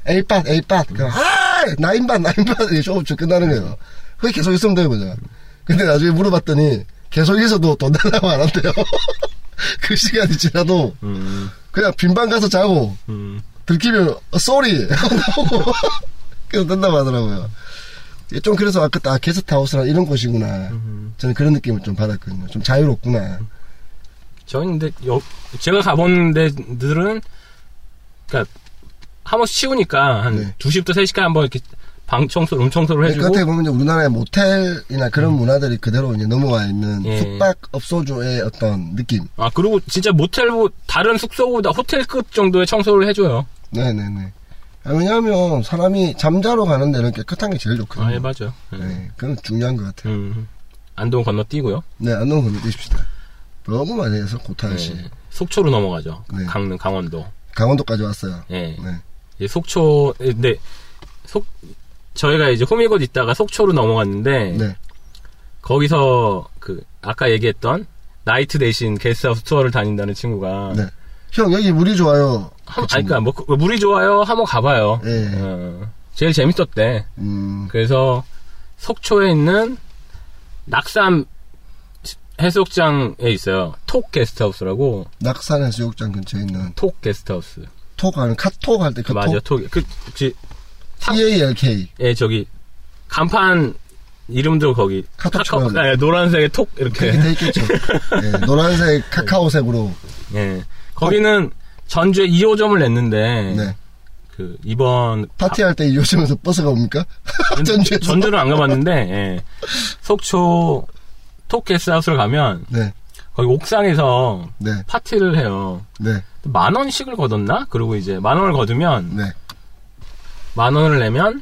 [SPEAKER 2] 에이팟, 에이팟. 그럼, 아, 나인반, 나인반. 이게 조금씩 끝나는 거예요. 그게 계속 있으면 되는 거죠. 근데 나중에 물어봤더니, 계속 있어도 돈 달라고 안 한대요. (laughs) 그 시간이 지나도,
[SPEAKER 1] 음,
[SPEAKER 2] 그냥 빈방 가서 자고,
[SPEAKER 1] 음.
[SPEAKER 2] 들키면, 어, 쏘리! (laughs) 하고, 그래서 된다고 하더라고요. 이게 좀 그래서 아까 딱 게스트하우스랑 이런 곳이구나.
[SPEAKER 1] 음.
[SPEAKER 2] 저는 그런 느낌을 좀 받았거든요. 좀 자유롭구나.
[SPEAKER 1] 저희는 근데, 여, 제가 가본 데들은, 그니까, 한 번씩 치우니까, 한
[SPEAKER 2] 네.
[SPEAKER 1] 2시부터 3시까지 한번 이렇게 방 청소, 룸 청소를 해주고, 음.
[SPEAKER 2] 끝에 보면 이제 우리나라의 모텔이나 그런 문화들이 그대로 이제 넘어와 있는
[SPEAKER 1] 예.
[SPEAKER 2] 숙박업소주의 어떤 느낌.
[SPEAKER 1] 아, 그리고 진짜 모텔, 보 다른 숙소보다 호텔급 정도의 청소를 해줘요.
[SPEAKER 2] 네네네. 아, 왜냐하면 사람이 잠자러 가는 데는 깨끗한 게 제일 좋거든요.
[SPEAKER 1] 아, 예, 맞아요. 예.
[SPEAKER 2] 네, 그건 중요한 것 같아요.
[SPEAKER 1] 음, 안동 건너뛰고요.
[SPEAKER 2] 네, 안녕 건너뛰십시다. 너무 많이 해서 고탄 씨.
[SPEAKER 1] 예. 속초로 넘어가죠.
[SPEAKER 2] 네.
[SPEAKER 1] 강릉, 강원도.
[SPEAKER 2] 강원도까지 왔어요.
[SPEAKER 1] 예.
[SPEAKER 2] 네.
[SPEAKER 1] 이제 속초, 예, 근데, 속, 저희가 이제 호미곶 있다가 속초로 넘어갔는데,
[SPEAKER 2] 네.
[SPEAKER 1] 거기서 그, 아까 얘기했던 나이트 대신 게스트하우스 투어를 다닌다는 친구가,
[SPEAKER 2] 네. 형, 여기 물이 좋아요.
[SPEAKER 1] 한, 아. 아니, 그니까, 뭐, 그- 물이 좋아요? 한번 가봐요.
[SPEAKER 2] 예.
[SPEAKER 1] 어, 제일 재밌었대.
[SPEAKER 2] 음,
[SPEAKER 1] 그래서 속초에 있는 낙산 해수욕장에 있어요. 톡 게스트하우스라고
[SPEAKER 2] 낙산 해수욕장 근처에 있는
[SPEAKER 1] 톡 게스트하우스.
[SPEAKER 2] 톡 하는 카톡 할 때 그
[SPEAKER 1] 맞아
[SPEAKER 2] 톡.
[SPEAKER 1] 톡. 그 혹시
[SPEAKER 2] TALK.
[SPEAKER 1] 예 저기 간판 이름도 거기
[SPEAKER 2] 카톡 치면
[SPEAKER 1] 예, 노란색의 톡 이렇게
[SPEAKER 2] 그렇게 돼 있겠죠. 예,
[SPEAKER 1] 네.
[SPEAKER 2] 노란색 카카오색으로.
[SPEAKER 1] 예 거기는 전주에 2호점을 냈는데
[SPEAKER 2] 네.
[SPEAKER 1] 그 이번
[SPEAKER 2] 파티할 때 요즘에서 버스가 옵니까? (laughs) 전주에서.
[SPEAKER 1] 전주를 안 가봤는데 예, 속초 톡 게스트하우스를 가면
[SPEAKER 2] 네,
[SPEAKER 1] 거기 옥상에서
[SPEAKER 2] 네,
[SPEAKER 1] 파티를 해요.
[SPEAKER 2] 네,
[SPEAKER 1] 만 원씩을 거뒀나? 그리고 이제 만 원을 거두면
[SPEAKER 2] 네.
[SPEAKER 1] 만 원을 내면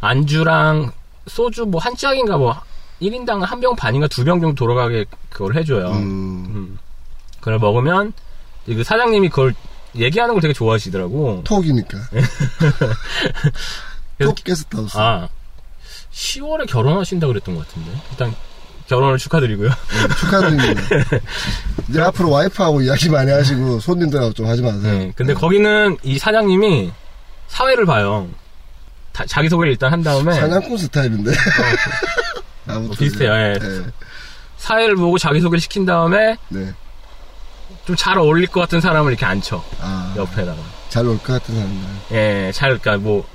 [SPEAKER 1] 안주랑 소주 뭐 한 짝인가 뭐 1인당 한 병 반인가 두 병 정도 돌아가게 그걸 해줘요.
[SPEAKER 2] 음,
[SPEAKER 1] 음. 그걸 먹으면 이그 사장님이 그걸 얘기하는 걸 되게 좋아하시더라고.
[SPEAKER 2] 톡이니까.
[SPEAKER 1] 그래서
[SPEAKER 2] 톡 게스트하우스.
[SPEAKER 1] 네. 아 10월에 결혼하신다 그랬던 것 같은데 일단 결혼을 축하드리고요. (laughs)
[SPEAKER 2] 네, 축하드립니다. 이제 앞으로 와이프하고 이야기 많이 하시고 손님들하고 좀 하지 마세요.
[SPEAKER 1] 네. 근데 거기는 이 사장님이 사회를 봐요. 다- 자기소개를 일단 한 다음에
[SPEAKER 2] 사냥꾼 스타일인데.
[SPEAKER 1] 뭐
[SPEAKER 2] (laughs) 아무튼
[SPEAKER 1] 네. 비슷해요. 예.
[SPEAKER 2] 네,
[SPEAKER 1] 사회를 보고 자기소개를 시킨 다음에
[SPEAKER 2] 네.
[SPEAKER 1] 좀 잘 어울릴 것 같은 사람을 이렇게 앉혀
[SPEAKER 2] 아,
[SPEAKER 1] 옆에다가
[SPEAKER 2] 잘 올 것 같은 사람들.
[SPEAKER 1] 예잘 그러니까 뭐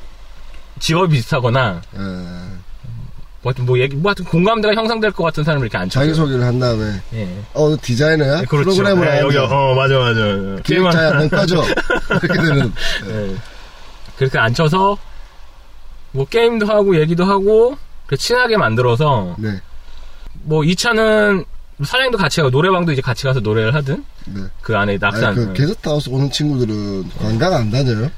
[SPEAKER 1] 직업이 비슷하거나
[SPEAKER 2] 예.
[SPEAKER 1] 뭐 하여튼 뭐 얘기 뭐 하여튼 공감대가 형성될 것 같은 사람을 이렇게 앉혀
[SPEAKER 2] 자기 소개를 한 다음에
[SPEAKER 1] 예
[SPEAKER 2] 어 디자이너야?
[SPEAKER 1] 예, 그렇죠
[SPEAKER 2] 프로그래머야?
[SPEAKER 1] 예, 여기
[SPEAKER 2] 아니야?
[SPEAKER 1] 어 맞아 맞아 맞아.
[SPEAKER 2] (laughs) 기획자야?
[SPEAKER 1] 뒤에만- (laughs)
[SPEAKER 2] 넌 빠져. 이렇게 되는.
[SPEAKER 1] 예. 그렇게 앉혀서 뭐 게임도 하고 얘기도 하고 그렇게 친하게 만들어서
[SPEAKER 2] 네,
[SPEAKER 1] 뭐 2차는 사장님도 같이 가고 노래방도 이제 같이 가서 노래를 하든
[SPEAKER 2] 네.
[SPEAKER 1] 그 안에 낙산
[SPEAKER 2] 아니, 그
[SPEAKER 1] 예.
[SPEAKER 2] 게스트하우스 오는 친구들은 관광 안 다녀요?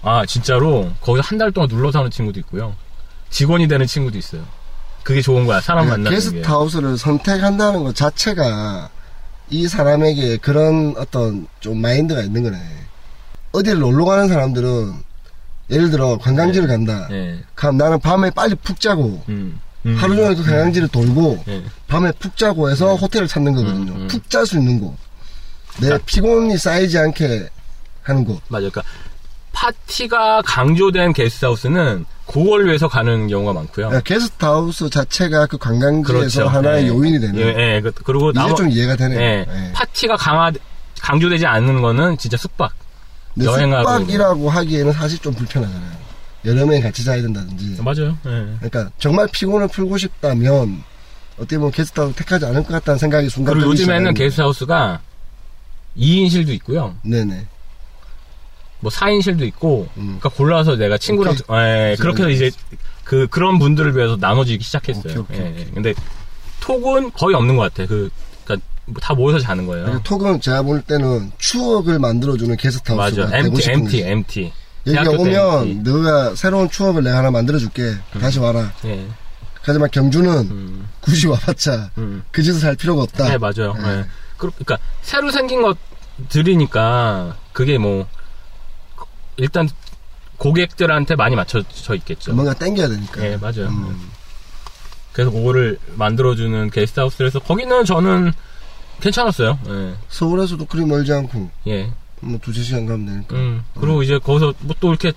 [SPEAKER 1] 아 진짜로 거기서 한 달 동안 눌러 사는 친구도 있고요. 직원이 되는 친구도 있어요. 그게 좋은 거야. 사람
[SPEAKER 2] 네,
[SPEAKER 1] 만나는 게.
[SPEAKER 2] 게스트하우스를 선택한다는 것 자체가 이 사람에게 그런 어떤 좀 마인드가 있는 거네. 어디를 놀러 가는 사람들은 예를 들어 관광지를 간다.
[SPEAKER 1] 예.
[SPEAKER 2] 그럼 나는 밤에 빨리 푹 자고
[SPEAKER 1] 음. 음.
[SPEAKER 2] 하루 종일 그 관광지를 돌고
[SPEAKER 1] 예.
[SPEAKER 2] 밤에 푹 자고 해서 호텔을 찾는 거거든요.
[SPEAKER 1] 네. 음, 음.
[SPEAKER 2] 푹 잘 수 있는 곳. 내 피곤이 쌓이지 않게 하는 곳.
[SPEAKER 1] 맞아요. 그러니까 파티가 강조된 게스트하우스는 그걸 위해서 가는 경우가 많고요.
[SPEAKER 2] 예, 게스트하우스 자체가 그 관광지에서 하나의
[SPEAKER 1] 예.
[SPEAKER 2] 요인이 되는.
[SPEAKER 1] 예, 예. 그- 그리고
[SPEAKER 2] 이제
[SPEAKER 1] 나머
[SPEAKER 2] 좀 이해가 되네요.
[SPEAKER 1] 예.
[SPEAKER 2] 예.
[SPEAKER 1] 파티가 강화 강조되지 않는 거는 진짜 숙박.
[SPEAKER 2] 근데
[SPEAKER 1] 여행하고
[SPEAKER 2] 숙박이라고 하기에는 사실 좀 불편하잖아요. 여름에 같이 자야 된다든지.
[SPEAKER 1] 맞아요. 예.
[SPEAKER 2] 그러니까 정말 피곤을 풀고 싶다면 어떻게 보면 게스트하우스 택하지 않을 것 같다는 생각이 순간
[SPEAKER 1] 그리고
[SPEAKER 2] 들기
[SPEAKER 1] 요즘에는
[SPEAKER 2] 시작하는
[SPEAKER 1] 게스트하우스가 2인실도 있고요.
[SPEAKER 2] 거예요. 네네.
[SPEAKER 1] 뭐 4인실도 있고
[SPEAKER 2] 음.
[SPEAKER 1] 그러니까 골라서 내가 친구랑
[SPEAKER 2] 오케이.
[SPEAKER 1] 예, 그렇게 해서 이제 그 그런 분들을 위해서 나눠지기 시작했어요.
[SPEAKER 2] 오케이, 오케이,
[SPEAKER 1] 예, 예. 근데 톡은 거의 없는 것 같아. 그 그러니까 다 모여서 자는 거예요.
[SPEAKER 2] 그리고 톡은 제가 볼 때는 추억을 만들어주는 그러니까 게스트하우스가
[SPEAKER 1] 맞아.
[SPEAKER 2] 되고
[SPEAKER 1] MT
[SPEAKER 2] 싶은
[SPEAKER 1] MT
[SPEAKER 2] 거지.
[SPEAKER 1] MT.
[SPEAKER 2] 여기
[SPEAKER 1] 대학교 때 음.
[SPEAKER 2] 오면
[SPEAKER 1] MT.
[SPEAKER 2] 너가 새로운 추억을 내가 하나 만들어줄게. 다시 와라.
[SPEAKER 1] 예.
[SPEAKER 2] 하지만 경주는
[SPEAKER 1] 음.
[SPEAKER 2] 굳이 와봤자
[SPEAKER 1] 음.
[SPEAKER 2] 그 짓을 할 필요가 없다.
[SPEAKER 1] 네, 맞아요.
[SPEAKER 2] 예.
[SPEAKER 1] 예. 그, 그러니까 새로 생긴 것들이니까 그게 뭐 일단 고객들한테 많이 맞춰져 있겠죠.
[SPEAKER 2] 뭔가 땡겨야 되니까.
[SPEAKER 1] 예, 맞아요.
[SPEAKER 2] 음.
[SPEAKER 1] 그래서 그거를 만들어주는 게스트하우스에서 거기는 저는 괜찮았어요. 예.
[SPEAKER 2] 서울에서도 그리 멀지 않고
[SPEAKER 1] 예.
[SPEAKER 2] 뭐 두세 시간 가면 되니까.
[SPEAKER 1] 음. 그리고 이제 거기서 뭐 또 이렇게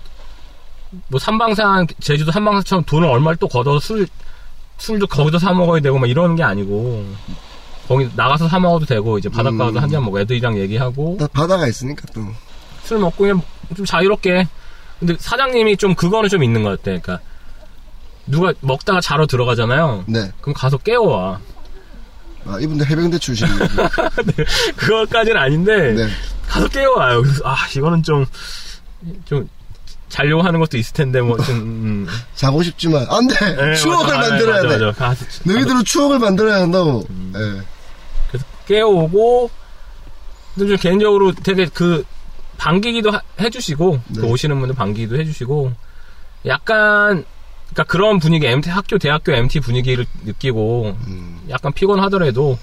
[SPEAKER 1] 뭐 삼방산 제주도 삼방산처럼 돈을 얼마를 또 걷어서 술 술도 거기서 사 먹어야 되고 막 이러는 게 아니고 거기 나가서 사 먹어도 되고 이제
[SPEAKER 2] 음.
[SPEAKER 1] 바닷가도 한 잔 먹고 애들이랑 얘기하고
[SPEAKER 2] 다 바다가 있으니까 또.
[SPEAKER 1] 술 먹고 그냥 좀 자유롭게. 근데 사장님이 좀 그거는 좀 있는 것 같아. 그러니까 누가 먹다가 자러 들어가잖아요.
[SPEAKER 2] 네.
[SPEAKER 1] 그럼 가서 깨워와. (laughs)
[SPEAKER 2] 아, 이분도 해병대 출신이에요.
[SPEAKER 1] 그거까지는 아닌데
[SPEAKER 2] 네.
[SPEAKER 1] 가서 깨워와요. 그래서 아 이거는 좀 좀 자려고 하는 것도 있을 텐데 뭐좀 음.
[SPEAKER 2] 자고 싶지만 안 돼.
[SPEAKER 1] 예,
[SPEAKER 2] 추억을
[SPEAKER 1] 맞아, 맞아,
[SPEAKER 2] 만들어야
[SPEAKER 1] 맞아,
[SPEAKER 2] 돼.
[SPEAKER 1] 맞아. 음. 가서
[SPEAKER 2] 너희들은 추억을 만들어야 한다고. 예.
[SPEAKER 1] 그래서 깨워오고 근데 좀 개인적으로 되게 그 반기기도 하- 해주시고
[SPEAKER 2] 네.
[SPEAKER 1] 그 오시는 분들 반기기도 해주시고 약간 그러니까 그런 분위기 MT 학교 대학교 MT 분위기를 느끼고
[SPEAKER 2] 음.
[SPEAKER 1] 약간 피곤하더라도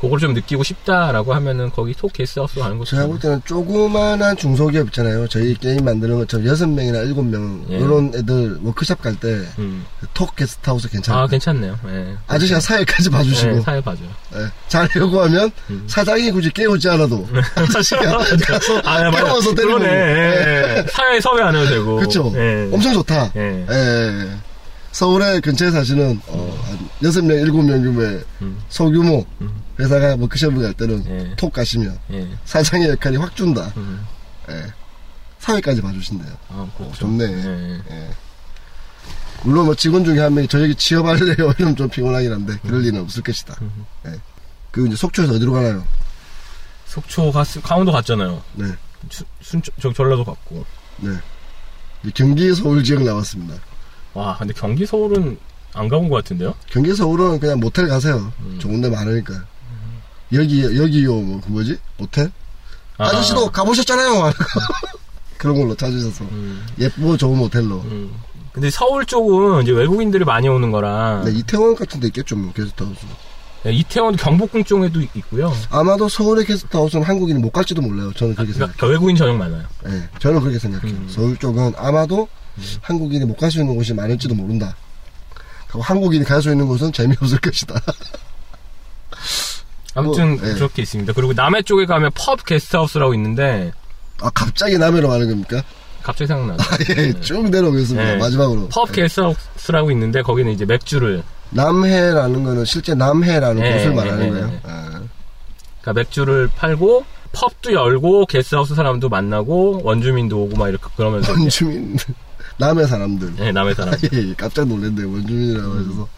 [SPEAKER 1] 그걸 좀 느끼고 싶다라고 하면은 거기 톡 게스트하우스 가는 거
[SPEAKER 2] 제가 볼 때는 조그만한 중소기업 있잖아요. 저희 게임 만드는 것처럼 여섯 명이나 일곱 명
[SPEAKER 1] 예.
[SPEAKER 2] 이런 애들 워크샵 갈 때 톡
[SPEAKER 1] 음.
[SPEAKER 2] 게스트하우스 괜찮아요.
[SPEAKER 1] 아 괜찮네요. 예.
[SPEAKER 2] 아, 저씨가 사회까지 봐주시고
[SPEAKER 1] 예, 사회 음. 봐줘요.
[SPEAKER 2] 예. 잘 요구하면 사장이 굳이 깨우지 않아도
[SPEAKER 1] 네.
[SPEAKER 2] 아저씨가 가서
[SPEAKER 1] (laughs) 아, 네, 맞아.
[SPEAKER 2] 깨워서 데리고
[SPEAKER 1] 그러네. 예, 예. 사회 섭외 안 해도 되고.
[SPEAKER 2] 그렇죠.
[SPEAKER 1] 예.
[SPEAKER 2] 엄청 좋다.
[SPEAKER 1] 예.
[SPEAKER 2] 예. 서울의 근처에 사시는 어, 한 여섯 명 일곱 명 규모의
[SPEAKER 1] 음.
[SPEAKER 2] 소규모 회사가 뭐 워크숍을 갈 때는
[SPEAKER 1] 예.
[SPEAKER 2] 톡 가시면
[SPEAKER 1] 예.
[SPEAKER 2] 사장의 역할이 확 준다.
[SPEAKER 1] 음.
[SPEAKER 2] 예. 사회까지 봐주신대요.
[SPEAKER 1] 아, 그렇죠.
[SPEAKER 2] 어, 좋네.
[SPEAKER 1] 예.
[SPEAKER 2] 예. 물론 뭐 직원 중에 한 명이 저에게 취업할래요 (laughs) 이러면 좀 피곤하긴 한데
[SPEAKER 1] 음.
[SPEAKER 2] 그럴 리는 없을 것이다. 예. 그 이제 속초에서 어디로 가나요?
[SPEAKER 1] 속초 갔, 강원도 갔잖아요.
[SPEAKER 2] 네,
[SPEAKER 1] 수- 순천, 저 전라도 갔고.
[SPEAKER 2] 네. 이제 경기 서울 지역 나왔습니다.
[SPEAKER 1] 와, 근데 경기 서울은 안 가본 것 같은데요?
[SPEAKER 2] 경기 서울은 그냥 모텔 가세요.
[SPEAKER 1] 음.
[SPEAKER 2] 좋은 데 많으니까. 여기 여기요 뭐, 그 뭐지 모텔? 아. 저씨도 가보셨잖아요. (laughs) 하는 거. 그런 걸로 찾으셔서 예쁘고 좋은 모텔로.
[SPEAKER 1] 음. 근데 서울 쪽은 이제 외국인들이 많이 오는 거라.
[SPEAKER 2] 네, 이태원 같은 데 있겠죠 뭐 게스트하우스.
[SPEAKER 1] 네, 이태원 경복궁 쪽에도 있고요.
[SPEAKER 2] 아마도 서울의 게스트하우스는 한국인이 못 갈지도 몰라요. 저는 그렇게 생각.
[SPEAKER 1] 그러니까 외국인 전용 많아요. 음.
[SPEAKER 2] 예, 저는 그렇게 생각해요. 서울 쪽은 아마도 한국인이 못 갈 수 있는 곳이 많을지도 모른다. 그리고 한국인이 갈 수 있는 곳은 재미없을 (laughs) 것이다.
[SPEAKER 1] 아무튼
[SPEAKER 2] 뭐, 예.
[SPEAKER 1] 그렇게 있습니다. 그리고 남해 쪽에 가면 펍 게스트하우스라고 있는데
[SPEAKER 2] 아, 갑자기 남해로 가는 겁니까? (laughs)
[SPEAKER 1] 갑자기 생각나네.
[SPEAKER 2] 아, 예, 쭉 내려오겠습니다.
[SPEAKER 1] 예.
[SPEAKER 2] 마지막으로.
[SPEAKER 1] 펍 게스트하우스라고 있는데 거기는 이제 맥주를
[SPEAKER 2] 남해라는 거는 실제 남해라는
[SPEAKER 1] 예,
[SPEAKER 2] 곳을
[SPEAKER 1] 예,
[SPEAKER 2] 말하는
[SPEAKER 1] 예,
[SPEAKER 2] 거예요.
[SPEAKER 1] 예.
[SPEAKER 2] 아,
[SPEAKER 1] 그러니까 맥주를 팔고 펍도 열고 게스트하우스 사람도 만나고 원주민도 오고 막 이렇게 그러면서 이제,
[SPEAKER 2] (laughs) 원주민, 남해 사람들. (laughs)
[SPEAKER 1] 예, 남해 사람.
[SPEAKER 2] 예, 예, 깜짝 놀랐네, 원주민이라고 해서.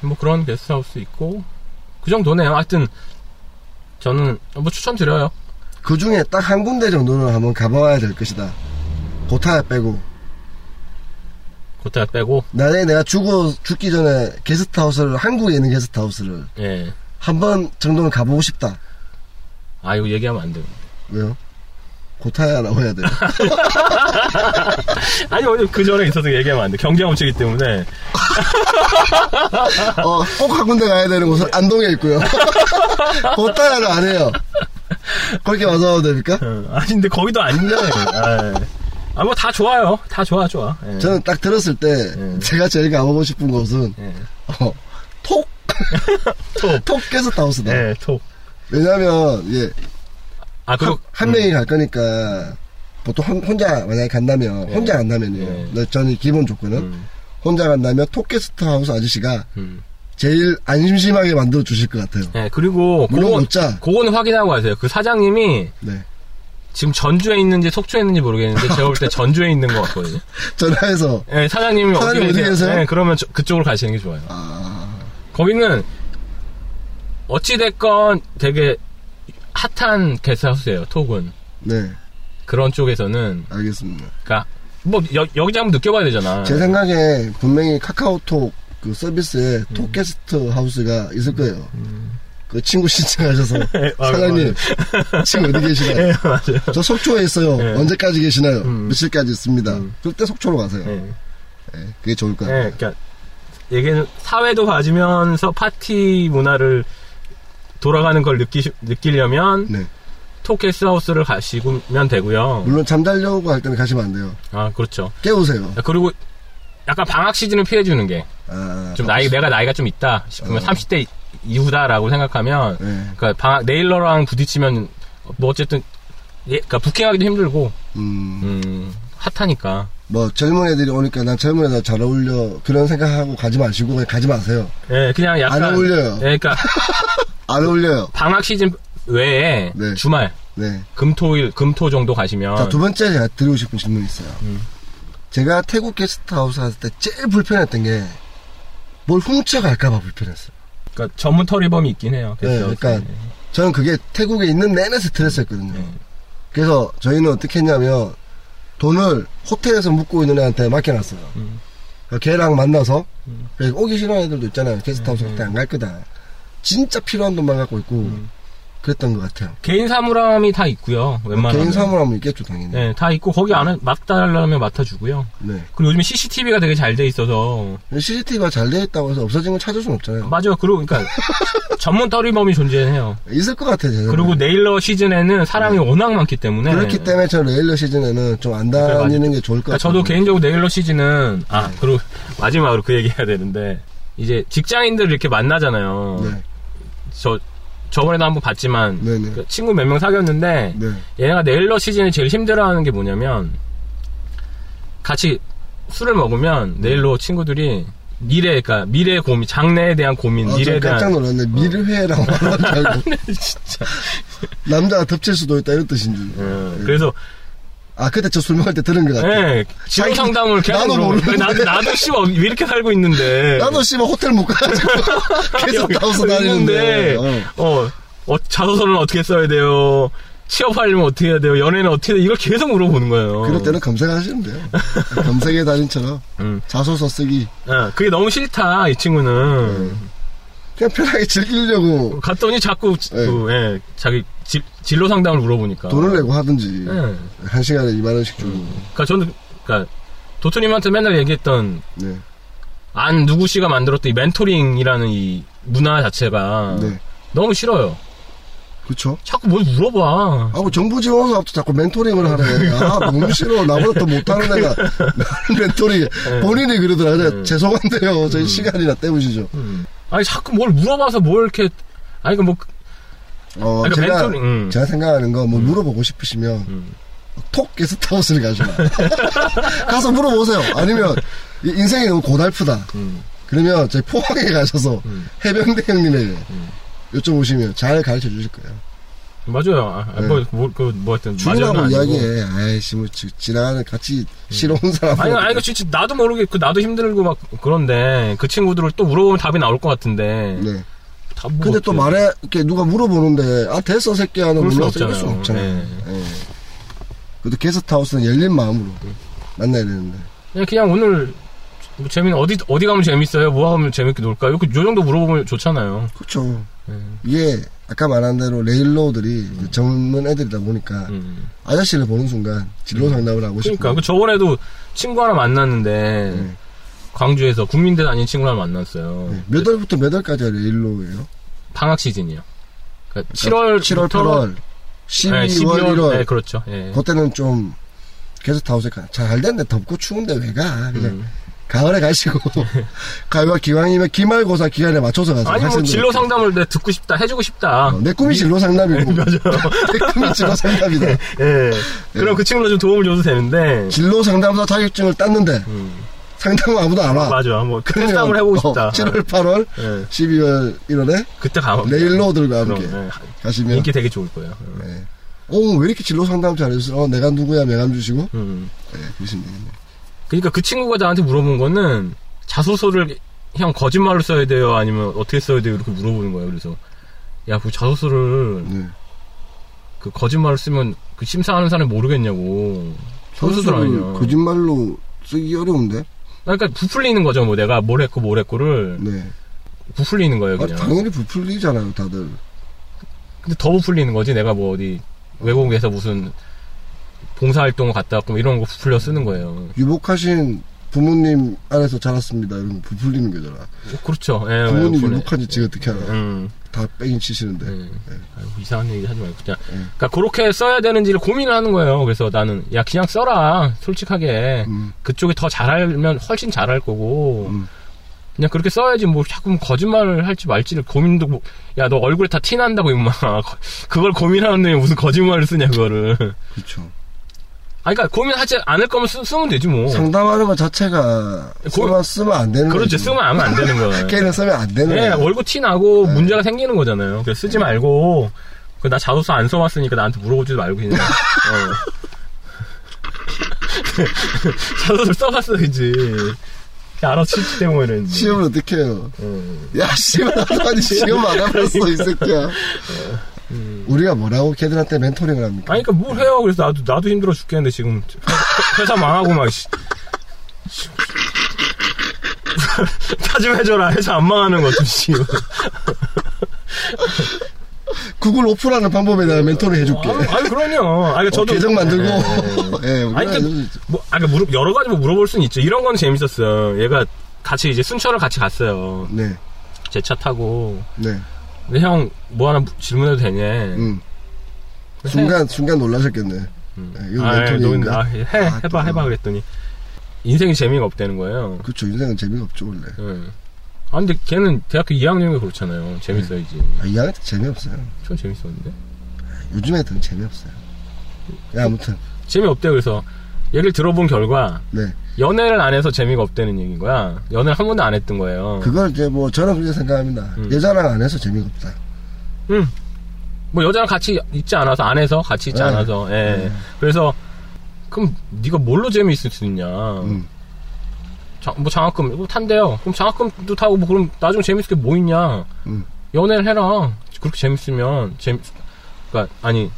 [SPEAKER 1] 뭐 그런 게스트하우스 있고 그 정도네요. 하여튼 저는 뭐 추천드려요.
[SPEAKER 2] 그 중에 딱 한 군데 정도는 한번 가봐야 될 것이다. 고타야 빼고.
[SPEAKER 1] 고타 빼고
[SPEAKER 2] 나중에 내가 죽어, 죽기 전에 게스트하우스를, 한국에 있는 게스트하우스를
[SPEAKER 1] 예.
[SPEAKER 2] 한 번 정도는 가보고 싶다.
[SPEAKER 1] 아 이거 얘기하면 안 돼요.
[SPEAKER 2] 왜요? 고타야라고 해야 돼요.
[SPEAKER 1] 아니 오늘 그 전에 있어서 얘기하면 안 돼. 경쟁 업체이기 때문에
[SPEAKER 2] 어, 꼭 한 군데 가야 되는 곳은 안동에 있고요. (laughs) 고타야를 안 해요. 그렇게 와서 하면 됩니까? 네.
[SPEAKER 1] 어, 아니 근데 거기도 아닌데. 아, 아, 뭐 다 좋아요. 다 좋아, 좋아. 예.
[SPEAKER 2] 저는 딱 들었을 때
[SPEAKER 1] 예.
[SPEAKER 2] 제가 제일 가보고 싶은 곳은
[SPEAKER 1] 예.
[SPEAKER 2] 어,
[SPEAKER 1] (laughs)
[SPEAKER 2] 톡
[SPEAKER 1] 톡.
[SPEAKER 2] 톡 게스트하우스다.
[SPEAKER 1] 예, 톡.
[SPEAKER 2] 왜냐하면 이게
[SPEAKER 1] 아, 그리고,
[SPEAKER 2] 한, 한 명이 갈 거니까 보통 혼- 혼자 만약에 간다면
[SPEAKER 1] 예.
[SPEAKER 2] 혼자 간다면요.
[SPEAKER 1] 예.
[SPEAKER 2] 네, 저는 기본 조건은
[SPEAKER 1] 음.
[SPEAKER 2] 혼자 간다면 톡 게스트하우스 아저씨가
[SPEAKER 1] 음.
[SPEAKER 2] 제일 안심심하게 만들어 주실 것 같아요.
[SPEAKER 1] 예, 그리고,
[SPEAKER 2] 물론
[SPEAKER 1] 그건,
[SPEAKER 2] 문자.
[SPEAKER 1] 그건 확인하고 가세요. 그 사장님이
[SPEAKER 2] 네.
[SPEAKER 1] 지금 전주에 있는지 속초에 있는지 모르겠는데, 제가 볼 때 전주에 있는 것 같거든요.
[SPEAKER 2] 전화해서
[SPEAKER 1] 예, 사장님이 어디
[SPEAKER 2] 사장님 어디
[SPEAKER 1] 계세요?
[SPEAKER 2] 계세요?
[SPEAKER 1] 예, 그러면 저- 그쪽으로 가시는 게 좋아요.
[SPEAKER 2] 아,
[SPEAKER 1] 거기는, 어찌됐건 되게 핫한 게스트하우스예요 톡은.
[SPEAKER 2] 네,
[SPEAKER 1] 그런 쪽에서는,
[SPEAKER 2] 알겠습니다.
[SPEAKER 1] 그니까, 뭐, 여, 여기서 한번 느껴봐야 되잖아.
[SPEAKER 2] 제 생각에 분명히 카카오톡 그 서비스에 톡 게스트 하우스가 있을 거예요. 그 친구 신청하셔서
[SPEAKER 1] (laughs) 아,
[SPEAKER 2] 사장님 지금 어디
[SPEAKER 1] (laughs)
[SPEAKER 2] 계시나요?
[SPEAKER 1] 예, 맞아요.
[SPEAKER 2] 저 속초에 있어요.
[SPEAKER 1] 예.
[SPEAKER 2] 언제까지 계시나요?
[SPEAKER 1] 음.
[SPEAKER 2] 며칠까지 있습니다. 그럴 때 속초로 가세요.
[SPEAKER 1] 예.
[SPEAKER 2] 예, 그게 좋을 것 같아요.
[SPEAKER 1] 예, 그러니까 얘기는 사회도 가지면서 파티 문화를 돌아가는 걸 느끼시, 느끼려면
[SPEAKER 2] 네.
[SPEAKER 1] 톡 게스트하우스를 가시면 되고요.
[SPEAKER 2] 물론 잠자려고 할 때는 가시면 안 돼요.
[SPEAKER 1] 아 그렇죠.
[SPEAKER 2] 깨우세요.
[SPEAKER 1] 그리고 약간 방학 시즌을 피해 주는 게 좀
[SPEAKER 2] 아,
[SPEAKER 1] 나이 내가 나이가 좀 있다
[SPEAKER 2] 어.
[SPEAKER 1] 싶으면 30대 이후다라고 생각하면
[SPEAKER 2] 예.
[SPEAKER 1] 그러니까 방학 네일러랑 부딪히면 뭐 어쨌든 예, 그러니까 부킹하기도 힘들고
[SPEAKER 2] 음,
[SPEAKER 1] 음, 핫하니까
[SPEAKER 2] 뭐 젊은 애들이 오니까 난 젊은 애들 잘 어울려 그런 생각하고 가지 마시고 그냥 가지 마세요.
[SPEAKER 1] 예, 그냥 약간
[SPEAKER 2] 안 어울려요.
[SPEAKER 1] 예, 그러니까 (laughs)
[SPEAKER 2] 안 어울려요.
[SPEAKER 1] 방학 시즌 외에
[SPEAKER 2] 네.
[SPEAKER 1] 주말
[SPEAKER 2] 네.
[SPEAKER 1] 금토일 금토 정도 가시면
[SPEAKER 2] 자, 두 번째 제가 드리고 싶은 질문이 있어요.
[SPEAKER 1] 음.
[SPEAKER 2] 제가 태국 게스트하우스 할 때 제일 불편했던 게 뭘 훔쳐갈까봐 불편했어요.
[SPEAKER 1] 그러니까 전문 터리범이 있긴 해요.
[SPEAKER 2] 네,
[SPEAKER 1] 그래서 예.
[SPEAKER 2] 그러니까 저는 그게 태국에 있는 내내 스트레스였거든요.
[SPEAKER 1] 음.
[SPEAKER 2] 그래서 저희는 어떻게 했냐면 돈을 호텔에서 묵고 있는 애한테 맡겨놨어요.
[SPEAKER 1] 음.
[SPEAKER 2] 그러니까 걔랑 만나서 그래서 오기 싫어하는 애들도 있잖아요. 게스트하우스
[SPEAKER 1] 음.
[SPEAKER 2] 그때 안 갈 거다. 진짜 필요한 돈만 갖고 있고 그랬던 것 같아요.
[SPEAKER 1] 개인 사물함이 다 있고요. 웬만하면
[SPEAKER 2] 개인 사물함은 있겠죠 당연히. 네.
[SPEAKER 1] 네, 다 있고 거기 안에 맡달라면 맡아주고요. 그리고 요즘에 CCTV가 되게 잘 돼 있어서
[SPEAKER 2] CCTV가 잘 돼 있다고 해서 없어진 걸 찾을 수는 없잖아요.
[SPEAKER 1] 맞아요. 그리고 그러니까 전문 터리범이 존재해요.
[SPEAKER 2] 있을 것 같아요. 저는.
[SPEAKER 1] 그리고 네일러 시즌에는 사람이 워낙 많기 때문에
[SPEAKER 2] 그렇기 때문에 그렇죠. 저 레일러 시즌에는 좀 안
[SPEAKER 1] 그래,
[SPEAKER 2] 다니는 게 좋을 것
[SPEAKER 1] 네. 그러니까
[SPEAKER 2] 같아요.
[SPEAKER 1] 저도 개인적으로 네일러 시즌은 아 그리고 마지막으로 그 얘기해야 되는데 이제 직장인들 이렇게 만나잖아요.
[SPEAKER 2] 네,
[SPEAKER 1] 저 저번에도 한번 봤지만
[SPEAKER 2] 네, 네.
[SPEAKER 1] 그 친구 몇 명 사귀었는데
[SPEAKER 2] 네.
[SPEAKER 1] 얘네가 네일러 시즌에 제일 힘들어하는 게 뭐냐면 같이 술을 먹으면 네일러 친구들이 미래 그러니까 미래 고민 장래에 대한 고민
[SPEAKER 2] 아,
[SPEAKER 1] 미래에
[SPEAKER 2] 저 깜짝
[SPEAKER 1] 대한 어. 네,
[SPEAKER 2] 놀랐네. 미르회라고 하는
[SPEAKER 1] (laughs)
[SPEAKER 2] 줄 알고. 남자가 덮칠 수도 있다 이런 뜻인 줄.
[SPEAKER 1] 음, 그래서
[SPEAKER 2] 아 그때 저 술 먹을 때 들은 것 같아.
[SPEAKER 1] 예 지금
[SPEAKER 2] 자기-
[SPEAKER 1] 상담을 계속
[SPEAKER 2] 나도
[SPEAKER 1] 물어보고
[SPEAKER 2] 모르는데.
[SPEAKER 1] 나도 나도 씨발 왜 이렇게 살고 있는데 (laughs)
[SPEAKER 2] 나도 씨발 호텔 못 가가지고 계속
[SPEAKER 1] 여기
[SPEAKER 2] 나와서 다니는데.
[SPEAKER 1] 있는데,
[SPEAKER 2] 어.
[SPEAKER 1] 어. 어, 자소서는 어떻게 써야 돼요 취업하려면 어떻게 해야 돼요 연애는 어떻게 해야 돼요 이걸 계속 물어보는 거예요
[SPEAKER 2] 그럴 때는 검색하시면 돼요. 검색의 달인처럼
[SPEAKER 1] 음.
[SPEAKER 2] 자소서 쓰기.
[SPEAKER 1] 예, 그게 너무 싫다 이 친구는
[SPEAKER 2] 네. 그냥 편하게 즐기려고
[SPEAKER 1] 갔더니 자꾸 지-
[SPEAKER 2] 네.
[SPEAKER 1] 그, 예, 자기 지- 진로 상담을 물어보니까.
[SPEAKER 2] 돈을 내고 하든지
[SPEAKER 1] 예.
[SPEAKER 2] 한 시간에 2만 원씩 주고.
[SPEAKER 1] 그러니까 저는 그러니까 도토님한테 맨날 얘기했던
[SPEAKER 2] 네.
[SPEAKER 1] 안 누구 씨가 만들었던 이 멘토링이라는 이 문화 자체가
[SPEAKER 2] 네.
[SPEAKER 1] 너무 싫어요.
[SPEAKER 2] 그렇죠.
[SPEAKER 1] 자꾸 뭘 물어봐.
[SPEAKER 2] 아고 정부 지원 사업도 자꾸 멘토링을 하네. 아 너무 싫어. 나보다 더 못하는
[SPEAKER 1] (laughs)
[SPEAKER 2] 애가 나를 멘토링.
[SPEAKER 1] 네.
[SPEAKER 2] 본인이 그러더라. 그래, 죄송한데요.
[SPEAKER 1] 음.
[SPEAKER 2] 저희 시간이나 때우시죠.
[SPEAKER 1] 아니 자꾸 뭘 물어봐서 뭘 이렇게 아니 그러니까 그뭐
[SPEAKER 2] 어,
[SPEAKER 1] 그러니까
[SPEAKER 2] 제가
[SPEAKER 1] 멘토링, 음.
[SPEAKER 2] 제가 생각하는 거 뭐 물어보고 싶으시면 톡 게스트하우스를 가시면 (laughs) 가서 물어보세요. 아니면 이 인생이 너무 고달프다.
[SPEAKER 1] 음.
[SPEAKER 2] 그러면 저희 포항에 가셔서 해병대 형님에게
[SPEAKER 1] 음.
[SPEAKER 2] 여쭤보시면 잘 가르쳐 주실 거예요.
[SPEAKER 1] 맞아요. 아,
[SPEAKER 2] 네.
[SPEAKER 1] 뭐뭐그뭐 하여튼
[SPEAKER 2] 주인하고
[SPEAKER 1] 맞아는 아니고.
[SPEAKER 2] 이야기해. 아이씨, 뭐, 지- 지나가는 같이 싫어 온 사람.
[SPEAKER 1] 아니 아니 그 진짜 나도 모르게 그 나도 힘들고 막 그런데 그 친구들을 또 물어보면 답이 나올 것 같은데.
[SPEAKER 2] 네.
[SPEAKER 1] 다 뭐,
[SPEAKER 2] 근데 또
[SPEAKER 1] 어떻게-
[SPEAKER 2] 말해, 이렇게 누가 물어보는데, 아, 됐어, 새끼야. 는
[SPEAKER 1] 그럴 수
[SPEAKER 2] 물러서 이럴
[SPEAKER 1] 없잖아요.
[SPEAKER 2] 수 없잖아요.
[SPEAKER 1] 네.
[SPEAKER 2] 예. 그래도 게스트하우스는 열린 마음으로 만나야 되는데.
[SPEAKER 1] 그냥, 그냥 오늘 뭐 재미는 어디 어디 가면 재밌어요? 뭐 하면 재밌게 놀까? 요렇게 요 정도 물어보면 좋잖아요.
[SPEAKER 2] 그렇죠.
[SPEAKER 1] 네.
[SPEAKER 2] 이게 아까 말한 대로 레일로들이 젊은 애들이다 보니까
[SPEAKER 1] 음.
[SPEAKER 2] 아저씨를 보는 순간 진로 상담을 하고
[SPEAKER 1] 그러니까
[SPEAKER 2] 싶고
[SPEAKER 1] 그 저번에도 친구 하나 만났는데
[SPEAKER 2] 네.
[SPEAKER 1] 광주에서 국민대 다니는 친구 하나 만났어요.
[SPEAKER 2] 네. 몇 월부터 몇 월까지가 레일로예요?
[SPEAKER 1] 방학 시즌이요. 그러니까 7월
[SPEAKER 2] 7월, 8월, 12월,
[SPEAKER 1] 12월,
[SPEAKER 2] 1월
[SPEAKER 1] 네, 그렇죠. 예.
[SPEAKER 2] 그때는 좀 게스트하우스에 가- 잘 됐는데 덥고 추운데 왜 가? 그냥
[SPEAKER 1] 음. (laughs)
[SPEAKER 2] 가을에 가시고 가을과 기왕이면 기말고사 기간에 맞춰서 가세요.
[SPEAKER 1] 아니 뭐
[SPEAKER 2] 학생들.
[SPEAKER 1] 진로 상담을 내 듣고 싶다 해주고 싶다.
[SPEAKER 2] 어, 내 꿈이 진로
[SPEAKER 1] (laughs)
[SPEAKER 2] 상담이고 (laughs) 내 꿈이 진로 상담이다.
[SPEAKER 1] 예. 그럼 그 친구들 좀 도움을 줘도
[SPEAKER 2] (laughs)
[SPEAKER 1] 되는데.
[SPEAKER 2] 진로 상담사 자격증을 땄는데
[SPEAKER 1] 음,
[SPEAKER 2] 상담은 아무도 안 와.
[SPEAKER 1] 맞아. 뭐 그때
[SPEAKER 2] 그러면,
[SPEAKER 1] 싸움을 해보고 싶다.
[SPEAKER 2] 어, 7월, 8월,
[SPEAKER 1] 예.
[SPEAKER 2] 12월 1월에
[SPEAKER 1] 그때 가면
[SPEAKER 2] 레일로들과
[SPEAKER 1] 그럼,
[SPEAKER 2] 함께
[SPEAKER 1] 예.
[SPEAKER 2] 가시면
[SPEAKER 1] 인기 되게 좋을 거예요.
[SPEAKER 2] 오, 왜 이렇게 진로 상담 잘해주세요? 어, 내가 누구야? 명함 주시고.
[SPEAKER 1] 음.
[SPEAKER 2] 네, 그러시면 되겠네요.
[SPEAKER 1] 그러니까 그 친구가 나한테 물어본 거는 자소서를 형 거짓말로 써야 돼요 아니면 어떻게 써야 돼요 이렇게 물어보는 거예요. 그래서 야그 자소서를
[SPEAKER 2] 네.
[SPEAKER 1] 그 거짓말을 쓰면 그 심사하는 사람이 모르겠냐고. 선수들
[SPEAKER 2] 선수를
[SPEAKER 1] 아니냐.
[SPEAKER 2] 거짓말로 쓰기 어려운데?
[SPEAKER 1] 그러니까 부풀리는 거죠. 뭐 내가 뭘 했고 뭘 했고를
[SPEAKER 2] 네.
[SPEAKER 1] 부풀리는 거예요.
[SPEAKER 2] 아,
[SPEAKER 1] 그냥.
[SPEAKER 2] 당연히 부풀리잖아요, 다들.
[SPEAKER 1] 근데 더 부풀리는 거지. 내가 뭐 어디 외국에서 무슨 봉사활동 갔다 왔고 뭐 이런 거 부풀려 쓰는 거예요. 뭐
[SPEAKER 2] 유복하신 부모님 안에서 자랐습니다. 이런 거 부풀리는 거잖아.
[SPEAKER 1] 그렇죠. 예,
[SPEAKER 2] 부모님
[SPEAKER 1] 부풀려.
[SPEAKER 2] 유복한지 지가 어떻게 알아?
[SPEAKER 1] 음.
[SPEAKER 2] 다 빼긴 치시는데.
[SPEAKER 1] 음. 아이고, 이상한 얘기 하지 말고 그냥
[SPEAKER 2] 네.
[SPEAKER 1] 그러니까 그렇게 써야 되는지를 고민을 하는 거예요. 그래서 나는 야 그냥 써라 솔직하게
[SPEAKER 2] 음.
[SPEAKER 1] 그쪽이 더 잘하면 훨씬 잘할 거고 그냥 그렇게 써야지 뭐 자꾸 거짓말을 할지 말지를 고민도 뭐, 야 너 얼굴에 다 티 난다고 임마 (laughs) 그걸 고민하는데 무슨 거짓말을 쓰냐 그거를
[SPEAKER 2] 그렇죠.
[SPEAKER 1] 아 그러니까 고민하지 않을 거면 쓰, 쓰면 되지 뭐
[SPEAKER 2] 상담하는 것 자체가 쓰면, 쓰면 안 되는 거죠.
[SPEAKER 1] 그 그렇지 쓰면 하면 안
[SPEAKER 2] (laughs)
[SPEAKER 1] 되는 거예요.
[SPEAKER 2] 걔는 쓰면 안 되는
[SPEAKER 1] 예,
[SPEAKER 2] 거예요.
[SPEAKER 1] 월급 티 나고 문제가 생기는 거잖아요. 그래서
[SPEAKER 2] 음.
[SPEAKER 1] 쓰지 말고 그 나 자소서 안 써왔으니까 나한테 물어보지도 (laughs) 말고
[SPEAKER 2] (laughs)
[SPEAKER 1] 그냥. 어. 자소서 써봤어야지. 알아치기 때문에 이랬는데.
[SPEAKER 2] 시험을 어떻게 해요?
[SPEAKER 1] 음.
[SPEAKER 2] 야, 시험 하다니 시험 안 해봤어, 이 새끼야.
[SPEAKER 1] 음.
[SPEAKER 2] 우리가 뭐라고 걔들한테 멘토링을 합니까?
[SPEAKER 1] 아니 그러니까 뭘 해요? 그래서 나도 나도 힘들어 죽겠는데 지금 회- 회사 망하고 막. 씨. (laughs) 다좀 해줘라. 회사 안 망하는 거좀
[SPEAKER 2] (laughs)
[SPEAKER 1] 씨발.
[SPEAKER 2] 구글 오프라는 방법에 대한 멘토를 해줄게.
[SPEAKER 1] 아니, 아니 그럼요. 아니 그러니까 저도
[SPEAKER 2] 어, 계정 만들고. (laughs) 예, 우리가
[SPEAKER 1] 아니, 그,
[SPEAKER 2] 해줄-
[SPEAKER 1] 뭐, 아니, 그, 여러 가지 뭐 물어볼 수는 있죠. 이런 건 재밌었어요. 얘가 같이 이제 순천을 같이 갔어요.
[SPEAKER 2] 네,
[SPEAKER 1] 제 차 타고.
[SPEAKER 2] 네.
[SPEAKER 1] 근데 형, 뭐 하나 질문해도 되냐.
[SPEAKER 2] 음. 순간, 순간 놀라셨겠네. 예, 이거
[SPEAKER 1] 아, 예,
[SPEAKER 2] 멘토링인데.
[SPEAKER 1] 너, 아, 해,
[SPEAKER 2] 아,
[SPEAKER 1] 해봐,
[SPEAKER 2] 또.
[SPEAKER 1] 해봐 그랬더니. 인생이 재미가 없다는 거예요.
[SPEAKER 2] 그쵸, 인생은 재미가 없죠, 원래.
[SPEAKER 1] 응. 아, 근데 걔는 대학교 2학년이 그렇잖아요. 재밌어야지.
[SPEAKER 2] 아, 이 아이 때 재미없어요.
[SPEAKER 1] 전 재밌었는데.
[SPEAKER 2] 요즘 애들은 재미없어요. 야, 아무튼,
[SPEAKER 1] 재미없대, 그래서. 얘기를 들어본 결과,
[SPEAKER 2] 네.
[SPEAKER 1] 연애를 안 해서 재미가 없다는 얘기인 거야. 연애를 한 번도 안 했던 거예요.
[SPEAKER 2] 그걸 이제 뭐, 저는 그렇게 생각합니다.
[SPEAKER 1] 음.
[SPEAKER 2] 여자랑 안 해서 재미가 없다.
[SPEAKER 1] 뭐 여자랑 같이 있지 않아서 안에서 같이 있지
[SPEAKER 2] 네.
[SPEAKER 1] 않아서 예. 그래서 그럼 네가 뭘로 재미있을 수 있냐
[SPEAKER 2] 음.
[SPEAKER 1] 자- 뭐 장학금 이거 탄대요 그럼 장학금도 타고 뭐 그럼 나중에 재밌을 게 뭐 있냐
[SPEAKER 2] 음.
[SPEAKER 1] 연애를 해라 그렇게 재밌으면 재미 그러니까 아니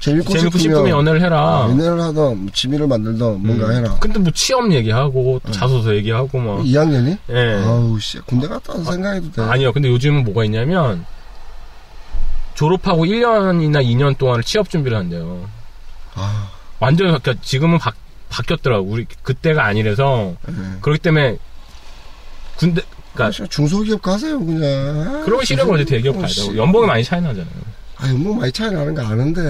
[SPEAKER 2] 재밌고, 아,
[SPEAKER 1] 재밌고 싶으면 연애를 해라
[SPEAKER 2] 연애를 하던, 뭐 취미를 만들던, 뭔가
[SPEAKER 1] 음.
[SPEAKER 2] 해라.
[SPEAKER 1] 근데 뭐 취업 얘기하고 또 자소서 얘기하고 막
[SPEAKER 2] 이학년이
[SPEAKER 1] 예.
[SPEAKER 2] 아우, 씨. 군대 갔다 와서 생각해도 돼.
[SPEAKER 1] 아니요. 근데 요즘은 뭐가 있냐면 졸업하고 1년이나 2년 동안을 취업 준비를 한대요.
[SPEAKER 2] 아.
[SPEAKER 1] 완전 그러니까 지금은 바, 바뀌었더라고. 우리 그때가 아니라서
[SPEAKER 2] 네.
[SPEAKER 1] 그렇기 때문에 군대 그러니까
[SPEAKER 2] 사실 중소기업 가세요, 그냥.
[SPEAKER 1] 그런 실력을 어제 대기업 가야 되고 연봉이 많이 차이 나잖아요.
[SPEAKER 2] 아, 연봉 많이 차이 나는 거 아는데.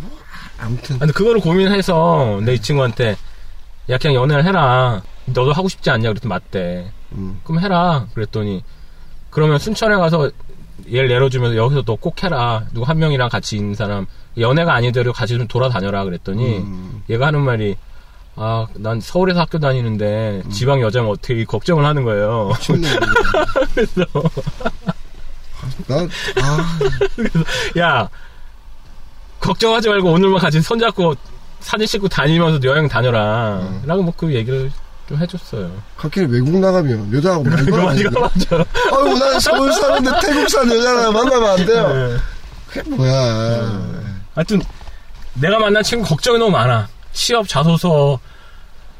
[SPEAKER 2] 뭐, 아무튼.
[SPEAKER 1] 근데 그거를 고민해서
[SPEAKER 2] 네.
[SPEAKER 1] 내 이 친구한테 야 그냥 연애를 해라. 너도 하고 싶지 않냐 그랬더니 맞대.
[SPEAKER 2] 음.
[SPEAKER 1] 그럼 해라. 그랬더니 그러면 순천에 가서 얘를 내려주면서 여기서 너 꼭 해라. 누구 한 명이랑 같이 있는 사람 연애가 아니더라도 같이 좀 돌아다녀라 그랬더니
[SPEAKER 2] 음.
[SPEAKER 1] 얘가 하는 말이 아 난 서울에서 학교 다니는데 지방 여자면 어떻게 이 걱정을 하는 거예요. (laughs)
[SPEAKER 2] 좋네.
[SPEAKER 1] 그래서
[SPEAKER 2] 난, 아,
[SPEAKER 1] 야 걱정하지 말고 오늘만 같이 손잡고 사진 찍고 다니면서 여행 다녀라. 라고 뭐 그 얘기를 좀 해줬어요.
[SPEAKER 2] 갑자기 외국 나가면 여자하고 말도
[SPEAKER 1] 그거
[SPEAKER 2] 안
[SPEAKER 1] 맞아
[SPEAKER 2] 되는데.
[SPEAKER 1] 맞아.
[SPEAKER 2] 아유, 난 서울 사는데 태국 사는 여자랑 만나면 안 돼요.
[SPEAKER 1] 네.
[SPEAKER 2] 그게 뭐야.
[SPEAKER 1] 하여튼 내가 만난 친구 걱정이 너무 많아. 취업 자소서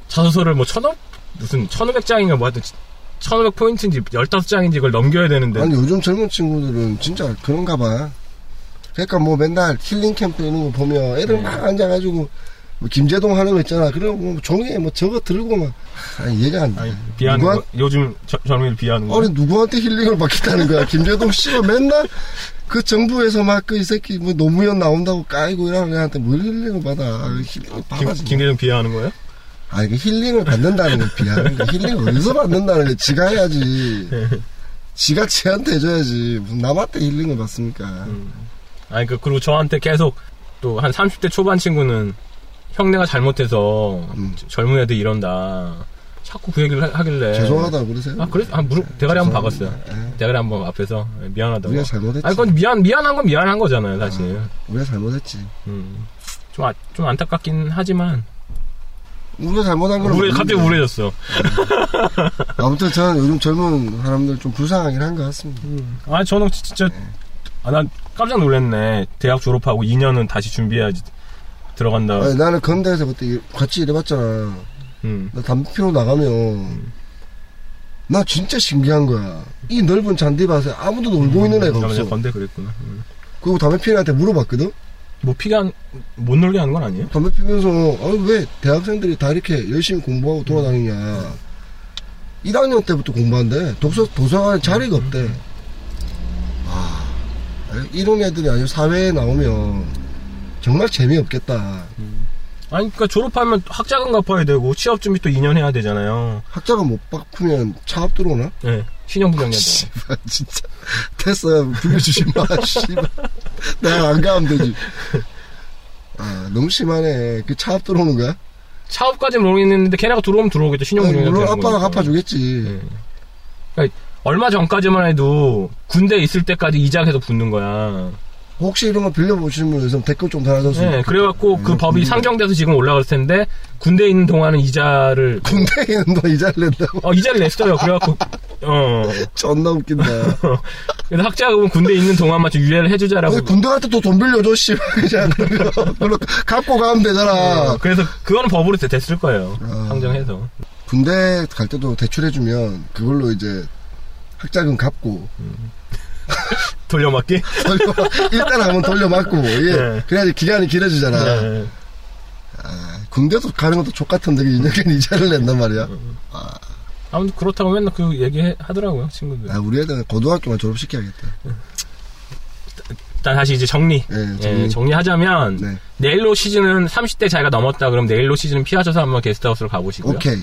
[SPEAKER 1] 자소서를 뭐 천억 무슨 천오백 장인가 뭐 하여튼 천오백 포인트인지 열다섯 장인지 그걸 넘겨야 되는데
[SPEAKER 2] 아니, 요즘 젊은 친구들은 진짜 네. 그런가 봐. 그러니까 뭐 맨날 힐링 캠프 이런 거 보면 애들 막 앉아가지고 뭐 김제동 하는 거 있잖아. 그리고 뭐 종이에 뭐 저거 들고 막 아니, 이해가 안 돼.
[SPEAKER 1] 아니, 비하는
[SPEAKER 2] 누구한-
[SPEAKER 1] 거, 요즘 저- 젊은이를 비하는 거.
[SPEAKER 2] 아니 누구한테 힐링을 받겠다는 거야 김재동 씨가 맨날 그 정부에서 막 그 이 새끼 뭐 노무현 나온다고 까이고 이러는 애한테 뭘 힐링을 받아 그 힐링을 받아
[SPEAKER 1] 김, 김대중 비하하는 거예요?
[SPEAKER 2] 아니 그 힐링을 받는다는 건 비하는 거 힐링을 어디서 받는다는 거 지가 해야지 지가 지한테 해줘야지 무슨 남한테 힐링을 받습니까
[SPEAKER 1] 음. 아니, 그, 그리고 저한테 계속 또 한 30대 초반 친구는 형네가 잘못해서
[SPEAKER 2] 음.
[SPEAKER 1] 저- 젊은 애들 이런다. 자꾸 그 얘기를 하- 하길래.
[SPEAKER 2] 죄송하다고 그러세요
[SPEAKER 1] 아, 그래서, 아, 무릎, 대가리 한 번 박았어요.
[SPEAKER 2] 죄송합니다. 예.
[SPEAKER 1] 대가리 한 번 앞에서 예, 미안하다고.
[SPEAKER 2] 우리가 잘못했지
[SPEAKER 1] 아니, 그건 미안, 미안한 건 미안한 거잖아요, 사실.
[SPEAKER 2] 우리가 잘못했지
[SPEAKER 1] 음. 좀, 아- 좀 안타깝긴 하지만.
[SPEAKER 2] 우리가 잘못한 걸
[SPEAKER 1] 우울해, 갑자기 우울해졌어.
[SPEAKER 2] 아무튼 저는 요즘 젊은 사람들 좀 불쌍하긴 한 것 같습니다
[SPEAKER 1] 아 저는 진- 진짜 아, 난 깜짝 놀랐네. 대학 졸업하고 2년은 다시 준비해야지 들어간다.
[SPEAKER 2] 아니, 나는 건대에서 그때 일- 같이 일해봤잖아
[SPEAKER 1] 음.
[SPEAKER 2] 나 담배 피러 나가면 나 진짜 신기한 거야. 이 넓은 잔디밭에 아무도
[SPEAKER 1] 음,
[SPEAKER 2] 놀고 있는 애가
[SPEAKER 1] 잠깐만,
[SPEAKER 2] 없어.
[SPEAKER 1] 건데 그랬구나. 음.
[SPEAKER 2] 그리고 담배 피는 애한테 물어봤거든.
[SPEAKER 1] 뭐 피가 안- 못 놀게 하는 건 아니에요?
[SPEAKER 2] 담배 피면서 아니 왜 대학생들이 다 이렇게 열심히 공부하고 돌아다니냐. 1학년 때부터 공부한대. 독서 도서관에 자리가 없대. 아 이런 애들이 아니고 사회에 나오면 정말 재미없겠다.
[SPEAKER 1] 아니 그러니까 졸업하면 학자금 갚아야 되고 취업 준비 또 2년 해야 되잖아요.
[SPEAKER 2] 학자가 못 바꾸면 차업 들어오나?
[SPEAKER 1] 예. 신용불량자.
[SPEAKER 2] 씨발 진짜 됐어 불려주지 마 씨발 내가 안 가면 되지 아 너무 심하네 그 차 앞 들어오는 거야?
[SPEAKER 1] 차업까지는 모르겠는데 걔네가 들어오면 들어오겠죠.
[SPEAKER 2] 아니,
[SPEAKER 1] 신용불량자.
[SPEAKER 2] 물론
[SPEAKER 1] 되는
[SPEAKER 2] 아빠가
[SPEAKER 1] 거니까. 네.
[SPEAKER 2] 갚아주겠지
[SPEAKER 1] 그러니까 얼마 전까지만 해도 군대 있을 때까지 이자해서 붙는 거야.
[SPEAKER 2] 혹시 이런 거 빌려보시는 분 있으면 댓글 좀 달아줬으면
[SPEAKER 1] 예.
[SPEAKER 2] 좋겠다.
[SPEAKER 1] 그래갖고 그
[SPEAKER 2] 음,
[SPEAKER 1] 법이
[SPEAKER 2] 음.
[SPEAKER 1] 상정돼서 지금 올라갈 텐데 군대 있는 동안은 이자를
[SPEAKER 2] 군대에 있는 너 이자를 낸다고
[SPEAKER 1] 어, 이자를 냈어요. 그래갖고, 어.
[SPEAKER 2] 존나 웃긴다
[SPEAKER 1] 그래서 학자금 군대 있는 동안만 좀 유예를 해주자라고.
[SPEAKER 2] 근데 군대 갈 때 또 돈 빌려줘 씨발 그냥 그러면 그걸로 갚고 가면 되잖아
[SPEAKER 1] 어, 그래서 그거는 법으로 되- 됐을 거예요.
[SPEAKER 2] 아.
[SPEAKER 1] 상정해서.
[SPEAKER 2] 군대 갈 때도 대출해주면 그걸로 이제 학자금 갚고
[SPEAKER 1] 돌려막기?
[SPEAKER 2] 돌려 (laughs) 일단 한번 돌려맞고 예.
[SPEAKER 1] 네.
[SPEAKER 2] 그래야지 기간이 길어지잖아
[SPEAKER 1] 네.
[SPEAKER 2] 군대도 가는 것도 족같은데 이 년간 (laughs) 이자를 낸단 말이야.
[SPEAKER 1] 음, 아무튼 그렇다고 맨날 그 얘기 하더라고요, 친구들.
[SPEAKER 2] 아, 우리 애들은 고등학교만 졸업시켜야겠다.
[SPEAKER 1] 일단 다시 이제 정리.
[SPEAKER 2] 네,
[SPEAKER 1] 예,
[SPEAKER 2] 정리.
[SPEAKER 1] 정리하자면,
[SPEAKER 2] 네.
[SPEAKER 1] 내일로 시즌은 30대 자기가 넘었다. 그럼 내일로 시즌은 피하셔서 한번 게스트하우스를 가보시고요.
[SPEAKER 2] 오케이.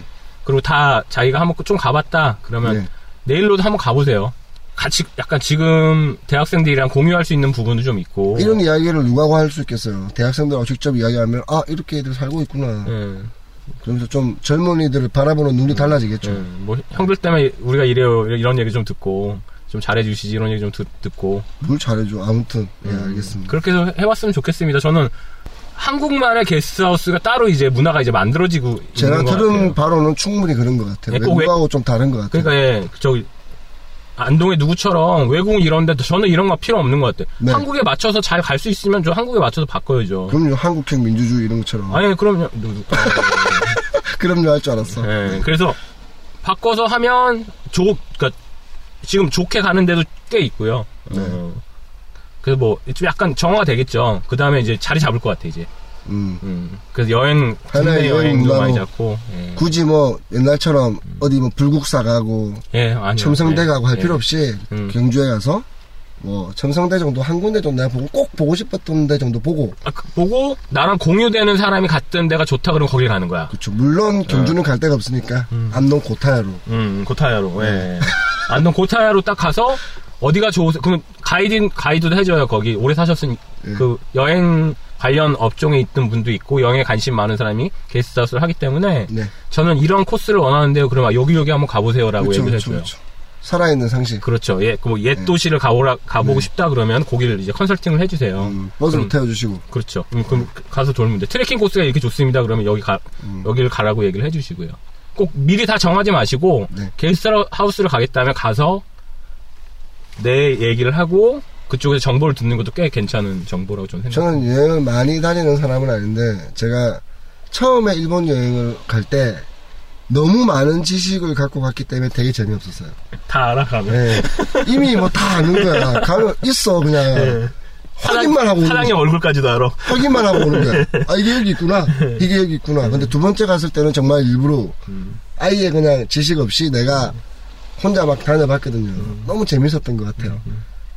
[SPEAKER 1] 그리고 다 자기가 한번 좀 가봤다. 그러면
[SPEAKER 2] 네.
[SPEAKER 1] 내일로도 한번 가보세요. 같이 약간 지금 대학생들이랑 공유할 수 있는 부분도 좀 있고.
[SPEAKER 2] 이런 이야기를 누가고 할 수 있겠어요. 대학생들하고 직접 이야기하면, 아, 이렇게 애들 살고 있구나.
[SPEAKER 1] 예.
[SPEAKER 2] 그러면서 좀 젊은이들을 바라보는 눈이 달라지겠죠.
[SPEAKER 1] 음, 뭐 형들 때문에 우리가 이래요 이래- 이런 얘기 좀 듣고 좀 잘해주시지 이런 얘기 좀 듣, 듣고
[SPEAKER 2] 뭘 잘해줘. 아무튼. 예,
[SPEAKER 1] 음.
[SPEAKER 2] 알겠습니다.
[SPEAKER 1] 그렇게 해서 해왔으면 좋겠습니다. 저는 한국만의 게스트하우스가 따로 이제 문화가 이제 만들어지고
[SPEAKER 2] 제가
[SPEAKER 1] 있는 것
[SPEAKER 2] 들은
[SPEAKER 1] 같아요.
[SPEAKER 2] 바로는 충분히 그런 것
[SPEAKER 1] 네,
[SPEAKER 2] 같아요.
[SPEAKER 1] 예. 꼭
[SPEAKER 2] 외국하고 좀 다른 것 같아요.
[SPEAKER 1] 그러니까 예, 저기 안동에 누구처럼 외국 이런데 저는 이런 거 필요 없는 것 같아요.
[SPEAKER 2] 네.
[SPEAKER 1] 한국에 맞춰서 잘 갈 수 있으면 저 한국에 맞춰서 바꿔야죠.
[SPEAKER 2] 그럼요, 한국형 민주주의 이런 것처럼.
[SPEAKER 1] 아니 그럼요. 누- 누-
[SPEAKER 2] (laughs) 그럼요, 할 줄 알았어.
[SPEAKER 1] 예, 그래서 바꿔서 하면 좋, 그러니까 지금 좋게 가는데도 꽤 있고요.
[SPEAKER 2] 네.
[SPEAKER 1] 어, 그래서 뭐 좀 약간 정화가 되겠죠. 그 다음에 이제 자리 잡을 것 같아 이제.
[SPEAKER 2] 음.
[SPEAKER 1] 음. 그래서 여행,
[SPEAKER 2] 하나의
[SPEAKER 1] 국내
[SPEAKER 2] 여행
[SPEAKER 1] 여행도
[SPEAKER 2] 문화로.
[SPEAKER 1] 많이 잡고. 예,
[SPEAKER 2] 굳이 뭐, 옛날처럼
[SPEAKER 1] 음.
[SPEAKER 2] 어디 뭐 불국사 가고,
[SPEAKER 1] 예 아니요.
[SPEAKER 2] 첨성대
[SPEAKER 1] 예,
[SPEAKER 2] 가고 할
[SPEAKER 1] 예.
[SPEAKER 2] 필요 없이
[SPEAKER 1] 음.
[SPEAKER 2] 경주에 가서 뭐 첨성대 정도 한 군데 정도 내가 보고 꼭 보고 싶었던 데 정도 보고
[SPEAKER 1] 아, 그- 보고 나랑 공유되는 사람이 갔던 데가 좋다 그러면 거길 가는 거야.
[SPEAKER 2] 그렇죠 물론
[SPEAKER 1] 예.
[SPEAKER 2] 경주는 갈 데가 없으니까 안동 고타야로
[SPEAKER 1] 음, 고타야로.
[SPEAKER 2] 네.
[SPEAKER 1] 예. (laughs) 안동 고타야로 딱 가서 어디가 좋으세요? 그럼 가이드 가이드도 해줘요. 거기 오래 사셨으니
[SPEAKER 2] 네.
[SPEAKER 1] 그 여행 관련 업종에 있던 분도 있고 여행에 관심 많은 사람이 게스트하우스를 하기 때문에
[SPEAKER 2] 네
[SPEAKER 1] 저는 이런 코스를 원하는데요. 그러면 여기 여기 한번 가보세요라고
[SPEAKER 2] 그렇죠
[SPEAKER 1] 얘기를
[SPEAKER 2] 그렇죠
[SPEAKER 1] 해줘요.
[SPEAKER 2] 그렇죠 살아있는 상식
[SPEAKER 1] 그렇죠. 예, 그뭐
[SPEAKER 2] 네.
[SPEAKER 1] 옛 도시를 가보라 가보고 싶다 그러면 거기를 이제 컨설팅을 해주세요.
[SPEAKER 2] 음, 버스로
[SPEAKER 1] 그럼-
[SPEAKER 2] 태워주시고
[SPEAKER 1] 그렇죠. 음, 그럼 가서 돌면 돼. 트레킹 코스가 이렇게 좋습니다. 그러면 여기 가,
[SPEAKER 2] 음.
[SPEAKER 1] 여기를 가라고 얘기를 해주시고요. 꼭 미리 다 정하지 마시고,
[SPEAKER 2] 네.
[SPEAKER 1] 게스트 하우스를 가겠다면 가서 내 얘기를 하고, 그쪽에서 정보를 듣는 것도 꽤 괜찮은 정보라고 저는 생각합니다.
[SPEAKER 2] 저는 여행을 많이 다니는 사람은 아닌데 제가 처음에 일본 여행을 갈 때 너무 많은 지식을 갖고 갔기 때문에 되게 재미없었어요 네.
[SPEAKER 1] 다 알아가면. (laughs)
[SPEAKER 2] 예. 이미 뭐 다 아는 거야. 가면 있어, 그냥.
[SPEAKER 4] 사장,
[SPEAKER 2] 확인만 하고
[SPEAKER 4] 사장님 얼굴까지도
[SPEAKER 2] (laughs)
[SPEAKER 4] 알아.
[SPEAKER 2] 확인만 하고
[SPEAKER 4] (laughs)
[SPEAKER 2] 오는 거야. 아, 이게 여기 있구나. 이게 여기 있구나. 근데 두 번째 갔을 때는 정말 일부러 아예 그냥 지식 없이 내가 혼자 막 다녀봤거든요. 너무 재밌었던 것 같아요.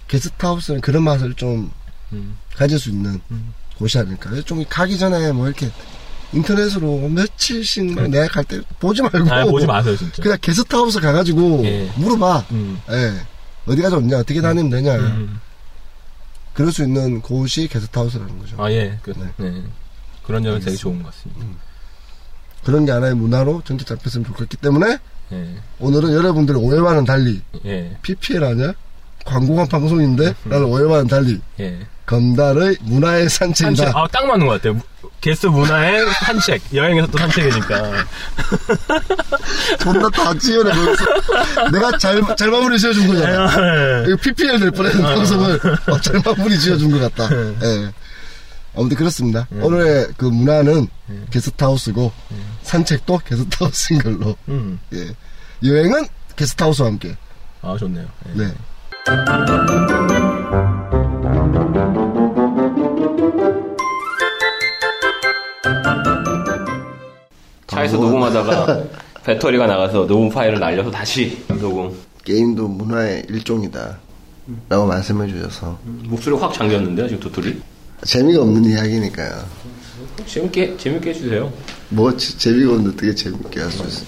[SPEAKER 2] 게스트하우스는 그런 맛을 좀
[SPEAKER 4] 음.
[SPEAKER 2] 가질 수 있는 곳이 아닐까. 좀 가기 전에 뭐 이렇게 인터넷으로 며칠씩 막 내가 갈 때 보지 말고.
[SPEAKER 4] 아, 보지 마세요, 진짜.
[SPEAKER 2] 그냥 게스트하우스 가가지고
[SPEAKER 4] 예.
[SPEAKER 2] 물어봐.
[SPEAKER 4] 음.
[SPEAKER 2] 예. 어디가 좋냐, 어떻게 다니면 되냐.
[SPEAKER 4] 음.
[SPEAKER 2] 그럴 수 있는 곳이 게스트하우스라는 거죠.
[SPEAKER 4] 아, 예. 그,
[SPEAKER 2] 네.
[SPEAKER 4] 네. 그런 점이 되게 좋은 것 같습니다.
[SPEAKER 2] 그런 게 하나의 문화로 전체 잡혔으면 좋겠기 때문에
[SPEAKER 4] 예.
[SPEAKER 2] 오늘은 여러분들의 오해와는 달리
[SPEAKER 4] 예.
[SPEAKER 2] PPL 아니야? 광고한 방송인데
[SPEAKER 4] 음.
[SPEAKER 2] 나는 오해와는 달리
[SPEAKER 4] 예.
[SPEAKER 2] 건달의 문화의
[SPEAKER 4] 산책.
[SPEAKER 2] 산책이다.
[SPEAKER 4] 아, 딱 맞는 것 같아요. 게스
[SPEAKER 1] (laughs)
[SPEAKER 4] 문화의 산책. 여행에서 또 산책이니까.
[SPEAKER 2] (laughs) 존나 다 지연해 보였어. 내가 잘, 잘 마무리 지어준 거잖아.
[SPEAKER 4] 네.
[SPEAKER 2] 이거 PPL 될 뻔했는
[SPEAKER 4] 아.
[SPEAKER 2] 방송을 어, 잘 마무리 지어준 것 같다.
[SPEAKER 4] 네.
[SPEAKER 2] 예. 아무튼 그렇습니다.
[SPEAKER 4] 음.
[SPEAKER 2] 오늘의 그 문화는 게스트하우스고 산책도 게스트하우스인 걸로.
[SPEAKER 4] 음.
[SPEAKER 2] 예. 여행은 게스트하우스와 함께.
[SPEAKER 4] 아, 좋네요. 예.
[SPEAKER 2] 네.
[SPEAKER 1] 차에서
[SPEAKER 5] (laughs)
[SPEAKER 1] 녹음하다가 배터리가 나가서 녹음 파일을 날려서 다시 녹음.
[SPEAKER 5] 게임도 문화의 일종이다. 라고 말씀해 주셔서
[SPEAKER 1] 목소리 확 잠겼는데요, 지금 도토리.
[SPEAKER 5] 재미가 없는 이야기니까요.
[SPEAKER 1] 재밌게, 재밌게 해주세요.
[SPEAKER 5] 뭐 지- 재미가 없는데 어떻게 재밌게 할 수 있어?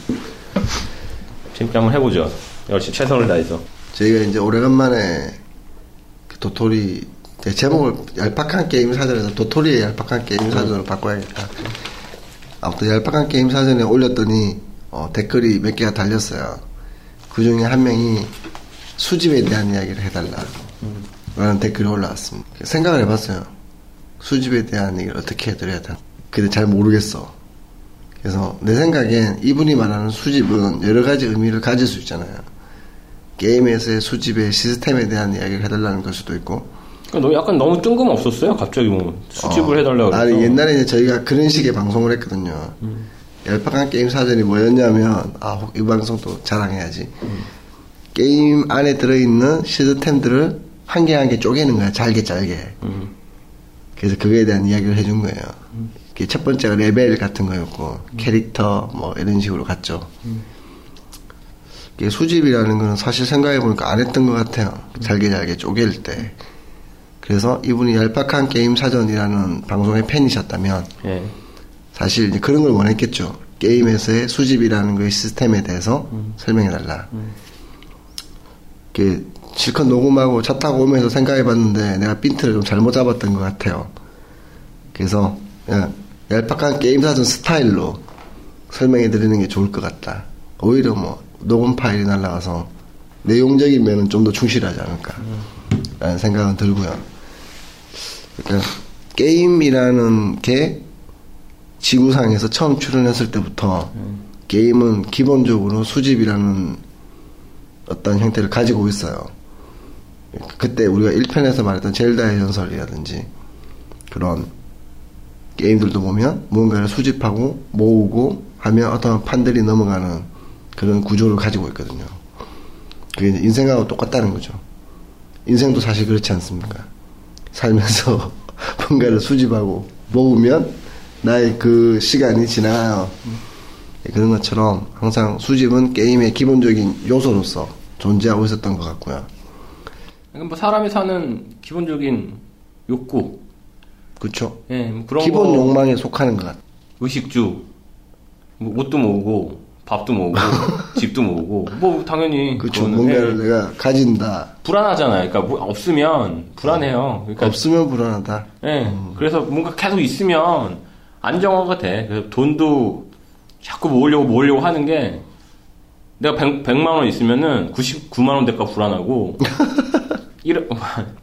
[SPEAKER 1] 재밌게 한번 해보죠. 열심히 최선을 다해서.
[SPEAKER 5] 저희가 이제 오래간만에 그 도토리 제 제목을 얄팍한 게임 사전에서 도토리의 얄팍한
[SPEAKER 1] 음.
[SPEAKER 5] 게임 사전으로 바꿔야겠다. 아무튼 얄팍한 게임 사전에 올렸더니 어, 댓글이 몇 개가 달렸어요. 그 중에 한 명이 수집에 대한 이야기를 해달라. 라는 댓글이 올라왔습니다. 생각을 해봤어요. 수집에 대한 얘기를 어떻게 해드려야 되나. 근데 잘 모르겠어. 그래서 내 생각엔 이분이 말하는 수집은 여러 가지 의미를 가질 수 있잖아요. 게임에서의 수집의 시스템에 대한 이야기를 해달라는 걸 수도 있고
[SPEAKER 1] 그러니까 너 약간 너무 뜬금없었어요. 갑자기 뭐 수집을
[SPEAKER 5] 어,
[SPEAKER 1] 해달라고 그래서. 음.
[SPEAKER 5] 아니 옛날에 이제 저희가 그런 식의 방송을 했거든요. 열파간 게임 사전이 뭐였냐면 아이 방송 또 자랑해야지.
[SPEAKER 1] 음.
[SPEAKER 5] 게임 안에 들어있는 시스템들을 한 개 한 개 쪼개는 거야 잘게 잘게.
[SPEAKER 1] 음.
[SPEAKER 5] 그래서 그거에 대한 이야기를 해준 거예요. 그첫 번째가 레벨 같은 거였고
[SPEAKER 1] 음.
[SPEAKER 5] 캐릭터 뭐 이런 식으로 갔죠. 이게 수집이라는 거는 사실 생각해 보니까 안 했던 것 같아요. 잘게 잘게 쪼갤 때. 그래서 이분이 얄팍한 게임 사전이라는 방송의 팬이셨다면
[SPEAKER 1] 예.
[SPEAKER 5] 사실 이제 그런 걸 원했겠죠. 게임에서의 수집이라는 거의 시스템에 대해서 설명해달라. 이렇게 실컷 녹음하고 차 타고 오면서 생각해봤는데 내가 핀트를 좀 잘못 잡았던 것 같아요. 그래서 그냥 얄팍한 게임 사전 스타일로 설명해드리는 게 좋을 것 같다. 오히려 뭐 녹음 파일이 날라가서 내용적인 면은 좀 더 충실하지 않을까 라는 생각은 들고요. 그러니까 게임이라는 게 지구상에서 처음 출현했을 때부터 게임은 기본적으로 수집이라는 어떤 형태를 가지고 있어요. 그때 우리가 1편에서 말했던 젤다의 전설이라든지 그런 게임들도 보면 무언가를 수집하고 모으고 하면 어떤 판들이 넘어가는 그런 구조를 가지고 있거든요. 그게 이제 인생하고 똑같다는 거죠. 인생도 사실 그렇지 않습니까? 살면서 (laughs) 뭔가를 수집하고 모으면 나의 그 시간이 지나요. 예, 그런 것처럼 항상 수집은 게임의 기본적인 요소로서 존재하고 있었던 것 같고요.
[SPEAKER 1] 그러니까 뭐 사람이 사는 기본적인 욕구.
[SPEAKER 5] 그렇죠?
[SPEAKER 1] 예, 뭐 그런
[SPEAKER 5] 기본
[SPEAKER 1] 거.
[SPEAKER 5] 욕망에 속하는 것 같아요.
[SPEAKER 1] 의식주. 뭐 옷도 모으고, 밥도
[SPEAKER 5] (laughs)
[SPEAKER 1] 모으고, 집도 모으고. 뭐 당연히.
[SPEAKER 5] 그렇죠.
[SPEAKER 1] 그거는,
[SPEAKER 5] 뭔가를
[SPEAKER 1] 예.
[SPEAKER 5] 내가 가진다.
[SPEAKER 1] 불안하잖아요. 그러니까 뭐 없으면 불안해요. 그러니까
[SPEAKER 5] 없으면 불안하다.
[SPEAKER 1] 예.
[SPEAKER 5] 음.
[SPEAKER 1] 그래서 뭔가 계속 있으면 안정화가 돼. 그래서 돈도 자꾸 모으려고 모으려고 하는 게 내가 100, 만원 있으면은 99만 원 될까
[SPEAKER 5] (laughs)
[SPEAKER 1] 불안하고 (laughs) 1,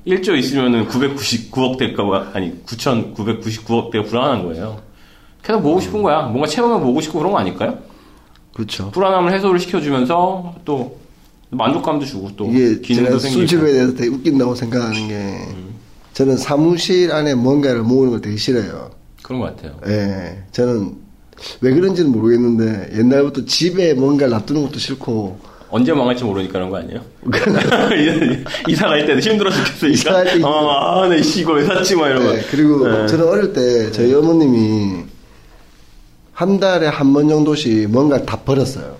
[SPEAKER 1] 1조 있으면은 999억 될까 봐- 아니 9,999억 될까 불안한 거예요. 계속 모으고 싶은 거야. 뭔가 체험해 보고 싶고 그런 거 아닐까요?
[SPEAKER 5] 그렇죠.
[SPEAKER 1] 불안함을 해소를 시켜주면서 또 만족감도 주고 또
[SPEAKER 5] 이게 제가
[SPEAKER 1] 기능도 생기고.
[SPEAKER 5] 수집에 대해서 되게 웃긴다고 생각하는 게 저는 사무실 안에 뭔가를 모으는 걸 되게 싫어요.
[SPEAKER 1] 그런 것 같아요.
[SPEAKER 5] 예, 저는 왜 그런지는 모르겠는데 옛날부터 집에 뭔가를 놔두는 것도 싫고
[SPEAKER 6] 언제 망할지 모르니까 그런 거 아니에요? (laughs) 이사 갈 때도 힘들어 죽겠어, 이사.
[SPEAKER 5] 이사할 때 힘들어.
[SPEAKER 6] 어, 아, 네, 씨, 이거 왜 샀지, 막 이러고.
[SPEAKER 5] 네, 그리고
[SPEAKER 6] 네.
[SPEAKER 5] 저는 어릴 때 저희 어머님이 한 달에 한 번 정도씩 뭔가를 다 버렸어요.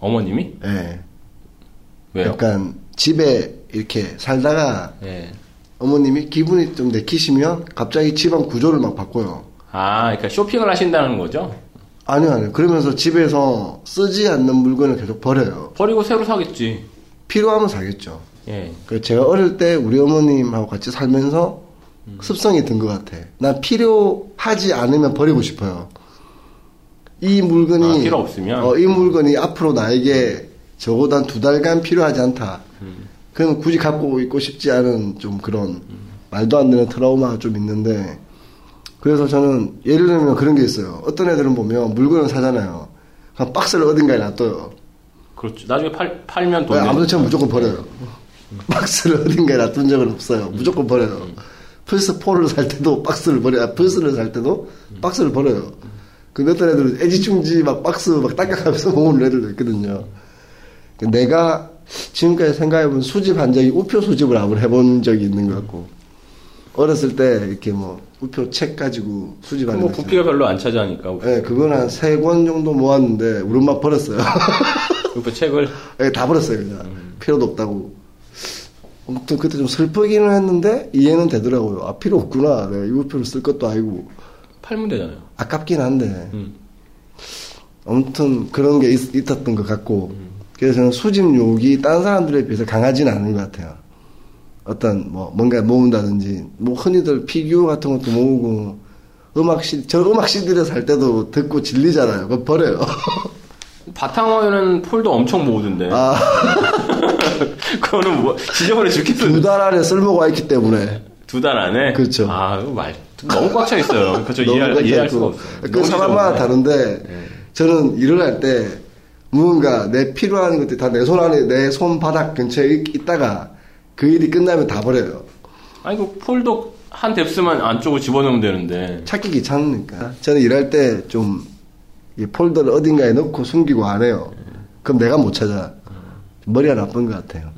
[SPEAKER 6] 어머님이?
[SPEAKER 5] 예.
[SPEAKER 6] 왜요?
[SPEAKER 5] 약간 집에 이렇게 살다가
[SPEAKER 6] 네.
[SPEAKER 5] 어머님이 기분이 좀 내키시면 갑자기 집안 구조를 막 바꿔요.
[SPEAKER 6] 아, 그러니까 쇼핑을 하신다는 거죠?
[SPEAKER 5] 아니요, 아니요. 그러면서 집에서 쓰지 않는 물건을 계속 버려요.
[SPEAKER 6] 버리고 새로 사겠지.
[SPEAKER 5] 필요하면 사겠죠.
[SPEAKER 6] 예.
[SPEAKER 5] 그 제가 어릴 때 우리 어머님하고 같이 살면서
[SPEAKER 6] 음.
[SPEAKER 5] 습성이 든 것 같아. 난 필요하지 않으면 버리고 싶어요. 이 물건이
[SPEAKER 6] 아, 필요 없으면?
[SPEAKER 5] 어, 이 물건이 앞으로 나에게 적어도 한 두 달간 필요하지 않다.
[SPEAKER 6] 음.
[SPEAKER 5] 그럼 굳이 갖고 있고 싶지 않은 좀 그런
[SPEAKER 6] 음.
[SPEAKER 5] 말도 안 되는 트라우마가 좀 있는데 그래서 저는 예를 들면 그런 게 있어요. 어떤 애들은 보면 물건을 사잖아요. 그냥 박스를 어딘가에 놔둬요.
[SPEAKER 6] 그렇죠. 나중에 팔, 팔면 돈.
[SPEAKER 5] 네,
[SPEAKER 6] 내-
[SPEAKER 5] 아무튼 무조건 버려요. 박스를 어딘가에 놔둔 적은 없어요. 무조건 버려요. 플스 4를 살 때도 박스를 버려요. 아, 플스를 살 때도 박스를 버려요. 근데 어떤 애들은 애지중지 막 박스 막 닦아가면서 (laughs) 모으는 애들도 있거든요. 그 내가 지금까지 생각해본 수집한 적이 우표 수집을 한번 해본 적이 있는 것 같고 어렸을 때 이렇게 뭐 우표 책 가지고 수집하는
[SPEAKER 6] 뭐
[SPEAKER 5] 거 있어요.
[SPEAKER 6] 부피가 별로 안 차지하니까.
[SPEAKER 5] 네, 그건 한 세 권 정도 모았는데 우리 엄마 버렸어요. (laughs)
[SPEAKER 6] 그 책을.
[SPEAKER 5] 예, 다 버렸어요 그냥 필요도 없다고 아무튼 그때 좀 슬프기는 했는데 이해는 되더라고요 아 필요 없구나 내가 이거표를 쓸 것도 아니고
[SPEAKER 6] 팔면 되잖아요.
[SPEAKER 5] 아깝긴 한데
[SPEAKER 6] 음.
[SPEAKER 5] 아무튼 그런 게 있, 있었던 것 같고 그래서 저는 수집욕이 딴 사람들에 비해서 강하지는 않은 것 같아요 어떤 뭐 뭔가 모은다든지 뭐 흔히들 피규어 같은 것도 모으고 음악 시, 저 음악 CD를 살 때도 듣고 질리잖아요 그거 버려요 (laughs)
[SPEAKER 6] 바탕화에는 폴더 엄청 모으던데.
[SPEAKER 5] 아,
[SPEAKER 6] (laughs) 그거는 뭐, 지저분해 죽겠어.
[SPEAKER 5] 두 달 안에 쓸모가 있기 때문에
[SPEAKER 6] 두 달 안에?
[SPEAKER 5] 그렇죠.
[SPEAKER 6] 아, 이거 말, 너무 꽉 차 있어요. 그러니까 저
[SPEAKER 5] (laughs) 너무
[SPEAKER 6] 이해할,
[SPEAKER 5] 괜찮고.
[SPEAKER 6] 이해할 수가 없어요.
[SPEAKER 5] 그
[SPEAKER 6] 너무 네.
[SPEAKER 5] 사람마다
[SPEAKER 6] 지저분해.
[SPEAKER 5] 다른데 저는 일을 할 때 무언가 내 필요한 것들이 다 내 손 안에 내 손바닥 근처에 있- 있다가 그 일이 끝나면 다 버려요.
[SPEAKER 6] 아니, 그 폴더 한 뎁스만 안쪽으로 집어넣으면 되는데.
[SPEAKER 5] 찾기 귀찮으니까. 저는 일할 때 좀 폴더를 어딘가에 넣고 숨기고 안 해요. 그럼 내가 못 찾아. 머리가 나쁜 것 같아요.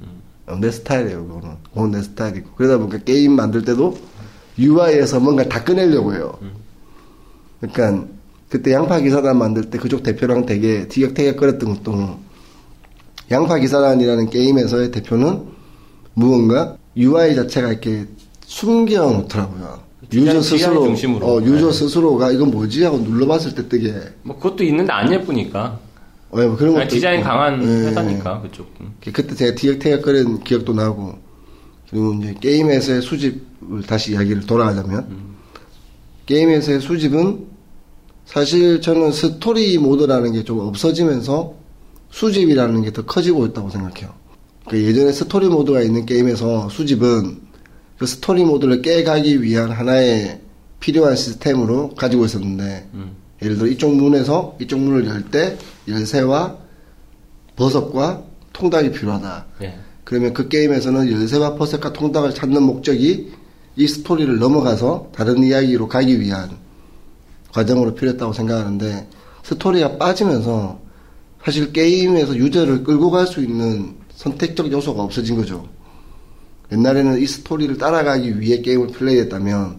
[SPEAKER 5] 어, 내 스타일이에요, 그거는. 그건 내 스타일이고. 그러다 보니까 게임 만들 때도 UI에서 뭔가 다 꺼내려고 해요. 그러니까 그때 양파 기사단 만들 때 그쪽 대표랑 되게 티격태격 거렸던 것도 양파 기사단이라는 게임에서의 대표는 무언가 UI 자체가 이렇게 숨겨 놓더라고요.
[SPEAKER 6] 디자인,
[SPEAKER 5] 유저
[SPEAKER 6] 디자인
[SPEAKER 5] 스스로
[SPEAKER 6] 중심으로.
[SPEAKER 5] 어, 유저
[SPEAKER 6] 네.
[SPEAKER 5] 스스로가 이건 뭐지 하고 눌러봤을 때 되게
[SPEAKER 6] 뭐, 그것도 있는데 안 예쁘니까.
[SPEAKER 5] 어, 뭐 그런
[SPEAKER 6] 아니,
[SPEAKER 5] 것도
[SPEAKER 6] 디자인
[SPEAKER 5] 있고.
[SPEAKER 6] 강한
[SPEAKER 5] 예,
[SPEAKER 6] 회사니까, 그쪽은.
[SPEAKER 5] 예. 그때 제가 티격태격거리는 기억도 나고 그리고 이제 게임에서의 수집을 다시 이야기를 돌아가자면
[SPEAKER 6] 음.
[SPEAKER 5] 게임에서의 수집은 사실 저는 스토리 모드라는 게 좀 없어지면서 수집이라는 게 더 커지고 있다고 생각해요. 그 예전에 스토리 모드가 있는 게임에서 수집은 그 스토리 모드를 깨가기 위한 하나의 필요한 시스템으로 가지고 있었는데
[SPEAKER 6] 음.
[SPEAKER 5] 예를 들어 이쪽 문에서 이쪽 문을 열 때 열쇠와 버섯과 통닭이 필요하다.
[SPEAKER 6] 예.
[SPEAKER 5] 그러면 그 게임에서는 열쇠와 버섯과 통닭을 찾는 목적이 이 스토리를 넘어가서 다른 이야기로 가기 위한 과정으로 필요했다고 생각하는데 스토리가 빠지면서 사실 게임에서 유저를 끌고 갈 수 있는 선택적 요소가 없어진 거죠. 옛날에는 이 스토리를 따라가기 위해 게임을 플레이했다면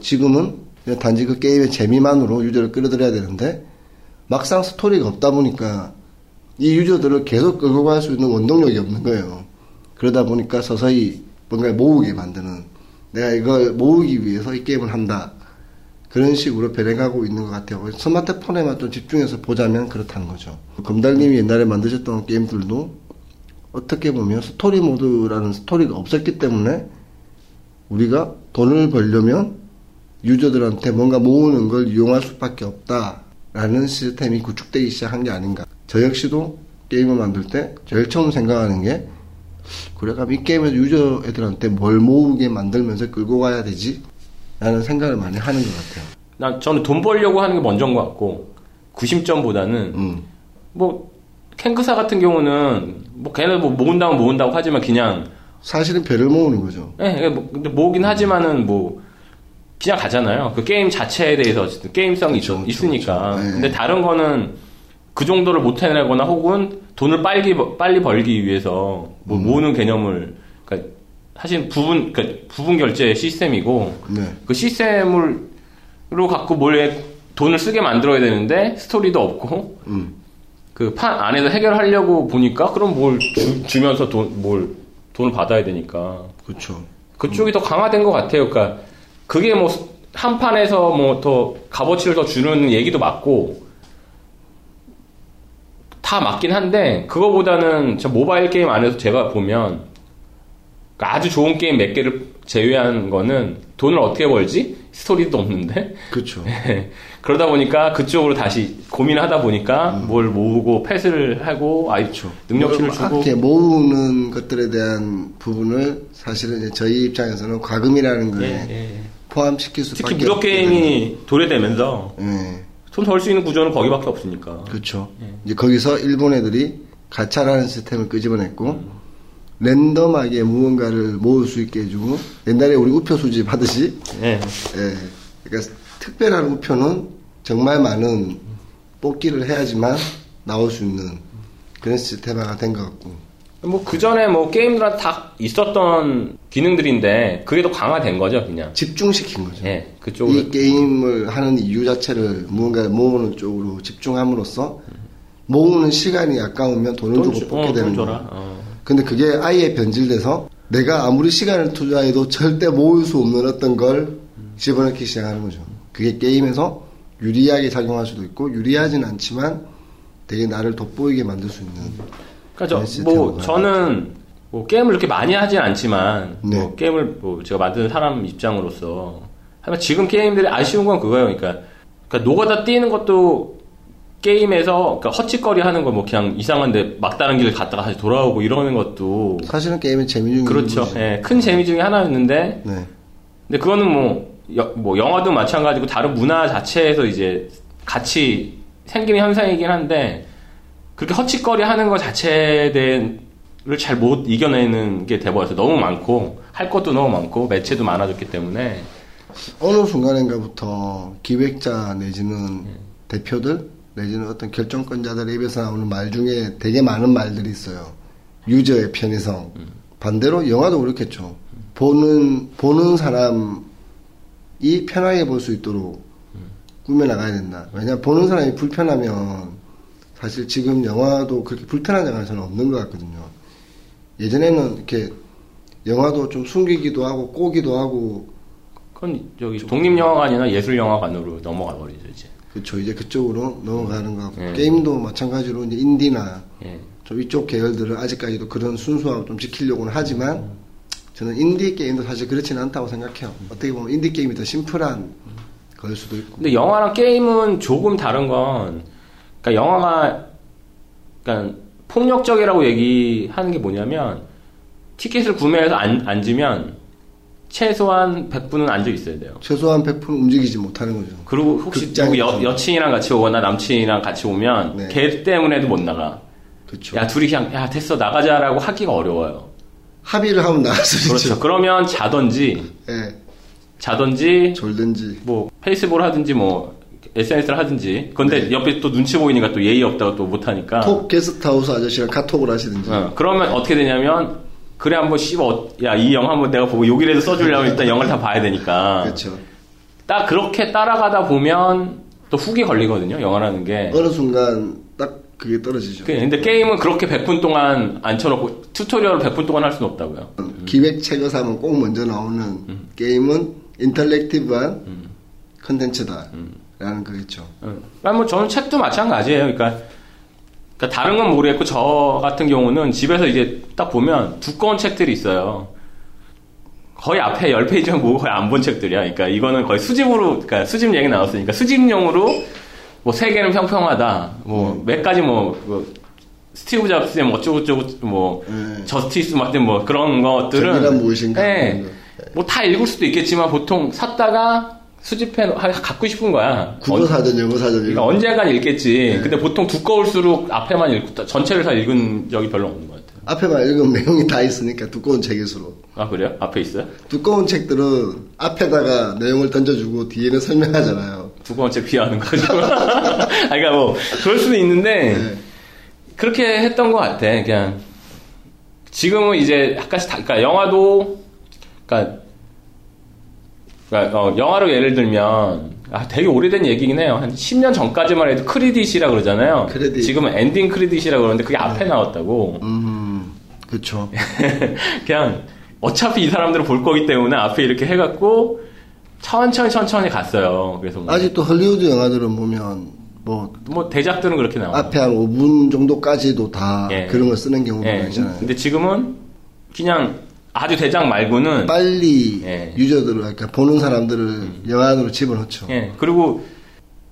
[SPEAKER 5] 지금은 그냥 단지 그 게임의 재미만으로 유저를 끌어들여야 되는데 막상 스토리가 없다 보니까 이 유저들을 계속 끌고 갈 수 있는 원동력이 없는 거예요. 그러다 보니까 서서히 뭔가 모으게 만드는 내가 이걸 모으기 위해서 이 게임을 한다. 그런 식으로 변해가고 있는 것 같아요. 스마트폰에만 좀 집중해서 보자면 그렇다는 거죠. 검달님이 옛날에 만드셨던 게임들도 어떻게 보면 스토리 모드라는 스토리가 없었기 때문에 우리가 돈을 벌려면 유저들한테 뭔가 모으는 걸 이용할 수밖에 없다라는 시스템이 구축되기 시작한 게 아닌가. 저 역시도 게임을 만들 때 제일 처음 생각하는 게 그래 그럼 이 게임에서 유저 애들한테 뭘 모으게 만들면서 끌고 가야 되지? 라는 생각을 많이 하는 것 같아요.
[SPEAKER 6] 난 저는 돈 벌려고 하는 게 먼저인 것 같고 구심점보다는
[SPEAKER 5] 음.
[SPEAKER 6] 뭐 캔크사 같은 경우는 뭐 걔네 뭐 모은다고 모은다고 하지만 그냥
[SPEAKER 5] 사실은 배를 모으는 거죠.
[SPEAKER 6] 예 예, 뭐, 근데 모으긴 하지만은 뭐 그냥 가잖아요 그 게임 자체에 대해서 어쨌든 게임성이 있-
[SPEAKER 5] 그렇죠, 그쵸, 그쵸,
[SPEAKER 6] 있으니까
[SPEAKER 5] 그쵸. 예.
[SPEAKER 6] 근데 다른 거는 그 정도를 못 해내거나 혹은 돈을 빨리 버- 빨리 벌기 위해서 뭐
[SPEAKER 5] 음.
[SPEAKER 6] 모으는 개념을 그러니까 사실 부분 그러니까 부분 결제 시스템이고
[SPEAKER 5] 네.
[SPEAKER 6] 그 시스템을로 갖고 뭘 해- 돈을 쓰게 만들어야 되는데 스토리도 없고
[SPEAKER 5] 음.
[SPEAKER 6] 그 판 안에서 해결하려고 보니까 그럼 뭘 주, 면서 돈 뭘 돈을 받아야 되니까
[SPEAKER 5] 그렇죠.
[SPEAKER 6] 그쪽이 더 강화된 것 같아요. 그러니까 그게 뭐 한 판에서 뭐 더 값어치를 더 주는 얘기도 맞고 다 맞긴 한데 그거보다는 저 모바일 게임 안에서 제가 보면 그러니까 아주 좋은 게임 몇 개를 제외한 거는 돈을 어떻게 벌지 스토리도 없는데 (laughs) 예.
[SPEAKER 5] 그렇죠.
[SPEAKER 6] 그러다 보니까 그쪽으로 다시 고민하다 보니까 뭘 모으고 패스를 하고 아이 능력치를 주고
[SPEAKER 5] 이렇게 모으는 것들에 대한 부분을 사실은 이제 저희 입장에서는 과금이라는 거에 포함시킬 수밖에
[SPEAKER 6] 예, 특히 무료 게임이 도래되면서
[SPEAKER 5] 없게 되는. 예.
[SPEAKER 6] 손 덜 수 있는 구조는 거기밖에 없으니까.
[SPEAKER 5] 그렇죠. 이제 거기서 일본 애들이 가차라는 시스템을 끄집어냈고 랜덤하게 무언가를 모을 수 있게 해주고 옛날에 우리 우표 수집 하듯이
[SPEAKER 6] 예.
[SPEAKER 5] 예. 그러니까 특별한 우표는 정말 많은 뽑기를 해야지만 나올 수 있는 그런 시스템화가 된 것 같고
[SPEAKER 6] 뭐그 전에 뭐 게임들한테 다 있었던 기능들인데 그게 더 강화된 거죠, 그냥.
[SPEAKER 5] 집중시킨 거죠.
[SPEAKER 6] 예.
[SPEAKER 5] 이
[SPEAKER 6] 그쪽으로.
[SPEAKER 5] 게임을 하는 이유 자체를 무언가 모으는 쪽으로 집중함으로써 모으는 시간이 아까우면 돈을
[SPEAKER 6] 돈
[SPEAKER 5] 주고
[SPEAKER 6] 주-
[SPEAKER 5] 뽑게
[SPEAKER 6] 어, 돈
[SPEAKER 5] 되는
[SPEAKER 6] 줘라.
[SPEAKER 5] 거예요.
[SPEAKER 6] 어.
[SPEAKER 5] 근데 그게 아예 변질돼서 내가 아무리 시간을 투자해도 절대 모을 수 없는 어떤 걸 집어넣기 시작하는 거죠. 그게 게임에서 유리하게 작용할 수도 있고 유리하진 않지만 되게 나를 돋보이게 만들 수 있는
[SPEAKER 6] 그러니까 저,
[SPEAKER 5] ST
[SPEAKER 6] 뭐
[SPEAKER 5] 뭐가.
[SPEAKER 6] 저는 뭐 게임을 이렇게 많이 하진 않지만
[SPEAKER 5] 네.
[SPEAKER 6] 뭐 게임을 뭐 제가 만드는 사람 입장으로서 하지만 지금 게임들이 아쉬운 건 그거예요. 그러니까, 그러니까 노가다 뛰는 것도 게임에서 그러니까 헛짓거리 하는 거 뭐 그냥 이상한데 막다른 길 갔다가 다시 돌아오고 이러는 것도
[SPEAKER 5] 사실은 게임의 재미 중에
[SPEAKER 6] 그렇죠. 예, 큰 재미 중에 하나였는데,
[SPEAKER 5] 음. 네.
[SPEAKER 6] 근데 그거는 뭐, 여- 뭐 영화도 마찬가지고 다른 문화 자체에서 이제 같이 생기는 현상이긴 한데, 그렇게 허짓거리 하는 것 자체에 대해를 잘 못 이겨내는 게 돼버려서 너무 많고, 할 것도 너무 많고, 매체도 많아졌기 때문에,
[SPEAKER 5] 어느 순간인가부터 기획자 내지는 대표들 내지는 어떤 결정권자들의 입에서 나오는 말 중에 되게 많은 말들이 있어요. 유저의 편의성. 반대로 영화도 그렇겠죠. 보는 보는 사람이 편하게 볼 수 있도록 꾸며 나가야 된다. 왜냐 보는 사람이 불편하면 사실 지금 영화도 그렇게 불편한 영화는 저는 없는 것 같거든요. 예전에는 이렇게 영화도 좀 숨기기도 하고 꼬기도 하고
[SPEAKER 6] 그건 저기 독립영화관이나 예술영화관으로 넘어가 버리죠, 이제.
[SPEAKER 5] 그렇죠. 이제 그쪽으로 넘어가는 것 같고
[SPEAKER 6] 예.
[SPEAKER 5] 게임도 마찬가지로 이제 인디나
[SPEAKER 6] 예.
[SPEAKER 5] 좀 이쪽 계열들은 아직까지도 그런 순수함을 좀 지키려고는 하지만 저는 인디 게임도 사실 그렇지는 않다고 생각해요. 어떻게 보면 인디 게임이 더 심플한 걸 수도 있고.
[SPEAKER 6] 근데 영화랑 게임은 조금 다른 건, 그러니까 영화가, 그러니까 폭력적이라고 얘기하는 게 뭐냐면, 티켓을 구매해서 안, 앉으면, 최소한 100분은 앉아 있어야 돼요.
[SPEAKER 5] 최소한 100% 움직이지 못하는 거죠.
[SPEAKER 6] 그리고 혹시
[SPEAKER 5] 극장에
[SPEAKER 6] 누구 여,
[SPEAKER 5] 가서.
[SPEAKER 6] 여친이랑 같이 오거나 남친이랑 같이 오면,
[SPEAKER 5] 그렇죠. 네.
[SPEAKER 6] 걔 때문에도 못 나가.
[SPEAKER 5] 그렇죠.
[SPEAKER 6] 야, 둘이 그냥, 야, 됐어, 나가자라고 하기가 어려워요.
[SPEAKER 5] 합의를 하면 나갈 수
[SPEAKER 6] 그렇죠.
[SPEAKER 5] 있죠.
[SPEAKER 6] 그러면 자던지,
[SPEAKER 5] 예,
[SPEAKER 6] 자던지,
[SPEAKER 5] 졸든지.
[SPEAKER 6] 뭐 페이스북을 하든지 뭐 SNS를 하든지 근데 옆에 또 눈치 보이니까 또 예의 없다고 또 못하니까
[SPEAKER 5] 네. 톡 게스트하우스 아저씨랑 카톡을 하시든지.
[SPEAKER 1] 네.
[SPEAKER 6] 어, 그러면 어떻게 되냐면 그래 한번 씹어 야이 영화 한번 내가 보고 욕이라도 써주려면 일단 영화를 다 봐야 되니까
[SPEAKER 5] 네. 그렇죠.
[SPEAKER 6] 딱 그렇게 따라가다 보면 또 훅이 걸리거든요 영화라는 게
[SPEAKER 5] 어느 순간 딱 그게 떨어지죠.
[SPEAKER 6] 그- 근데 게임은 그렇게 100분 동안 앉혀놓고 튜토리얼을 100분 동안 할 수는 없다고요
[SPEAKER 5] 기획책을 사면 꼭 먼저 나오는 게임은 인터랙티브한 컨텐츠다. 라는 거겠죠.
[SPEAKER 6] 그러니까 뭐 저는 책도 마찬가지예요. 그러니까, 그러니까 다른 건 모르겠고 저 같은 경우는 집에서 이제 딱 보면 두꺼운 책들이 있어요. 거의 앞에 10페이지만 보고 거의 안 본 책들이야. 그러니까 이거는 거의 수집으로, 그러니까 수집 얘기 나왔으니까 수집용으로 뭐 세 개는 평평하다. 뭐
[SPEAKER 5] 음.
[SPEAKER 6] 몇 가지 뭐, 뭐 스티브 잡스의 뭐 어쩌고저쩌고 뭐
[SPEAKER 5] 네.
[SPEAKER 6] 저스티스 막든 뭐 그런 것들은
[SPEAKER 5] 정의란 무엇인가?
[SPEAKER 6] 예.
[SPEAKER 5] 그런 거.
[SPEAKER 6] 뭐 다 읽을 수도 있겠지만 보통 샀다가 수집해 놓- 하- 갖고 싶은 거야.
[SPEAKER 5] 국어 사전, 영어 사전
[SPEAKER 6] 그러니까 언젠간 읽겠지. 근데 보통 두꺼울수록 앞에만 읽고 다- 전체를 다 읽은 적이 별로 없는 것 같아요.
[SPEAKER 5] 앞에만 읽으면 (laughs) 내용이 다 있으니까 두꺼운 책일수록
[SPEAKER 6] 아 그래요? 앞에 있어요?
[SPEAKER 5] 두꺼운 책들은 앞에다가 내용을 던져주고 뒤에는 설명하잖아요.
[SPEAKER 1] (laughs)
[SPEAKER 6] 두 번째 비하는 거죠. 아, 그러니까 뭐 그럴 수는 있는데
[SPEAKER 5] 네.
[SPEAKER 6] 그
[SPEAKER 1] 그렇게 했던 것 같아. 그냥 지금은 이제 약간씩 다, 그러니까 영화도 그러니까, 그러니까 어, 영화로 예를 들면 아, 되게 오래된 얘기긴 해요. 한 10년 전까지만 해도 크리딧이라 그러잖아요.
[SPEAKER 5] 크레딧. 네.
[SPEAKER 1] 지금은 엔딩 크리딧이라 그러는데 그게 앞에 나왔다고.
[SPEAKER 5] 음, 그쵸.
[SPEAKER 1] (laughs) 그냥 어차피 이 사람들은 볼 거기 때문에 앞에 이렇게 해갖고 천천히 천천히 갔어요. 그래서 뭐,
[SPEAKER 5] 아직도 헐리우드 영화들은 보면, 뭐,
[SPEAKER 1] 뭐 대작들은 그렇게 나와요.
[SPEAKER 5] 앞에 한 5분 정도까지도 다
[SPEAKER 1] 예.
[SPEAKER 5] 그런 걸 쓰는 경우가
[SPEAKER 1] 예,
[SPEAKER 5] 있잖아요.
[SPEAKER 1] 근데 지금은 그냥 아주 대작 말고는
[SPEAKER 5] 빨리
[SPEAKER 1] 예. 음.
[SPEAKER 5] 유저들을, 그러니까 보는 사람들을 영화 안으로 집어넣죠.
[SPEAKER 1] 예, 그리고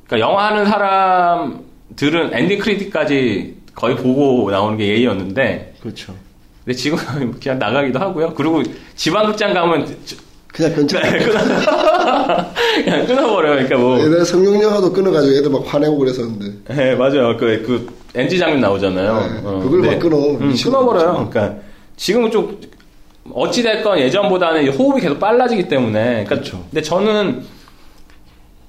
[SPEAKER 1] 그러니까 영화 하는 사람들은 엔딩 크리딧까지 거의 보고 나오는 게 예의였는데
[SPEAKER 5] 그렇죠.
[SPEAKER 1] 근데 지금 (laughs) 그냥 나가기도 하고요. 그리고 지방 극장 가면 저-
[SPEAKER 5] 그냥
[SPEAKER 1] (laughs)
[SPEAKER 5] 변치.
[SPEAKER 1] 그냥 끊어버려요. 그러니까 뭐
[SPEAKER 5] 옛날에 성룡영화도 끊어가지고 애들 막 화내고 그랬었는데.
[SPEAKER 1] 예, 맞아요. 그, 그, NG 장면 나오잖아요.
[SPEAKER 5] 네, 그걸 막 끊어.
[SPEAKER 1] 음,
[SPEAKER 5] 미치고
[SPEAKER 1] 끊어버려요. 그러니까, 지금은 좀, 어찌됐건 예전보다는 이 호흡이 계속 빨라지기 때문에. 그러니까
[SPEAKER 5] 그쵸.
[SPEAKER 1] 근데 저는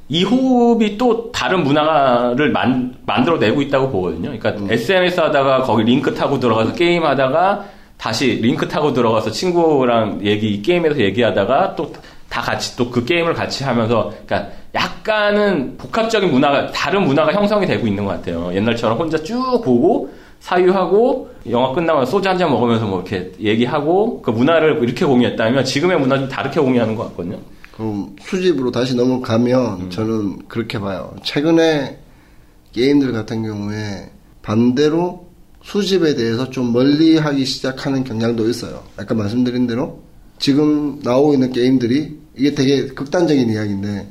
[SPEAKER 1] 이 호흡이 또 다른 문화를 만, 만들어내고 있다고 보거든요. 그러니까 SNS 하다가 거기 링크 타고 들어가서 게임 하다가 다시 링크 타고 들어가서 친구랑 얘기, 이 게임에서 얘기하다가 또 다 같이 또 그 게임을 같이 하면서 그러니까 약간은 복합적인 문화가, 다른 문화가 형성이 되고 있는 것 같아요. 옛날처럼 혼자 쭉 보고 사유하고 영화 끝나면 소주 한 잔 먹으면서 뭐 이렇게 얘기하고 그 문화를 이렇게 공유했다면 지금의 문화 좀 다르게 공유하는 것 같거든요.
[SPEAKER 5] 그럼 수집으로 다시 넘어가면 저는 그렇게 봐요. 최근에 게임들 같은 경우에 반대로 수집에 대해서 좀 멀리 하기 시작하는 경향도 있어요. 아까 말씀드린 대로 지금 나오고 있는 게임들이 이게 되게 극단적인 이야기인데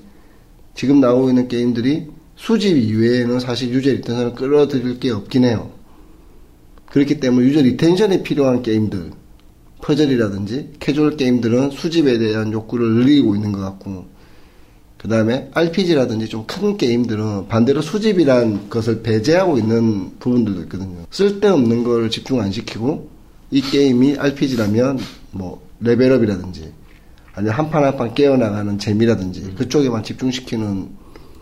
[SPEAKER 5] 지금 나오고 있는 게임들이 수집 이외에는 사실 유저 리텐션을 끌어들일 게 없긴 해요. 그렇기 때문에 유저 리텐션이 필요한 게임들, 퍼즐이라든지 캐주얼 게임들은 수집에 대한 욕구를 늘리고 있는 것 같고, 그 다음에 RPG라든지 좀 큰 게임들은 반대로 수집이란 것을 배제하고 있는 부분들도 있거든요. 쓸데없는 걸 집중 안 시키고, 이 게임이 RPG라면 뭐 레벨업이라든지, 아니면 한 판 한 판 깨어나가는 재미라든지, 그쪽에만 집중시키는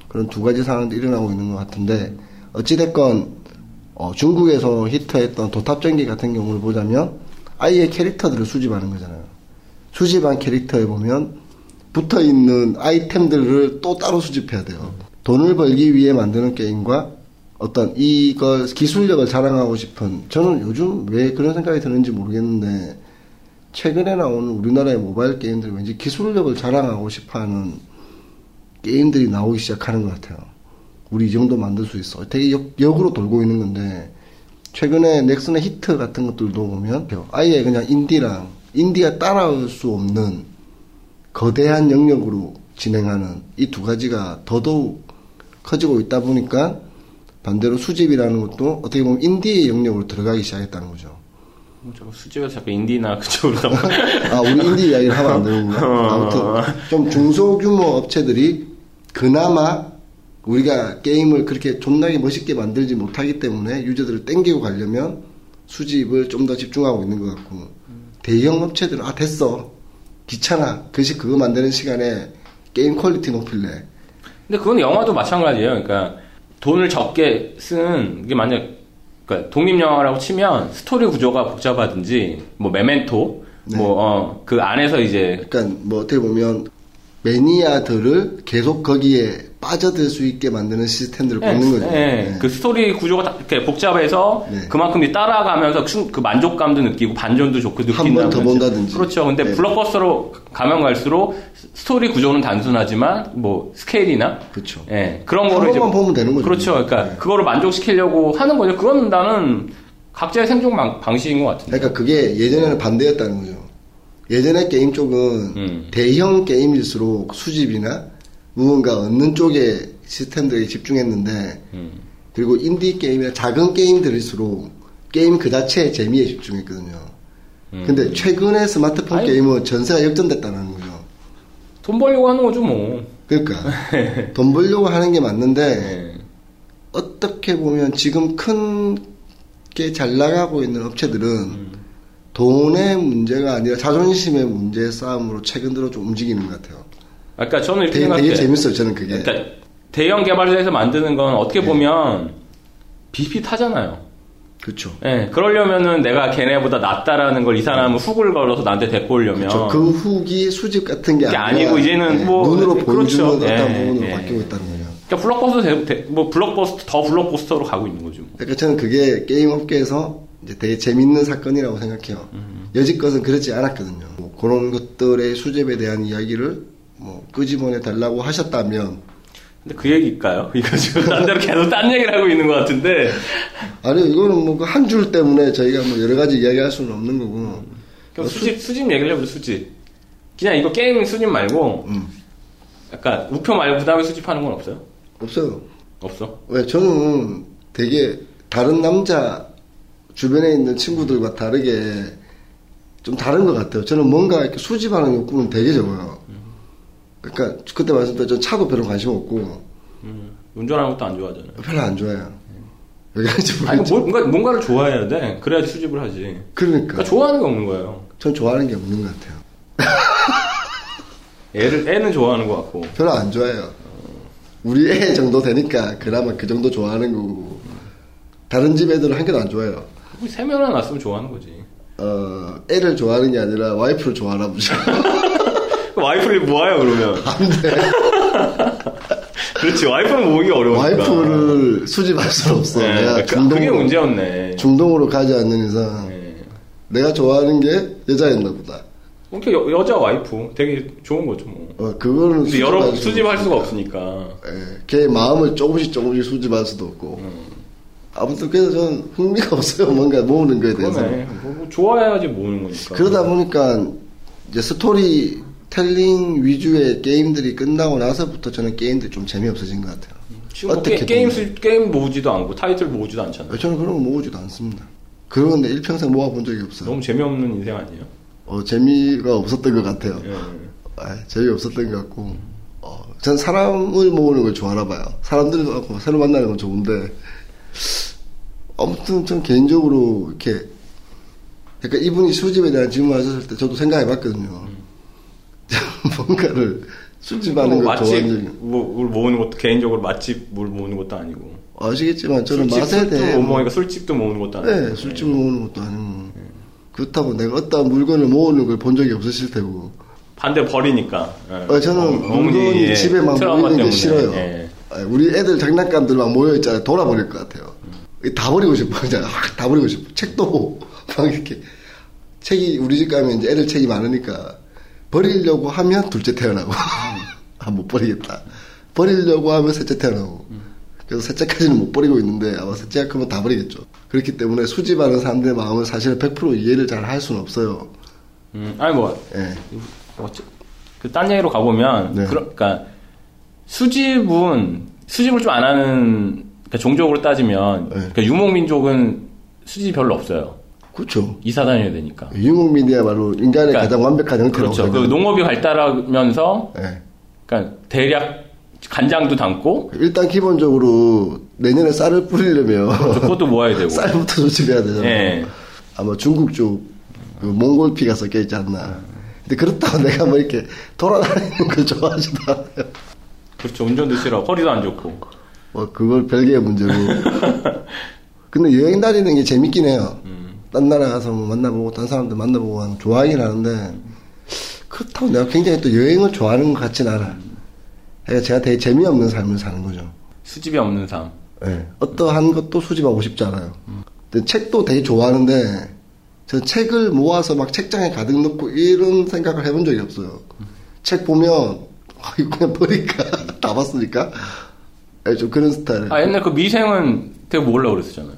[SPEAKER 5] 그런 두 가지 상황들이 일어나고 있는 것 같은데, 어찌됐건, 어, 중국에서 히트했던 도탑전기 같은 경우를 보자면 아예 캐릭터들을 수집하는 거잖아요. 수집한 캐릭터에 보면 붙어 있는 아이템들을 또 따로 수집해야 돼요. 돈을 벌기 위해 만드는 게임과 어떤 이걸 기술력을 자랑하고 싶은 저는 요즘 왜 그런 생각이 드는지 모르겠는데 최근에 나오는 우리나라의 모바일 게임들이 왠지 기술력을 자랑하고 싶어하는 게임들이 나오기 시작하는 것 같아요. 우리 이 정도 만들 수 있어. 되게 역, 역으로 돌고 있는 건데 최근에 넥슨의 히트 같은 것들도 보면 아예 그냥 인디랑 인디가 따라올 수 없는 거대한 영역으로 진행하는 이 두 가지가 더더욱 커지고 있다 보니까 반대로 수집이라는 것도 어떻게 보면 인디의 영역으로 들어가기 시작했다는 거죠.
[SPEAKER 6] 어,
[SPEAKER 1] 자꾸 수집에서 자꾸 인디나 그쪽으로
[SPEAKER 5] (laughs)
[SPEAKER 1] 넘어.
[SPEAKER 5] 아,
[SPEAKER 1] (laughs)
[SPEAKER 5] 우리 인디 이야기를 하면 안 되는구나.
[SPEAKER 1] 어.
[SPEAKER 5] 아무튼, 좀 중소규모 업체들이 그나마 우리가 게임을 그렇게 존나게 멋있게 만들지 못하기 때문에 유저들을 땡기고 가려면 수집을 좀 더 집중하고 있는 것 같고, 대형 업체들은, 아, 됐어. 귀찮아. 그식 그거 만드는 시간에 게임 퀄리티 높일래.
[SPEAKER 1] 근데 그건 영화도 마찬가지예요. 그러니까 돈을 적게 쓴 이게 만약 그러니까 독립 영화라고 치면 스토리 구조가 복잡하든지 뭐 메멘토
[SPEAKER 5] 네.
[SPEAKER 1] 뭐 어 그 안에서 이제
[SPEAKER 5] 그러니까 뭐 어떻게 보면 매니아들을 계속 거기에 빠져들 수 있게 만드는 시스템들을 보는 거죠.
[SPEAKER 1] 예,
[SPEAKER 5] 네.
[SPEAKER 1] 그 스토리 구조가 다 이렇게 복잡해서
[SPEAKER 5] 네.
[SPEAKER 1] 그만큼 이제 따라가면서 충- 그 만족감도 느끼고 반전도 좋고 느낀다.
[SPEAKER 5] 한번더 본다든지.
[SPEAKER 1] 그렇죠. 근데
[SPEAKER 5] 네.
[SPEAKER 1] 블록버스터로 가면 갈수록 스- 스토리 구조는 단순하지만 뭐 스케일이나
[SPEAKER 5] 그쵸.
[SPEAKER 1] 예, 그런
[SPEAKER 5] 그렇죠. 한
[SPEAKER 1] 거를 이제
[SPEAKER 5] 번만 네. 보면 되는 거죠.
[SPEAKER 1] 그렇죠. 그러니까 그거를 만족시키려고 하는 거죠. 그건 나는 각자의 생존 방- 방식인 것 같은데.
[SPEAKER 5] 그러니까 그게 예전에는 반대였다는 거죠. 예전에 게임 쪽은
[SPEAKER 1] 음.
[SPEAKER 5] 대형 게임일수록 수집이나 무언가 얻는 쪽에 시스템들에 집중했는데
[SPEAKER 1] 음.
[SPEAKER 5] 그리고 인디 게임이나 작은 게임들일수록 게임 그 자체의 재미에 집중했거든요. 근데 최근에
[SPEAKER 1] 음.
[SPEAKER 5] 스마트폰
[SPEAKER 1] 아니.
[SPEAKER 5] 게임은 전세가 역전됐다는 거죠.
[SPEAKER 1] 돈 벌려고 하는 거죠, 뭐. (laughs)
[SPEAKER 5] 그러니까 돈 벌려고 하는 게 맞는데
[SPEAKER 1] 예.
[SPEAKER 5] 어떻게 보면 지금 큰 게 잘 나가고 있는 업체들은
[SPEAKER 1] 음.
[SPEAKER 5] 돈의 문제가 아니라 자존심의 문제 싸움으로 최근 들어 좀 움직이는 것 같아요.
[SPEAKER 1] 그러니까 저는 이렇게
[SPEAKER 5] 되게,
[SPEAKER 1] 생각해요. 네.
[SPEAKER 5] 되게 재밌어요, 저는 그게.
[SPEAKER 1] 그러니까 대형 개발사에서 만드는 건 어떻게 보면 비슷비슷하잖아요.
[SPEAKER 5] 그쵸.
[SPEAKER 1] 예, 그러려면은 내가 걔네보다 낫다라는 걸 이 사람은 훅을 걸어서 나한테 데리고 오려면
[SPEAKER 5] 저그 후기 수집 같은 게
[SPEAKER 1] 그게
[SPEAKER 5] 아니라
[SPEAKER 1] 아니고 이제는
[SPEAKER 5] 예,
[SPEAKER 1] 뭐
[SPEAKER 5] 눈으로
[SPEAKER 1] 그렇죠.
[SPEAKER 5] 보여주는 어떤
[SPEAKER 1] 예,
[SPEAKER 5] 부분으로
[SPEAKER 1] 예.
[SPEAKER 5] 바뀌고 있다는 거죠.
[SPEAKER 1] 그러니까 블록버스터 대- 대- 뭐 블록버스터 더 블록버스터로 가고 있는 거죠. 뭐.
[SPEAKER 5] 그러니까 저는 그게 게임 업계에서 이제 되게 재밌는 사건이라고 생각해요. 여지껏은 그렇지 않았거든요. 뭐 그런 것들의 수집에 대한 이야기를 뭐 끄집어내 달라고 하셨다면
[SPEAKER 1] 근데 그 얘기일까요? (laughs) 이거 지금 딴 데로 계속 딴 얘기를 하고 있는 것 같은데
[SPEAKER 5] 아니 이거는 뭐 한 줄 때문에 저희가 뭐 여러 가지 이야기할 수는 없는 거고
[SPEAKER 1] 그럼 수집 수집 얘기를 해보죠 수집. 그냥 이거 게임 수집 말고
[SPEAKER 5] 음.
[SPEAKER 1] 약간 우표 말고 그다음에 수집하는 건 없어요?
[SPEAKER 5] 없어요.
[SPEAKER 1] 없어.
[SPEAKER 5] 왜 저는 되게 다른 남자 주변에 있는 친구들과 다르게 좀 다른 것 같아요. 저는 뭔가 이렇게 수집하는 욕구는 되게 적어요. 그러니까 그때 말씀드렸 전 차도 별로 관심 없고
[SPEAKER 1] 운전하는 것도 안 좋아하잖아요.
[SPEAKER 5] 별로 안 좋아해요. 여기까지
[SPEAKER 1] 아니
[SPEAKER 5] 보겠죠.
[SPEAKER 1] 뭘- 뭔가 뭔가를 좋아해야 돼. 그래야지 수집을 하지.
[SPEAKER 5] 그러니까
[SPEAKER 1] 그러니까 좋아하는 게 없는 거예요.
[SPEAKER 5] 전 좋아하는 게 없는 것 같아요.
[SPEAKER 1] 애를 애는 좋아하는 것 같고.
[SPEAKER 5] 별로 안 좋아해요. 우리 애 정도 되니까 그나마 그 정도 좋아하는 거고 다른 집 애들은 한 개도 안 좋아해요.
[SPEAKER 1] 우리 뭐 세 명이나 났으면 좋아하는 거지.
[SPEAKER 5] 어, 애를 좋아하는 게 아니라 와이프를 좋아하나 보죠. (laughs)
[SPEAKER 1] 그 와이프를 모아요 (laughs) 그러면. 그렇지 와이프는 모으기 어려우니까.
[SPEAKER 5] 와이프를 수집할 수 없어.
[SPEAKER 1] 네,
[SPEAKER 5] 내가
[SPEAKER 1] 그러니까 그게
[SPEAKER 5] 중동으로,
[SPEAKER 1] 문제였네.
[SPEAKER 5] 중동으로 가지 않는 이상
[SPEAKER 1] 네.
[SPEAKER 5] 내가 좋아하는 게 여자였나 보다.
[SPEAKER 1] 그러니까 여, 여자 와이프 되게 좋은 거죠 뭐.
[SPEAKER 5] 어, 그거는
[SPEAKER 1] 근데 여러
[SPEAKER 5] 수집할 수
[SPEAKER 1] 수집할 수가
[SPEAKER 5] 없으니까.
[SPEAKER 1] 없으니까.
[SPEAKER 5] 예, 걔 마음을 조금씩 조금씩 수집할 수도 없고.
[SPEAKER 1] 음.
[SPEAKER 5] 아무튼 그래서 저는 흥미가 없어요. 뭔가 모으는 거에 대해서.
[SPEAKER 1] 그러네. 뭐, 뭐 좋아해야지 모으는 거니까.
[SPEAKER 5] 그러다 보니까 이제 스토리 텔링 위주의 게임들이 끝나고 나서부터 저는 게임들이 좀 재미없어진 것 같아요.
[SPEAKER 1] 지금 뭐
[SPEAKER 5] 어떻게
[SPEAKER 1] 게, 게임
[SPEAKER 5] 보면.
[SPEAKER 1] 수- 게임 모으지도 않고 타이틀 모으지도 않잖아.
[SPEAKER 5] 어, 저는 그런 거 모으지도 않습니다. 그런데 일평생 모아본 적이 없어요.
[SPEAKER 1] 너무 재미없는 인생 아니에요?
[SPEAKER 5] 어, 재미가 없었던 것 같아요.
[SPEAKER 1] 예.
[SPEAKER 5] 아, 재미없었던 것 같고. 어, 전 사람을 모으는 걸 좋아하나 봐요. 사람들하고 새로 만나는 건 좋은데. 아무튼 전 개인적으로 이렇게 그러니까 이분이 수집에 대한 질문을 하셨을 때 저도 생각해 봤거든요. (laughs) 뭔가를 수집하는
[SPEAKER 1] 뭐
[SPEAKER 5] 걸
[SPEAKER 1] 맛집
[SPEAKER 5] 좋아하는 적이-
[SPEAKER 1] 뭐, 뭘 모으는 것도 개인적으로 맛집 뭘 모으는 것도 아니고
[SPEAKER 5] 아시겠지만 저는
[SPEAKER 1] 술집,
[SPEAKER 5] 맛에
[SPEAKER 1] 술집도
[SPEAKER 5] 대해
[SPEAKER 1] 못
[SPEAKER 5] 뭐-
[SPEAKER 1] 먹으니까 술집도 모으는 것도 아니고
[SPEAKER 5] 네, 술집을 모으는 것도 아니고
[SPEAKER 1] 예.
[SPEAKER 5] 그렇다고 내가 어떤 물건을 모으는 걸 본 적이 없으실 테고
[SPEAKER 1] 반대 버리니까 예.
[SPEAKER 5] 어, 저는
[SPEAKER 1] 어머니,
[SPEAKER 5] 물건이
[SPEAKER 1] 예,
[SPEAKER 5] 집에만
[SPEAKER 1] 트라우마
[SPEAKER 5] 모이는 게
[SPEAKER 1] 때문에,
[SPEAKER 5] 싫어요.
[SPEAKER 1] 예.
[SPEAKER 5] 아, 우리 애들 장난감들 막 모여있잖아요. 돌아버릴 것 같아요. 다 버리고 싶어. (laughs) 그냥 확 다 버리고 싶어. 책도 (laughs) 막 이렇게 책이 우리 집 가면 이제 애들 책이 많으니까 버리려고 하면 둘째 태어나고 (laughs) 아 못 버리겠다. 버리려고 하면 셋째 태어나고 그래서 셋째까지는 못 버리고 있는데 아마 셋째가 크면 다 버리겠죠. 그렇기 때문에 수집하는 사람들의 마음을 사실 100% 이해를 잘 할 수는 없어요.
[SPEAKER 1] 음, 아니 뭐
[SPEAKER 5] 예.
[SPEAKER 1] 어째 그딴 얘기로 가보면
[SPEAKER 5] 네.
[SPEAKER 1] 그러, 니까 수집은 수집을 좀 안 하는 그러니까 종족으로 따지면
[SPEAKER 5] 네.
[SPEAKER 1] 그러니까 유목민족은 수집이 별로 없어요
[SPEAKER 5] 그렇죠.
[SPEAKER 1] 이사 다녀야 되니까
[SPEAKER 5] 유목민이야말로 인간의
[SPEAKER 1] 그러니까,
[SPEAKER 5] 가장 완벽한 형태라고
[SPEAKER 1] 그렇죠 그
[SPEAKER 5] 생각합니다.
[SPEAKER 1] 농업이 발달하면서
[SPEAKER 5] 예.
[SPEAKER 1] 그러니까 대략 간장도 담고
[SPEAKER 5] 일단 기본적으로 내년에 쌀을 뿌리려면 (laughs)
[SPEAKER 1] 그것도 모아야 되고
[SPEAKER 5] 쌀부터 조집해야 되잖아요.
[SPEAKER 6] 네.
[SPEAKER 1] 예.
[SPEAKER 5] 아마 중국 쪽그 몽골피가 섞여 있지 않나. 근데 그렇다고 (laughs) 내가 뭐 이렇게 돌아다니는 걸 좋아하지도 않아요.
[SPEAKER 1] 그렇죠 운전도 싫어 허리도 안 좋고
[SPEAKER 5] 뭐 그걸 별개의 문제고. 근데 여행 다니는 게 재밌긴 해요. 딴 나라 가서 뭐 만나보고 딴 사람들 만나보고 하는 거 좋아하긴 하는데 그렇다고 내가 굉장히 또 여행을 좋아하는 것 같진 않아. 그러니까 제가 되게 재미없는 삶을 사는 거죠.
[SPEAKER 1] 수집이 없는 삶
[SPEAKER 5] 예, 어떠한 것도 수집하고 싶지 않아요. 근데 책도 되게 좋아하는데, 저는 책을 모아서 막 책장에 가득 넣고 이런 생각을 해본 적이 없어요. 책 보면, 아, 이거 그냥 버릴까? (laughs) 다 봤으니까? 예, 좀 그런 스타일.
[SPEAKER 1] 아 옛날 그 미생은 되게 모으려고 그랬었잖아요.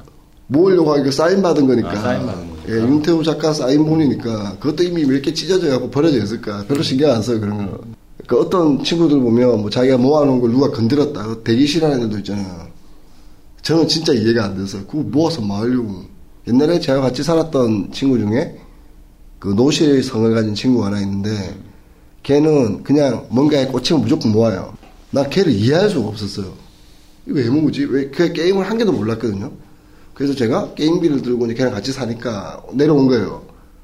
[SPEAKER 5] 모으려고 하니까 사인 받은 거니까.
[SPEAKER 1] 아, 사인 받은 거니까.
[SPEAKER 5] 예, 윤태우 작가 사인본이니까 그것도 이미 몇 개 찢어져갖고 버려져 있을까. 별로 신경 안 써요, 그런 거는. 그 어떤 친구들 보면 뭐 자기가 모아놓은 걸 누가 건드렸다. 그거 되게 싫어하는 애도 있잖아요. 저는 진짜 이해가 안 돼서 그거 모아서 뭐 하려고. 옛날에 제가 같이 살았던 친구 중에 그 노실 성을 가진 친구가 하나 있는데 걔는 그냥 뭔가에 꽂히면 무조건 모아요. 나 걔를 이해할 수가 없었어요. 이거 왜 모으지? 왜, 걔 게임을 한 개도 몰랐거든요. 그래서 제가 게임기를 들고 이제 걔랑 같이 사니까 내려온 거예요.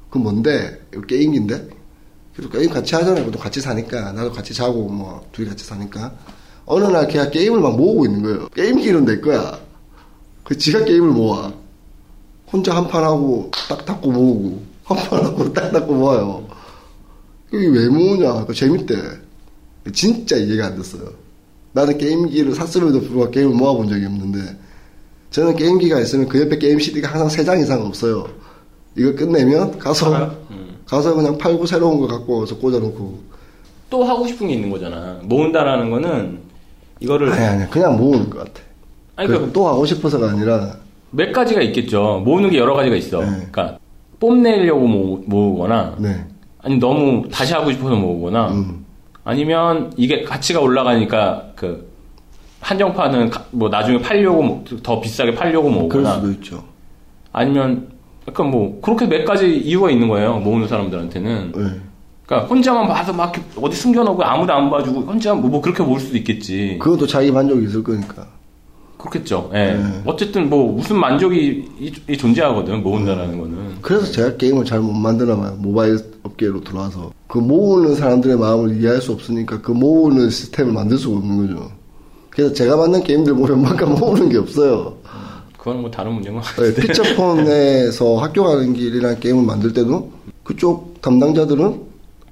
[SPEAKER 5] 그 뭔데? 이거 게임기인데? 그래서 게임 같이 하잖아요. 그것도 같이 사니까. 나도 같이 자고, 뭐, 둘이 같이 사니까. 어느 날 걔가 게임을 막 모으고 있는 거예요. 게임기는 내 거야. 그 지가 게임을 모아. 혼자 한 판 하고 딱 닦고 모으고 한 판 하고 딱 닦고 모아요. 이게 왜 모으냐? 그 재밌대. 진짜 이해가 안 됐어요. 나는 게임기를 샀음에도 불구하고 게임을 모아본 적이 없는데 저는 게임기가 있으면 그 옆에 게임 CD가 항상 3장 이상 없어요. 이거 끝내면 가서
[SPEAKER 1] 팔아요? 음.
[SPEAKER 5] 가서 그냥 팔고 새로운 거 갖고 와서 꽂아놓고
[SPEAKER 1] 또 하고 싶은 게 있는 거잖아. 모은다라는 거는 이거를
[SPEAKER 5] 아니 아니 그냥 모으는 것 같아.
[SPEAKER 1] 아니,
[SPEAKER 5] 그
[SPEAKER 1] 그-
[SPEAKER 5] 또 하고 싶어서가 아니라
[SPEAKER 1] 몇 가지가 있겠죠. 모으는 게 여러 가지가 있어.
[SPEAKER 5] 네.
[SPEAKER 1] 그러니까 뽐내려고 모, 모으거나
[SPEAKER 5] 네.
[SPEAKER 1] 아니 너무 다시 하고 싶어서 모으거나
[SPEAKER 5] 음.
[SPEAKER 1] 아니면 이게 가치가 올라가니까 그 한정판은 가- 뭐 나중에 팔려고 모- 더 비싸게 팔려고
[SPEAKER 5] 그럴
[SPEAKER 1] 모으거나
[SPEAKER 5] 수도 있죠.
[SPEAKER 1] 아니면 약간 뭐 그렇게 몇 가지 이유가 있는 거예요. 모으는 사람들한테는.
[SPEAKER 5] 네.
[SPEAKER 1] 그러니까 혼자만 봐서 막 이렇게 어디 숨겨놓고 아무도 안 봐주고 혼자 뭐, 뭐 그렇게 모을 수도 있겠지.
[SPEAKER 5] 그것도 자기 만족이 있을 거니까.
[SPEAKER 1] 그렇겠죠. 예.
[SPEAKER 5] 네.
[SPEAKER 1] 어쨌든 뭐 무슨 만족이 이, 이 존재하거든 모은다라는 거는.
[SPEAKER 5] 그래서 제가 게임을 잘 못 만드나 봐요. 모바일 업계로 들어와서. 그 모으는 사람들의 마음을 이해할 수 없으니까 그 모으는 시스템을 만들 수가 없는 거죠. 그래서 제가 만든 게임들 보면 막 모으는 게 없어요.
[SPEAKER 1] 그건 뭐 다른 문제인 것
[SPEAKER 5] 네,
[SPEAKER 1] 같은데.
[SPEAKER 5] 피처폰에서 학교 가는 길이라는 게임을 만들 때도 그쪽 담당자들은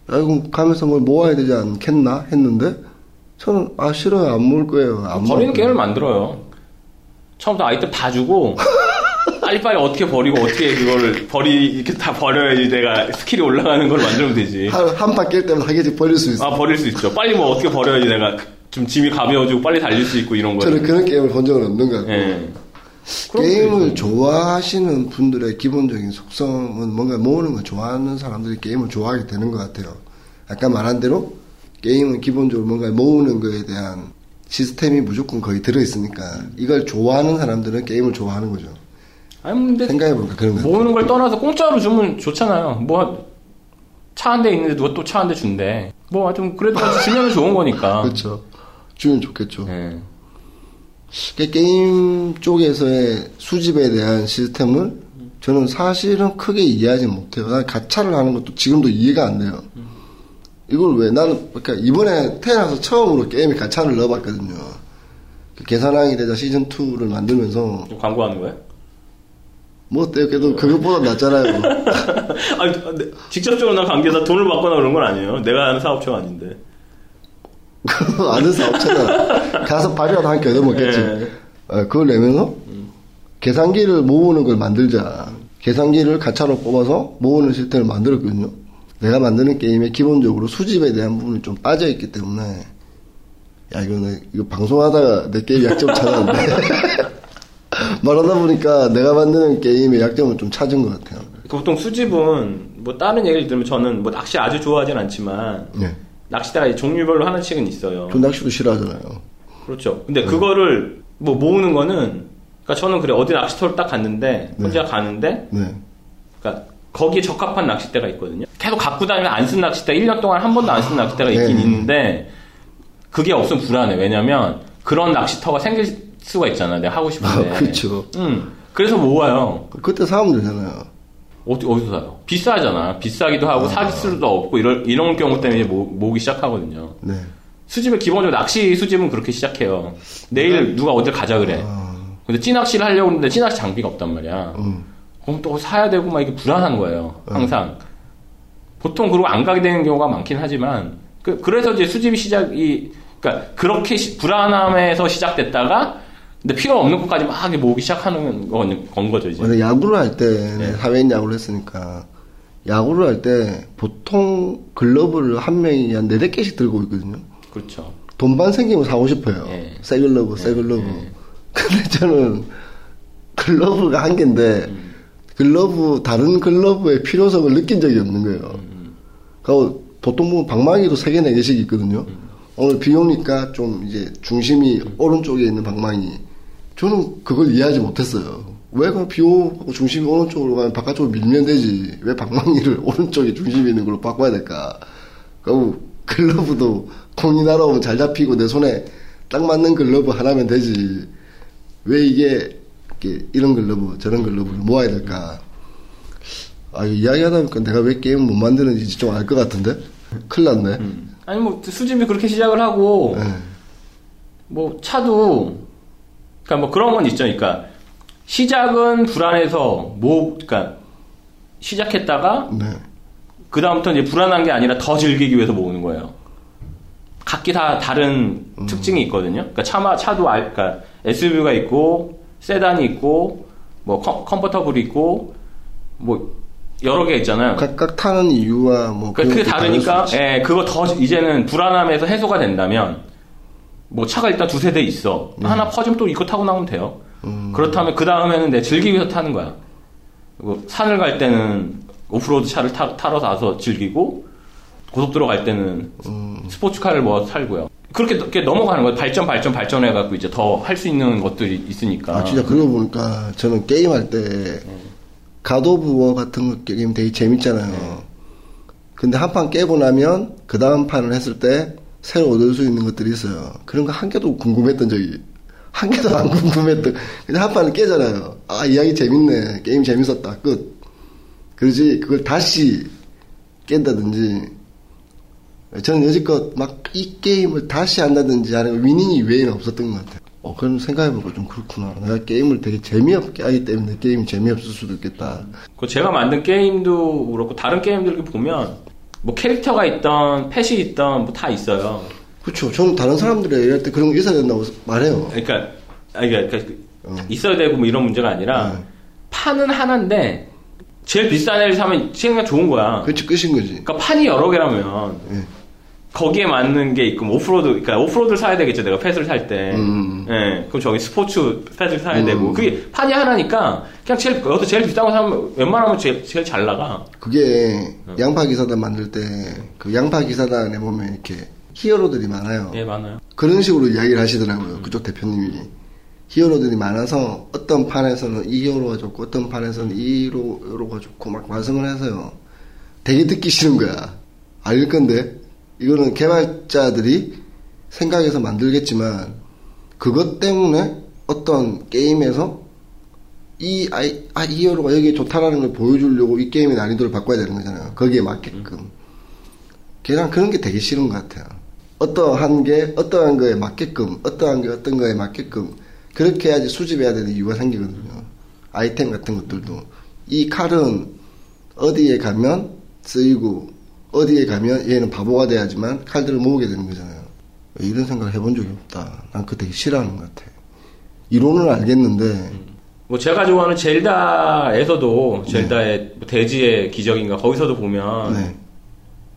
[SPEAKER 5] 아, 이거 가면서 뭘 모아야 되지 않겠나 했는데 저는 아 싫어요 안 모을 거예요 안 모을
[SPEAKER 1] 버리는
[SPEAKER 5] 거예요.
[SPEAKER 1] 게임을 만들어요. 처음부터 아이템 다 주고 빨리빨리 어떻게 버리고 어떻게 그거를 버리 이렇게 다 버려야지 내가 스킬이 올라가는 걸 만들면 되지.
[SPEAKER 5] 한판깰 때면 하겠지 버릴 수 있어.
[SPEAKER 1] 아 버릴 수 있죠. 빨리 뭐 어떻게 버려야지 내가 좀 짐이 가벼워지고 빨리 달릴 수 있고 이런 거.
[SPEAKER 5] 저는 그런 게임을 본 적은 없는 것 같아요.
[SPEAKER 1] 예. 그런 것도
[SPEAKER 5] 게임을
[SPEAKER 1] 있고.
[SPEAKER 5] 좋아하시는 분들의 기본적인 속성은 뭔가 모으는 걸 좋아하는 사람들이 게임을 좋아하게 되는 것 같아요. 아까 말한 대로 게임은 기본적으로 뭔가 모으는 거에 대한 시스템이 무조건 거의 들어있으니까 이걸 좋아하는 사람들은 게임을 좋아하는 거죠.
[SPEAKER 1] 아니 근데
[SPEAKER 5] 생각해보니까 그런 거
[SPEAKER 1] 모으는 걸 떠나서 공짜로 주면 좋잖아요. 뭐, 차 한 대 있는데 누가 또 차 한 대 준대. 뭐, 하여튼, 그래도 같이 주면 좋은 거니까.
[SPEAKER 5] (laughs) 그렇죠. 주면 좋겠죠.
[SPEAKER 1] 예.
[SPEAKER 5] 그 게임 쪽에서의 수집에 대한 시스템을 저는 사실은 크게 이해하지 못해요. 난 가차를 하는 것도 지금도 이해가 안 돼요. 이걸 왜 나는 그러니까 이번에 태어나서 처음으로 게임에 가차를 넣어봤거든요. 그 계산왕이 되자 시즌 2를 만들면서
[SPEAKER 1] 좀 광고하는 거예요? (laughs)
[SPEAKER 5] 뭐 어때요? 그래도 그것보다 낫잖아요.
[SPEAKER 1] 아니, 근데 직접적으로 나 관계에서 돈을 받거나 그런 건 아니에요. 내가 하는 사업체가 아닌데.
[SPEAKER 5] 그거 (laughs) 아는 사업체잖아. 가서 밥이라도 한 끼 얻어먹겠지.
[SPEAKER 1] 예.
[SPEAKER 5] 어, 그걸 내면서 계산기를 모으는 걸 만들자. 계산기를 가차로 뽑아서 모으는 시스템을 만들었거든요. 내가 만드는 게임에 기본적으로 수집에 대한 부분이 좀 빠져있기 때문에 야 이거 내, 이거 방송하다가 내 게임 약점 찾았는데 (laughs) 말하다 보니까 내가 만드는 게임의 약점을 좀 찾은 것 같아요.
[SPEAKER 1] 그 보통 수집은, 뭐, 다른 얘기를 들으면 저는 뭐, 낚시 아주 좋아하진 않지만,
[SPEAKER 5] 네.
[SPEAKER 1] 낚시대가 종류별로 하나씩은 있어요.
[SPEAKER 5] 전 낚시도 싫어하잖아요.
[SPEAKER 1] 그렇죠. 근데 그거를, 뭐, 모으는 거는, 그니까 저는 그래, 어디 낚시터를 딱 갔는데, 혼자 가는데,
[SPEAKER 5] 네.
[SPEAKER 1] 그러니까 거기에 적합한 낚싯대가 있거든요. 계속 갖고 다니면 안 쓴 낚싯대, 1년 동안 한 번도 안 쓴 낚싯대가 있긴
[SPEAKER 5] 네.
[SPEAKER 1] 있는데 그게 없으면 불안해. 왜냐면 그런 낚시터가 생길 수가 있잖아. 내가 하고 싶은데.
[SPEAKER 5] 아, 그렇죠.
[SPEAKER 1] 음. 그래서 모아요.
[SPEAKER 5] 그때 사면 되잖아요.
[SPEAKER 1] 어디 어디서 사요? 비싸잖아. 비싸기도 하고 사기 수도 없고 이런 이런 경우 때문에 모, 모으기 시작하거든요.
[SPEAKER 5] 네.
[SPEAKER 1] 수집을 기본적으로 낚시 수집은 그렇게 시작해요. 내일 누가 어딜 가자 그래. 근데 찌낚시를 하려고 하는데 찌낚시 장비가 없단 말이야. 그럼 또 사야 되고 막 이게 불안한 거예요. 항상. 보통 그러고 안 가게 되는 경우가 많긴 하지만 그, 래서 이제 수집이 시작이 그러니까 그렇게 시- 불안함에서 시작됐다가 근데 필요 없는 것까지 막 이렇게 모으기 시작하는 건, 건 거죠 이제.
[SPEAKER 5] 근데 야구를 할 때, 사회인 야구를 했으니까, 야구를 할 때 보통 글러브를 한 명이 한 네댓 개씩 들고 있거든요.
[SPEAKER 1] 그렇죠.
[SPEAKER 5] 돈반 생기면 사고 싶어요.
[SPEAKER 1] 예.
[SPEAKER 5] 새 글러브, 새 글러브. 근데 저는 글러브가 한 개인데,
[SPEAKER 1] 음.
[SPEAKER 5] 글러브, 다른 글러브의 필요성을 느낀 적이 없는 거예요.
[SPEAKER 1] 음.
[SPEAKER 5] 그리고 보통 보면 방망이도 세 개, 네 개씩 있거든요.
[SPEAKER 1] 음.
[SPEAKER 5] 오늘 비 오니까 좀 이제 중심이 오른쪽에 있는 방망이. 저는 그걸 이해하지 못했어요. 왜 그럼 비 오고 중심이 오른쪽으로 가면 바깥쪽으로 밀면 되지. 왜 방망이를 (laughs) 오른쪽에 중심이 있는 걸로 바꿔야 될까. 그리고 글러브도 공이 날아오면 잘 잡히고 내 손에 딱 맞는 글러브 하나면 되지. 왜 이게 이렇게 이런 글러브 저런 글러브를 모아야 될까. 아, 이거 이야기하다 보니까 내가 왜 게임 못 만드는지 좀 알 것 같은데? 큰일 났네.
[SPEAKER 1] 아니 뭐 수집이 그렇게 시작을 하고
[SPEAKER 5] 예.
[SPEAKER 1] 뭐 차도 그러니까 뭐 그런 건 있죠. 그러니까
[SPEAKER 6] 시작은 불안해서 뭐 그러니까 시작했다가
[SPEAKER 5] 네.
[SPEAKER 6] 그 다음부터 이제 불안한 게 아니라 더 즐기기 위해서 모으는 거예요. 각기 다 다른 특징이 있거든요. 그러니까 차마 차도 알, 그러니까 SUV가 있고 세단이 있고 뭐 컴, 컴포터블이 있고 뭐 여러 개 있잖아요.
[SPEAKER 5] 각각 타는 이유와 뭐
[SPEAKER 6] 그러니까 그게
[SPEAKER 5] 그런 것도 그 다를
[SPEAKER 6] 다르니까
[SPEAKER 5] 수 있지.
[SPEAKER 6] 예 그거 더 이제는 불안함에서 해소가 된다면 뭐 차가 일단 두세 대 있어
[SPEAKER 5] 네.
[SPEAKER 6] 하나 퍼지면 또 이거 타고 나오면 돼요
[SPEAKER 5] 음.
[SPEAKER 6] 그렇다면 그 다음에는 내 즐기기 위해서 타는 거야 뭐 산을 갈 때는 오프로드 차를 타, 타러 가서 즐기고 고속도로 갈 때는
[SPEAKER 5] 음.
[SPEAKER 6] 스포츠카를 모아서 살고요 그렇게 이렇게 넘어가는 거예요 발전 발전 발전해 갖고 이제 더 할 수 있는 것들이 있으니까
[SPEAKER 5] 아 진짜 그러고 보니까 저는 게임 할 때 가도부워 같은 거 게임 되게
[SPEAKER 6] 네.
[SPEAKER 5] 재밌잖아요. 근데 한 판 깨고 나면 그 다음 판을 했을 때 새로 얻을 수 있는 것들이 있어요. 그런 거 한 개도 궁금했던 적이 한 개도 안 (laughs) 궁금했던. 근데 한 판을 깨잖아요. 아 이야기 재밌네. 게임 재밌었다. 끝. 그러지 그걸 다시 깬다든지 저는 여지껏 막 이 게임을 다시 한다든지 하는 위닝이 외에는 없었던 것 같아요. 어, 그럼 생각해보고 좀 그렇구나. 내가 게임을 되게 재미없게 하기 때문에 게임이 재미없을 수도 있겠다.
[SPEAKER 6] 그 제가 만든 게임도 그렇고 다른 게임들 이렇게 보면 뭐 캐릭터가 있던 펫이 있던 뭐 다 있어요.
[SPEAKER 5] 그렇죠. 저는 다른 사람들이 얘기할 때 그런 거 있어야 된다고 말해요.
[SPEAKER 6] 그러니까 아 그러니까 그 있어야 되고 뭐 이런 문제가 아니라
[SPEAKER 5] 음.
[SPEAKER 6] 판은 하나인데 제일 비싼 애를 사면 생각 좋은 거야.
[SPEAKER 5] 그렇지 끝인 거지.
[SPEAKER 6] 그러니까 판이 여러 개라면
[SPEAKER 5] 예.
[SPEAKER 6] 거기에 맞는 게 있고 뭐 오프로드 그러니까 오프로드를 사야 되겠죠 내가 펫을 살 때.
[SPEAKER 5] 음.
[SPEAKER 6] 예, 그럼 저기 스포츠 펫을 사야 되고 그게 판이 하나니까 그냥 제일 그것도 제일 비싼 거 사면 웬만하면 제일, 제일 잘 나가.
[SPEAKER 5] 그게 양파 기사단 만들 때 그 양파 기사단에 보면 이렇게 히어로들이 많아요.
[SPEAKER 6] 예 많아요.
[SPEAKER 5] 그런 식으로 이야기를 하시더라고요. 그쪽 대표님이. 히어로들이 많아서 어떤 판에서는 이 히어로가 좋고 어떤 판에서는 이 히어로가 좋고 막 완성을 해서요. 되게 듣기 싫은 거야. 아닐 건데. 이거는 개발자들이 생각해서 만들겠지만 그것 때문에 어떤 게임에서 이 아이, 아, 이 히어로가 여기에 좋다라는 걸 보여주려고 이 게임의 난이도를 바꿔야 되는 거잖아요. 거기에 맞게끔. 걔랑 그런 게 되게 싫은 것 같아요. 어떠한 게 어떠한 거에 맞게끔, 어떠한 게 어떤 거에 맞게끔 그렇게 해야지 수집해야 되는 이유가 생기거든요. 아이템 같은 것들도 이 칼은 어디에 가면 쓰이고 어디에 가면 얘는 바보가 돼야지만 칼들을 모으게 되는 거잖아요. 이런 생각을 해본 적이 없다. 난 그거 되게 싫어하는 것 같아. 이론은 알겠는데
[SPEAKER 6] 뭐 제가 좋아하는 젤다에서도 젤다의 뭐 대지의 기적인가 거기서도 보면
[SPEAKER 5] 네.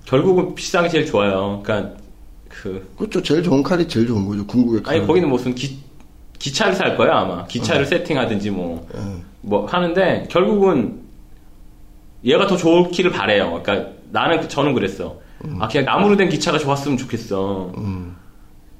[SPEAKER 6] 결국은 비싼 게 제일 좋아요. 그러니까 그
[SPEAKER 5] 그렇죠. 제일 좋은 칼이 제일 좋은 거죠. 궁극의 칼.
[SPEAKER 6] 아니 거기는 무슨 기 기차를 살 거야 아마
[SPEAKER 5] 어.
[SPEAKER 6] 기차를 세팅하든지 뭐 뭐
[SPEAKER 5] 예.
[SPEAKER 6] 하는데 결국은 얘가 더 좋기를 바래요. 그러니까 나는 저는 그랬어. 아 그냥 나무로 된 기차가 좋았으면 좋겠어.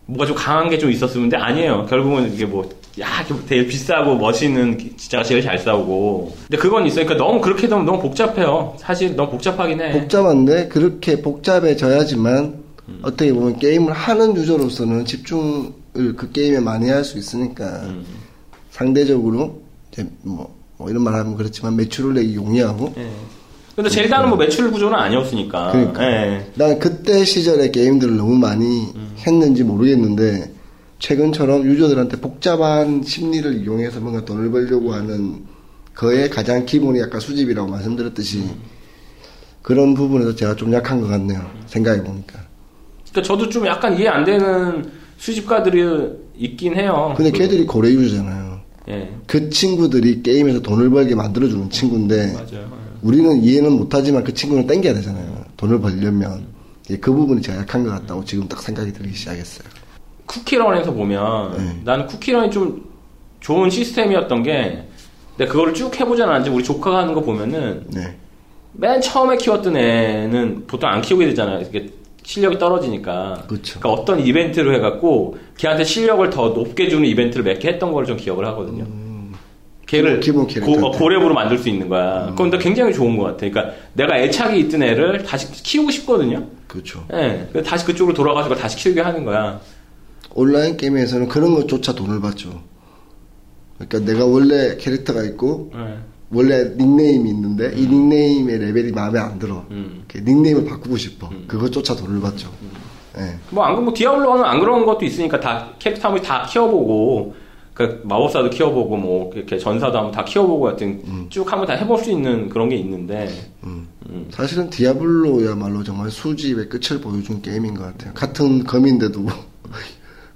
[SPEAKER 6] 뭐가 좀 강한 게 좀 있었으면 근데 아니에요. 결국은 이게 뭐, 야, 이게 되게 비싸고 멋있는 기차가 제일 잘 싸우고. 근데 그건 있어요. 그러니까 너무 그렇게 되면 너무 복잡해요. 사실 너무 복잡하긴 해.
[SPEAKER 5] 복잡한데 그렇게 복잡해져야지만 어떻게 보면 게임을 하는 유저로서는 집중을 그 게임에 많이 할 수 있으니까 상대적으로 이제 뭐, 뭐 이런 말하면 그렇지만 매출을 내기 용이하고
[SPEAKER 6] 네. 근데 젤다는 뭐 매출 구조는 아니었으니까.
[SPEAKER 5] 네. 그러니까.
[SPEAKER 6] 예.
[SPEAKER 5] 난 그때 시절의 게임들을 너무 많이 했는지 모르겠는데 최근처럼 유저들한테 복잡한 심리를 이용해서 뭔가 돈을 벌려고 하는 거에 가장 기본이 약간 수집이라고 말씀드렸듯이 그런 부분에서 제가 좀 약한 것 같네요 생각해 보니까
[SPEAKER 6] 그러니까 저도 좀 약간 이해 안 되는 수집가들이 있긴 해요.
[SPEAKER 5] 근데
[SPEAKER 6] 그-
[SPEAKER 5] 걔들이 고래 유저잖아요
[SPEAKER 6] 예.
[SPEAKER 5] 그 친구들이 게임에서 돈을 벌게 만들어주는 친구인데
[SPEAKER 6] 맞아요.
[SPEAKER 5] 우리는 이해는 못하지만 그 친구는 땡겨야 되잖아요 돈을 벌려면 예, 그 부분이 제가 약한 것 같다고 지금 딱 생각이 들기 시작했어요
[SPEAKER 6] 쿠키런에서 보면
[SPEAKER 5] 네.
[SPEAKER 6] 나는 쿠키런이 좀 좋은 시스템이었던 게 근데 그거를 쭉 해보지 않았는지 우리 조카가 하는 거 보면은
[SPEAKER 5] 네.
[SPEAKER 6] 맨 처음에 키웠던 애는 보통 안 키우게 되잖아요. 이게 실력이 떨어지니까.
[SPEAKER 5] 그쵸.
[SPEAKER 6] 러니까 어떤 이벤트로 해갖고 걔한테 실력을 더 높게 주는 이벤트를 몇 개 했던 걸 좀 기억을 하거든요. 걔를
[SPEAKER 5] 기본
[SPEAKER 6] 고,
[SPEAKER 5] 캐릭터. 음.
[SPEAKER 6] 어, 고렙으로 만들 수 있는 거야. 그건 나 굉장히 좋은 것 같아. 그러니까 내가 애착이 있던 애를 다시 키우고 싶거든요.
[SPEAKER 5] 그렇죠
[SPEAKER 6] 예. 그래서 다시 그쪽으로 돌아가지고 다시 키우게 하는 거야.
[SPEAKER 5] 온라인 게임에서는 그런 것조차 돈을 받죠. 그러니까 내가 원래 캐릭터가 있고
[SPEAKER 6] 예.
[SPEAKER 5] 원래 닉네임이 있는데 이
[SPEAKER 6] 음.
[SPEAKER 5] 닉네임의 레벨이 마음에 안 들어. 이렇게 닉네임을 바꾸고 싶어.
[SPEAKER 6] 음.
[SPEAKER 5] 그것조차 돈을 받죠. 예.
[SPEAKER 6] 뭐, 안, 그- 뭐, 디아블로는 안 그런 것도 있으니까 다, 캐릭터 한번 다 키워보고, 그러니까 마법사도 키워보고 뭐 이렇게 전사도 한번 다 키워보고 하여튼
[SPEAKER 5] 음.
[SPEAKER 6] 쭉 한번 다 해볼 수 있는 그런 게 있는데
[SPEAKER 5] 사실은 디아블로야말로 정말 수집의 끝을 보여준 게임인 것 같아요. 같은 검인데도 (laughs)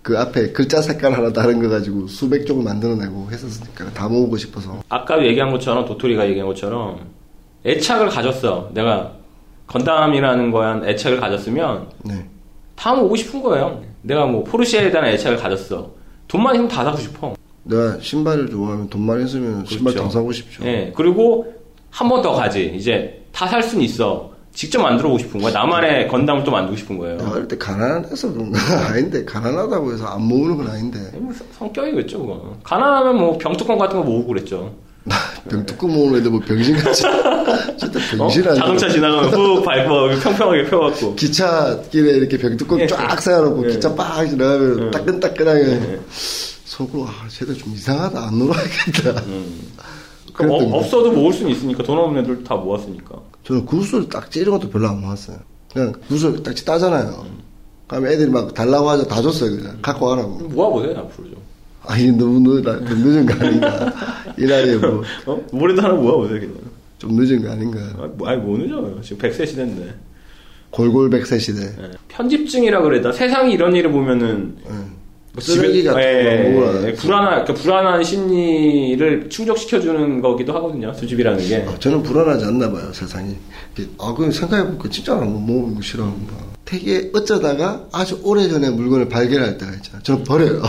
[SPEAKER 5] 그 앞에 글자 색깔 하나 다른 거 가지고 수백 쪽을 만들어내고 했었으니까 다 모으고 싶어서
[SPEAKER 6] 아까 얘기한 것처럼 도토리가 얘기한 것처럼 애착을 가졌어. 내가 건담이라는 거에 한 애착을 가졌으면
[SPEAKER 5] 네.
[SPEAKER 6] 다음 오고 싶은 거예요. 내가 뭐 포르쉐에 대한 애착을 가졌어. 돈만 있으면 다 사고 싶어.
[SPEAKER 5] 내가 신발을 좋아하면 돈만 있으면 신발
[SPEAKER 6] 그렇죠.
[SPEAKER 5] 더 사고 싶죠.
[SPEAKER 6] 예. 그리고 한 번 더 가지. 이제 다 살 수는 있어. 직접 만들어 보고 싶은 거야. 나만의 건담을 또 만들고 싶은 거예요.
[SPEAKER 5] 내가 어릴 때 가난해서 그런 건 (laughs) 아닌데 가난하다고 해서 안 모으는 건 아닌데
[SPEAKER 6] 뭐 성- 성격이겠죠, 그거. 가난하면 뭐 병뚜껑 같은 거 모으고 그랬죠.
[SPEAKER 5] 병뚜껑 모으는 애들 뭐 병신같이 (laughs) 진짜
[SPEAKER 6] 네. 어?
[SPEAKER 5] 병신 아니야.
[SPEAKER 6] 자동차 지나가면 훅
[SPEAKER 5] (laughs)
[SPEAKER 6] 밟고 평평하게 펴갖고.
[SPEAKER 5] 기차길에 이렇게 병뚜껑
[SPEAKER 6] 예.
[SPEAKER 5] 쫙 세워놓고
[SPEAKER 6] 예.
[SPEAKER 5] 기차 빡 지나가면 따끈따끈하게
[SPEAKER 6] 예.
[SPEAKER 5] 속으로 아 쟤들 좀 이상하다 안 놀아야겠다
[SPEAKER 6] 음. 그럼 어-
[SPEAKER 5] 그랬더니.
[SPEAKER 6] 없어도 모을 수는 있으니까 돈 없는 애들 다 모았으니까.
[SPEAKER 5] 저는 구슬 딱지 이런 것도 별로 안 모았어요 그냥 구슬 딱지 따잖아요 그러면 애들이 막 달라고 하자 다 줬어요 그냥 갖고 가라고
[SPEAKER 6] 모아보세요, 앞으로 좀.
[SPEAKER 5] 아 이게 너무 늦, 좀 늦은 거 아닌가 (laughs) 이 나이에 뭐 좀
[SPEAKER 6] 어? 올해도 하나 모아보세요, 그냥.
[SPEAKER 5] 늦은 거 아닌가
[SPEAKER 6] 아, 뭐- 아니, 뭐 늦어요. 지금 100세 시대인데.
[SPEAKER 5] 골골백세 시대
[SPEAKER 6] 예. 편집증이라 그래다 세상이 이런 일을 보면은 뭐
[SPEAKER 5] 쓰레기
[SPEAKER 6] 집에-
[SPEAKER 5] 같은
[SPEAKER 6] 예,
[SPEAKER 5] 거 먹으라.
[SPEAKER 6] 예, 불안한 그 불안한 심리를 충족시켜주는 거기도 하거든요 수집이라는 게
[SPEAKER 5] 아, 저는 불안하지 않나 봐요, 세상이. 이게, 아, 그럼 생각해보니까 진짜 나못 먹으면 싫어하는 거야. 되게 어쩌다가 아주 오래전에 물건을 발견할 때가 있잖아. 저는 버려요.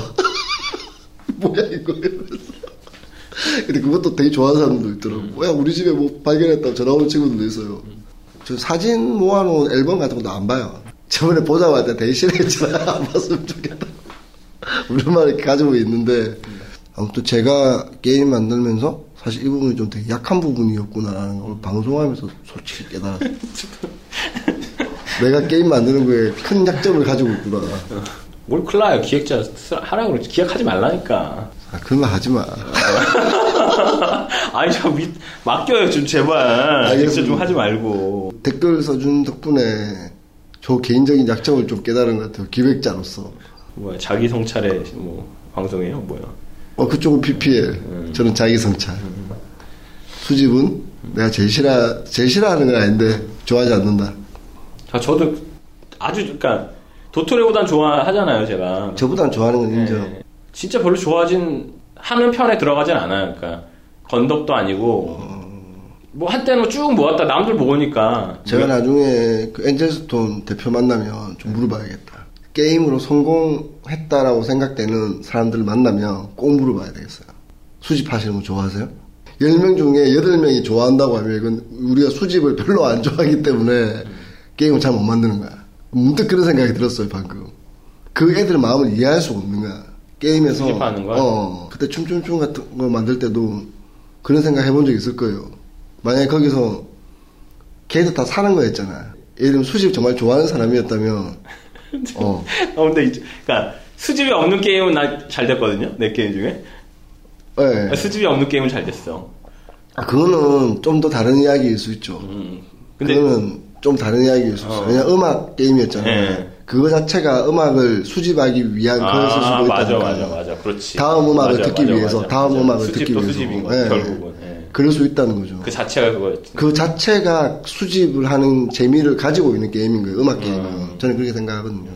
[SPEAKER 5] (laughs) 뭐야, 이거. 이러면서. 근데 그것도 되게 좋아하는 사람도 있더라고. 뭐야, 우리 집에 뭐 발견했다고 전화 오는 친구들도 있어요. 저 사진 모아놓은 앨범 같은 것도 안 봐요. 저번에 보자고 할때 되게 싫어했잖아. 안 봤으면 좋겠다. 우리만 이렇게 가지고 있는데 아무튼 제가 게임 만들면서 사실 이 부분이 좀 되게 약한 부분이었구나라는 걸 방송하면서 솔직히 깨달았어요. 내가 게임 만드는 거에 큰 약점을 가지고 있구나.
[SPEAKER 6] 뭘 클라요 기획자 쓰라- 하라고 그러지 기획하지 말라니까
[SPEAKER 5] 아, 그런 말 하지 마.
[SPEAKER 6] 아니 참 미- 맡겨요 좀 네, 제발
[SPEAKER 5] 알겠습니다. 뭐.
[SPEAKER 6] 기획자 좀 하지 말고
[SPEAKER 5] 댓글 써준 덕분에 저 개인적인 약점을 좀 깨달은 것 같아요. 기획자로서.
[SPEAKER 6] 뭐야 자기 성찰의 뭐 방송이에요 뭐야
[SPEAKER 5] 어, 그쪽은 PPL. 저는 자기 성찰. 수집은 내가 제일 싫어, 제일 싫어하는 건 아닌데 좋아하지 않는다.
[SPEAKER 6] 자 저도 아주 그러니까 도토리보단 좋아하잖아요 제가
[SPEAKER 5] 저보다는 좋아하는 건 인정.
[SPEAKER 6] 예. 진짜 별로 좋아진 하는 편에 들어가진 않아요. 그러니까 건덕도 아니고 뭐 한때는 쭉 모았다 남들 모으니까
[SPEAKER 5] 제가 나중에 그 엔젤스톤 대표 만나면
[SPEAKER 6] 네.
[SPEAKER 5] 좀 물어봐야겠다. 게임으로 성공했다라고 생각되는 사람들을 만나면 꼭 물어봐야 되겠어요. 수집하시는 거 좋아하세요? 10명 중에 8명이 좋아한다고 하면 이건 우리가 수집을 별로 안 좋아하기
[SPEAKER 6] 네.
[SPEAKER 5] 때문에 게임을 잘 못 만드는 거야. 문득 그런 생각이 들었어요, 방금. 그 애들 마음을 이해할 수가 없는 거야. 게임에서.
[SPEAKER 6] 수집하는 거야?
[SPEAKER 5] 어, 그때 춤춤춤 같은 거 만들 때도 그런 생각 해본 적 있을 거예요. 만약에 거기서 걔들 다 사는 거였잖아. 예를 들면 수집 정말 좋아하는 사람이었다면, 어,
[SPEAKER 6] (laughs) 어, 근데 이제 그러니까 수집이 없는 게임은 나 잘 됐거든요. 내 게임 중에
[SPEAKER 5] 예.
[SPEAKER 6] 수집이 없는 게임은 잘 됐어.
[SPEAKER 5] 아, 그거는 좀 더 다른 이야기일 수 있죠.
[SPEAKER 6] 음. 근데
[SPEAKER 5] 그거는 좀 다른 이야기일 수 있어.
[SPEAKER 6] 어.
[SPEAKER 5] 요 왜냐 음악 게임이었잖아요.
[SPEAKER 6] 예.
[SPEAKER 5] 그거 자체가 음악을 수집하기 위한 그것일
[SPEAKER 6] 아
[SPEAKER 5] 수도
[SPEAKER 6] 맞아
[SPEAKER 5] 있다니까.
[SPEAKER 6] 맞아 맞아 그렇지.
[SPEAKER 5] 다음 음악을 듣기 위해서, 다음 음악을
[SPEAKER 6] 수집도
[SPEAKER 5] 듣기 위해서.
[SPEAKER 6] 수집인 거야
[SPEAKER 5] 예.
[SPEAKER 6] 결국은. 예.
[SPEAKER 5] 그럴 수 있다는 거죠.
[SPEAKER 6] 그 자체가 그거였지.
[SPEAKER 5] 그 자체가 수집을 하는 재미를 가지고 있는 게임인 거예요.
[SPEAKER 6] 아.
[SPEAKER 5] 음악 게임은. 저는 그렇게 생각하거든요.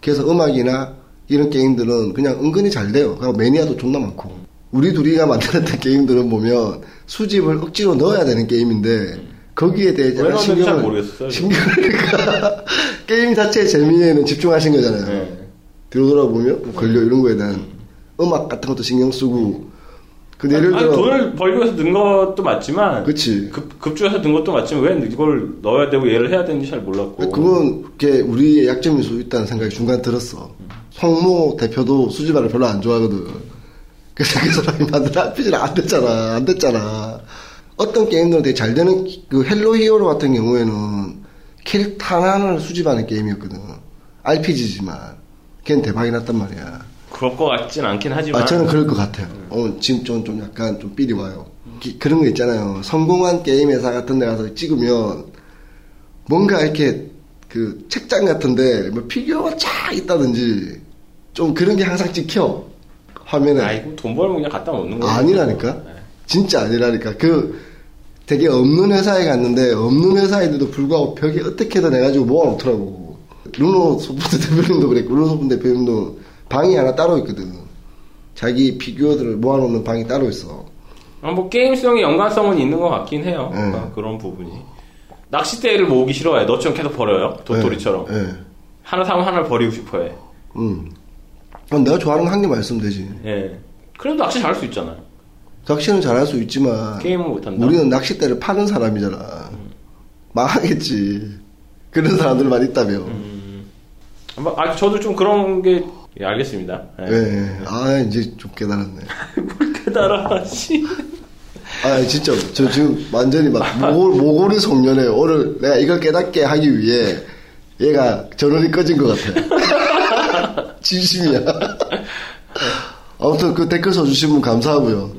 [SPEAKER 5] 그래서 음악이나 이런 게임들은 그냥 은근히 잘 돼요. 그리고 매니아도 존나 많고. 우리 둘이가 만들었던 (laughs) 게임들은 보면 수집을 억지로 넣어야 되는 게임인데 거기에 대해
[SPEAKER 6] 왜
[SPEAKER 5] 약간
[SPEAKER 6] 넣는지
[SPEAKER 5] 신경을-
[SPEAKER 6] 잘 모르겠어요, 저는.
[SPEAKER 5] 신경을 (laughs) 그러니까 게임 자체의 재미에는 집중하신 거잖아요.
[SPEAKER 6] 예.
[SPEAKER 5] 뒤돌아보면 뭐 권력 이런 거에 대한 음악 같은 것도 신경 쓰고 근데 예를
[SPEAKER 6] 아니,
[SPEAKER 5] 들어
[SPEAKER 6] 돈을 벌기 위해서 넣은 것도 맞지만
[SPEAKER 5] 그치.
[SPEAKER 6] 급, 급주해서 넣은 것도 맞지만 왜 이걸 넣어야 되고 얘를 해야 되는지 잘
[SPEAKER 2] 아,
[SPEAKER 6] 몰랐고
[SPEAKER 5] 그건 그게 우리의 약점일 수 있다는 생각이 중간 들었어. 성모 대표도 수지발을 별로 안 좋아하거든. 그래서 그 사람이 만든 RPG를 안 됐잖아. 안 됐잖아. 어떤 게임들은 되게 잘 되는 그 헬로 히어로 같은 경우에는 캐릭터 하나를 수집하는 게임이었거든. RPG지만. 걔는 대박이 났단 말이야.
[SPEAKER 6] 그럴 것 같진 않긴 하지만
[SPEAKER 5] 아, 저는 그럴 것 같아요. 어, 지금 저는 좀 약간 좀 삘이 와요. 기- 그런 거 있잖아요. 성공한 게임 회사 같은 데 가서 찍으면 뭔가 이렇게 그 책장 같은데 뭐 피규어가 쫙 있다든지 좀 그런 게 항상 찍혀.
[SPEAKER 2] 화면에
[SPEAKER 6] 아, 이거 돈 벌면 그냥 갖다 놓는 거야.
[SPEAKER 2] 네. 아니라니까? 진짜 아니라니까? 그 되게 없는 회사에 갔는데 없는 회사인데도 불구하고 벽에 어떻게든 해가지고 모아놓더라고. 루노 소프트 (laughs) 대표님도 그랬고 루노 소프트 대표님도 방이 하나 따로 있거든. 자기 피규어들을 모아놓는 방이 따로 있어.
[SPEAKER 6] 아, 뭐 게임성의 연관성은 있는 것 같긴 해요.
[SPEAKER 2] 네.
[SPEAKER 6] 그러니까 그런 부분이. 낚싯대를 모으기 싫어해. 너처럼 계속 버려요. 도토리처럼.
[SPEAKER 2] 예. 예.
[SPEAKER 6] 하나 사면 하나를 버리고 싶어해.
[SPEAKER 2] 음. 그럼 내가 좋아하는 거 한 개만 있으면 되지.
[SPEAKER 6] 예. 그래도 낚시 잘할 수 있잖아요.
[SPEAKER 2] 낚시는 잘할 수 있지만
[SPEAKER 6] 게임은 못한다.
[SPEAKER 2] 우리는 낚싯대를 파는 사람이잖아. 망하겠지. 그런 사람들 많이 있다며.
[SPEAKER 6] 아마- 아, 저도 좀 그런 게 예, 알겠습니다. 예.
[SPEAKER 2] 예. 아 이제 좀 (laughs) 깨달았네.
[SPEAKER 6] 깨달아. 씨.
[SPEAKER 2] 아 진짜 저 지금 완전히 막 모골, 모골이 송년회 오늘 내가 이걸 깨닫게 하기 위해 얘가 전원이 꺼진 것 같아. (laughs) 진심이야. 아무튼 그 댓글 써주신 분 감사하고요.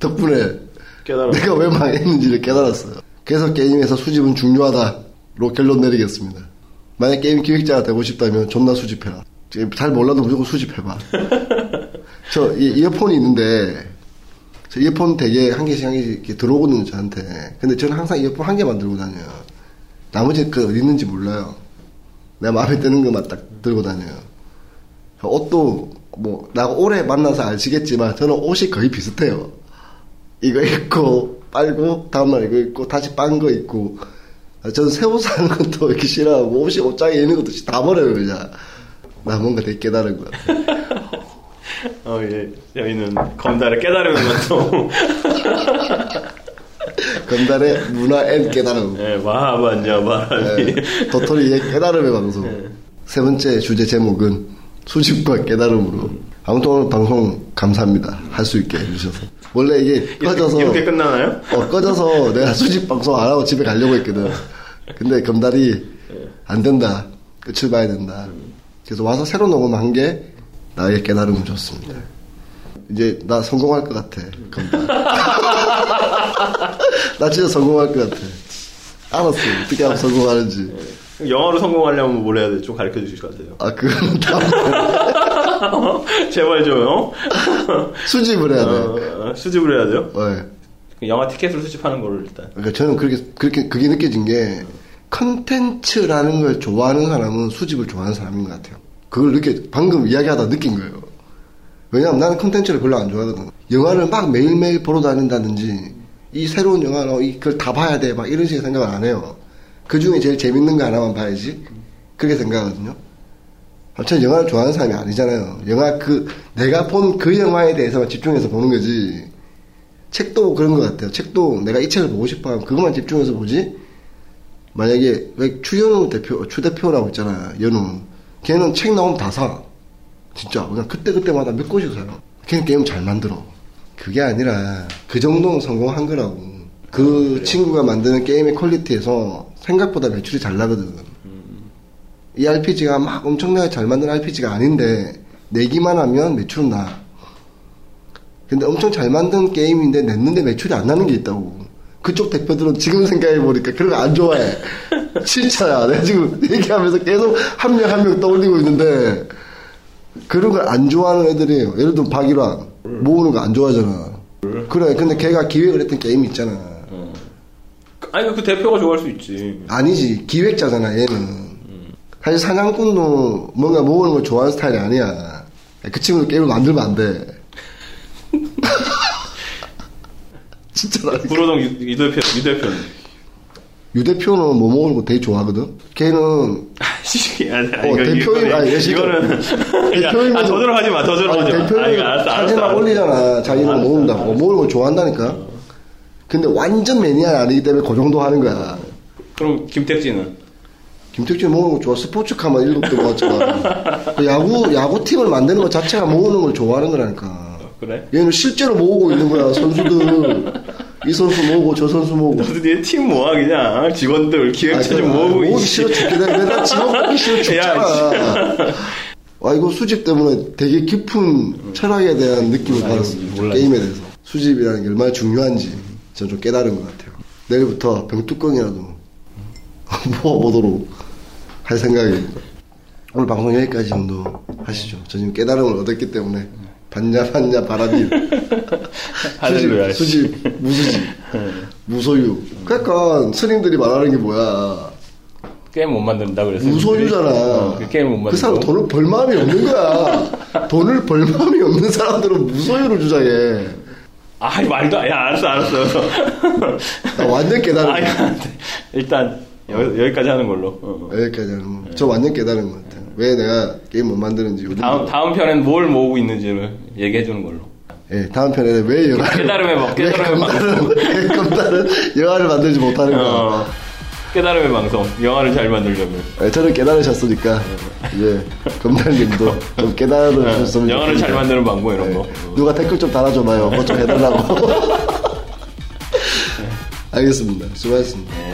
[SPEAKER 2] 덕분에
[SPEAKER 6] 깨달아.
[SPEAKER 2] 내가 왜 망했는지를 깨달았어요. 그래서 게임에서 수집은 중요하다로 결론 내리겠습니다. 만약 게임 기획자가 되고 싶다면 존나 수집해라. 지금 잘 몰라도 무조건
[SPEAKER 6] (laughs)
[SPEAKER 2] 수집해봐. 저 이- 이어폰이 있는데 저 이어폰 되게 한 개씩 한 개씩 이렇게 들어오거든요 저한테. 근데 저는 항상 이어폰 한 개만 들고 다녀요. 나머지 그 어디 있는지 몰라요. 내가 마음에 드는 것만 딱 들고 다녀요. 옷도 뭐 나 오래 만나서 아시겠지만 저는 옷이 거의 비슷해요. 이거 입고 빨고 다음날 이거 입고 다시 빤 거 입고 아, 저는 새 옷 사는 (laughs) 것도 이렇게 싫어하고 옷이 옷장에 있는 것도 다 버려요 그냥 나 뭔가 되게 깨달은 것 같아
[SPEAKER 6] 어, 예. 저희는 검다를 깨달으면
[SPEAKER 2] (laughs)
[SPEAKER 6] 또.
[SPEAKER 2] 건달의 문화 앤 깨달음
[SPEAKER 6] 예, 마하반야 마라니.
[SPEAKER 2] 예, 도토리의 깨달음의 방송
[SPEAKER 6] 네.
[SPEAKER 2] 세 번째 주제 제목은 수집과 깨달음으로 아무튼 오늘 방송 감사합니다 할 수 있게 해주셔서 원래 이게 꺼져서
[SPEAKER 6] 이렇게 끝나나요?
[SPEAKER 2] 어, 꺼져서 내가 수집 방송 안 하고 집에 가려고 했거든. 근데 검달이 안 된다. 끝을 봐야 된다. 그래서 와서 새로 녹음한 게 나의 깨달음을 줬습니다. 이제 나 성공할 것 같아. 검달. (laughs) 나 진짜 성공할 것 같아. 알았어. 어떻게 하면 성공하는지.
[SPEAKER 6] 영어로 성공하려면 뭘 해야 돼? 좀 가르쳐 주실 것 같아요.
[SPEAKER 2] 아, 그건 다음
[SPEAKER 6] 제발 좀, 어?
[SPEAKER 2] 수집을 해야 돼.
[SPEAKER 6] 어, 수집을 해야 돼요?
[SPEAKER 2] 네.
[SPEAKER 6] 그 영화 티켓을 수집하는 거를 일단.
[SPEAKER 2] 그러니까 저는 그렇게 그렇게 그게 느껴진 게 컨텐츠라는 걸 좋아하는 사람은 수집을 좋아하는 사람인 것 같아요. 그걸 느껴 방금 이야기하다 느낀 거예요. 왜냐하면 나는 컨텐츠를 별로 안 좋아하거든. 영화를 막 매일매일 보러 다닌다든지 이 새로운 영화를 어, 이걸 다 봐야 돼 막 이런 식의 생각을 안 해요. 그 중에 제일 재밌는 거 하나만 봐야지 그렇게 생각하거든요. 아, 저는 영화를 좋아하는 사람이 아니잖아요. 영화 그 내가 본 그 영화에 대해서만 집중해서 보는 거지. 책도 그런 것 같아요. 책도 내가 이 책을 보고 싶어 하면 그것만 집중해서 보지. 만약에 왜 추연우 대표, 추 대표라고 있잖아요. 연우. 걔는 책 나오면 다 사. 진짜 그냥 그때 그때마다 몇 권씩 사요. 걔는 게임 잘 만들어. 그게 아니라 그 정도는 성공한 거라고. 그 친구가 만드는 게임의 퀄리티에서 생각보다 매출이 잘 나거든. 이 RPG가 막 엄청나게 잘 만든 RPG가 아닌데 내기만 하면 매출은 나. 근데 엄청 잘 만든 게임인데 냈는데 매출이 안 나는 게 있다고. 그쪽 대표들은 지금 생각해보니까 그런 거 안 좋아해. 진짜야. 내가 지금 얘기하면서 계속 한 명 한 명 떠올리고 있는데 그런 걸 안 좋아하는 애들이에요. 예를 들면 박일환 모으는 거 안 좋아하잖아. 그래. 근데 걔가 기획을 했던 게임이 있잖아.
[SPEAKER 6] 아니, 그 대표가 좋아할 수 있지.
[SPEAKER 2] 아니지. 기획자잖아, 얘는. 사실 사냥꾼도 뭔가 모으는 걸 좋아하는 스타일이 아니야. 그 친구도 게임을 만들면 안 돼. (laughs) 진짜라니까.
[SPEAKER 6] 구로동 유, 유 대표, 유 대표는.
[SPEAKER 2] 유 대표는 뭐 먹는 거 되게 좋아하거든? 걔는,
[SPEAKER 6] 씨, 아,
[SPEAKER 2] 어, 대표님, 아니, 예, 진짜.
[SPEAKER 6] 이거는.
[SPEAKER 2] 대표님도-
[SPEAKER 6] (laughs) 야, 아, 더 들어가지 마, 더 들어가지 마. 아,
[SPEAKER 2] 대표님
[SPEAKER 6] 이거 알았어, 알았어.
[SPEAKER 2] 사진만
[SPEAKER 6] 알았어.
[SPEAKER 2] 올리잖아. 자기는
[SPEAKER 6] 알았어,
[SPEAKER 2] 모은다고. 모으는 걸 좋아한다니까. 근데 완전 매니아는 아니기 때문에 그 정도 하는 거야.
[SPEAKER 6] 그럼 김택진은?
[SPEAKER 2] 김택진 모으는 거 좋아. 스포츠카만 일곱 대
[SPEAKER 6] (laughs)
[SPEAKER 2] 모았잖아. 뭐 그 야구, 야구팀을 만드는 것 자체가 모으는 걸 좋아하는 거라니까.
[SPEAKER 6] 그래?
[SPEAKER 2] 얘는 실제로 모으고 있는 거야, 선수들. 이 선수 모으고, 저 선수 모으고.
[SPEAKER 6] 너도 니팀 모아, 그냥. 직원들, 기획차 좀
[SPEAKER 2] 아니,
[SPEAKER 6] 모으고.
[SPEAKER 2] 모으기
[SPEAKER 6] 이
[SPEAKER 2] 싫어 죽겠네. 내가 직업 보기
[SPEAKER 6] (laughs)
[SPEAKER 2] 싫어 죽잖아. 아, 이거 수집 때문에 되게 깊은 철학에 대한 느낌을 받았습니다.
[SPEAKER 6] 아, 몰라요.
[SPEAKER 2] 게임에 대해서. 수집이라는 게 얼마나 중요한지 저는 좀 깨달은 것 같아요. 내일부터 병뚜껑이라도 (laughs) 모아보도록 할 생각입니다. 오늘 방송 여기까지 정도 하시죠. 저 지금 깨달음을 얻었기 때문에 봤냐 봤냐
[SPEAKER 6] (laughs)
[SPEAKER 2] 바람이
[SPEAKER 6] 하늘 로야 네.
[SPEAKER 2] 수집, 수집 무수집 무소유 그러니까 스님들이 말하는 게 뭐야
[SPEAKER 6] 게임 못 만든다 그래서
[SPEAKER 2] 무소유잖아
[SPEAKER 6] 어, 그 게임 못 만들고
[SPEAKER 2] 그 사람 돈을 벌 마음이 없는
[SPEAKER 6] (laughs)
[SPEAKER 2] 거야 돈을 벌 마음이 없는 사람들은 무소유를 주장해
[SPEAKER 6] 아 말도 안- 야
[SPEAKER 2] (laughs)
[SPEAKER 6] 알았어 알았어
[SPEAKER 2] 나 완전
[SPEAKER 6] 아,
[SPEAKER 2] 깨달은 거
[SPEAKER 6] 야, 일단 여, 여기까지 하는 걸로 어.
[SPEAKER 2] 여기까지 하는 거. 저 완전 깨달은 것 같아 왜 내가 게임 못 만드는지 요즘
[SPEAKER 6] 다음 다음 편엔 뭘 모으고 있는지를 얘기해 주는 걸로
[SPEAKER 2] 예, 다음 편에는 왜 영화를
[SPEAKER 6] 깨달음의 법,
[SPEAKER 2] 왜
[SPEAKER 6] 네, 깨달음의
[SPEAKER 2] 검다른 왜 검다른 영화를 만들지 못하는
[SPEAKER 6] 어,
[SPEAKER 2] 거야
[SPEAKER 6] 깨달음의 방송 영화를 잘 만들려면
[SPEAKER 2] 예, 저는 깨달으셨으니까 이제 검달님도 좀 깨달으셨으면
[SPEAKER 6] 어, 영화를 잘
[SPEAKER 2] 좋겠습니다.
[SPEAKER 6] 만드는 방법 이런 거
[SPEAKER 2] 네. 누가 댓글 좀 (laughs) 달아줘봐요. 뭐 좀 해달라고. 알겠습니다. 수고하셨습니다.
[SPEAKER 6] 네.